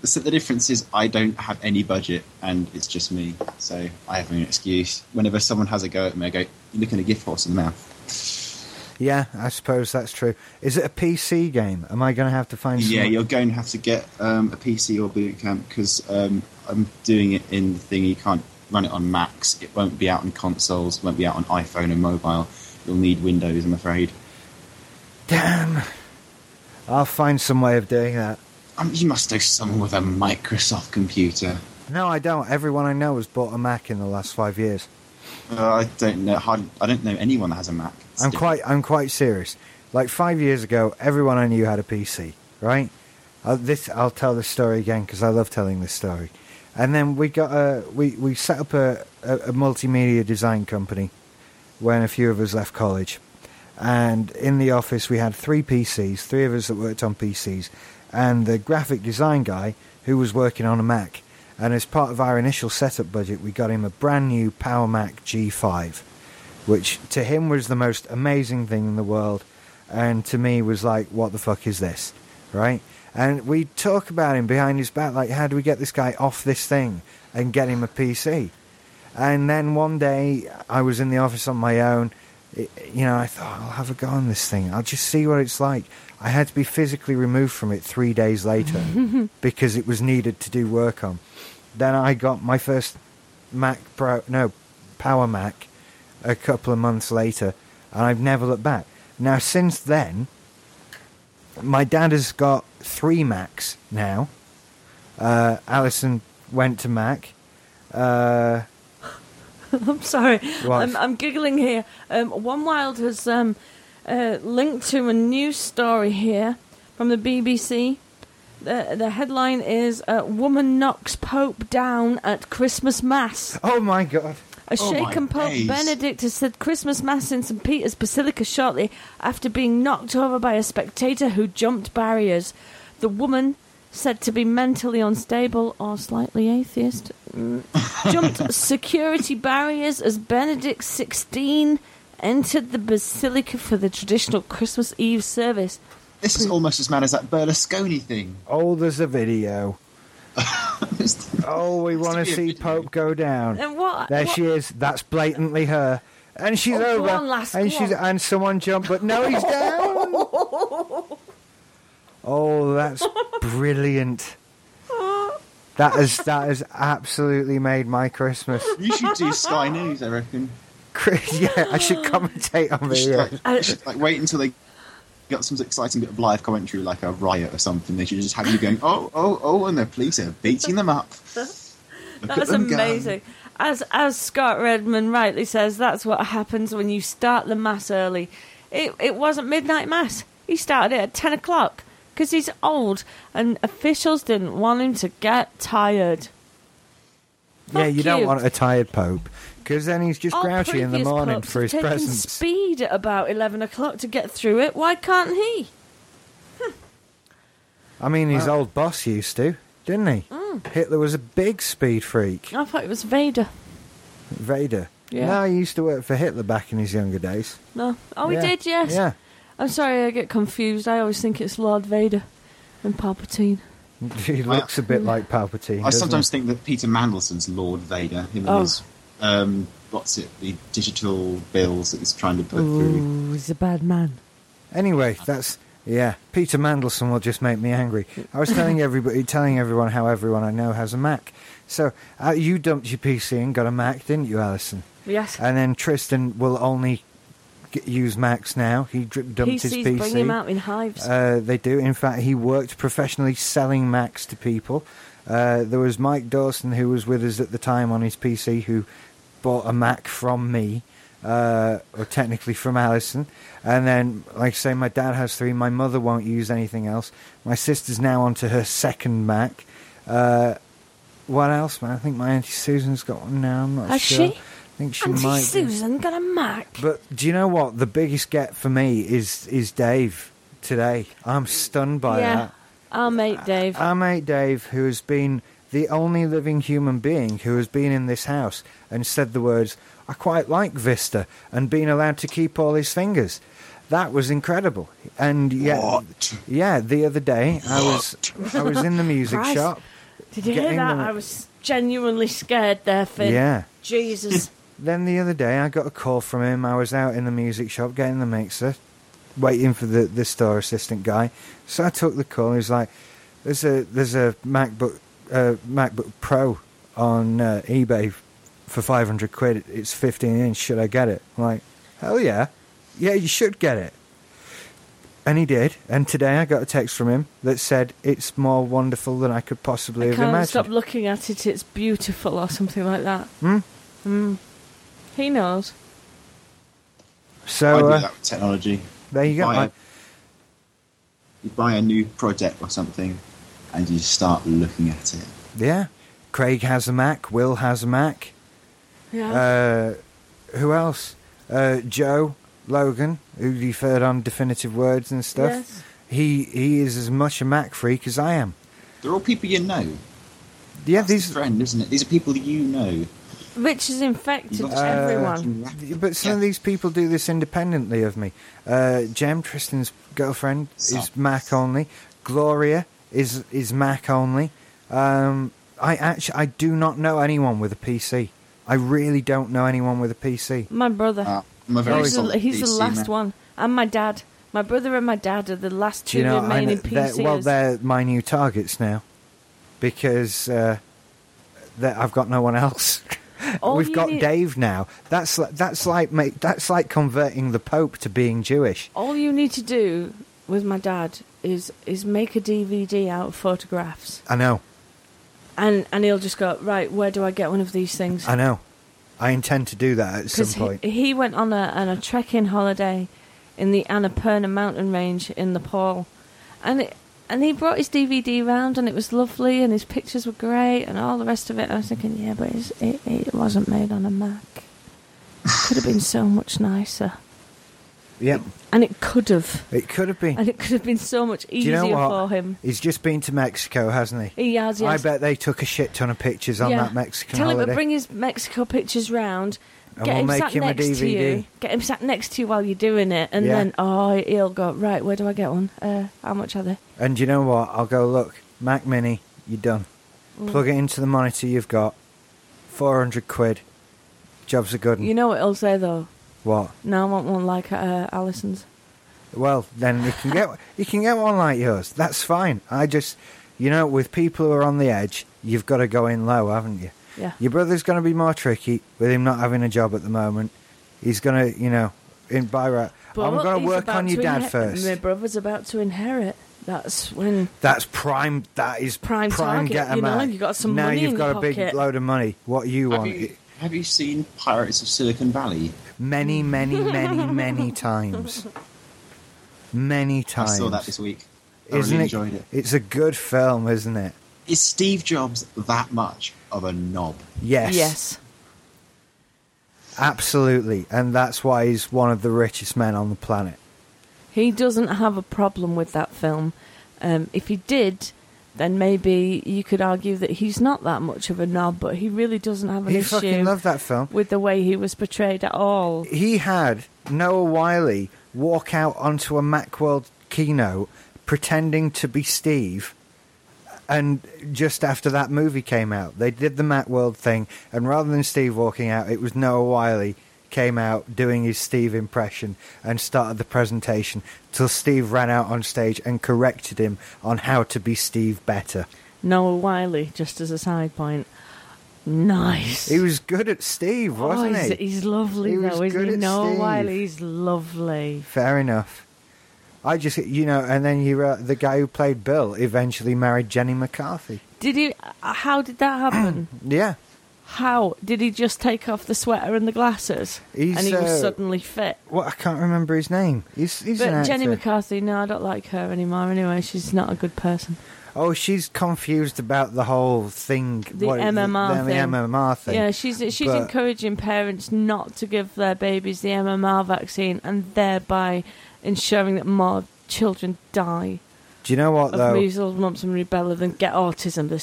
[SPEAKER 7] so the difference is, I don't have any budget, and it's just me, so I have an excuse. Whenever someone has a go at me, I go, "You're looking a gift horse in the mouth."
[SPEAKER 1] Yeah, I suppose that's true. Is it a PC game? Am I going to have to find
[SPEAKER 7] Yeah,
[SPEAKER 1] someone-
[SPEAKER 7] you're going to have to get um, a PC or boot camp because um, I'm doing it in the thing. You can't run it on Macs. It won't be out on consoles. Won't be out on iPhone and mobile. You'll need Windows, I'm afraid.
[SPEAKER 1] Damn. I'll find some way of doing that.
[SPEAKER 7] Um, you must know someone with a Microsoft computer.
[SPEAKER 1] No, I don't. Everyone I know has bought a Mac in the last five years.
[SPEAKER 7] Uh, I don't know. Hard, I don't know anyone that has a Mac. It's
[SPEAKER 1] I'm
[SPEAKER 7] different.
[SPEAKER 1] quite, I'm quite serious. Like five years ago, everyone I knew had a PC, right? Uh, this, I'll tell this story again because I love telling this story. And then we got a we, we set up a, a, a multimedia design company when a few of us left college. And in the office, we had three PCs, three of us that worked on PCs, and the graphic design guy who was working on a Mac. And as part of our initial setup budget, we got him a brand new Power Mac G5, which to him was the most amazing thing in the world, and to me was like, what the fuck is this? Right? And we talk about him behind his back, like, how do we get this guy off this thing and get him a PC? And then one day I was in the office on my own. It, you know, I thought, I'll have a go on this thing. I'll just see what it's like. I had to be physically removed from it three days later because it was needed to do work on. Then I got my first Mac Pro, no, Power Mac a couple of months later, and I've never looked back. Now, since then, my dad has got three Macs now. Uh, Alison went to Mac. Uh,
[SPEAKER 2] I'm sorry.
[SPEAKER 1] What?
[SPEAKER 2] I'm, uh, I'm giggling here. Um, One Wild has um, uh, linked to a news story here from the BBC. The, the headline is uh, Woman Knocks Pope Down at Christmas Mass.
[SPEAKER 1] oh my god.
[SPEAKER 2] A
[SPEAKER 7] Oh my
[SPEAKER 2] shaken Pope
[SPEAKER 7] days.
[SPEAKER 2] Benedict has said Christmas Mass in St. Peter's Basilica shortly after being knocked over by a spectator who jumped barriers. The woman, said to be mentally unstable or slightly atheist, mm, jumped security barriers as Benedict XVI entered the basilica for the traditional Christmas Eve service.
[SPEAKER 7] This is almost as mad as that Berlusconi thing.
[SPEAKER 1] Mm. Oh, there's a video. Oh, we want to
[SPEAKER 7] be a
[SPEAKER 1] see
[SPEAKER 7] video.
[SPEAKER 1] Pope go down.
[SPEAKER 2] And what?
[SPEAKER 1] There
[SPEAKER 2] what-
[SPEAKER 1] she is. That's blatantly her. And she's
[SPEAKER 2] Oh, go
[SPEAKER 1] over.
[SPEAKER 2] on, lass,
[SPEAKER 1] and
[SPEAKER 2] go
[SPEAKER 1] she's
[SPEAKER 2] on.
[SPEAKER 1] and someone jumped, but no, he's down. oh, that's brilliant. That has that has absolutely made my Christmas.
[SPEAKER 7] you should do Sky News, I reckon.
[SPEAKER 1] Chris, yeah, I should commentate on
[SPEAKER 7] You should,
[SPEAKER 1] video.
[SPEAKER 7] like,
[SPEAKER 2] I-
[SPEAKER 7] you should, like, wait until they got some exciting bit of live commentary, like a riot or something. They should just have you going, oh, oh, oh, and the police are beating them up. Look at
[SPEAKER 2] That's
[SPEAKER 7] them go.
[SPEAKER 2] amazing. As as Scott Redman rightly says, that's what happens when you start the mass early. It it wasn't midnight mass. He started it at ten o'clock because he's old, and officials didn't want him to get tired.
[SPEAKER 1] yeah, you
[SPEAKER 2] Fuck
[SPEAKER 1] don't
[SPEAKER 2] you.
[SPEAKER 1] want a tired Pope because then he's just
[SPEAKER 2] All
[SPEAKER 1] grouchy in the
[SPEAKER 2] previous
[SPEAKER 1] morning
[SPEAKER 2] popes
[SPEAKER 1] for his
[SPEAKER 2] have taken
[SPEAKER 1] presents.
[SPEAKER 2] Speed at about eleven o'clock to get through it. Why can't he?
[SPEAKER 1] I mean, his old boss used to, didn't he?
[SPEAKER 2] Mm.
[SPEAKER 1] Hitler was a big speed freak.
[SPEAKER 2] I thought it was Vader.
[SPEAKER 1] Vader.
[SPEAKER 2] Yeah.
[SPEAKER 1] No, he used to work for Hitler back in his younger days.
[SPEAKER 2] No. Oh,
[SPEAKER 1] Yeah.
[SPEAKER 2] he did. Yes.
[SPEAKER 1] Yeah.
[SPEAKER 2] I'm sorry, I get confused. I always think it's Lord Vader and Palpatine.
[SPEAKER 1] He looks a bit like Palpatine.
[SPEAKER 7] I
[SPEAKER 1] doesn't
[SPEAKER 7] sometimes think that Peter Mandelson's Lord Vader, him and
[SPEAKER 2] Oh.
[SPEAKER 7] his, um, what's it, the digital bills that he's trying to put through.
[SPEAKER 2] Ooh, he's a bad man.
[SPEAKER 1] he? Anyway, that's yeah. Peter Mandelson will just make me angry. I was telling everybody, telling everyone how everyone I know has a Mac. So uh, you dumped your PC and got a Mac, didn't you, Alison?
[SPEAKER 2] Yes.
[SPEAKER 1] And then Tristan will only g use Macs now. He dri- dumped his
[SPEAKER 2] PCs
[SPEAKER 1] PC.
[SPEAKER 2] bring him out in hives.
[SPEAKER 1] Uh, they do. In fact, he worked professionally selling Macs to people. Uh, there was Mike Dawson, who was with us at the time on his PC, who bought a Mac from me, uh, or technically from Alison. And then, like I say, my dad has three. My mother won't use anything else. My sister's now onto her second Mac. Uh, what else, man? I think my Auntie Susan's got one now. I'm not
[SPEAKER 2] Has
[SPEAKER 1] sure.
[SPEAKER 2] she?
[SPEAKER 1] I think she
[SPEAKER 2] Auntie
[SPEAKER 1] might. be.
[SPEAKER 2] Susan got a Mac.
[SPEAKER 1] But do you know what? The biggest get for me is is Dave today. I'm stunned by
[SPEAKER 2] yeah,
[SPEAKER 1] that.
[SPEAKER 2] our mate Dave.
[SPEAKER 1] Our mate Dave, who has been the only living human being who has been in this house and said the words, I quite like Vista, and been allowed to keep all his fingers. That was incredible. And yeah,
[SPEAKER 7] What?
[SPEAKER 1] yeah, the other day I was I was in the music
[SPEAKER 2] Christ.
[SPEAKER 1] shop.
[SPEAKER 2] Did you hear
[SPEAKER 1] getting
[SPEAKER 2] that?
[SPEAKER 1] the-
[SPEAKER 2] I was genuinely scared there, Finn.
[SPEAKER 1] Yeah.
[SPEAKER 2] Jesus.
[SPEAKER 1] Then the other day, I got a call from him. I was out in the music shop getting the mixer, waiting for the, the store assistant guy. So I took the call. He was like, "There's a there's a MacBook uh, MacBook Pro on uh, eBay for 500 quid. It's 15 inch. Should I get it?" I'm like, "Hell yeah, yeah, you should get it." And he did. And today I got a text from him that said, "It's more wonderful than I could possibly
[SPEAKER 2] I
[SPEAKER 1] have
[SPEAKER 2] can't
[SPEAKER 1] imagined."
[SPEAKER 2] stop looking at it. It's beautiful or something like that.
[SPEAKER 1] Hmm?
[SPEAKER 2] Hmm. He knows.
[SPEAKER 7] I do
[SPEAKER 1] So uh,
[SPEAKER 7] that with technology.
[SPEAKER 1] there you go.
[SPEAKER 7] buy
[SPEAKER 1] mate.
[SPEAKER 7] a, you buy a new project or something, and you start looking at it.
[SPEAKER 1] Yeah. Craig has a Mac. Will has a Mac.
[SPEAKER 2] Yeah.
[SPEAKER 1] Uh, who else? Uh, Joe Logan, who you've heard on Definitive Words and stuff.
[SPEAKER 2] Yes.
[SPEAKER 1] He he is as much a Mac freak as I am.
[SPEAKER 7] They're all people you know.
[SPEAKER 1] Yeah,
[SPEAKER 7] That's the
[SPEAKER 1] these.
[SPEAKER 7] trend, isn't it? These are people you know.
[SPEAKER 2] Rich has infected
[SPEAKER 7] Uh,
[SPEAKER 2] everyone.
[SPEAKER 1] Uh, But some of these people do this independently of me. Uh, Jem, Tristan's girlfriend, is
[SPEAKER 7] Sucks.
[SPEAKER 1] Mac only. Gloria is is Mac only. Um, I actually I do not know anyone with a PC. I really don't know anyone with a PC.
[SPEAKER 2] My brother.
[SPEAKER 7] Ah, I'm a very
[SPEAKER 2] he's
[SPEAKER 7] solid
[SPEAKER 2] the, he's the
[SPEAKER 7] PC
[SPEAKER 2] last
[SPEAKER 7] man.
[SPEAKER 2] one. And my dad. My brother and my dad are the last
[SPEAKER 1] Do
[SPEAKER 2] two
[SPEAKER 1] you know? I know
[SPEAKER 2] remaining
[SPEAKER 1] they're,
[SPEAKER 2] PCs.
[SPEAKER 1] well, they're my new targets now because uh, that I've got no one else.
[SPEAKER 2] All
[SPEAKER 1] We've
[SPEAKER 2] you
[SPEAKER 1] got
[SPEAKER 2] need-
[SPEAKER 1] Dave now. That's li- that's like mate, that's like converting the Pope to being Jewish.
[SPEAKER 2] All you need to do with my dad is is make a DVD out of photographs,
[SPEAKER 1] I know.
[SPEAKER 2] and and he'll just go right. Where do I get one of these things?
[SPEAKER 1] I know. I intend to do that at some
[SPEAKER 2] Because
[SPEAKER 1] point.
[SPEAKER 2] he, he went on a on a trekking holiday in the Annapurna mountain range in Nepal, and it, and he brought his DVD round, and it was lovely, and his pictures were great, and all the rest of it. I was thinking, yeah, but it's, it it wasn't made on a Mac. Could have been so much nicer,
[SPEAKER 1] Yep.
[SPEAKER 2] and it could have,
[SPEAKER 1] It could have
[SPEAKER 2] and
[SPEAKER 1] been.
[SPEAKER 2] it could have been so much
[SPEAKER 1] Do you
[SPEAKER 2] easier
[SPEAKER 1] know what?
[SPEAKER 2] for him.
[SPEAKER 1] He's just been to Mexico, hasn't he?
[SPEAKER 2] He has, yes.
[SPEAKER 1] I bet they took a shit ton of pictures on
[SPEAKER 2] Yeah.
[SPEAKER 1] that Mexican
[SPEAKER 2] Tell
[SPEAKER 1] holiday.
[SPEAKER 2] him to bring his Mexico pictures round.
[SPEAKER 1] And
[SPEAKER 2] get
[SPEAKER 1] we'll
[SPEAKER 2] him
[SPEAKER 1] make
[SPEAKER 2] sat
[SPEAKER 1] him a
[SPEAKER 2] next to
[SPEAKER 1] DVD.
[SPEAKER 2] you. Get him sat next to you while you're doing it, and
[SPEAKER 1] Yeah.
[SPEAKER 2] then oh, he'll go right. Where do I get one? Uh, how much are they?
[SPEAKER 1] And you know what? I'll go look. Mac Mini, you're done.
[SPEAKER 2] Mm.
[SPEAKER 1] Plug it into the monitor you've got. Four hundred quid. Jobs are good.
[SPEAKER 2] You know what he'll say though.
[SPEAKER 1] Um, what?
[SPEAKER 2] No, I want one like uh, Alison's.
[SPEAKER 1] Well, then you can get you can get one like yours. That's fine. I just, you know, with people who are on the edge, you've got to go in low, haven't you?
[SPEAKER 2] Yeah.
[SPEAKER 1] Your brother's going to be more tricky with him not having a job at the moment. He's going to, you know, in by right. I'm
[SPEAKER 2] what
[SPEAKER 1] going to
[SPEAKER 2] he's
[SPEAKER 1] work
[SPEAKER 2] about
[SPEAKER 1] on your
[SPEAKER 2] to
[SPEAKER 1] dad
[SPEAKER 2] inhe-
[SPEAKER 1] first.
[SPEAKER 2] My brother's about to inherit. That's when.
[SPEAKER 1] That's prime. That is
[SPEAKER 2] Prime target,
[SPEAKER 1] get a
[SPEAKER 2] you know,
[SPEAKER 1] Mac.
[SPEAKER 2] you got some
[SPEAKER 1] now
[SPEAKER 2] money
[SPEAKER 1] you've
[SPEAKER 2] in
[SPEAKER 1] got
[SPEAKER 2] your
[SPEAKER 1] a big
[SPEAKER 2] pocket.
[SPEAKER 1] load of money. What do you
[SPEAKER 7] Have
[SPEAKER 1] want?
[SPEAKER 7] you, have you seen Pirates of Silicon Valley?
[SPEAKER 1] Many, many, many, many times. Many times.
[SPEAKER 7] I saw that this week. I
[SPEAKER 1] Isn't
[SPEAKER 7] really
[SPEAKER 1] it-
[SPEAKER 7] enjoyed it.
[SPEAKER 1] It's a good film, isn't it?
[SPEAKER 7] Is Steve Jobs that much of a knob?
[SPEAKER 1] Yes.
[SPEAKER 2] Yes.
[SPEAKER 1] Absolutely. And that's why he's one of the richest men on the planet.
[SPEAKER 2] He doesn't have a problem with that film. Um, if he did, then maybe you could argue that he's not that much of a knob, but he really doesn't have an
[SPEAKER 1] He
[SPEAKER 2] issue
[SPEAKER 1] fucking loved that film.
[SPEAKER 2] with the way he was portrayed at all.
[SPEAKER 1] He had Noah Wiley walk out onto a Macworld keynote pretending to be Steve. And just after that movie came out, they did the Macworld thing. And rather than Steve walking out, it was Noah Wiley came out doing his Steve impression and started the presentation till Steve ran out on stage and corrected him on how to be Steve better.
[SPEAKER 2] Noah Wiley, just as a side point. Nice.
[SPEAKER 1] He was good at Steve,
[SPEAKER 2] oh,
[SPEAKER 1] wasn't
[SPEAKER 2] he's,
[SPEAKER 1] he?
[SPEAKER 2] he's lovely
[SPEAKER 1] He was
[SPEAKER 2] though, isn't
[SPEAKER 1] good
[SPEAKER 2] he?
[SPEAKER 1] at
[SPEAKER 2] Noah
[SPEAKER 1] Steve.
[SPEAKER 2] Wiley, he's lovely.
[SPEAKER 1] Fair enough. I just, you know, and then you, uh, the guy who played Bill eventually married Jenny McCarthy.
[SPEAKER 2] Did he? uh, How did that happen?
[SPEAKER 1] Yeah,
[SPEAKER 2] how did he just take off the sweater and the glasses,
[SPEAKER 1] He's,
[SPEAKER 2] and he
[SPEAKER 1] uh,
[SPEAKER 2] was suddenly fit?
[SPEAKER 1] well, I can't remember his name. He's, he's an
[SPEAKER 2] But
[SPEAKER 1] actor.
[SPEAKER 2] Jenny McCarthy, no, I don't like her anymore. Anyway, she's not a good person.
[SPEAKER 1] Oh, she's confused about the whole thing.
[SPEAKER 2] The
[SPEAKER 1] what-
[SPEAKER 2] MMR
[SPEAKER 1] the, the
[SPEAKER 2] thing.
[SPEAKER 1] MMR thing.
[SPEAKER 2] Yeah, she's she's
[SPEAKER 1] But-
[SPEAKER 2] encouraging parents not to give their babies the MMR vaccine and thereby ensuring that more children die
[SPEAKER 1] Do you know what
[SPEAKER 2] of
[SPEAKER 1] though?
[SPEAKER 2] measles, mumps, and rubella than get autism. The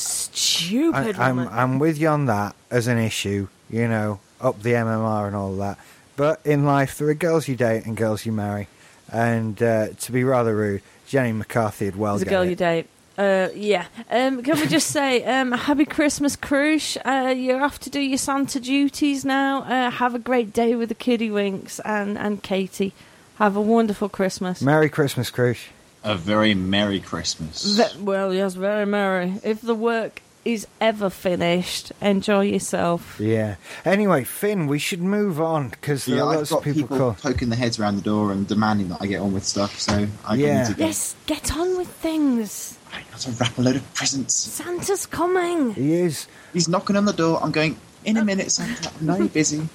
[SPEAKER 2] stupid
[SPEAKER 1] I, I'm
[SPEAKER 2] woman.
[SPEAKER 1] I'm with you on that as an issue, you know, up the MMR and all that. But in life, there are girls you date and girls you marry, and uh, to be rather rude, Jenny McCarthy had well.
[SPEAKER 2] There's a
[SPEAKER 1] get
[SPEAKER 2] girl
[SPEAKER 1] it.
[SPEAKER 2] you date. Uh, yeah. Um, can we just say um, happy Christmas, Crush? Uh, you're off to do your Santa duties now. Uh, have a great day with the kiddie winks and and Katie. Have a wonderful Christmas.
[SPEAKER 1] Merry Christmas, Crush.
[SPEAKER 7] A very Merry Christmas.
[SPEAKER 2] Ve- well, yes, very merry. If the work is ever finished, enjoy yourself.
[SPEAKER 1] Yeah. Anyway, Finn, we should move on because there
[SPEAKER 7] yeah,
[SPEAKER 1] are
[SPEAKER 7] I've
[SPEAKER 1] lots of
[SPEAKER 7] got
[SPEAKER 1] people,
[SPEAKER 7] people,
[SPEAKER 1] call.
[SPEAKER 7] poking their heads around the door and demanding that I get on with stuff, so I
[SPEAKER 1] Yeah.
[SPEAKER 7] need to go.
[SPEAKER 2] Yes, get on with things.
[SPEAKER 7] I got to wrap a load of presents.
[SPEAKER 2] Santa's coming. Uh,
[SPEAKER 1] He is.
[SPEAKER 7] He's knocking on the door. I'm going, in a minute, Santa. I'm not busy.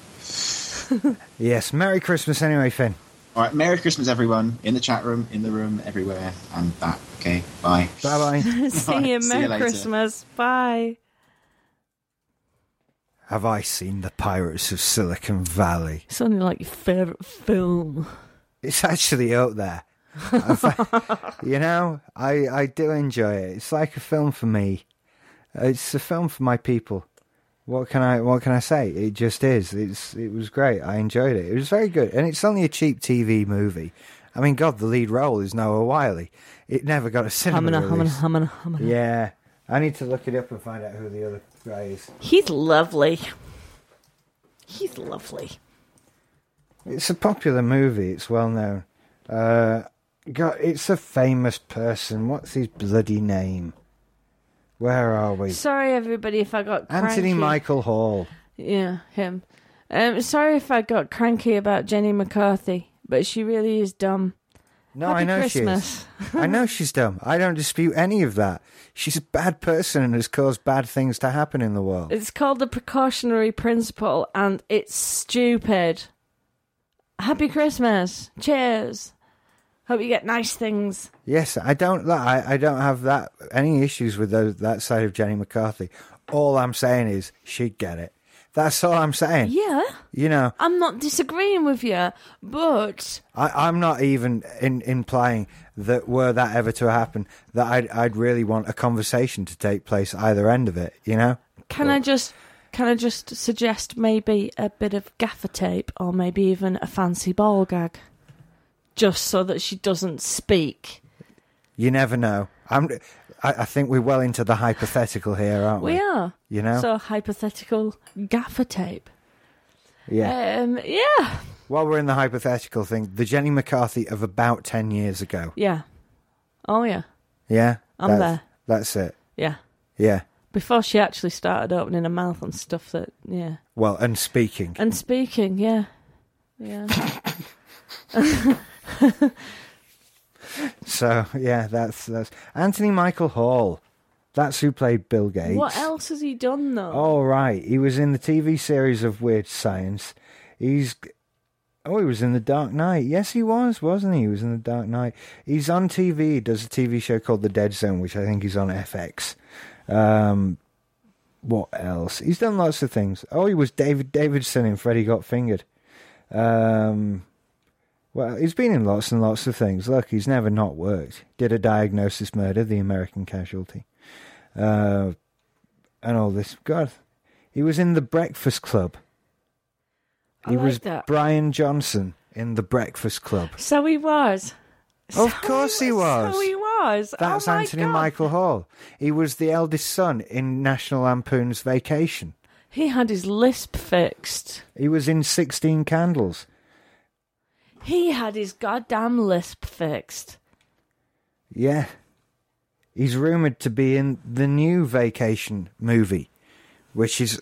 [SPEAKER 1] Yes. Merry Christmas, anyway, Finn.
[SPEAKER 7] All right, Merry Christmas, everyone. In the chat room, in the room, everywhere. I'm back. Okay, bye.
[SPEAKER 1] Bye bye.
[SPEAKER 2] See you.
[SPEAKER 7] See you
[SPEAKER 2] Merry
[SPEAKER 7] later.
[SPEAKER 2] Christmas. Bye.
[SPEAKER 1] Have I seen the Pirates of Silicon Valley?
[SPEAKER 2] It's only like your favorite film.
[SPEAKER 1] It's actually out there. I fi- you know, I, I do enjoy it. It's like a film for me. It's a film for my people. What can I what can I say? It just is. It's it was great. I enjoyed it. It was very good, and it's only a cheap TV movie. I mean, God, the lead role is Noah Wiley. It never got a cinema
[SPEAKER 2] Hamana, hamana,
[SPEAKER 1] release.
[SPEAKER 2] hamana, hamana.
[SPEAKER 1] Yeah, I need to look it up and find out who the other guy is.
[SPEAKER 2] He's lovely. He's lovely.
[SPEAKER 1] It's a popular movie. It's well known. Uh, God, it's a famous person. What's his bloody name? Where are we?
[SPEAKER 2] Sorry, everybody, if I got cranky.
[SPEAKER 1] Anthony Michael Hall.
[SPEAKER 2] Yeah, him. Um, sorry if I got cranky about Jenny McCarthy, but she really is dumb.
[SPEAKER 1] No,
[SPEAKER 2] Happy
[SPEAKER 1] I know
[SPEAKER 2] Christmas.
[SPEAKER 1] she is. I know she's dumb. I don't dispute any of that. She's a bad person and has caused bad things to happen in the world.
[SPEAKER 2] It's called the precautionary principle, and it's stupid. Happy Christmas. Cheers. Hope you get nice things.
[SPEAKER 1] Yes, I don't. li- I, I don't have that any issues with those, that side of Jenny McCarthy. All I'm saying is she'd get it. That's all I'm saying.
[SPEAKER 2] Yeah,
[SPEAKER 1] You know,
[SPEAKER 2] I'm not disagreeing with you, but
[SPEAKER 1] I, I'm not even in, implying that were that ever to happen, that I'd, I'd really want a conversation to take place either end of it. You know,
[SPEAKER 2] can I just can I just suggest maybe a bit of gaffer tape or maybe even a fancy ball gag, just so that she doesn't speak.
[SPEAKER 1] you never know. I'm. I, I think we're well into the hypothetical here, aren't we?
[SPEAKER 2] We are.
[SPEAKER 1] You know.
[SPEAKER 2] So hypothetical gaffer tape.
[SPEAKER 1] yeah.
[SPEAKER 2] Um, yeah,
[SPEAKER 1] While we're in the hypothetical thing, the Jenny McCarthy of about ten years ago.
[SPEAKER 2] yeah, oh yeah,
[SPEAKER 1] Yeah,
[SPEAKER 2] I'm
[SPEAKER 1] that's,
[SPEAKER 2] there.
[SPEAKER 1] That's it.
[SPEAKER 2] yeah.
[SPEAKER 1] Yeah.
[SPEAKER 2] Before she actually started opening her mouth and stuff that, yeah.
[SPEAKER 1] Well, and speaking.
[SPEAKER 2] And speaking, yeah. Yeah.
[SPEAKER 1] So yeah, that's that's Anthony Michael Hall. That's who played Bill Gates.
[SPEAKER 2] what else has he done, though?
[SPEAKER 1] All Oh, right, he was in the TV series of Weird Science. He's oh, he was in The Dark Knight. Yes, he was, wasn't he? He was in The Dark Knight. He's on TV. He does a TV show called The Dead Zone, which I think is on FX. Um, what else? He's done lots of things. Oh, he was David Davidson in Freddy Got Fingered. Um, well, he's been in lots and lots of things. Look, he's never not worked. Did a diagnosis murder, The American Casualty. Uh, and all this. God, he was in The Breakfast Club.
[SPEAKER 2] I
[SPEAKER 1] He
[SPEAKER 2] like
[SPEAKER 1] was
[SPEAKER 2] that.
[SPEAKER 1] Brian Johnson in The Breakfast Club.
[SPEAKER 2] so he was.
[SPEAKER 1] Of course he was.
[SPEAKER 2] So he was.
[SPEAKER 1] That's
[SPEAKER 2] oh my
[SPEAKER 1] Anthony
[SPEAKER 2] God.
[SPEAKER 1] Michael Hall. He was the eldest son in National Lampoon's Vacation.
[SPEAKER 2] He had his lisp fixed.
[SPEAKER 1] He was in 16 Candles.
[SPEAKER 2] He had his goddamn lisp fixed.
[SPEAKER 1] Yeah. He's rumored to be in the new Vacation movie, which is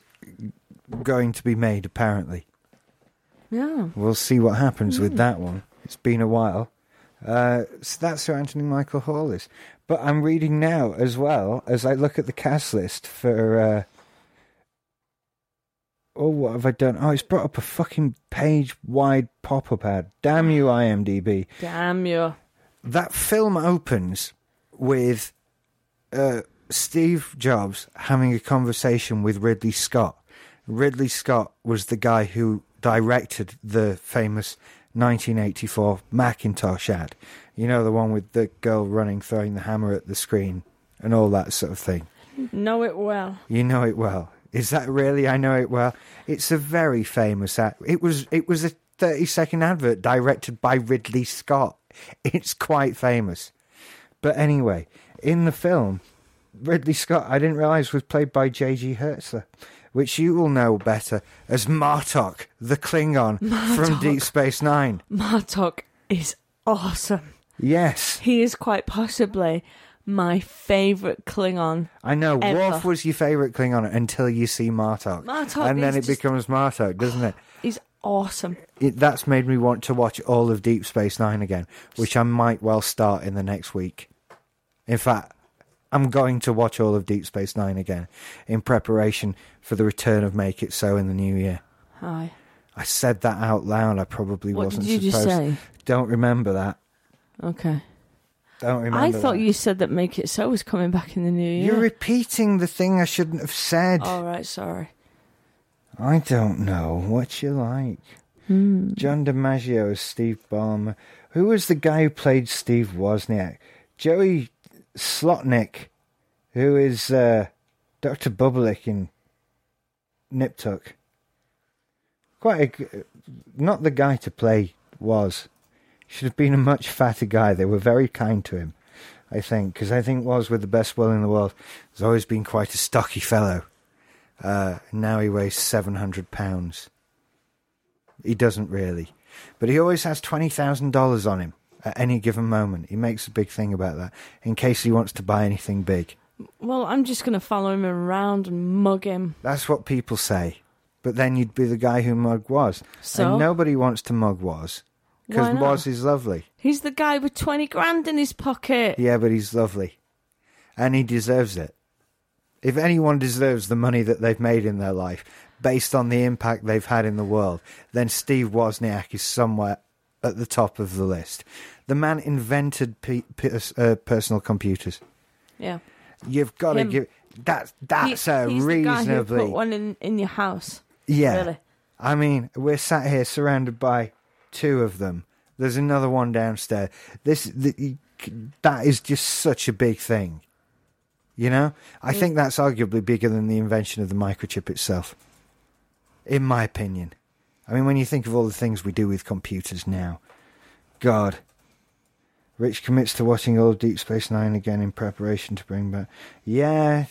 [SPEAKER 1] going to be made apparently.
[SPEAKER 2] Yeah.
[SPEAKER 1] We'll see what happens with that one. It's been a while. Uh, so that's who Anthony Michael Hall is. But I'm reading now as well as I look at the cast list for. Uh, oh, what have I done? Oh, it's brought up a fucking page wide pop up ad. Damn you, IMDb.
[SPEAKER 2] Damn you.
[SPEAKER 1] That film opens with uh, Steve Jobs having a conversation with Ridley Scott. Ridley Scott was the guy who directed the famous 1984 Macintosh ad. You know, the one with the girl running, throwing the hammer at the screen, and all that sort of thing.
[SPEAKER 2] Know it well.
[SPEAKER 1] You know it well. Is that really? I know it well. It's a very famous ad. It was. It was a thirty-second advert directed by Ridley Scott. It's quite famous. But anyway, in the film, Ridley Scott, I didn't realize, was played by J.G. Hertzler, which you will know better as Martok, the Klingon from Deep Space Nine.
[SPEAKER 2] Martok is awesome.
[SPEAKER 1] Yes,
[SPEAKER 2] He is quite possibly my favourite Klingon.
[SPEAKER 1] I know.
[SPEAKER 2] Ever.
[SPEAKER 1] Worf was your favorite Klingon until you see Martok,
[SPEAKER 2] Martok
[SPEAKER 1] and then it
[SPEAKER 2] is just-
[SPEAKER 1] becomes Martok, doesn't it?
[SPEAKER 2] He's awesome.
[SPEAKER 1] it, that's made me want to watch all of Deep Space Nine again, which I might well start in the next week. In fact, I'm going to watch all of Deep Space Nine again in preparation for the return of Make It So in the new year.
[SPEAKER 2] Hi.
[SPEAKER 1] I said that out loud. I probably
[SPEAKER 2] What
[SPEAKER 1] wasn't
[SPEAKER 2] did you just
[SPEAKER 1] supposed.
[SPEAKER 2] say?
[SPEAKER 1] Don't remember that.
[SPEAKER 2] Okay.
[SPEAKER 1] Don't remember.
[SPEAKER 2] I thought
[SPEAKER 1] that.
[SPEAKER 2] you said that Make It So was
[SPEAKER 1] Oh,
[SPEAKER 2] coming back in the new year. Oh.
[SPEAKER 1] You're repeating the thing I shouldn't have said.
[SPEAKER 2] All right, sorry.
[SPEAKER 1] I don't know what you like. John DiMaggio as Steve Ballmer. Who was the guy who played Steve Wozniak? Joey Slotnick, who is uh, Dr. Bublik in Nip Tuck. Quite a, g- not the guy to play was. Should have been a much fatter guy. They were very kind to him, I think, because I think was with the best will in the world has always been quite a stocky fellow. Uh, now he weighs seven hundred pounds. He doesn't really, but he always has twenty thousand dollars on him at any given moment. He makes a big thing about that in case he wants to buy anything big.
[SPEAKER 2] Well, I'm just going to follow him around and mug him.
[SPEAKER 1] That's what people say. But then you'd be the guy who Mug was.
[SPEAKER 2] So?
[SPEAKER 1] And nobody wants to Mug was.
[SPEAKER 2] Why
[SPEAKER 1] Because
[SPEAKER 2] not?
[SPEAKER 1] Was is lovely.
[SPEAKER 2] He's the guy with 20 grand in his pocket.
[SPEAKER 1] Yeah, but he's lovely. And he deserves it. If anyone deserves the money that they've made in their life based on the impact they've had in the world, then Steve Wozniak is somewhere at the top of the list. The man invented pe- pe- uh, personal computers.
[SPEAKER 2] Yeah.
[SPEAKER 1] You've got to
[SPEAKER 2] Him.
[SPEAKER 1] give. That's,
[SPEAKER 2] He-
[SPEAKER 1] that's a
[SPEAKER 2] he's
[SPEAKER 1] reasonably.
[SPEAKER 2] The guy who put one in, in your house.
[SPEAKER 1] Yeah.
[SPEAKER 2] Really.
[SPEAKER 1] I mean, we're sat here surrounded by two of them. There's another one downstairs. This th- you c- that is just such a big thing. You know, I think that's arguably bigger than the invention of the microchip itself. In my opinion. I mean, when you think of all the things we do with computers now, God. Rich commits to watching all of Deep Space Nine again in preparation to bring back. Yeah,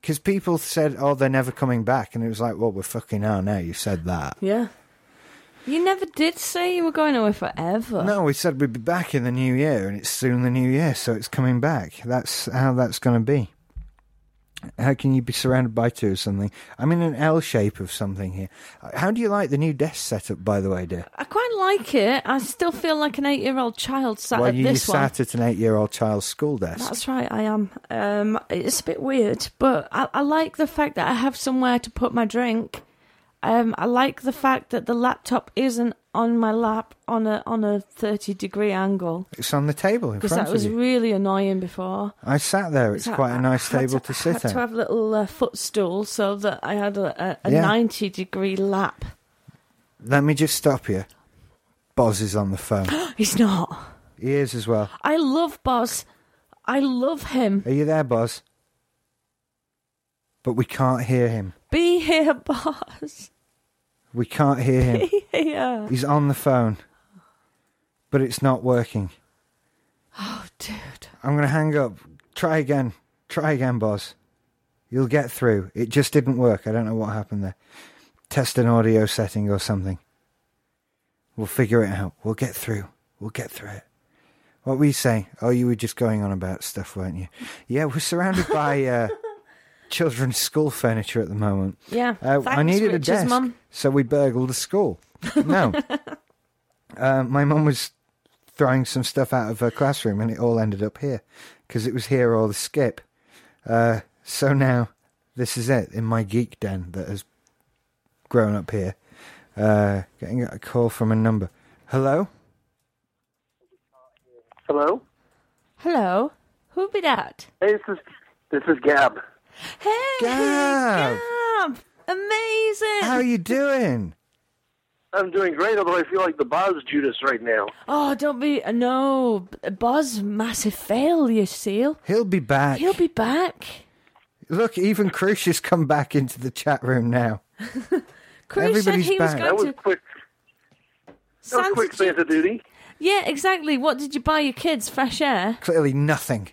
[SPEAKER 1] because people said, "Oh, they're never coming back," and it was like, "Well, we're fucking are now." You said that.
[SPEAKER 2] Yeah. You never did say you were going away forever.
[SPEAKER 1] No, we said we'd be back in the new year, and it's soon the new year, so it's coming back. That's how that's going to be. How can you be surrounded by two or something? I'm in an L shape of something here. How do you like the new desk setup, by the way, dear?
[SPEAKER 2] I quite like it. I still feel like an eight year old child sat
[SPEAKER 1] well,
[SPEAKER 2] at
[SPEAKER 1] you, you
[SPEAKER 2] this one.
[SPEAKER 1] sat at an eight-year-old child's school desk.
[SPEAKER 2] That's right, I am. Um, it's a bit weird, but I, I like the fact that I have somewhere to put my drink. Um, I like the fact that the laptop isn't on my lap on a on a thirty degree angle
[SPEAKER 1] It's on the table in
[SPEAKER 2] because
[SPEAKER 1] front
[SPEAKER 2] that was
[SPEAKER 1] of you.
[SPEAKER 2] really annoying before.
[SPEAKER 1] I sat there. It's
[SPEAKER 2] So
[SPEAKER 1] quite
[SPEAKER 2] I-
[SPEAKER 1] a
[SPEAKER 2] I
[SPEAKER 1] nice
[SPEAKER 2] had
[SPEAKER 1] table to,
[SPEAKER 2] I
[SPEAKER 1] sit
[SPEAKER 2] had
[SPEAKER 1] at.
[SPEAKER 2] to have a little uh, footstool so that I had a, a, a
[SPEAKER 1] Yeah.
[SPEAKER 2] ninety degree lap.
[SPEAKER 1] Let me just stop you. Boz is on the phone.
[SPEAKER 2] He's not.
[SPEAKER 1] he is as well.
[SPEAKER 2] I love Boz. I love him.
[SPEAKER 1] Are you there, Buzz? But we can't hear him.
[SPEAKER 2] Be here, Boz.
[SPEAKER 1] We can't hear him.
[SPEAKER 2] Be here.
[SPEAKER 1] He's on the phone, but it's not working.
[SPEAKER 2] Oh, dude.
[SPEAKER 1] I'm going to hang up. Try again. Try again, Buzz. You'll get through. It just didn't work. I don't know what happened there. Test an audio setting or something. We'll figure it out. We'll get through. We'll get through it. What were you saying? Oh, you were just going on about stuff, weren't you? Yeah, we're surrounded by uh, children's school furniture at the moment.
[SPEAKER 2] Yeah.
[SPEAKER 1] Uh, I
[SPEAKER 2] Thanks,
[SPEAKER 1] needed a
[SPEAKER 2] Rich's
[SPEAKER 1] desk,
[SPEAKER 2] mum.
[SPEAKER 1] so we burgled a school. No, uh, my mum was throwing some stuff out of her classroom, and it all ended up here because it was here or the skip. Uh, so now this is it in my geek den that has grown up here. Uh, getting a call from a number. Hello,
[SPEAKER 8] Hello.
[SPEAKER 2] Hello. Who be that?
[SPEAKER 8] Hey, this is this is Gab.
[SPEAKER 2] Hey,
[SPEAKER 1] Gav.
[SPEAKER 2] Gav. Amazing.
[SPEAKER 1] how are you doing?
[SPEAKER 8] I'm doing great, although I feel like the Boz Judas right now.
[SPEAKER 2] oh, don't be. uh, No. Buzz, massive failure, Seal.
[SPEAKER 1] He'll be back.
[SPEAKER 2] He'll be back.
[SPEAKER 1] Look, even Crucius come back into the chat room now.
[SPEAKER 2] Chris said
[SPEAKER 1] Everybody's
[SPEAKER 2] he
[SPEAKER 1] back.
[SPEAKER 8] That
[SPEAKER 2] was
[SPEAKER 8] was
[SPEAKER 2] going to.
[SPEAKER 8] quick. That was
[SPEAKER 2] Santa
[SPEAKER 8] quick
[SPEAKER 2] Ju-
[SPEAKER 8] Santa duty.
[SPEAKER 2] Yeah, exactly. What did you buy your kids? Fresh air?
[SPEAKER 1] Clearly nothing.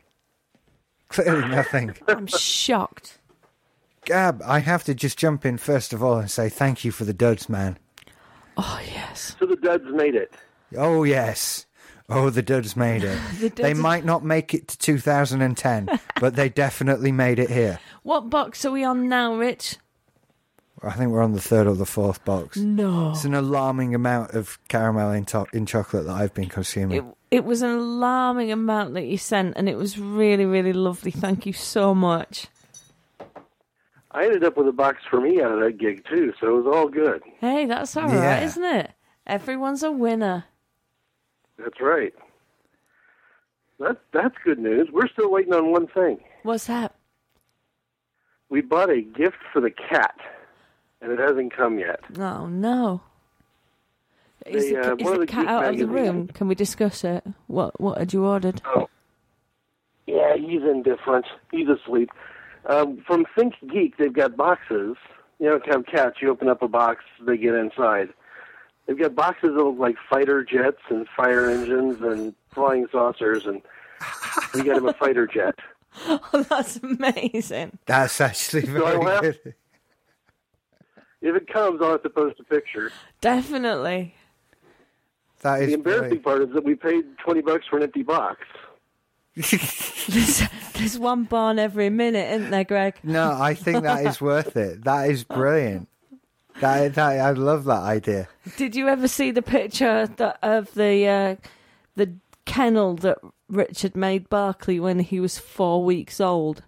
[SPEAKER 1] Clearly nothing.
[SPEAKER 2] I'm shocked.
[SPEAKER 1] Gab, I have to just jump in first of all and say thank you for the duds, man.
[SPEAKER 2] Oh, yes.
[SPEAKER 8] So the duds made it.
[SPEAKER 1] Oh yes. Oh, the duds made it.
[SPEAKER 2] The duds-
[SPEAKER 1] They might not make it to 2010, but they definitely made it here.
[SPEAKER 2] What box are we on now, Rich?
[SPEAKER 1] I think we're on the third or the fourth box.
[SPEAKER 2] No.
[SPEAKER 1] It's an alarming amount of caramel in, to- in chocolate that I've been consuming.
[SPEAKER 2] It, it was an alarming amount that you sent, and it was really, really lovely. Thank you so much.
[SPEAKER 8] I ended up with a box for me out of that gig too, so it was all good.
[SPEAKER 2] Hey, that's all right,
[SPEAKER 1] Yeah.
[SPEAKER 2] isn't it? Everyone's a winner.
[SPEAKER 8] That's right. That's that's good news. We're still waiting on one thing.
[SPEAKER 2] What's that?
[SPEAKER 8] We bought a gift for the cat. and it hasn't come yet.
[SPEAKER 2] Oh no. Is
[SPEAKER 8] They,
[SPEAKER 2] the,
[SPEAKER 8] uh,
[SPEAKER 2] is
[SPEAKER 8] one of
[SPEAKER 2] the
[SPEAKER 8] the
[SPEAKER 2] cat
[SPEAKER 8] good
[SPEAKER 2] out of the
[SPEAKER 8] magazines-
[SPEAKER 2] room? Can we discuss it? What What had you ordered?
[SPEAKER 8] Oh. Yeah, he's indifferent. He's asleep. Um, from Think Geek, they've got boxes. You know, have cats. You open up a box, they get inside. They've got boxes that look like fighter jets and fire engines and flying saucers, and we got him a fighter jet.
[SPEAKER 2] Oh, that's amazing.
[SPEAKER 1] That's actually very
[SPEAKER 8] laugh?
[SPEAKER 1] good.
[SPEAKER 8] If it comes, I'll have to post a picture.
[SPEAKER 2] Definitely.
[SPEAKER 1] That
[SPEAKER 8] The
[SPEAKER 1] is
[SPEAKER 8] embarrassing
[SPEAKER 1] brilliant.
[SPEAKER 8] part is that we paid twenty bucks for an empty box.
[SPEAKER 2] There's, there's one born every minute, isn't there, Greg?
[SPEAKER 1] No, I think that is worth it. That is brilliant. That, that I love that idea.
[SPEAKER 2] Did you ever see the picture that, of the uh, the kennel that Richard made Barkley when he was four weeks old?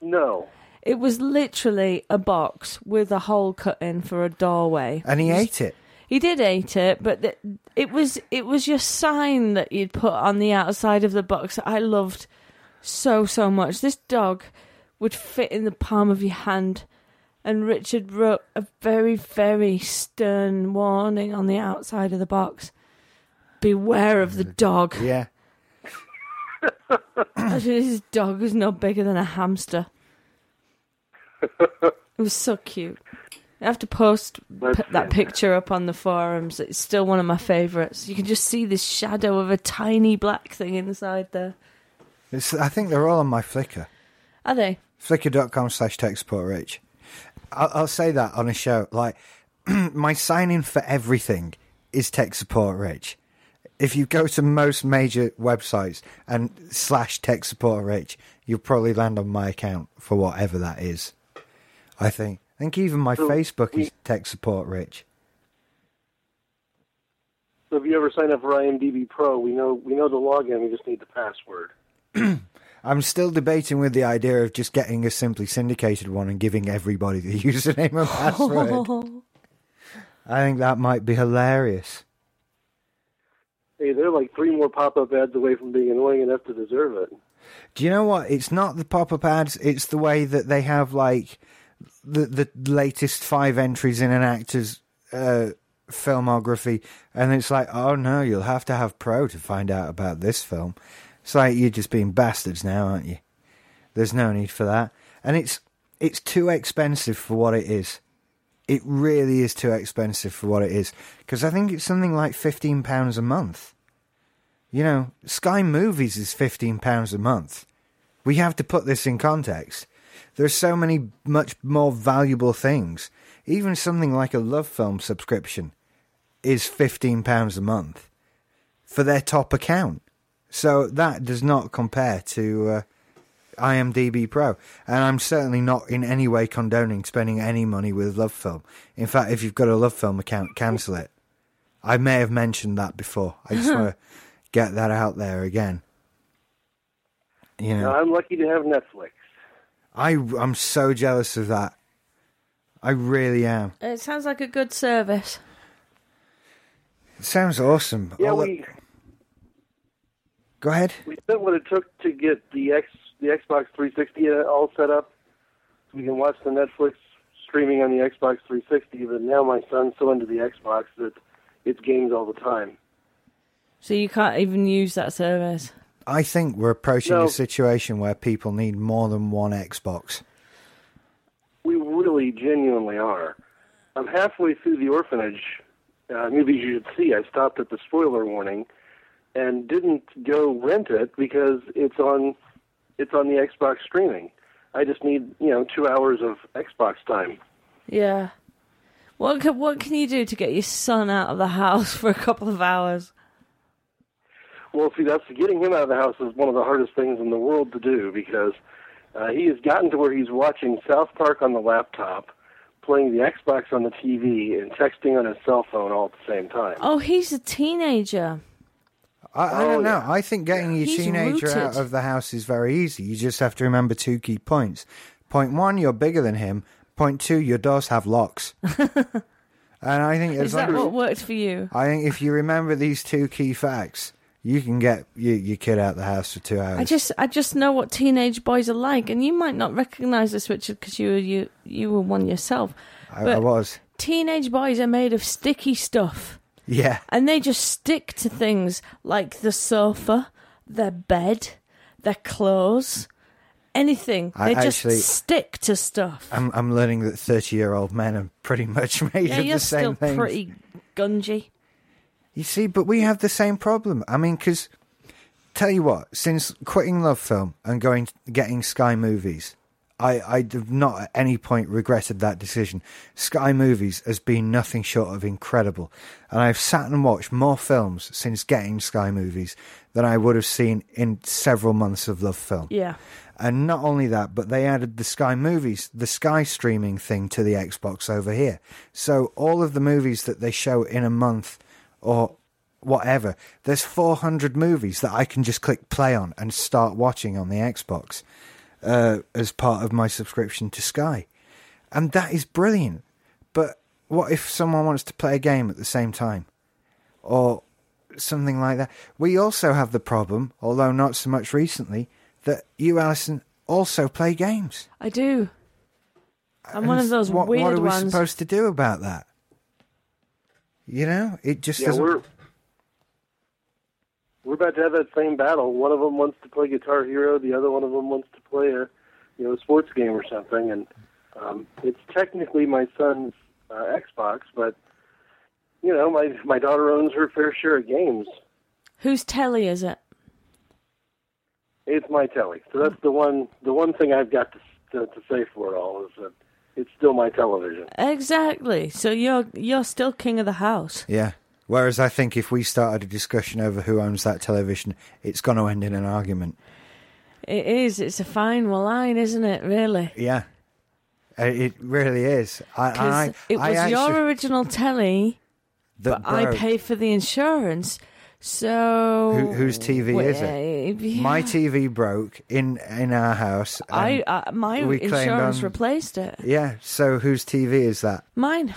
[SPEAKER 8] No,
[SPEAKER 2] It was literally a box with a hole cut in for a doorway.
[SPEAKER 1] And he ate it.
[SPEAKER 2] He did eat it, but th- it was it was your sign that you'd put on the outside of the box that I loved so so much. This dog would fit in the palm of your hand, and Richard wrote a very very stern warning on the outside of the box: "Beware of the dog."
[SPEAKER 1] Yeah.
[SPEAKER 2] Actually, this dog was no bigger than a hamster. it was so cute. I have to post
[SPEAKER 8] That's
[SPEAKER 2] p- that
[SPEAKER 8] it.
[SPEAKER 2] picture up on the forums. It's still one of my favourites. You can just see this shadow of a tiny black thing inside there.
[SPEAKER 1] It's, I think they're all on my Flickr.
[SPEAKER 2] Are they?
[SPEAKER 1] Flickr.com slash tech support rich. I'll, I'll say that on a show. Like, my sign in for everything is tech support rich. If you go to most major websites and slash tech support rich, you'll probably land on my account for whatever that is. I think. I think even my Facebook is tech support rich.
[SPEAKER 8] So if you ever sign up for IMDb Pro, we know we know the login. We just need the password.
[SPEAKER 1] I'm still debating with the idea of just getting a simply syndicated one and giving everybody the username and password. I think that might be hilarious.
[SPEAKER 8] Hey, they're like three more pop-up ads away from being annoying enough to deserve it.
[SPEAKER 1] Do you know what? It's not the pop-up ads. It's the way that they have like the the latest five entries in an actor's uh, filmography, and it's like, oh no, you'll have to have pro to find out about this film. It's like you're just being bastards now, aren't you? There's no need for that, and it's it's too expensive for what it is. It really is too expensive for what it is because I think it's something like fifteen pounds a month. You know, Sky Movies is £15 a month. We have to put this in context. There's so many much more valuable things. Even something like a love film subscription is £15 a month for their top account. So that does not compare to uh, IMDb Pro. And I'm certainly not in any way condoning spending any money with Love Film. In fact, if you've got a Love Film account, cancel it. I may have mentioned that before. I just want to get that out there again. You know,
[SPEAKER 8] Now, I'm lucky to have Netflix.
[SPEAKER 1] I I'm so jealous of that. I really am.
[SPEAKER 2] It sounds like a good service.
[SPEAKER 1] It sounds awesome.
[SPEAKER 8] Yeah,
[SPEAKER 1] All the-
[SPEAKER 8] we
[SPEAKER 1] Go ahead.
[SPEAKER 8] we spent what it took to get the X the Xbox 360 all set up. So we can watch the Netflix streaming on the Xbox 360. But now my son's so into the Xbox that it's games all the time.
[SPEAKER 2] So you can't even use that service.
[SPEAKER 1] I think we're approaching
[SPEAKER 8] No.
[SPEAKER 1] a situation where people need more than one Xbox.
[SPEAKER 8] We really genuinely are. I'm halfway through the orphanage uh, movies you should see. I stopped at the spoiler warning and didn't go rent it because it's on it's on the Xbox streaming. I just need you know two hours of Xbox time.
[SPEAKER 2] Yeah. What can, what can you do to get your son out of the house for a couple of hours?
[SPEAKER 8] Well, see, that's getting him out of the house is one of the hardest things in the world to do because uh, he has gotten to where he's watching South Park on the laptop, playing the Xbox on the TV, and texting on his cell phone all at the same time.
[SPEAKER 2] Oh, he's a teenager.
[SPEAKER 1] I, I
[SPEAKER 8] Oh,
[SPEAKER 1] don't know.
[SPEAKER 8] yeah.
[SPEAKER 1] I think getting your
[SPEAKER 2] He's
[SPEAKER 1] teenager
[SPEAKER 2] rooted.
[SPEAKER 1] out of the house is very easy. You just have to remember two key points. Point one, you're bigger than him. Point two, your doors have locks. and I think as
[SPEAKER 2] Is
[SPEAKER 1] long
[SPEAKER 2] that
[SPEAKER 1] as-
[SPEAKER 2] what worked for you?
[SPEAKER 1] I think if you remember these two key facts, you can get your, your kid out the house for two hours.
[SPEAKER 2] I just, I just know what teenage boys are like, and you might not recognize this, Richard, because you were you you were one yourself.
[SPEAKER 1] I, I
[SPEAKER 2] but-
[SPEAKER 1] was.
[SPEAKER 2] Teenage boys are made of sticky stuff,
[SPEAKER 1] Yeah.
[SPEAKER 2] and they just stick to things like the sofa, their bed, their clothes, anything.
[SPEAKER 1] I
[SPEAKER 2] they just
[SPEAKER 1] actually-
[SPEAKER 2] stick to stuff.
[SPEAKER 1] I'm, I'm learning that 30 year old men are pretty much made
[SPEAKER 2] yeah,
[SPEAKER 1] of
[SPEAKER 2] you're
[SPEAKER 1] the same
[SPEAKER 2] still
[SPEAKER 1] things.
[SPEAKER 2] pretty gungy.
[SPEAKER 1] You see, but we have the same problem. I mean, because tell you what, since quitting Love Film and going getting Sky Movies, I I have not at any point regretted that decision. Sky Movies has been nothing short of incredible, and I've sat and watched more films since getting Sky Movies than I would have seen in several months of Love Film.
[SPEAKER 2] Yeah.
[SPEAKER 1] And not only that, but they added the Sky movies, the Sky streaming thing to the Xbox over here. So all of the movies that they show in a month or whatever, there's 400 movies that I can just click play on and start watching on the Xbox uh, as part of my subscription to Sky. And that is brilliant. But what if someone wants to play a game at the same time? Or something like that. We also have the problem, although not so much recently, that you, Alison, also play games.
[SPEAKER 2] I do. I'm one of
[SPEAKER 1] And
[SPEAKER 2] those
[SPEAKER 1] what,
[SPEAKER 2] weird
[SPEAKER 1] What are we
[SPEAKER 2] ones.
[SPEAKER 1] supposed to do about that? You know, it just
[SPEAKER 8] Yeah,
[SPEAKER 1] doesn't.
[SPEAKER 8] we're we're about to have that same battle. One of them wants to play Guitar Hero, the other one of them wants to play a you know a sports game or something. And um, it's technically my son's uh, Xbox, but you know my my daughter owns her fair share of games.
[SPEAKER 2] Whose telly is it?
[SPEAKER 8] It's my telly, so that's the one the one thing I've got to to, to say for it all is that it's still my television.
[SPEAKER 2] Exactly. So you're you're still king of the house.
[SPEAKER 1] Yeah. Whereas I think if we started a discussion over who owns that television, it's going to end in an argument.
[SPEAKER 2] It is. It's a fine line, isn't it? Really.
[SPEAKER 1] Yeah. Uh, It really is. I, and I,
[SPEAKER 2] Because it was
[SPEAKER 1] I actually-
[SPEAKER 2] your original telly,
[SPEAKER 1] that
[SPEAKER 2] I
[SPEAKER 1] broke.
[SPEAKER 2] pay for the insurance. So
[SPEAKER 1] Who- whose TV is it?
[SPEAKER 2] Well, Oh, yeah.
[SPEAKER 1] My TV broke in in our house.
[SPEAKER 2] I,
[SPEAKER 1] and-
[SPEAKER 2] I my
[SPEAKER 1] um, we claimed um,
[SPEAKER 2] insurance
[SPEAKER 1] on-
[SPEAKER 2] replaced it.
[SPEAKER 1] yeah. So whose TV is that?
[SPEAKER 2] Mine.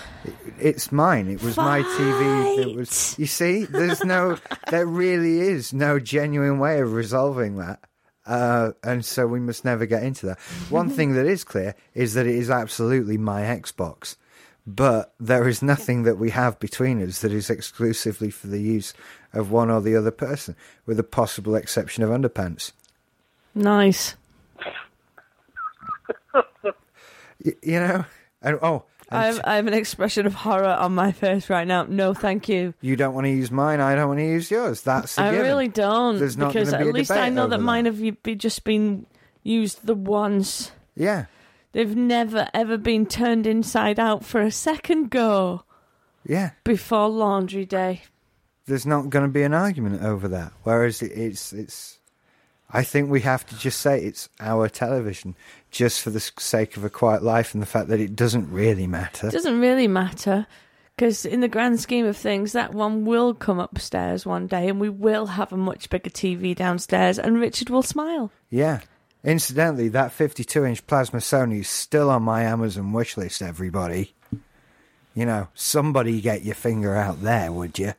[SPEAKER 1] It's mine. It was my TV. That was.
[SPEAKER 2] Fight.
[SPEAKER 1] You see, there's no. there really is no genuine way of resolving that. Uh, and so we must never get into that. One thing that is clear is that it is absolutely my Xbox, but there is nothing that we have between us that is exclusively for the use of one or the other person, with the possible exception of underpants.
[SPEAKER 2] Nice.
[SPEAKER 1] Y- you know, and oh, and
[SPEAKER 2] I have, I have an expression of horror on my face right now. No, thank you.
[SPEAKER 1] you don't want to use mine. I don't want to use yours. That's a
[SPEAKER 2] I
[SPEAKER 1] given.
[SPEAKER 2] really don't.
[SPEAKER 1] There's not
[SPEAKER 2] because
[SPEAKER 1] gonna be
[SPEAKER 2] at
[SPEAKER 1] a
[SPEAKER 2] least I
[SPEAKER 1] debate
[SPEAKER 2] know
[SPEAKER 1] over
[SPEAKER 2] that
[SPEAKER 1] that.
[SPEAKER 2] mine have you- be just been used the once.
[SPEAKER 1] yeah.
[SPEAKER 2] They've never ever been turned inside out for a second go
[SPEAKER 1] Yeah,
[SPEAKER 2] before laundry day.
[SPEAKER 1] there's not going to be an argument over that. Whereas it- it's it's, I think we have to just say it's our television, just for the s- sake of a quiet life and the fact that it doesn't really matter.
[SPEAKER 2] It doesn't really matter because in the grand scheme of things, that one will come upstairs one day, and we will have a much bigger TV downstairs, and Richard will smile.
[SPEAKER 1] yeah. Incidentally, that 52-inch plasma Sony is still on my Amazon wish list. Everybody, you know, somebody get your finger out there, would you?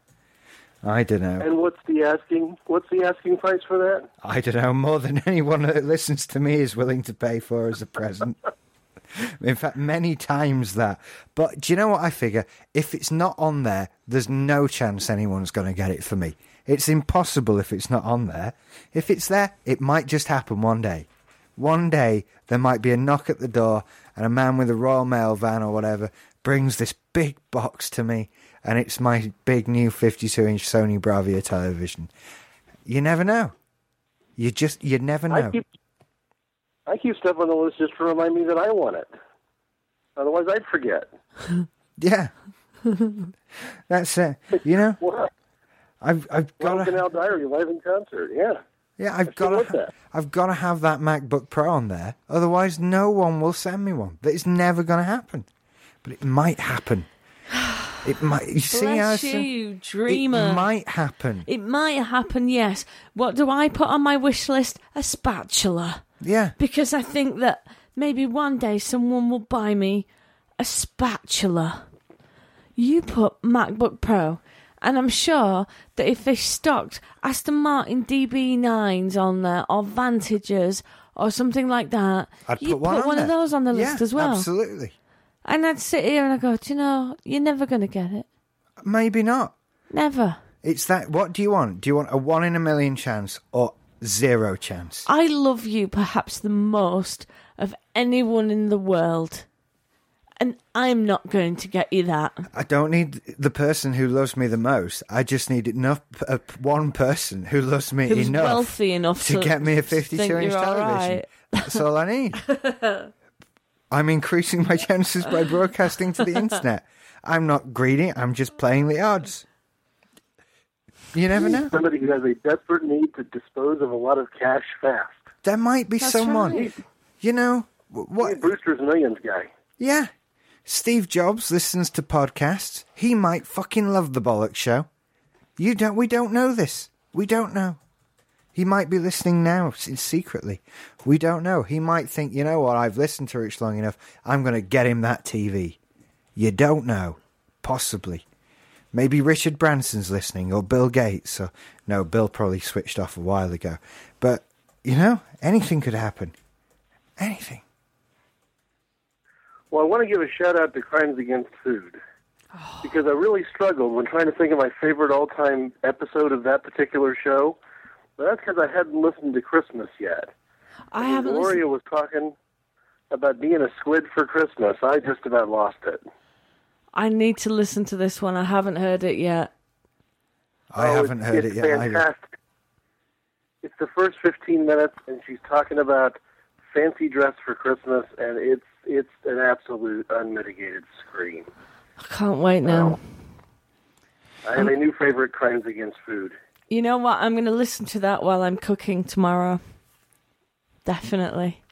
[SPEAKER 1] I don't know.
[SPEAKER 8] And what's the asking? What's the asking price for that?
[SPEAKER 1] I don't know. More than anyone that listens to me is willing to pay for as a present. In fact, many times that. But do you know what I figure? If it's not on there, there's no chance anyone's going to get it for me. It's impossible if it's not on there. If it's there, it might just happen one day. One day, there might be a knock at the door, and a man with a Royal Mail van or whatever brings this big box to me, and it's my big new 52 inch Sony Bravia television. You never know. You just, you never know.
[SPEAKER 8] I keep I keep stuff on the list just to remind me that I want it. Otherwise, I'd forget.
[SPEAKER 1] Yeah. That's it. You know,
[SPEAKER 8] Wow.
[SPEAKER 1] I've I've got
[SPEAKER 8] Broken
[SPEAKER 1] to
[SPEAKER 8] Out Diary live in concert. Yeah.
[SPEAKER 1] yeah, I've
[SPEAKER 8] Let's
[SPEAKER 1] got
[SPEAKER 8] go with
[SPEAKER 1] to
[SPEAKER 8] that.
[SPEAKER 1] I've got to have that MacBook Pro on there. Otherwise, no one will send me one. That is never going to happen. But it might happen. It might. You see,
[SPEAKER 2] Bless you,
[SPEAKER 1] Alison?
[SPEAKER 2] you dreamer.
[SPEAKER 1] It might happen.
[SPEAKER 2] It might happen, yes. What do I put on my wish list? A spatula.
[SPEAKER 1] yeah.
[SPEAKER 2] Because I think that maybe one day someone will buy me a spatula. You put MacBook Pro, And I'm sure that if they stocked Aston Martin DB9s on there or Vantages or something like that,
[SPEAKER 1] I'd
[SPEAKER 2] you'd
[SPEAKER 1] put one, on
[SPEAKER 2] of
[SPEAKER 1] there.
[SPEAKER 2] those on the
[SPEAKER 1] Yeah,
[SPEAKER 2] list as well.
[SPEAKER 1] Absolutely.
[SPEAKER 2] And I'd sit here and I go, do you know, you're never going to get it.
[SPEAKER 1] Maybe not.
[SPEAKER 2] Never.
[SPEAKER 1] It's that. What do you want? Do you want a one in a million chance or zero chance?
[SPEAKER 2] I love you perhaps the most of anyone in the world. And I'm not going to get you that.
[SPEAKER 1] I don't need the person who loves me the most. I just need enough uh, one person who loves me
[SPEAKER 2] Who's
[SPEAKER 1] enough
[SPEAKER 2] wealthy enough
[SPEAKER 1] to,
[SPEAKER 2] to
[SPEAKER 1] get me a 52
[SPEAKER 2] think
[SPEAKER 1] inch
[SPEAKER 2] you're all
[SPEAKER 1] television.
[SPEAKER 2] right.
[SPEAKER 1] That's all I need. I'm increasing my chances by broadcasting to the internet. I'm not greedy. I'm just playing the odds. You never know.
[SPEAKER 8] Somebody who has a desperate need to dispose of a lot of cash fast.
[SPEAKER 1] There might be
[SPEAKER 2] That's
[SPEAKER 1] someone.
[SPEAKER 2] right.
[SPEAKER 1] You know wh-
[SPEAKER 8] Hey,
[SPEAKER 1] what?
[SPEAKER 8] Brewster's Millions guy.
[SPEAKER 1] Yeah. Steve Jobs listens to podcasts. He might fucking love the Bollocks Show. You don't. We don't know this. We don't know. He might be listening now s- secretly. We don't know. He might think, you know what? I've listened to Rich long enough. I'm going to get him that TV. You don't know. Possibly. Maybe Richard Branson's listening, or Bill Gates, or no, Bill probably switched off a while ago. But you know, anything could happen. Anything.
[SPEAKER 8] Well, I want to give a shout out to Crimes Against Food because I really struggled when trying to think of my favorite all time episode of that particular show. But that's because I hadn't listened to Christmas yet.
[SPEAKER 2] I haven't listened.
[SPEAKER 8] Gloria was talking about being a squid for Christmas. I just about lost it.
[SPEAKER 2] I need to listen to this one. I haven't heard it yet.
[SPEAKER 1] I
[SPEAKER 8] Oh,
[SPEAKER 1] haven't
[SPEAKER 8] it's-
[SPEAKER 1] heard
[SPEAKER 8] it's
[SPEAKER 1] it yet either.
[SPEAKER 8] Fantastic. It's the first 15 minutes, and she's talking about fancy dress for Christmas, and it's it's an absolute unmitigated scream.
[SPEAKER 2] I can't wait now.
[SPEAKER 8] I have a new favorite, Crimes Against Food.
[SPEAKER 2] You know what? I'm going to listen to that while I'm cooking tomorrow. Definitely.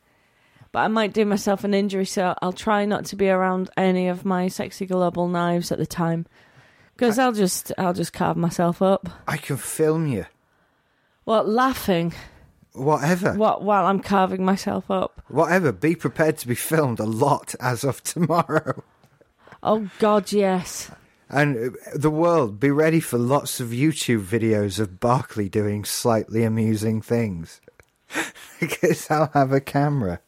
[SPEAKER 2] But I might do myself an injury, so I'll try not to be around any of my sexy global knives at the time. Because I'll just I'll just carve myself up.
[SPEAKER 1] I can film you.
[SPEAKER 2] What laughing?
[SPEAKER 1] Whatever.
[SPEAKER 2] What while I'm carving myself up?
[SPEAKER 1] Whatever. Be prepared to be filmed a lot as of tomorrow.
[SPEAKER 2] Oh God, yes.
[SPEAKER 1] And uh, the world, be ready for lots of YouTube videos of Barkley doing slightly amusing things. because I'll have a camera.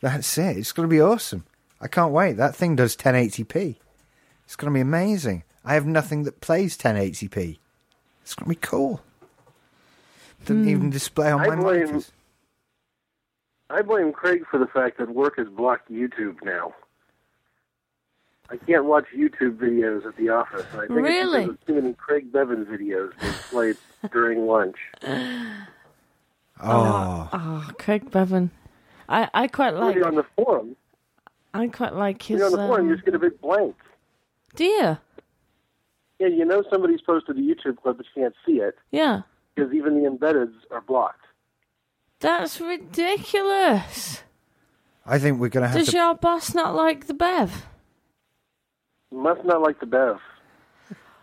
[SPEAKER 1] That's it. It's going to be awesome. I can't wait. That thing does 1080p. It's going to be amazing. I have nothing that plays 1080p. It's going to be cool. Doesn't
[SPEAKER 2] Hmm.
[SPEAKER 1] even display on
[SPEAKER 8] I
[SPEAKER 1] my
[SPEAKER 8] blame-
[SPEAKER 1] monitors.
[SPEAKER 8] I blame Craig for the fact that work has blocked YouTube now. I can't watch YouTube videos at the office. and I think
[SPEAKER 2] Really?
[SPEAKER 8] It's because of too many Craig Bevan videos being played during lunch.
[SPEAKER 1] Oh,
[SPEAKER 2] Oh, Craig Bevan. I, I quite like
[SPEAKER 8] Really on the forum,
[SPEAKER 2] I quite like his.
[SPEAKER 8] really on the forum, you
[SPEAKER 2] Um,
[SPEAKER 8] just get a big blank.
[SPEAKER 2] dear,
[SPEAKER 8] Yeah, you know somebody's posted a YouTube clip, but you can't see it
[SPEAKER 2] yeah,
[SPEAKER 8] because even the embeddeds are blocked.
[SPEAKER 2] that's ridiculous.
[SPEAKER 1] I think we're going to have
[SPEAKER 2] Does
[SPEAKER 1] to
[SPEAKER 2] your boss not like the Bev?
[SPEAKER 8] Must not like the Bev.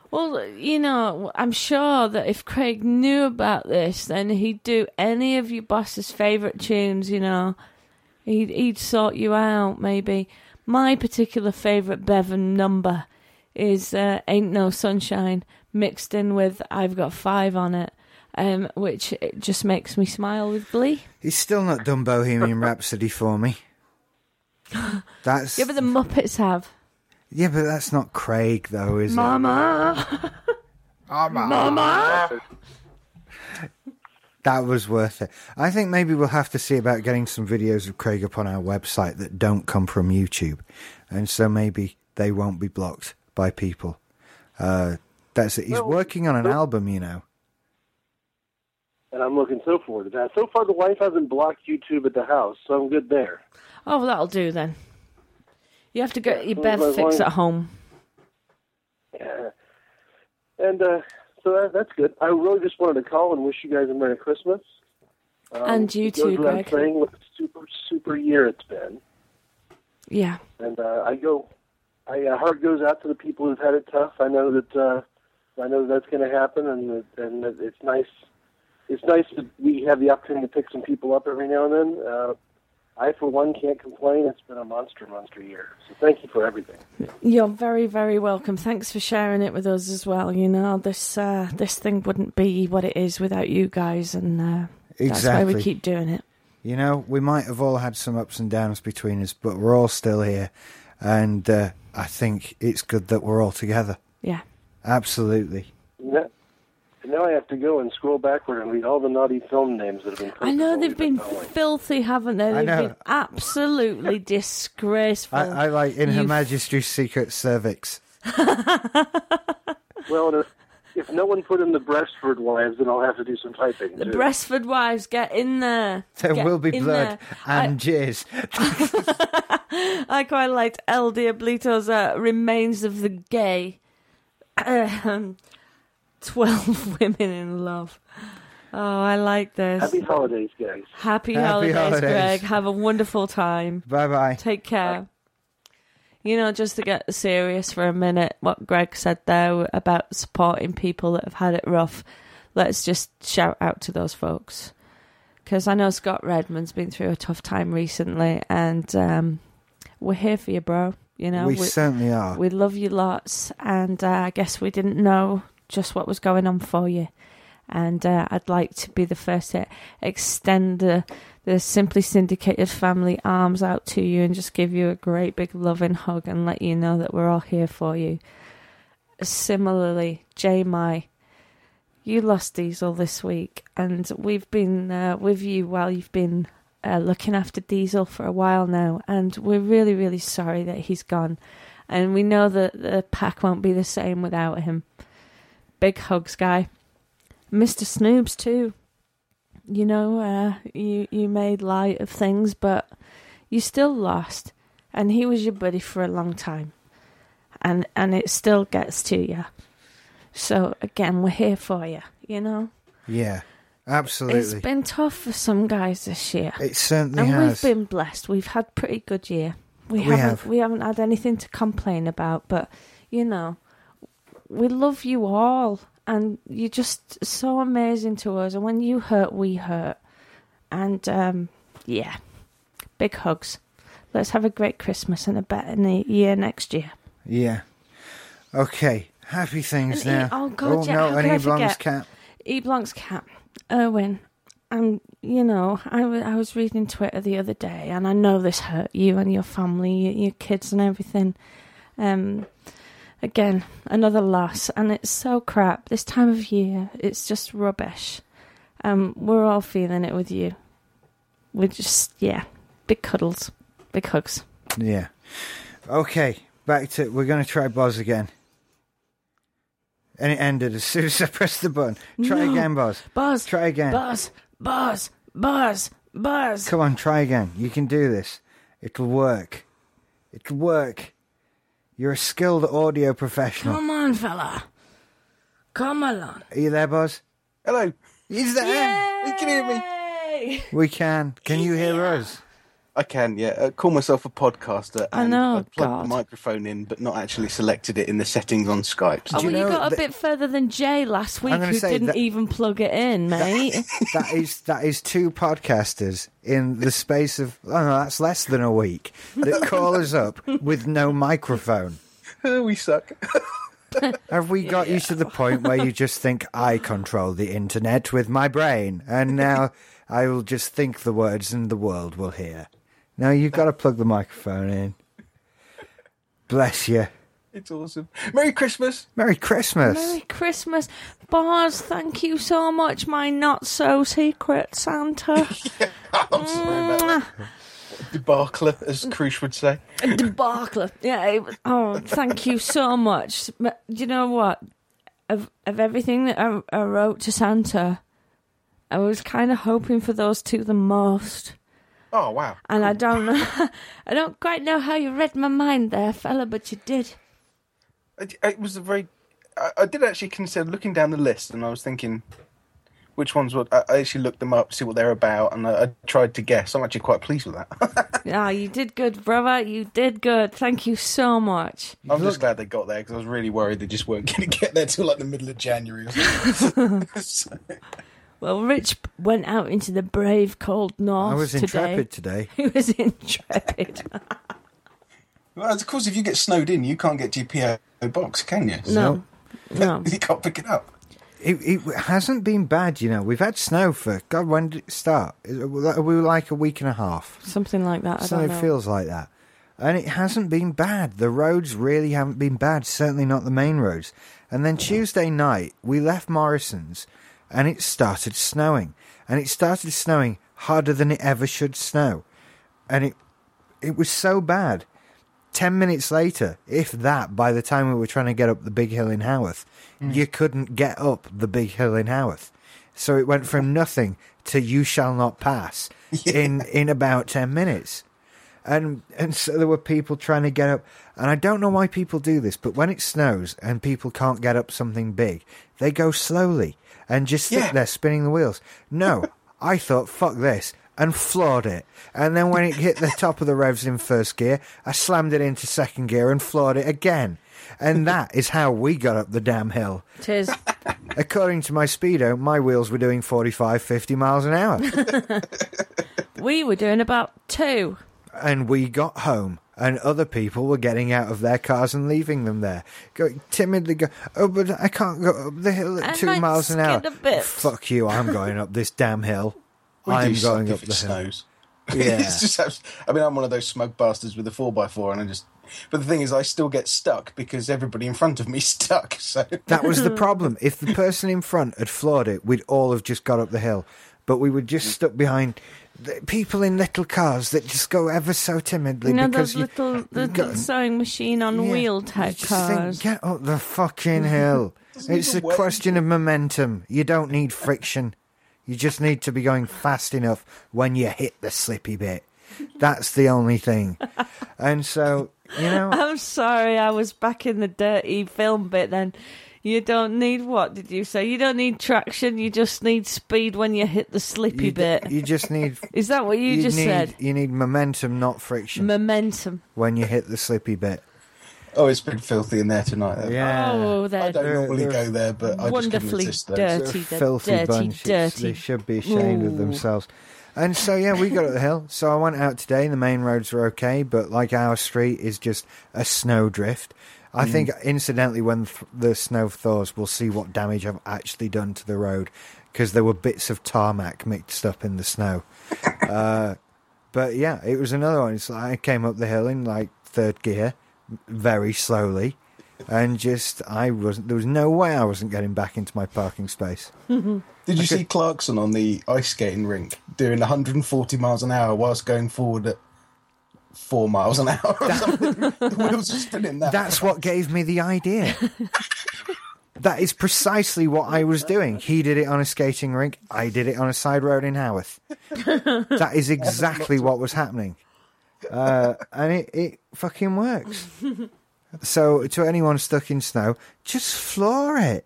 [SPEAKER 2] Well, you know, I'm sure that if Craig knew about this, then he'd do any of your boss's favourite tunes, you know. He'd, he'd sort you out, maybe. My particular favourite Bevan number is uh, Ain't No Sunshine, mixed in with I've Got Five on it, um, which it just makes me smile with glee.
[SPEAKER 1] He's still not done Bohemian Rhapsody for me. That's
[SPEAKER 2] Yeah, but the Muppets have.
[SPEAKER 1] yeah, but that's not Craig though, is
[SPEAKER 2] Mama! Mama!
[SPEAKER 1] it? That was worth it. I think maybe we'll have to see about getting some videos of Craig up on our website that don't come from YouTube, and so maybe they won't be blocked by people. Uh, that's it. He's working on an album, you know.
[SPEAKER 8] And I'm looking so forward to that. So far, the wife hasn't blocked YouTube at the house, so I'm good there.
[SPEAKER 2] Oh, well, that'll do then. You have to get your
[SPEAKER 8] Yeah, as
[SPEAKER 2] Bev
[SPEAKER 8] long
[SPEAKER 2] fix
[SPEAKER 8] as-
[SPEAKER 2] at home.
[SPEAKER 8] Yeah. And uh, so that, that's good. I really just wanted to call and wish you guys a Merry Christmas. Um,
[SPEAKER 2] And you
[SPEAKER 8] it goes
[SPEAKER 2] too,
[SPEAKER 8] without
[SPEAKER 2] Greg.
[SPEAKER 8] Saying what a super, super year it's been.
[SPEAKER 2] Yeah.
[SPEAKER 8] And uh, I go, I, uh, heart goes out to the people who've had it tough. I know that, uh, I know that's going to happen, and that- and that it's nice. It's nice that we have the opportunity to pick some people up every now and then. Uh, I, for one, can't complain. It's been a monster, monster year. So thank you for everything.
[SPEAKER 2] You're very, very welcome. Thanks for sharing it with us as well. You know, this uh, this thing wouldn't be what it is without you guys, and uh, that's why we
[SPEAKER 1] Exactly.
[SPEAKER 2] keep doing it.
[SPEAKER 1] You know, we might have all had some ups and downs between us, but we're all still here. And uh, I think it's good that we're all together.
[SPEAKER 2] Yeah.
[SPEAKER 1] Absolutely.
[SPEAKER 8] No- And now I have to go and scroll backward and read all the naughty film names that have been.
[SPEAKER 2] I know they've been
[SPEAKER 8] following.
[SPEAKER 2] filthy, haven't they?
[SPEAKER 1] I
[SPEAKER 2] They've
[SPEAKER 1] know.
[SPEAKER 2] been absolutely disgraceful.
[SPEAKER 1] I, I like In Her
[SPEAKER 2] You-
[SPEAKER 1] Majesty's Secret Cervix.
[SPEAKER 8] Well, and if, if no one put in the Brestford wives, then I'll have to do some typing.
[SPEAKER 2] The
[SPEAKER 8] too.
[SPEAKER 2] Brestford wives, get in there.
[SPEAKER 1] There
[SPEAKER 2] Get
[SPEAKER 1] will be
[SPEAKER 2] in
[SPEAKER 1] blood
[SPEAKER 2] there.
[SPEAKER 1] and jizz.
[SPEAKER 2] I quite liked El Diablito's uh, Remains of the Gay. Ahem. Twelve Women in Love. Oh, I like this.
[SPEAKER 8] Happy holidays, guys.
[SPEAKER 2] Happy,
[SPEAKER 1] Happy
[SPEAKER 2] holidays,
[SPEAKER 1] holidays.
[SPEAKER 2] Greg. Have a wonderful time.
[SPEAKER 1] Bye bye.
[SPEAKER 2] Take care. You know, just to get serious for a minute, what Greg said there about supporting people that have had it rough, let's just shout out to those folks. Because I know Scott Redmond's been through a tough time recently, and um, we're here for you, bro. You know,
[SPEAKER 1] we, certainly are.
[SPEAKER 2] we love you lots, and uh, I guess we didn't know just what was going on for you. And uh, I'd like to be the first to extend the, the Simply Syndicated family arms out to you and just give you a great big loving hug and let you know that we're all here for you. Similarly, J Mai, you lost Diesel this week, and we've been uh, with you while you've been uh, looking after Diesel for a while now, and we're really, really sorry that he's gone. And we know that the pack won't be the same without him. Big hugs, guy. Mr. Snoobs, too. You know, uh, you, you made light of things, but you still lost. And he was your buddy for a long time. And, and it still gets to you. So, again, we're here for you, you know?
[SPEAKER 1] yeah, absolutely.
[SPEAKER 2] It's been tough for some guys this year.
[SPEAKER 1] it certainly
[SPEAKER 2] and
[SPEAKER 1] has.
[SPEAKER 2] we've been blessed. We've had pretty good year. We,
[SPEAKER 1] We
[SPEAKER 2] haven't
[SPEAKER 1] have.
[SPEAKER 2] we haven't had anything to complain about, but you know, we love you all and you're just so amazing to us and when you hurt we hurt. And um yeah. Big hugs. Let's have a great Christmas and a better ne- year next year.
[SPEAKER 1] Yeah. Okay. Happy things
[SPEAKER 2] And he-
[SPEAKER 1] now.
[SPEAKER 2] oh, God, yeah,
[SPEAKER 1] no,
[SPEAKER 2] how
[SPEAKER 1] an
[SPEAKER 2] could I
[SPEAKER 1] Eblom's
[SPEAKER 2] forget?
[SPEAKER 1] cat.
[SPEAKER 2] E. Blanc's cat, Erwin. And you know, I wa- I was reading Twitter the other day, and I know this hurt you and your family, y- your kids, and everything. Um, again, another loss, and it's so crap this time of year. It's just rubbish. Um, we're all feeling it with you. We're just yeah, big cuddles, big hugs.
[SPEAKER 1] Yeah. Okay. Back to we're going to try Boz again. And it ended as soon as I pressed the button. Try
[SPEAKER 2] No.
[SPEAKER 1] again, Boz.
[SPEAKER 2] Buzz,
[SPEAKER 1] Try again.
[SPEAKER 2] buzz, buzz, buzz, buzz.
[SPEAKER 1] Come on, try again. You can do this. It'll work. It'll work. You're a skilled audio professional.
[SPEAKER 2] Come on, fella. Come along.
[SPEAKER 1] Are you there, Boz?
[SPEAKER 7] Hello.
[SPEAKER 1] He's there.
[SPEAKER 7] You can hear me.
[SPEAKER 2] Yay!
[SPEAKER 1] We can. Can you hear us?
[SPEAKER 7] I can, yeah. Uh, call myself a podcaster.
[SPEAKER 2] I
[SPEAKER 7] and
[SPEAKER 2] know,
[SPEAKER 7] I plugged
[SPEAKER 2] God.
[SPEAKER 7] the microphone in, but not actually selected it in the settings on Skype. So
[SPEAKER 2] Oh,
[SPEAKER 1] Do
[SPEAKER 2] well,
[SPEAKER 1] you
[SPEAKER 2] you
[SPEAKER 1] know
[SPEAKER 2] got a
[SPEAKER 1] that-
[SPEAKER 2] bit further than Jay last week,
[SPEAKER 1] gonna
[SPEAKER 2] who
[SPEAKER 1] say
[SPEAKER 2] didn't
[SPEAKER 1] that-
[SPEAKER 2] even plug it in, mate.
[SPEAKER 1] that is that is two podcasters in the space of oh no, that's less than a week that call us up with no microphone.
[SPEAKER 7] we suck.
[SPEAKER 1] Have we got you to the point where you just think I control the internet with my brain, and now I will just think the words and the world will hear? No, you've got to plug the microphone in. Bless you.
[SPEAKER 7] it's awesome. Merry Christmas.
[SPEAKER 1] Merry Christmas.
[SPEAKER 2] Merry Christmas, Bars. Thank you so much, my not so secret Santa.
[SPEAKER 7] I'm sorry about that. Debacle, as Krush would say.
[SPEAKER 2] Debacle. Yeah. It was, oh, thank you so much. But do you know what? Of of everything that I, I wrote to Santa, I was kind of hoping for those two the most.
[SPEAKER 7] Oh, wow.
[SPEAKER 2] And I don't know, I don't quite know how you read my mind there, fella, but you did.
[SPEAKER 7] It, it was a very. I, I did actually consider looking down the list, and I was thinking, which ones would I, I actually looked them up, see what they're about, and I, I tried to guess. I'm actually quite pleased with that.
[SPEAKER 2] Ah, you did good, brother. You did good. Thank you so much.
[SPEAKER 7] I'm just glad they got there because I was really worried they just weren't going to get there till like the middle of January. Or something. So,
[SPEAKER 2] Well, Rich went out into the brave cold north
[SPEAKER 1] I was
[SPEAKER 2] today.
[SPEAKER 1] intrepid today.
[SPEAKER 2] He was intrepid.
[SPEAKER 9] Well, of course, if you get snowed in, you can't get to your PO box, can you?
[SPEAKER 2] No, no.
[SPEAKER 9] you can't pick it up.
[SPEAKER 1] It, it hasn't been bad, you know. We've had snow for God. When did it start? It- We were like a week and a half.
[SPEAKER 2] Something like that. I
[SPEAKER 1] so
[SPEAKER 2] don't
[SPEAKER 1] it
[SPEAKER 2] know.
[SPEAKER 1] feels like that. And it hasn't been bad. The roads really haven't been bad, certainly not the main roads. And then Tuesday night, we left Morrison's and it started snowing. And it started snowing harder than it ever should snow. And it it was so bad. 10 minutes later, if that, by the time we were trying to get up the big hill in Haworth, you couldn't get up the big hill in Haworth. So it went from nothing to you shall not pass in, in about 10 minutes and and so there were people trying to get up and i don't know why people do this but when it snows and people can't get up something big they go slowly and just sit
[SPEAKER 9] Yeah.
[SPEAKER 1] there spinning the wheels no i thought fuck this and floored it and then when it hit the top of the revs in first gear i slammed it into second gear and floored it again and that is how we got up the damn hill
[SPEAKER 2] Tis.
[SPEAKER 1] according to my speedo my wheels were doing 45 50 miles an hour
[SPEAKER 2] We were doing about two.
[SPEAKER 1] and we got home and other people were getting out of their cars and leaving them there going timidly go oh but i can't go up the hill at
[SPEAKER 2] I
[SPEAKER 1] two
[SPEAKER 2] might
[SPEAKER 1] miles an hour
[SPEAKER 2] skid a bit."
[SPEAKER 1] fuck you i'm going up this damn hill
[SPEAKER 9] We
[SPEAKER 1] i'm
[SPEAKER 9] do
[SPEAKER 1] going
[SPEAKER 9] suck
[SPEAKER 1] up
[SPEAKER 9] if
[SPEAKER 1] the
[SPEAKER 9] it
[SPEAKER 1] hill
[SPEAKER 9] snows.
[SPEAKER 1] Yeah.
[SPEAKER 9] it's just, abs- I mean, I'm one of those smug bastards with a 4x4, and I just. But the thing is, I still get stuck because everybody in front of me is stuck, so.
[SPEAKER 1] that was the problem if the person in front had floored it we'd all have just got up the hill but we were just stuck behind the people in little cars that just go ever so timidly
[SPEAKER 2] You know
[SPEAKER 1] because
[SPEAKER 2] those
[SPEAKER 1] you,
[SPEAKER 2] little the
[SPEAKER 1] got-
[SPEAKER 2] sewing machine on
[SPEAKER 1] Yeah.
[SPEAKER 2] wheel
[SPEAKER 1] You
[SPEAKER 2] type
[SPEAKER 1] just think,
[SPEAKER 2] cars.
[SPEAKER 1] Get up the fucking hill. it's a
[SPEAKER 9] even weigh-
[SPEAKER 1] question of momentum. You don't need friction. You just need to be going fast enough when you hit the slippy bit. That's the only thing. And so, you know,
[SPEAKER 2] I'm sorry, I was back in the dirty film bit then. You don't need what did you say? You don't need traction, you just need speed when you hit the slippy
[SPEAKER 1] you,
[SPEAKER 2] bit.
[SPEAKER 1] you just need.
[SPEAKER 2] Is that what you, just
[SPEAKER 1] need,
[SPEAKER 2] said?
[SPEAKER 1] You need momentum, not friction,
[SPEAKER 2] Momentum.
[SPEAKER 1] when you hit the slippy bit.
[SPEAKER 9] Oh, it's been filthy in there tonight.
[SPEAKER 1] Yeah.
[SPEAKER 2] oh,
[SPEAKER 9] I
[SPEAKER 2] they're
[SPEAKER 9] don't normally
[SPEAKER 1] they're
[SPEAKER 9] go there, but I just couldn't
[SPEAKER 2] wonderfully
[SPEAKER 9] resist those.
[SPEAKER 1] They're a
[SPEAKER 2] dirty, they're
[SPEAKER 1] filthy
[SPEAKER 2] dirty,
[SPEAKER 1] bunch. It's-
[SPEAKER 2] dirty.
[SPEAKER 1] They should be ashamed of
[SPEAKER 2] Ooh.
[SPEAKER 1] themselves. And so, yeah, we got up the hill. So I went out today. The main roads were okay, but like our street is just a snow drift. I think, incidentally, when th- the snow thaws, we'll see what damage I've actually done to the road because there were bits of tarmac mixed up in the snow. Uh, But yeah, it was another one. It's like I came up the hill in like third gear, m- very slowly, and just I wasn't. There was no way I wasn't getting back into my parking space.
[SPEAKER 9] Did you see Clarkson on the ice skating rink doing 140 miles an hour whilst going forward at four miles an hour or something? the wheels are spinning that.
[SPEAKER 1] That's what gave me the idea. that is precisely what I was doing. He did it on a skating rink. I did it on a side road in Haworth. that is exactly what was happening. Uh, and it, it fucking works. So, to anyone stuck in snow, just floor it.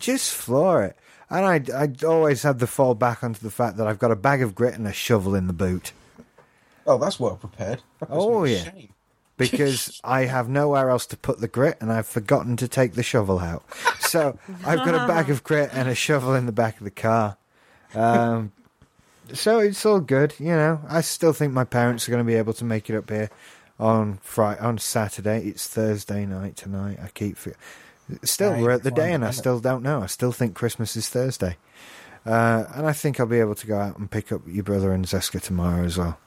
[SPEAKER 1] Just floor it. And I, I always had the fall back onto the fact that I've got a bag of grit and a shovel in the boot.
[SPEAKER 9] Oh, that's well prepared. That must
[SPEAKER 1] Oh,
[SPEAKER 9] be a
[SPEAKER 1] yeah.
[SPEAKER 9] shame.
[SPEAKER 1] because I have nowhere else to put the grit and I've forgotten to take the shovel out. So I've got a bag of grit and a shovel in the back of the car. Um, so it's all good, you know. I still think my parents are going to be able to make it up here on Friday, on Saturday. It's Thursday night tonight. I keep for- still
[SPEAKER 9] Right,
[SPEAKER 1] we're at the day
[SPEAKER 9] fine,
[SPEAKER 1] and I
[SPEAKER 9] isn't it?
[SPEAKER 1] still don't know. I still think Christmas is Thursday. Uh, and I think I'll be able to go out and pick up your brother and Zeska tomorrow as well.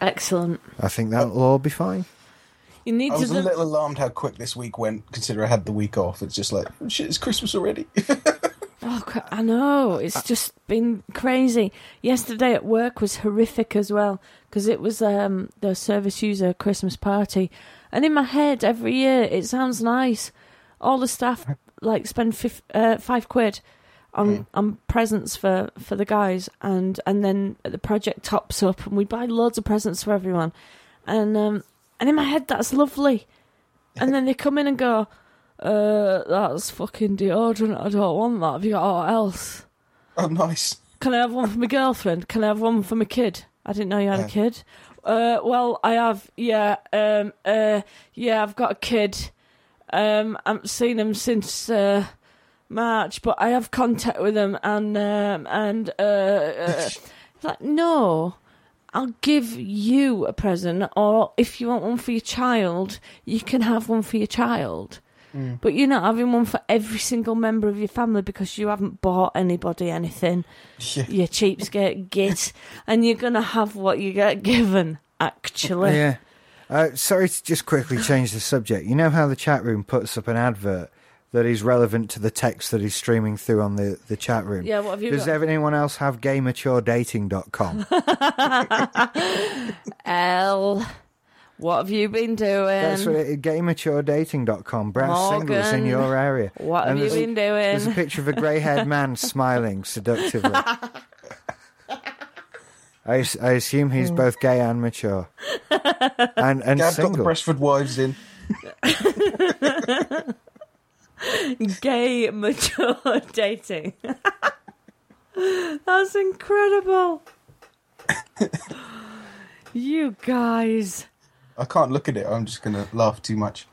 [SPEAKER 2] Excellent.
[SPEAKER 1] I think that'll all be fine.
[SPEAKER 2] You need
[SPEAKER 9] I
[SPEAKER 2] to
[SPEAKER 9] was a
[SPEAKER 2] look
[SPEAKER 9] little alarmed how quick this week went, considering I had the week off. It's just like, oh, shit, it's Christmas already.
[SPEAKER 2] Oh, cra- I know. It's just been crazy. Yesterday at work was horrific as well because it was um, the service user Christmas party, and in my head every year it sounds nice. All the staff like spend fif- uh, five quid on on presents for for the guys, and and then the project tops up, and we buy loads of presents for everyone, and um, and in my head that's lovely, and then they come in and go uh, that's fucking deodorant. I don't want that. Have you got what else?
[SPEAKER 9] oh, nice.
[SPEAKER 2] Can I have one for my girlfriend? Can I have one for my kid? I didn't know you had a kid. Uh, well, I have. Yeah, um, uh, yeah, I've got a kid. Um, I haven't seen him since uh, March, but I have contact with them, and um, and uh, uh, it's like no, I'll give you a present, or if you want one for your child, you can have one for your child. But you're not having one for every single member of your family because you haven't bought anybody anything.
[SPEAKER 9] Yeah.
[SPEAKER 2] You cheapskate git, and you're gonna have what you get given. Actually,
[SPEAKER 1] Yeah. Uh, sorry to just quickly change the subject. You know how the chat room puts up an advert that is relevant to the text that is streaming through on the, the chat room?
[SPEAKER 2] Yeah, what have you
[SPEAKER 1] Does
[SPEAKER 2] got?
[SPEAKER 1] anyone else have gaymaturedating.com?
[SPEAKER 2] L, what have you been doing?
[SPEAKER 1] That's what it gaymaturedating.com. Browse singles in
[SPEAKER 2] Morgan,
[SPEAKER 1] your area.
[SPEAKER 2] what have you
[SPEAKER 1] there's-
[SPEAKER 2] been
[SPEAKER 1] There's a
[SPEAKER 2] doing?
[SPEAKER 1] picture of a grey haired man smiling seductively. I, as- I assume
[SPEAKER 2] Hmm.
[SPEAKER 1] he's both gay and mature. And, and
[SPEAKER 9] Gab got the
[SPEAKER 1] single.
[SPEAKER 9] Brestford wives in.
[SPEAKER 2] Gay mature dating. That's incredible. you guys.
[SPEAKER 9] I can't look at it. I'm just going to laugh too much.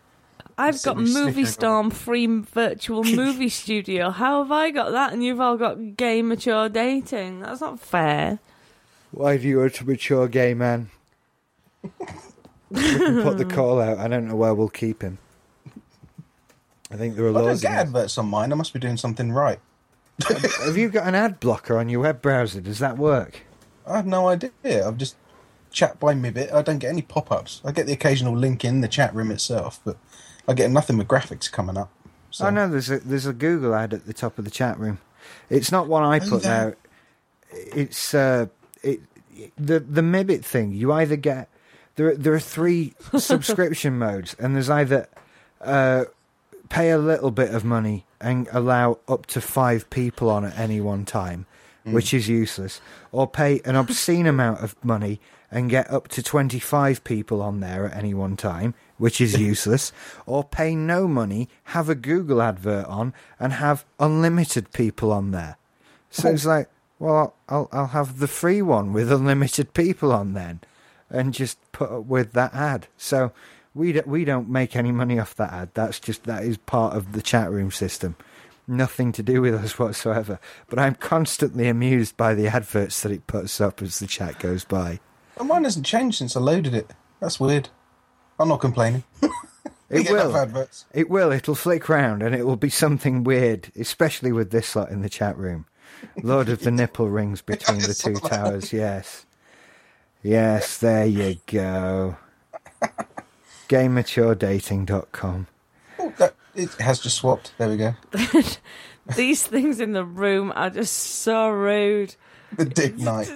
[SPEAKER 2] I've got
[SPEAKER 9] we sniff
[SPEAKER 2] Movie
[SPEAKER 9] everywhere.
[SPEAKER 2] Storm free virtual movie studio. How have I got that and you've all got gay mature dating? That's not fair.
[SPEAKER 1] Why do you want a mature gay man? we can put the call out. I don't know where we'll keep him. I think there are
[SPEAKER 9] I don't
[SPEAKER 1] laws.
[SPEAKER 9] get
[SPEAKER 1] against-
[SPEAKER 9] adverts on mine. I must be doing something right.
[SPEAKER 1] Have you got an ad blocker on your web browser? Does that work?
[SPEAKER 9] I have no idea. I've just chat by Mibit. I don't get any pop ups. I get the occasional link in the chat room itself, but I get nothing with graphics coming up. So
[SPEAKER 1] Oh no, there's a there's a Google ad at the top of the chat room. It's not one I put
[SPEAKER 9] there.
[SPEAKER 1] out. It's uh, it the the Mibit thing. You either get there are- there are three subscription modes, and there's either uh, pay a little bit of money and allow up to five people on at any one time, which is useless, or pay an obscene amount of money and get up to 25 people on there at any one time, which is useless, or pay no money, have a Google advert on, and have unlimited people on there. So it's like, well, I'll I'll have the free one with unlimited people on then, and just put up with that ad. So we do, we don't make any money off that ad. That's just that is part of the chat room system. Nothing to do with us whatsoever. But I'm constantly amused by the adverts that it puts up as the chat goes by.
[SPEAKER 9] And mine hasn't changed since I loaded it. That's weird. I'm not complaining. We
[SPEAKER 1] It
[SPEAKER 9] get enough
[SPEAKER 1] will.
[SPEAKER 9] adverts.
[SPEAKER 1] It will. It'll flick round and it will be something weird, especially with this lot in the chat room. Lord of the nipple rings between the two towers. Yes. Yes, there you go. GameMatureDating.com.
[SPEAKER 9] Oh, that, it has just swapped. There we go.
[SPEAKER 2] These things in the room are just so rude.
[SPEAKER 9] The dick night.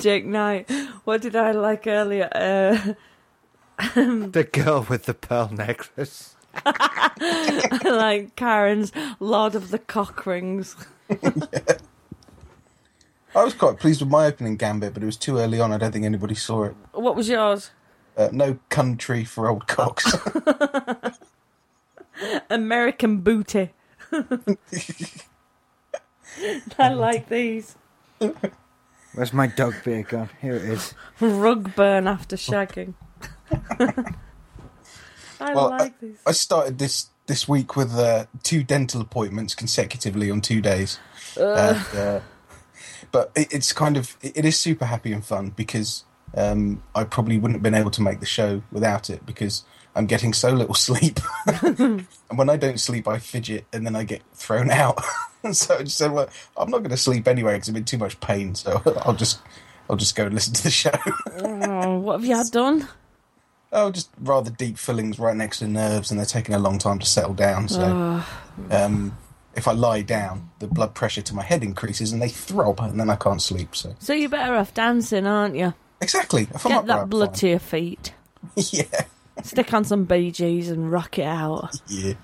[SPEAKER 2] Jake Knight, what did I like earlier? Uh,
[SPEAKER 1] The girl with the pearl necklace.
[SPEAKER 2] like Karen's Lord of the Cock Rings.
[SPEAKER 9] I was quite pleased with my opening gambit, but it was too early on. I don't think anybody saw it.
[SPEAKER 2] What was yours?
[SPEAKER 9] Uh, no country for old cocks.
[SPEAKER 2] American booty. I like these.
[SPEAKER 1] Where's my dog beer gone? Here it is.
[SPEAKER 2] Rug burn after shagging. I
[SPEAKER 9] Well,
[SPEAKER 2] like these.
[SPEAKER 9] I started this this week with uh, two dental appointments consecutively on two days. And, uh, but it, it's kind of it, it is super happy and fun because um, I probably wouldn't have been able to make the show without it because I'm getting so little sleep. and when I don't sleep, I fidget and then I get thrown out. And so I just said, "Well, I'm not going to sleep anyway because I'm in too much pain, so I'll just I'll just go and listen to the show."
[SPEAKER 2] Oh, what have you had done?
[SPEAKER 9] Oh, just rather deep fillings right next to the nerves, and they're taking a long time to settle down. So, um, if I lie down, the blood pressure to my head increases, and they throb, and then I can't sleep. So,
[SPEAKER 2] So you're better off dancing, aren't you?
[SPEAKER 9] exactly, if I'm
[SPEAKER 2] Get
[SPEAKER 9] up
[SPEAKER 2] that blood to
[SPEAKER 9] fine.
[SPEAKER 2] your feet.
[SPEAKER 9] yeah,
[SPEAKER 2] Stick on some BGs and rock it out.
[SPEAKER 9] yeah.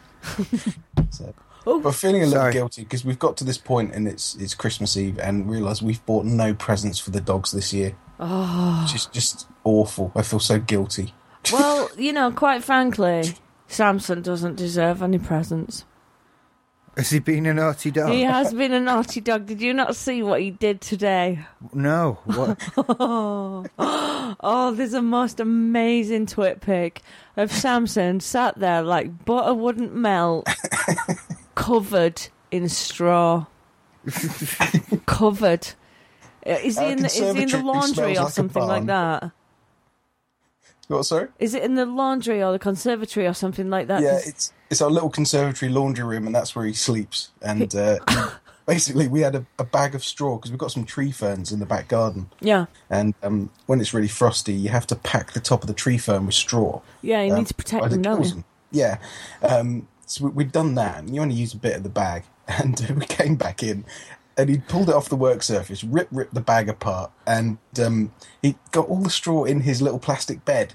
[SPEAKER 9] so, but feeling a little
[SPEAKER 1] Sorry.
[SPEAKER 9] guilty because we've got to this point, and it's it's Christmas Eve, and realise we've bought no presents for the dogs this year. Oh, which is just awful. I feel so guilty.
[SPEAKER 2] Well, you know, quite frankly, Samson doesn't deserve any presents.
[SPEAKER 1] Has he been a naughty dog?
[SPEAKER 2] He has been a naughty dog. Did you not see what he did today?
[SPEAKER 1] No. What?
[SPEAKER 2] Oh, there's a most amazing twit pic of Samson sat there like butter wouldn't melt, covered in straw. covered. Uh, Is he
[SPEAKER 9] Our
[SPEAKER 2] in the, is he in
[SPEAKER 9] conservatory
[SPEAKER 2] the laundry
[SPEAKER 9] smells
[SPEAKER 2] or
[SPEAKER 9] like a
[SPEAKER 2] something like
[SPEAKER 9] barn.
[SPEAKER 2] that?
[SPEAKER 9] What, sorry?
[SPEAKER 2] Is it in the laundry or the conservatory or something like that?
[SPEAKER 9] Yeah,
[SPEAKER 2] 'Cause-
[SPEAKER 9] it's it's our little conservatory laundry room, and that's where he sleeps. And uh, basically, we had a, a bag of straw because we've got some tree ferns in the back garden.
[SPEAKER 2] yeah,
[SPEAKER 9] And um, when it's really frosty, you have to pack the top of the tree fern with straw.
[SPEAKER 2] yeah. You
[SPEAKER 9] um,
[SPEAKER 2] need to protect
[SPEAKER 9] otherwise
[SPEAKER 2] them,
[SPEAKER 9] it
[SPEAKER 2] don't
[SPEAKER 9] kills
[SPEAKER 2] you?
[SPEAKER 9] them. Yeah. Um, so we, we'd done that, and you only use a bit of the bag. And uh, we came back in, and he pulled it off the work surface, ripped, ripped the bag apart, and um, he got all the straw in his little plastic bed.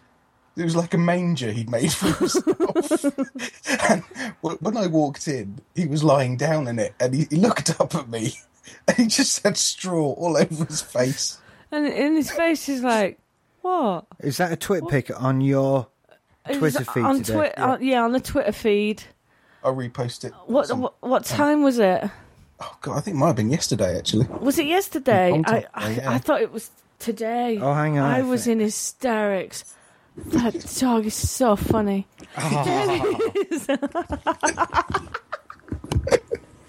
[SPEAKER 9] It was like a manger he'd made for himself. and wh- when I walked in, he was lying down in it, and he, he looked up at me, and he just had straw all over his face.
[SPEAKER 2] And in his face is like, what?
[SPEAKER 1] Is that a twit pic on your?
[SPEAKER 2] It was
[SPEAKER 1] Twitter feed
[SPEAKER 2] on
[SPEAKER 1] today,
[SPEAKER 2] Twi-
[SPEAKER 1] yeah.
[SPEAKER 2] on- yeah, on the Twitter feed.
[SPEAKER 9] I'll repost it.
[SPEAKER 2] What
[SPEAKER 9] some-
[SPEAKER 2] what, what time was it?
[SPEAKER 9] Oh, God, I think it might have been yesterday, actually.
[SPEAKER 2] Was it yesterday?
[SPEAKER 9] Long time
[SPEAKER 2] I I,
[SPEAKER 9] ago, yeah.
[SPEAKER 2] I thought it was today.
[SPEAKER 1] Oh, hang on,
[SPEAKER 2] I
[SPEAKER 1] I
[SPEAKER 2] was in hysterics. That dog is so funny.
[SPEAKER 1] Oh.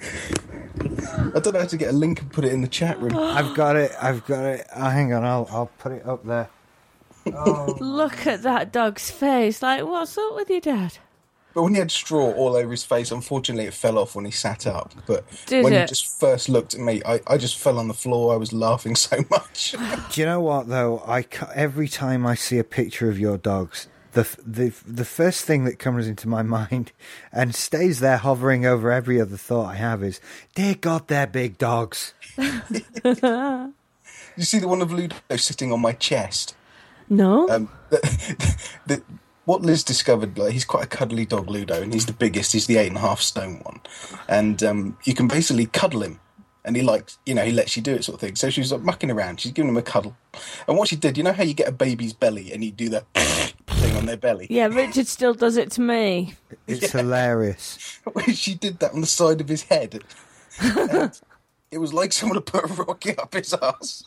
[SPEAKER 9] I don't know how to get a link and put it in the chat room.
[SPEAKER 1] I've got it. I've got it. Oh, hang on. I'll I'll put it up there.
[SPEAKER 2] Look at that dog's face. Like, what's up with you, Dad?
[SPEAKER 9] But when he had straw all over his face, unfortunately it fell off when he sat up. But
[SPEAKER 2] Did
[SPEAKER 9] when
[SPEAKER 2] it?
[SPEAKER 9] he just first looked at me, I, I just fell on the floor. I was laughing so much.
[SPEAKER 1] Do you know what though? I ca- every time I see a picture of your dogs, the f- the f- the first thing that comes into my mind and stays there, hovering over every other thought I have, is, "Dear God, they're big dogs."
[SPEAKER 9] you see the one of Ludo sitting on my chest?
[SPEAKER 2] No,
[SPEAKER 9] Um, the, the, what Liz discovered, like, he's quite a cuddly dog, Ludo, and he's the biggest. He's the eight and a half stone one, and um, you can basically cuddle him, and he like, you know, he lets you do it sort of thing. So she was like, mucking around. She's giving him a cuddle, and what she did, you know how you get a baby's belly and you do that thing on their belly.
[SPEAKER 2] yeah, Richard still does it to me.
[SPEAKER 1] It's hilarious.
[SPEAKER 9] when she did that on the side of his head. And it was like someone had put a rocket up his ass.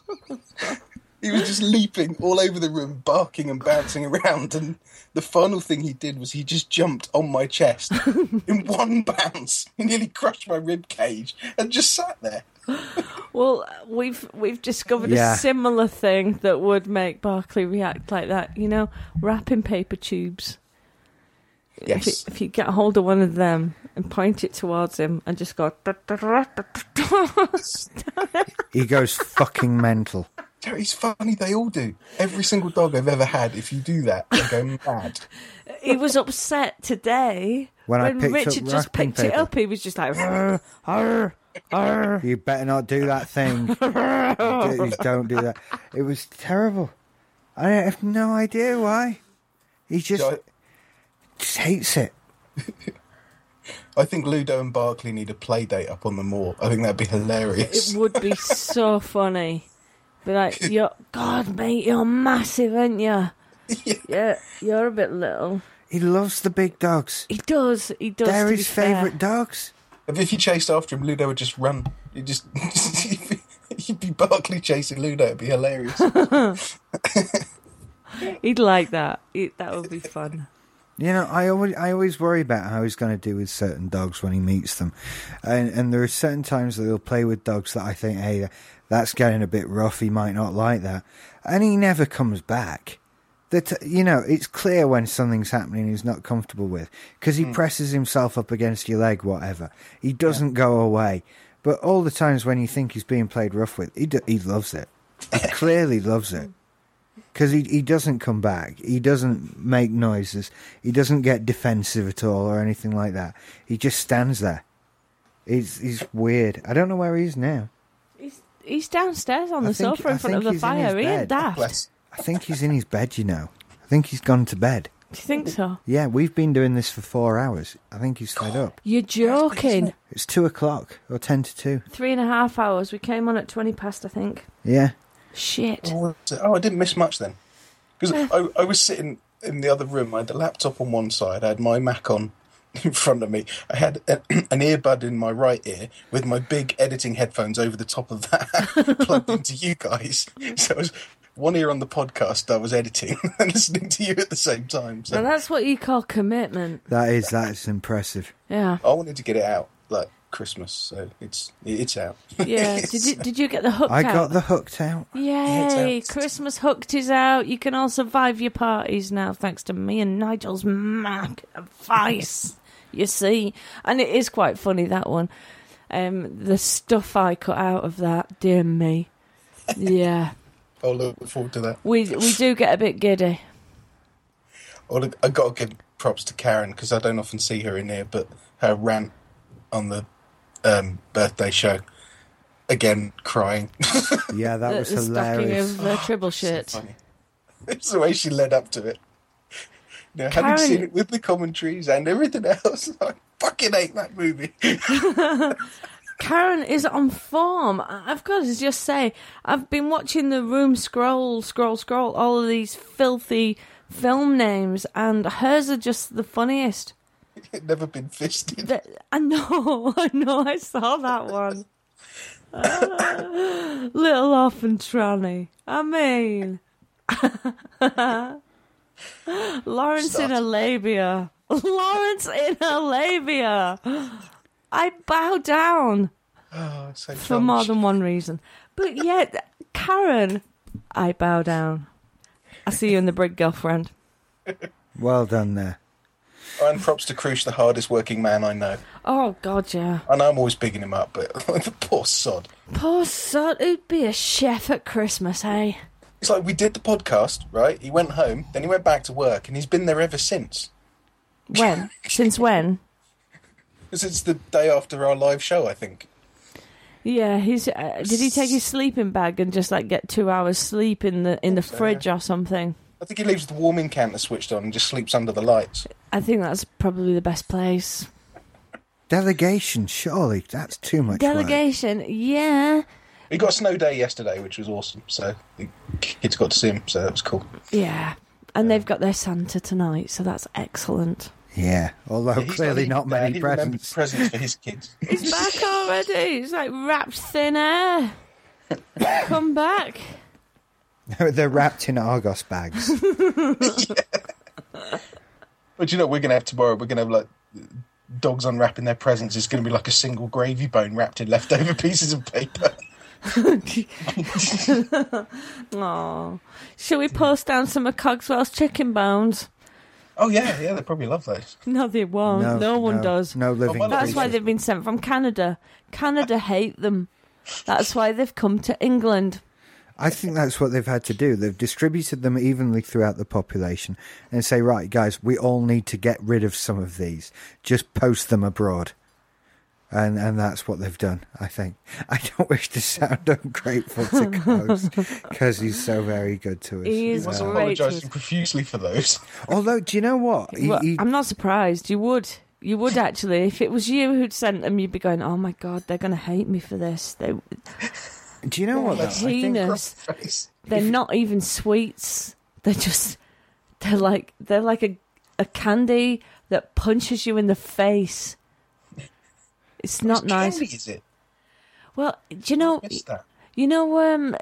[SPEAKER 9] he was just leaping all over the room, barking and bouncing around. And the final thing he did was he just jumped on my chest in one bounce. He nearly crushed my rib cage and just sat there.
[SPEAKER 2] Well, we've we've discovered
[SPEAKER 1] Yeah.
[SPEAKER 2] a similar thing that would make Barclay react like that. You know, wrapping paper tubes. If you,
[SPEAKER 9] Yes.
[SPEAKER 2] if you get hold of one of them and point it towards him and just go,
[SPEAKER 1] He goes fucking mental.
[SPEAKER 9] Terry, It's funny, they all do. Every single dog I've ever had, if you do that, they go mad.
[SPEAKER 2] he was upset today
[SPEAKER 1] When I picked up
[SPEAKER 2] Richard just
[SPEAKER 1] wrapping
[SPEAKER 2] picked it
[SPEAKER 1] paper.
[SPEAKER 2] up. He was just like, "Rrr."
[SPEAKER 1] You better not do that thing. You do- you don't do that. It was terrible. I have no idea why. He just,
[SPEAKER 9] So
[SPEAKER 1] just hates it.
[SPEAKER 9] I, I think Ludo and Barkley need a play date up on the moor. I think that'd be hilarious.
[SPEAKER 2] it would be so funny. Be like, you're, God, mate, you're massive, aren't you? Yeah, you're a bit little.
[SPEAKER 1] He loves the big dogs.
[SPEAKER 2] He does. He does.
[SPEAKER 1] They're
[SPEAKER 2] to be
[SPEAKER 1] his
[SPEAKER 2] fair.
[SPEAKER 1] favourite dogs.
[SPEAKER 9] If- If you chased after him, Ludo would just run. He just he'd be Barkley chasing Ludo. It'd be hilarious.
[SPEAKER 2] He'd like that. He, that would be fun.
[SPEAKER 1] You know, I always I always worry about how he's going to do with certain dogs when he meets them, and and there are certain times that he'll play with dogs that I think, hey, that's getting a bit rough. He might not like that, and he never comes back. That you know, it's clear when something's happening he's not comfortable with because he presses himself up against your leg, whatever. He doesn't go away, but all the times when you think he's being played rough with, he d- he loves it. He clearly loves it because he he doesn't come back. He doesn't make noises. He doesn't get defensive at all or anything like that. He just stands there. He's he's weird. I don't know where he is now.
[SPEAKER 2] He's, he's downstairs on
[SPEAKER 1] I
[SPEAKER 2] the
[SPEAKER 1] think-
[SPEAKER 2] sofa
[SPEAKER 1] I
[SPEAKER 2] in front
[SPEAKER 1] think
[SPEAKER 2] of the
[SPEAKER 1] he's in his
[SPEAKER 2] fire. He ain't
[SPEAKER 1] bed.
[SPEAKER 2] daft. Do
[SPEAKER 9] Bless.
[SPEAKER 1] I think he's in his bed. You know. I think he's gone to bed.
[SPEAKER 2] you think so?
[SPEAKER 1] Yeah, we've been doing this for four hours. I think he's fed up.
[SPEAKER 2] You're joking.
[SPEAKER 1] It's two o'clock or ten to two.
[SPEAKER 2] Three and a half hours. We came on at 20 past, I think.
[SPEAKER 1] Yeah.
[SPEAKER 2] Shit.
[SPEAKER 9] Oh, I didn't miss much then, because I, I was sitting in the other room. I had the laptop on one side. I had my Mac on in front of me. I had a, an earbud in my right ear with my big editing headphones over the top of that, plugged into you guys. So I was one ear on the podcast I was editing and listening to you at the same time. So
[SPEAKER 2] Now that's what you call commitment.
[SPEAKER 1] That is that is impressive.
[SPEAKER 2] Yeah.
[SPEAKER 9] I wanted to get it out. like Christmas, so it's it's out.
[SPEAKER 2] Yeah. did you did you get the hooked
[SPEAKER 1] I
[SPEAKER 2] out?
[SPEAKER 1] got the hooked out.
[SPEAKER 9] it's
[SPEAKER 2] Yay!
[SPEAKER 9] out.
[SPEAKER 2] Christmas hooked is out. You can all survive your parties now thanks to me and Nigel's Mac advice. you see, and it is quite funny that one. Um, the stuff I cut out of that, dear me. Yeah,
[SPEAKER 9] I'll look forward to that.
[SPEAKER 2] we we do get a bit giddy.
[SPEAKER 9] Well, I got to give props to Karen because I don't often see her in here, but her rant on the um, birthday show again, crying.
[SPEAKER 1] Yeah, that
[SPEAKER 2] The,
[SPEAKER 1] was
[SPEAKER 2] the stocking
[SPEAKER 1] hilarious.
[SPEAKER 2] of uh, triple shit.
[SPEAKER 9] Funny. It's the way she led up to it. You know, having
[SPEAKER 2] Karen-
[SPEAKER 9] seen it with the commentaries and everything else, I fucking hate that movie.
[SPEAKER 2] Karen is on form. I- I've got to just say, I've been watching the room scroll, scroll, scroll, all of these filthy film names, and hers are just the funniest.
[SPEAKER 9] It'd never been fisted.
[SPEAKER 2] That- I know, I know, I saw that one. Ah, little orphan tranny. I mean, Lawrence in a labia. Lawrence in a labia. I bow down
[SPEAKER 9] Oh, it's so
[SPEAKER 2] for more than one reason. But yet, Karen, I bow down. I see you in the brig, girlfriend.
[SPEAKER 1] Well done there.
[SPEAKER 9] And props to Krush, the hardest working man I know.
[SPEAKER 2] Oh God, yeah.
[SPEAKER 9] I know I'm always bigging him up, but the poor sod.
[SPEAKER 2] Poor sod, who'd be a chef at Christmas, eh? hey?
[SPEAKER 9] It's like we did the podcast, right? He went home, then he went back to work, and he's been there ever since.
[SPEAKER 2] When? Since when?
[SPEAKER 9] Since the day after our live show, I think.
[SPEAKER 2] Yeah, he's. Uh, did he take his sleeping bag and just like get two hours sleep in the in the fridge or something?
[SPEAKER 9] I think he leaves the warming counter switched on and just sleeps under the lights.
[SPEAKER 2] I think that's probably the best place.
[SPEAKER 1] Delegation, surely that's too much. Work.
[SPEAKER 2] Delegation, yeah,
[SPEAKER 9] He got a snow day yesterday, which was awesome. So the kids got to see him, so that was cool.
[SPEAKER 2] yeah. And they've got their Santa tonight, so that's excellent.
[SPEAKER 1] Yeah, although
[SPEAKER 9] He's
[SPEAKER 1] clearly
[SPEAKER 9] leaving
[SPEAKER 1] not
[SPEAKER 9] there,
[SPEAKER 1] many
[SPEAKER 9] he remembered
[SPEAKER 1] presents.
[SPEAKER 9] presents for his kids.
[SPEAKER 2] He's back already. He's like wrapped thin air. Come back.
[SPEAKER 1] They're wrapped in Argos bags.
[SPEAKER 9] But you know, we're gonna have tomorrow. We're gonna have like dogs unwrapping their presents. It's gonna be like a single gravy bone wrapped in leftover pieces of paper.
[SPEAKER 2] Oh, shall we post down some of Cogswell's chicken bones?
[SPEAKER 9] Oh yeah, yeah, they probably love those.
[SPEAKER 2] No, they won't.
[SPEAKER 1] no,
[SPEAKER 2] Oh, No, one
[SPEAKER 1] no,
[SPEAKER 2] does.
[SPEAKER 1] No living.
[SPEAKER 9] Oh, well,
[SPEAKER 2] That's why
[SPEAKER 1] creatures.
[SPEAKER 2] they've been sent from Canada. Canada hate them. That's why they've come to England.
[SPEAKER 1] I think that's what they've had to do. They've distributed them evenly throughout the population and say, right, guys, we all need to get rid of some of these. Just post them abroad. And and that's what they've done, I think. I don't wish to sound ungrateful to Coast because he's so very good to us.
[SPEAKER 2] He is
[SPEAKER 1] Uh,
[SPEAKER 9] He's
[SPEAKER 2] Great
[SPEAKER 9] apologising
[SPEAKER 2] kids.
[SPEAKER 9] profusely for those.
[SPEAKER 1] although, do you know what? He,
[SPEAKER 2] Well,
[SPEAKER 1] he-
[SPEAKER 2] I'm not surprised. You would. You would actually. If it was you who'd sent them, you'd be going, "Oh my god, they're going to hate me for this." They,
[SPEAKER 1] do you know what? Though? I think-
[SPEAKER 2] heinous. They're not even sweets. They're just. They're like they're like a a candy that punches you in the face. It's not
[SPEAKER 9] It's
[SPEAKER 2] nice.
[SPEAKER 9] candy, is it?
[SPEAKER 2] Well, do you know?
[SPEAKER 9] Missed that.
[SPEAKER 2] You know, um,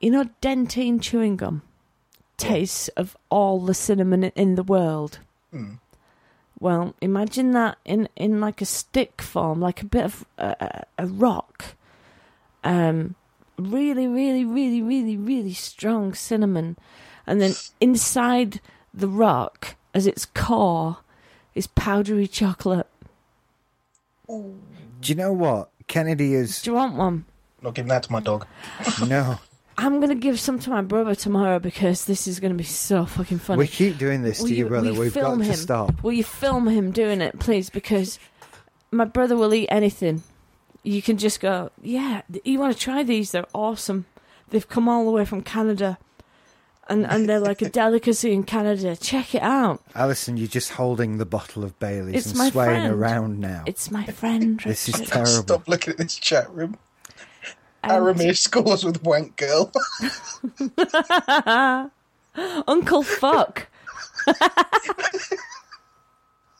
[SPEAKER 2] you know, dentine chewing gum tastes of all the cinnamon in the world.
[SPEAKER 9] Hmm.
[SPEAKER 2] Well, imagine that in, in like a stick form, like a bit of a, a, a rock. Um, really, really, really, really, really strong cinnamon, and then inside the rock, as its core, is powdery chocolate.
[SPEAKER 1] do you know what? Kennedy is
[SPEAKER 2] Do you want one?
[SPEAKER 9] Not giving that to my dog.
[SPEAKER 1] no.
[SPEAKER 2] I'm gonna give some to my brother tomorrow because this is gonna be so fucking funny.
[SPEAKER 1] We keep doing this to you, brother. We've got
[SPEAKER 2] film
[SPEAKER 1] to
[SPEAKER 2] him?
[SPEAKER 1] stop.
[SPEAKER 2] Will you film him doing it, please? Because my brother will eat anything. You can just go, yeah. th- You want to try these? They're awesome. They've come all the way from Canada, and and they're like a delicacy in Canada. Check it out.
[SPEAKER 1] Alison, you're just holding the bottle of Bailey's
[SPEAKER 2] It's
[SPEAKER 1] and
[SPEAKER 2] my
[SPEAKER 1] swaying
[SPEAKER 2] friend.
[SPEAKER 1] around now.
[SPEAKER 2] It's my friend.
[SPEAKER 1] this is
[SPEAKER 2] Richard,
[SPEAKER 1] terrible.
[SPEAKER 9] Stop looking at this chat room.
[SPEAKER 2] and
[SPEAKER 9] Aramir scores with wank girl.
[SPEAKER 2] Uncle Fuck.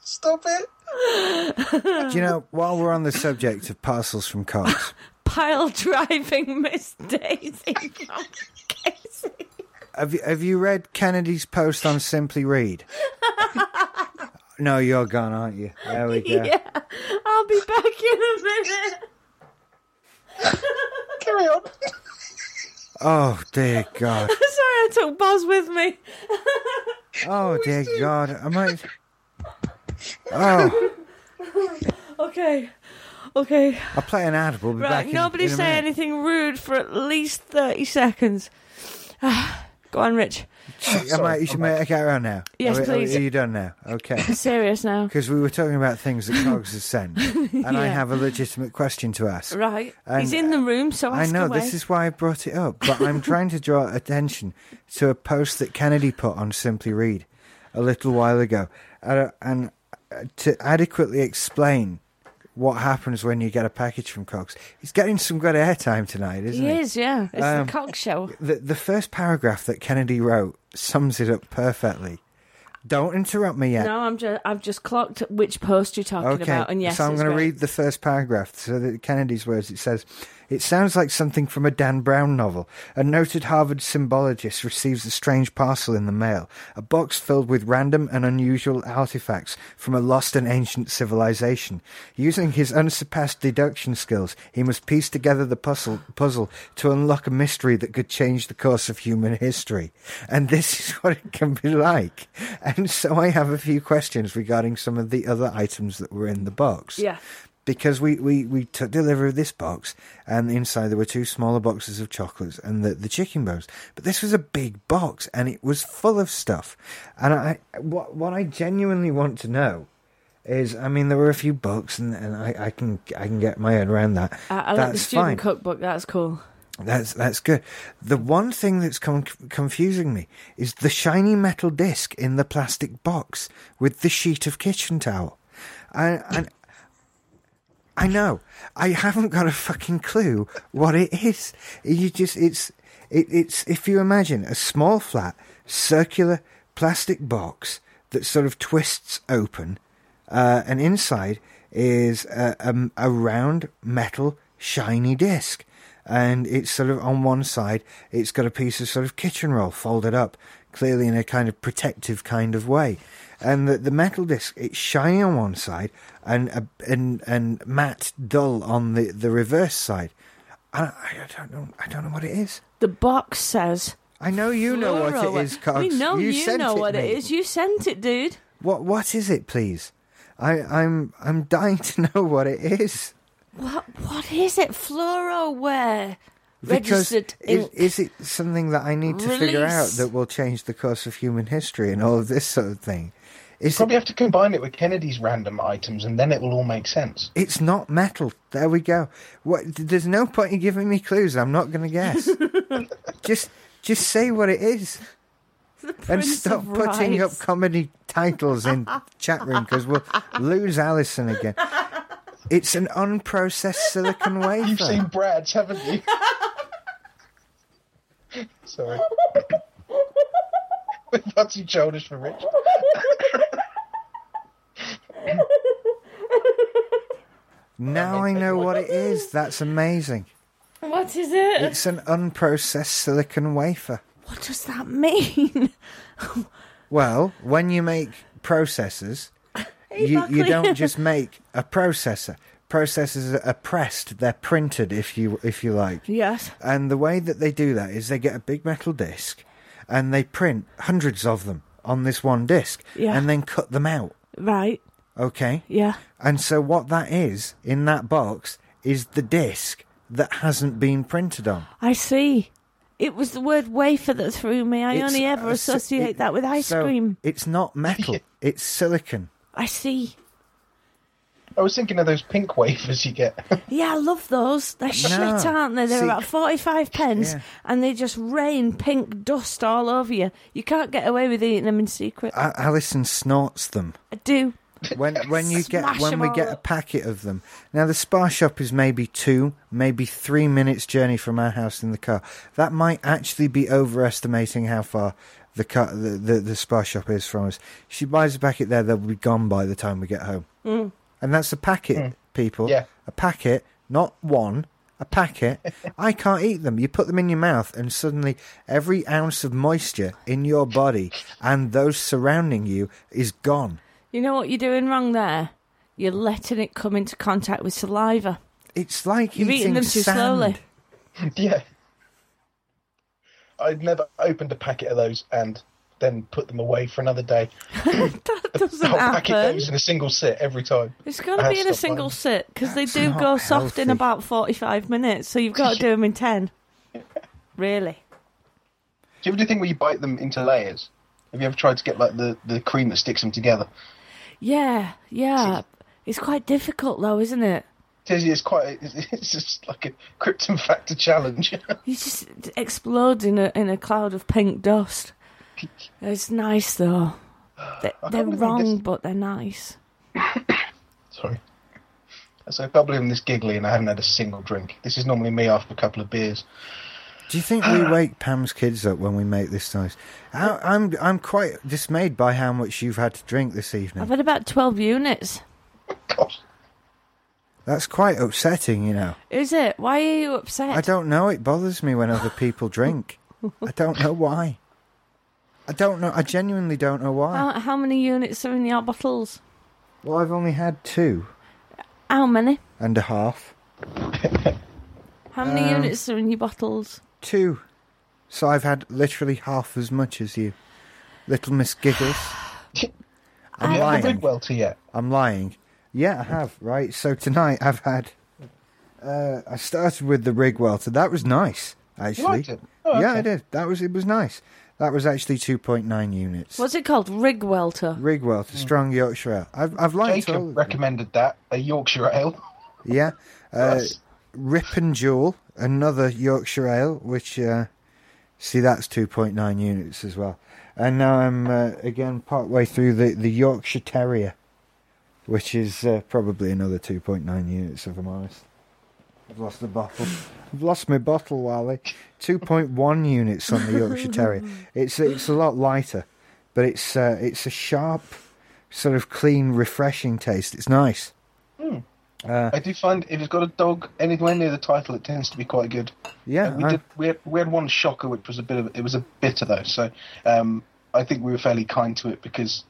[SPEAKER 9] Stop it.
[SPEAKER 1] Do you know, while we're on the subject of parcels from Cox,
[SPEAKER 2] Pile driving Miss Daisy from Casey.
[SPEAKER 1] have you, have you read Kennedy's post on Simply Read? no, you're gone, aren't you? There we go.
[SPEAKER 2] Yeah. I'll be back in a minute.
[SPEAKER 9] Carry on.
[SPEAKER 1] Oh dear God.
[SPEAKER 2] Sorry, I took Boz with me.
[SPEAKER 1] Oh dear God. I might. Oh,
[SPEAKER 2] Okay. Okay.
[SPEAKER 1] I'll play an ad. We'll be back.
[SPEAKER 2] Right,
[SPEAKER 1] in-
[SPEAKER 2] nobody
[SPEAKER 1] in a
[SPEAKER 2] say
[SPEAKER 1] minute.
[SPEAKER 2] anything rude for at least 30 seconds. Ah, Go on, Rich.
[SPEAKER 1] Am I, you should make get around now.
[SPEAKER 2] Yes,
[SPEAKER 1] Are we-
[SPEAKER 2] please.
[SPEAKER 1] Are you done now? Okay.
[SPEAKER 2] I'm serious now.
[SPEAKER 1] Because we were talking about things that Cogs has sent, and I
[SPEAKER 2] Yeah.
[SPEAKER 1] have a legitimate question to ask.
[SPEAKER 2] Right.
[SPEAKER 1] And-
[SPEAKER 2] He's in the room, so
[SPEAKER 1] I
[SPEAKER 2] ask
[SPEAKER 1] know
[SPEAKER 2] away.
[SPEAKER 1] this is why I brought it up, but I'm trying to draw attention to a post that Kennedy put on Simply Read a little while ago, uh, and uh, to adequately explain what happens when you get a package from Cogs. He's getting some good airtime tonight, isn't
[SPEAKER 2] He
[SPEAKER 1] he?
[SPEAKER 2] is, yeah. It's
[SPEAKER 1] Um,
[SPEAKER 2] the cock show.
[SPEAKER 1] The, the first paragraph that Kennedy wrote sums it up perfectly. Don't interrupt me yet.
[SPEAKER 2] No, I'm just I've just clocked which post you're talking
[SPEAKER 1] Okay,
[SPEAKER 2] about, and yes,
[SPEAKER 1] so I'm
[SPEAKER 2] it's
[SPEAKER 1] going to
[SPEAKER 2] great.
[SPEAKER 1] read the first paragraph. So that Kennedy's words, it says, "It sounds like something from a Dan Brown novel. A noted Harvard symbologist receives a strange parcel in the mail: a box filled with random and unusual artifacts from a lost and ancient civilization. Using his unsurpassed deduction skills, he must piece together the puzzle puzzle to unlock a mystery that could change the course of human history. And this is what it can be like. And so I have a few questions regarding some of the other items that were in the box.
[SPEAKER 2] Yeah.
[SPEAKER 1] Because we, we, we took delivery of this box, and inside there were two smaller boxes of chocolates and the, the chicken bones. But this was a big box, and it was full of stuff. And I what what I genuinely want to know is, I mean, there were a few books, and, and I, I can I can get my head around that.
[SPEAKER 2] I, I like the student cookbook. That's cool.
[SPEAKER 1] That's that's good. The one thing that's com- confusing me is the shiny metal disc in the plastic box with the sheet of kitchen towel. I I, I know I haven't got a fucking clue what it is. You just it's it, it's if you imagine a small flat circular plastic box that sort of twists open, uh, and inside is a, a, a round metal shiny disc and it's sort of on one side it's got a piece of sort of kitchen roll folded up clearly in a kind of protective kind of way and the, the metal disc it's shiny on one side and uh, and and matte dull on the, the reverse side I, I don't know I don't know what it is
[SPEAKER 2] The box says.
[SPEAKER 1] I know you know
[SPEAKER 2] Plural.
[SPEAKER 1] what it is Cox.
[SPEAKER 2] We know you,
[SPEAKER 1] sent
[SPEAKER 2] know
[SPEAKER 1] it
[SPEAKER 2] what
[SPEAKER 1] me.
[SPEAKER 2] it is. You sent it, dude.
[SPEAKER 1] what what is it please I, I'm I'm dying to know what it is
[SPEAKER 2] What? What is it? Fluoroware.
[SPEAKER 1] Because
[SPEAKER 2] Registered
[SPEAKER 1] is,
[SPEAKER 2] ink.
[SPEAKER 1] is it something that I need to figure out
[SPEAKER 2] Release.
[SPEAKER 1] that will change the course of human history and all of this sort of thing? Is it,
[SPEAKER 9] Probably have to combine it with Kennedy's random items, and then it will all make sense.
[SPEAKER 1] it's not metal. There we go. What? th- There's no point in giving me clues. I'm not going to guess. just, just say what it is, and
[SPEAKER 2] Prince
[SPEAKER 1] stop
[SPEAKER 2] of
[SPEAKER 1] putting up
[SPEAKER 2] Rice.
[SPEAKER 1] comedy titles in chat room because we'll lose Alison again. It's an unprocessed silicon wafer.
[SPEAKER 9] You've seen Brad's, haven't you? Sorry. We're not too childish for Rich.
[SPEAKER 1] now I know what it is. That's amazing.
[SPEAKER 2] What is it?
[SPEAKER 1] It's an unprocessed silicon wafer.
[SPEAKER 2] What does that mean?
[SPEAKER 1] Well, when you make processors, you, you
[SPEAKER 2] Buckley.
[SPEAKER 1] don't just make a processor. Processors are pressed; they're printed, if you if you like.
[SPEAKER 2] yes.
[SPEAKER 1] And the way that they do that is they get a big metal disc, and they print hundreds of them on this one disc,
[SPEAKER 2] Yeah.
[SPEAKER 1] and then cut them out.
[SPEAKER 2] Right.
[SPEAKER 1] Okay.
[SPEAKER 2] Yeah.
[SPEAKER 1] And so what that is in that box is the disc that hasn't been printed on.
[SPEAKER 2] I see. It was the word wafer that threw me. I
[SPEAKER 1] It's-
[SPEAKER 2] only ever
[SPEAKER 1] uh, si-
[SPEAKER 2] associate
[SPEAKER 1] it-
[SPEAKER 2] that with ice
[SPEAKER 1] so
[SPEAKER 2] cream.
[SPEAKER 1] It's not metal; it's silicon.
[SPEAKER 2] I see.
[SPEAKER 9] I was thinking of those pink wafers you get.
[SPEAKER 2] Yeah, I love those. They're shit, aren't they? They're
[SPEAKER 1] See-
[SPEAKER 2] about 45 pence
[SPEAKER 1] Yeah.
[SPEAKER 2] and they just rain pink dust all over you. You can't get away with eating them in secret. I,
[SPEAKER 1] A- Alison snorts them.
[SPEAKER 2] do.
[SPEAKER 1] Ah. when when you get
[SPEAKER 2] Smash
[SPEAKER 1] when
[SPEAKER 2] 'em
[SPEAKER 1] we
[SPEAKER 2] all
[SPEAKER 1] get a
[SPEAKER 2] up.
[SPEAKER 1] packet of them. Now the spa shop is maybe two, maybe three minutes journey from our house in the car. That might actually be overestimating how far the car, the, the the spa shop is from us. She buys a packet there; they'll be gone by the time we get home.
[SPEAKER 2] Mm.
[SPEAKER 1] And that's a packet, people.
[SPEAKER 9] Yeah.
[SPEAKER 1] A packet, not one. A packet. I can't eat them. You put them in your mouth, and suddenly every ounce of moisture in your body and those surrounding you is gone.
[SPEAKER 2] You know what you're doing wrong there? You're letting it come into contact with saliva.
[SPEAKER 1] It's like
[SPEAKER 2] You're eating
[SPEAKER 1] eating
[SPEAKER 2] them too
[SPEAKER 1] sand.
[SPEAKER 2] slowly.
[SPEAKER 9] yeah. I'd never opened a packet of those and then put them away for another day.
[SPEAKER 2] That doesn't
[SPEAKER 9] The whole packet
[SPEAKER 2] happen.
[SPEAKER 9] goes in a single sit every time.
[SPEAKER 2] It's got to
[SPEAKER 9] I
[SPEAKER 2] be in a
[SPEAKER 9] stopped
[SPEAKER 2] single
[SPEAKER 9] buying
[SPEAKER 2] sit because they do
[SPEAKER 1] not
[SPEAKER 2] go soft in
[SPEAKER 1] healthy.
[SPEAKER 2] about 45 minutes, so you've got to do them in 10. Really?
[SPEAKER 9] Do you ever do the thing where you bite them into layers? Have you ever tried to get like the, the cream that sticks them together?
[SPEAKER 2] Yeah, yeah. It's quite difficult though, isn't it?
[SPEAKER 9] It is- It's quite. It's, it's just like a krypton factor challenge.
[SPEAKER 2] You just it explodes in a in a cloud of pink dust. It's nice though. They,
[SPEAKER 9] can't
[SPEAKER 2] they're
[SPEAKER 9] believe
[SPEAKER 2] wrong,
[SPEAKER 9] this-
[SPEAKER 2] but they're nice.
[SPEAKER 9] Sorry. So I'm bubbling this giggly, and I haven't had a single drink. This is normally me after a couple of beers.
[SPEAKER 1] Do you think we wake Pam's kids up when we make this noise? How, I'm I'm quite dismayed by how much you've had to drink this
[SPEAKER 2] I've
[SPEAKER 1] evening.
[SPEAKER 2] had about twelve units.
[SPEAKER 9] God,
[SPEAKER 1] That's quite upsetting, you know.
[SPEAKER 2] Is it? Why are you
[SPEAKER 1] I
[SPEAKER 2] upset?
[SPEAKER 1] don't know. It bothers me when other people drink. I don't know why. I don't know. I genuinely don't know why.
[SPEAKER 2] How, how many units are in your bottles?
[SPEAKER 1] Well, I've only had two
[SPEAKER 2] How many?
[SPEAKER 1] and a half.
[SPEAKER 2] How many
[SPEAKER 1] Um,
[SPEAKER 2] units are in your bottles?
[SPEAKER 1] Two. So I've had literally half as much as you. Little Miss Giggles.
[SPEAKER 9] have
[SPEAKER 1] I'm
[SPEAKER 9] you had the
[SPEAKER 1] lying.
[SPEAKER 9] Ridwell tea yet?
[SPEAKER 1] I'm lying. Yeah, I have, right? So tonight I've had. Uh, I started with the rig welter. That was nice, actually.
[SPEAKER 9] liked it? Oh,
[SPEAKER 1] Yeah,
[SPEAKER 9] okay.
[SPEAKER 1] I did. That was it was nice. That was actually 2.9 units.
[SPEAKER 2] What's it called? Rig welter.
[SPEAKER 1] Rig welter, strong Yorkshire ale. I've, I've liked all of
[SPEAKER 9] Jacob
[SPEAKER 1] them.
[SPEAKER 9] recommended that a Yorkshire ale.
[SPEAKER 1] Yeah. Uh,
[SPEAKER 9] Yes.
[SPEAKER 1] Rip and Jewel, another Yorkshire ale, which, uh, see, that's 2.9 units as well. And now I'm, uh, again, partway through the, the Yorkshire Terrier, which is uh, probably another 2.9 units, if I'm honest. I've lost the bottle. I've lost my bottle, Wally. 2.1 units on the Yorkshire Terrier. It's, it's a lot lighter, but it's, uh, it's a sharp, sort of clean, refreshing taste. It's nice. Uh,
[SPEAKER 9] I do find if it's got a dog anywhere near the title, it tends to be quite good.
[SPEAKER 1] Yeah,
[SPEAKER 9] Uh, we
[SPEAKER 1] I-
[SPEAKER 9] did. We had, we had one shocker, which was a bit of. It was a bitter though, so um, I think we were fairly kind to it because,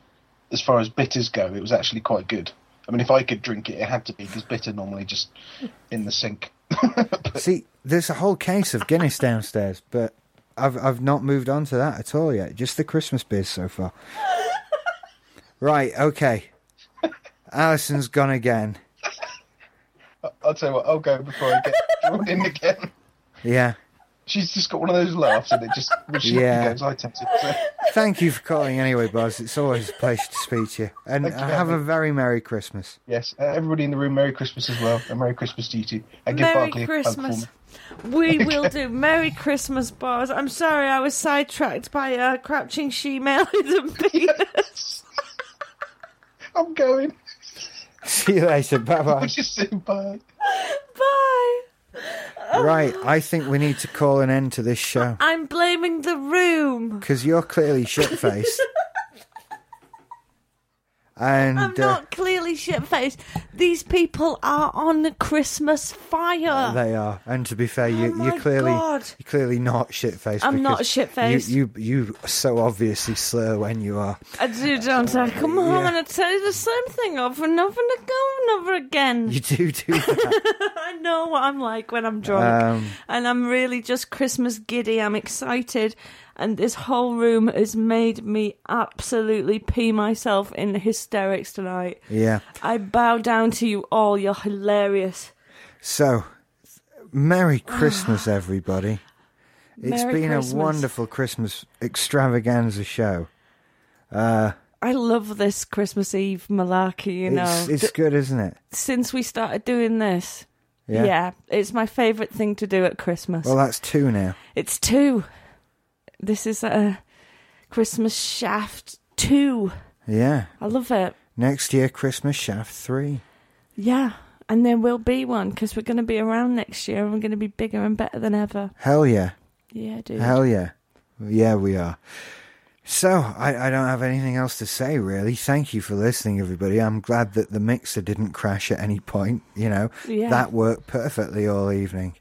[SPEAKER 9] as far as bitters go, it was actually quite good. I mean, if I could drink it, it had to be because bitter normally just in the sink.
[SPEAKER 1] See, there's a whole case of Guinness downstairs, but I've I've not moved on to that at all yet. Just the Christmas beers so far. right, okay. Alison's gone again.
[SPEAKER 9] I'll tell you what, I'll go before I get drawn in again.
[SPEAKER 1] Yeah.
[SPEAKER 9] She's just got one of those laughs, and it just when she
[SPEAKER 1] Yeah.
[SPEAKER 9] goes, I tend to. So.
[SPEAKER 1] Thank you for calling anyway, Buzz. It's always a pleasure to speak to you. And
[SPEAKER 9] Thank you,
[SPEAKER 1] have a
[SPEAKER 9] Andy.
[SPEAKER 1] very Merry Christmas.
[SPEAKER 9] Yes, uh, everybody in the room, Merry Christmas as well, and Merry Christmas to you too. And give
[SPEAKER 2] Merry
[SPEAKER 9] Barclay a plug for
[SPEAKER 2] Christmas.
[SPEAKER 9] me.
[SPEAKER 2] We will do Merry Christmas, bars. I'm sorry, I was sidetracked by uh, crouching she male and penis.
[SPEAKER 9] I'm going.
[SPEAKER 1] See you later. Bye
[SPEAKER 9] I'll
[SPEAKER 1] bye.
[SPEAKER 9] just say bye.
[SPEAKER 2] Bye.
[SPEAKER 1] Right, I think we need to call an end to this show
[SPEAKER 2] I'm blaming the room.
[SPEAKER 1] because you're clearly shit faced. And
[SPEAKER 2] I'm
[SPEAKER 1] uh,
[SPEAKER 2] not clearly shit faced. These people are on Christmas fire.
[SPEAKER 1] They are, and to be fair, you,
[SPEAKER 2] Uh, Oh my
[SPEAKER 1] you're clearly
[SPEAKER 2] God.
[SPEAKER 1] you're clearly not shit faced.
[SPEAKER 2] I'm not shit-faced.
[SPEAKER 1] You, you you so obviously slur when you are.
[SPEAKER 2] I do, don't I? Come home and I tell you the same thing over and over and again, over again.
[SPEAKER 1] You do do that.
[SPEAKER 2] I know what I'm like when I'm drunk,
[SPEAKER 1] Um,
[SPEAKER 2] and I'm really just Christmas giddy. I'm excited, and this whole room has made me absolutely pee myself in hysterics tonight.
[SPEAKER 1] yeah.
[SPEAKER 2] I bow down to you all. You're hilarious.
[SPEAKER 1] So, Merry Christmas, everybody. It's
[SPEAKER 2] Ah. Merry
[SPEAKER 1] been
[SPEAKER 2] Christmas.
[SPEAKER 1] a wonderful Christmas extravaganza show. Uh,
[SPEAKER 2] I love this Christmas Eve malarkey. You know,
[SPEAKER 1] it's it's
[SPEAKER 2] D-
[SPEAKER 1] good, isn't it?
[SPEAKER 2] since we started doing this.
[SPEAKER 1] Yeah.
[SPEAKER 2] it's my favourite thing to do at Christmas.
[SPEAKER 1] Well, that's two now.
[SPEAKER 2] it's two. This is a Christmas shaft two.
[SPEAKER 1] Yeah.
[SPEAKER 2] I love it.
[SPEAKER 1] Next year, Christmas Shaft three.
[SPEAKER 2] Yeah, and there will be one because we're going to be around next year and we're going to be bigger and better than ever.
[SPEAKER 1] Hell yeah.
[SPEAKER 2] Yeah, dude.
[SPEAKER 1] Hell yeah. Yeah, we are. So, I, I don't have anything else to say, really. Thank you for listening, everybody. I'm glad that the mixer didn't crash at any point. You know,
[SPEAKER 2] Yeah.
[SPEAKER 1] that worked perfectly all evening.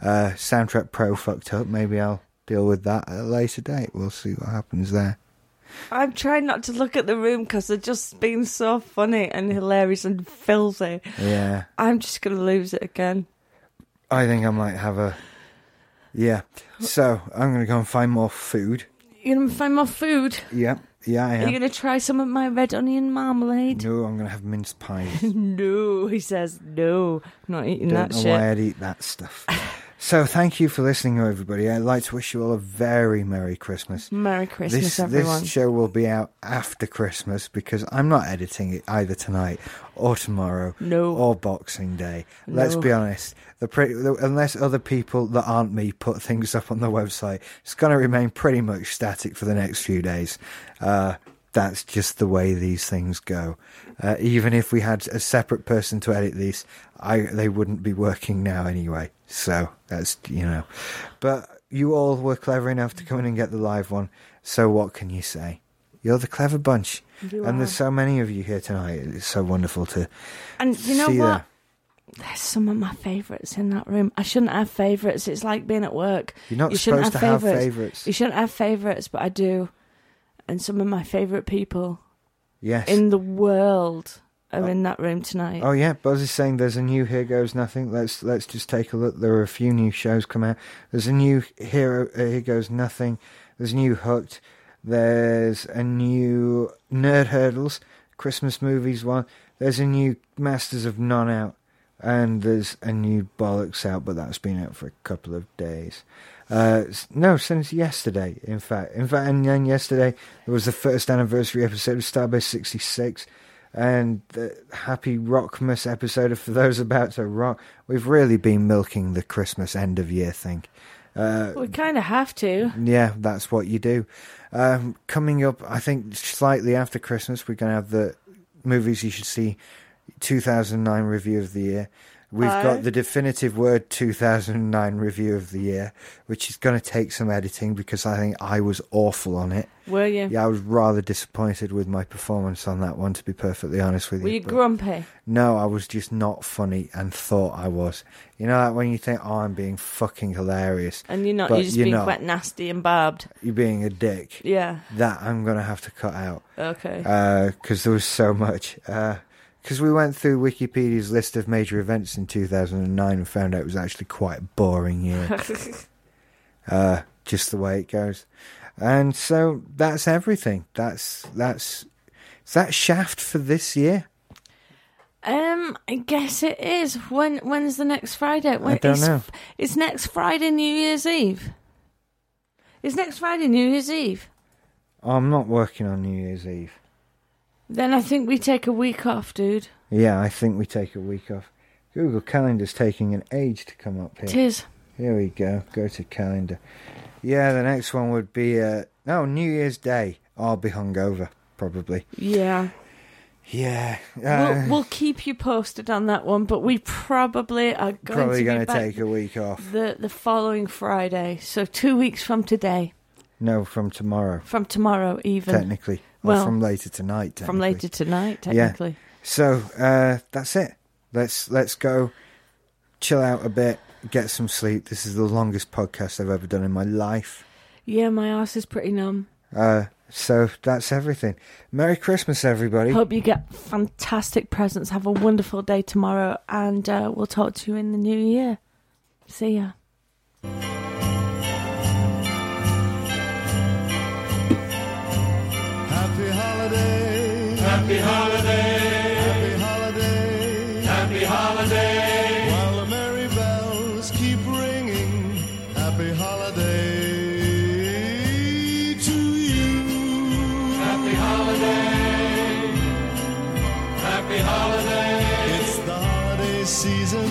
[SPEAKER 1] Uh, Soundtrack Pro fucked up. Maybe I'll deal with that at a later date. We'll see what happens there.
[SPEAKER 2] I'm trying not to look at the room because they're just being so funny and hilarious and filthy.
[SPEAKER 1] Yeah.
[SPEAKER 2] I'm just going to lose it again.
[SPEAKER 1] I think I might have a. Yeah. So I'm going to go and find more food.
[SPEAKER 2] You're going to find more food?
[SPEAKER 1] Yeah. Yeah, I
[SPEAKER 2] Are you
[SPEAKER 1] am.
[SPEAKER 2] going to try some of my red onion marmalade?
[SPEAKER 1] No, I'm going to have mince pies.
[SPEAKER 2] No, he says, no, I'm not eating
[SPEAKER 1] Don't
[SPEAKER 2] that
[SPEAKER 1] know
[SPEAKER 2] shit.
[SPEAKER 1] why I'd eat that stuff. so thank you for listening, everybody. I'd like to wish you all a very Merry Christmas.
[SPEAKER 2] Merry Christmas,
[SPEAKER 1] this,
[SPEAKER 2] everyone.
[SPEAKER 1] This show will be out after Christmas because I'm not editing it either tonight or tomorrow
[SPEAKER 2] No.
[SPEAKER 1] or Boxing Day. Let's
[SPEAKER 2] No.
[SPEAKER 1] be honest. The pre- the, unless other people that aren't me put things up on the website, it's going to remain pretty much static for the next few days. Uh, that's just the way these things go. Uh, even if we had a separate person to edit these, I they wouldn't be working now anyway. So that's you know, but you all were clever enough to come in and get the live one. So what can you say? You're the clever bunch,
[SPEAKER 2] You
[SPEAKER 1] and
[SPEAKER 2] are.
[SPEAKER 1] there's so many of you here tonight. It's so wonderful to
[SPEAKER 2] and you know
[SPEAKER 1] see
[SPEAKER 2] what?
[SPEAKER 1] that.
[SPEAKER 2] There's some of my favourites in that room. I shouldn't have favourites. It's like being at work.
[SPEAKER 1] You're not
[SPEAKER 2] you shouldn't
[SPEAKER 1] supposed
[SPEAKER 2] have
[SPEAKER 1] to have
[SPEAKER 2] favourites.
[SPEAKER 1] favourites.
[SPEAKER 2] You shouldn't have favourites, but I do. And some of my favourite people
[SPEAKER 1] Yes.
[SPEAKER 2] in the world are in that room tonight.
[SPEAKER 1] Oh yeah, Buzz is saying there's a new Here Goes Nothing. Let's let's just take a look. There are a few new shows come out. There's a new Hero uh, Here Goes Nothing. There's a new Hooked. There's a new Nerd Hurdles Christmas movies one. There's a new Masters of None out, and there's a new Bollocks out, but that's been out for a couple of days. Uh, s- no, since yesterday, in fact. In fact, and then yesterday there was the first anniversary episode of Starbase 66 and the happy Rockmas episode of For Those About to Rock. We've really been milking the Christmas end of year thing. Uh,
[SPEAKER 2] we kind of have to.
[SPEAKER 1] yeah, that's what you do. Um, coming up, I think slightly after Christmas, we're going to have the movies you should see 2009 review of the year. We've
[SPEAKER 2] Hi.
[SPEAKER 1] got the definitive word 2009 review of the year, which is going to take some editing because I think I was awful on it.
[SPEAKER 2] Were you?
[SPEAKER 1] Yeah, I was rather disappointed with my performance on that one, to be perfectly honest with you.
[SPEAKER 2] Were you
[SPEAKER 1] but-
[SPEAKER 2] grumpy?
[SPEAKER 1] no, I was just not funny and thought I was. You know, like when you think, oh, I'm being fucking hilarious.
[SPEAKER 2] And you're not.
[SPEAKER 1] But
[SPEAKER 2] You're just
[SPEAKER 1] you're
[SPEAKER 2] being
[SPEAKER 1] not.
[SPEAKER 2] quite nasty and barbed.
[SPEAKER 1] You're being a dick.
[SPEAKER 2] Yeah.
[SPEAKER 1] That I'm going to have to cut out
[SPEAKER 2] Okay.
[SPEAKER 1] because there was so much. Because we went through Wikipedia's list of major events in 2009 and found out it was actually quite a boring year. uh, just the way it goes. And so that's everything. That's that's is that shaft for this year.
[SPEAKER 2] Um, I guess it is. When when's the next Friday? When,
[SPEAKER 1] don't
[SPEAKER 2] it's,
[SPEAKER 1] know.
[SPEAKER 2] It's next Friday, New Year's Eve. It's next Friday, New Year's Eve.
[SPEAKER 1] I'm not working on New Year's Eve.
[SPEAKER 2] Then I think we take a week off, dude.
[SPEAKER 1] Yeah, I think we take a week off. Google Calendar's taking an age to come up here.
[SPEAKER 2] Tis.
[SPEAKER 1] Here we go. Go to calendar. Yeah, the next one would be uh no New Year's Day. I'll be hungover probably.
[SPEAKER 2] Yeah.
[SPEAKER 1] Yeah, uh,
[SPEAKER 2] we'll, we'll keep you posted on that one, but we probably are going
[SPEAKER 1] probably
[SPEAKER 2] to
[SPEAKER 1] going
[SPEAKER 2] be
[SPEAKER 1] to
[SPEAKER 2] back
[SPEAKER 1] take a week off.
[SPEAKER 2] the the following Friday. So two weeks from today,
[SPEAKER 1] No, from tomorrow
[SPEAKER 2] from tomorrow, even
[SPEAKER 1] technically.
[SPEAKER 2] Well,
[SPEAKER 1] or from later tonight.
[SPEAKER 2] from
[SPEAKER 1] technically.
[SPEAKER 2] later tonight,
[SPEAKER 1] Yeah.
[SPEAKER 2] technically.
[SPEAKER 1] So uh, that's it. Let's let's go chill out a bit, get some sleep. This is the longest podcast I've ever done in my life.
[SPEAKER 2] Yeah, my ass is pretty numb.
[SPEAKER 1] Uh, so that's everything. Merry Christmas, everybody.
[SPEAKER 2] Hope you get fantastic presents. Have a wonderful day tomorrow, and uh, we'll talk to you in the new year. See ya.
[SPEAKER 10] Happy holiday. Happy holiday. Happy holiday. Happy holiday. While the merry bells keep ringing, happy holiday to you. Happy holiday. Happy holiday. It's the holiday season.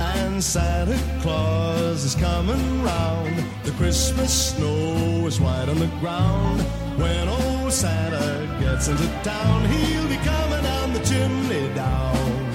[SPEAKER 10] And Santa Claus is coming round. The Christmas snow is white on the ground. When old Santa gets into town, he'll be coming down the chimney down.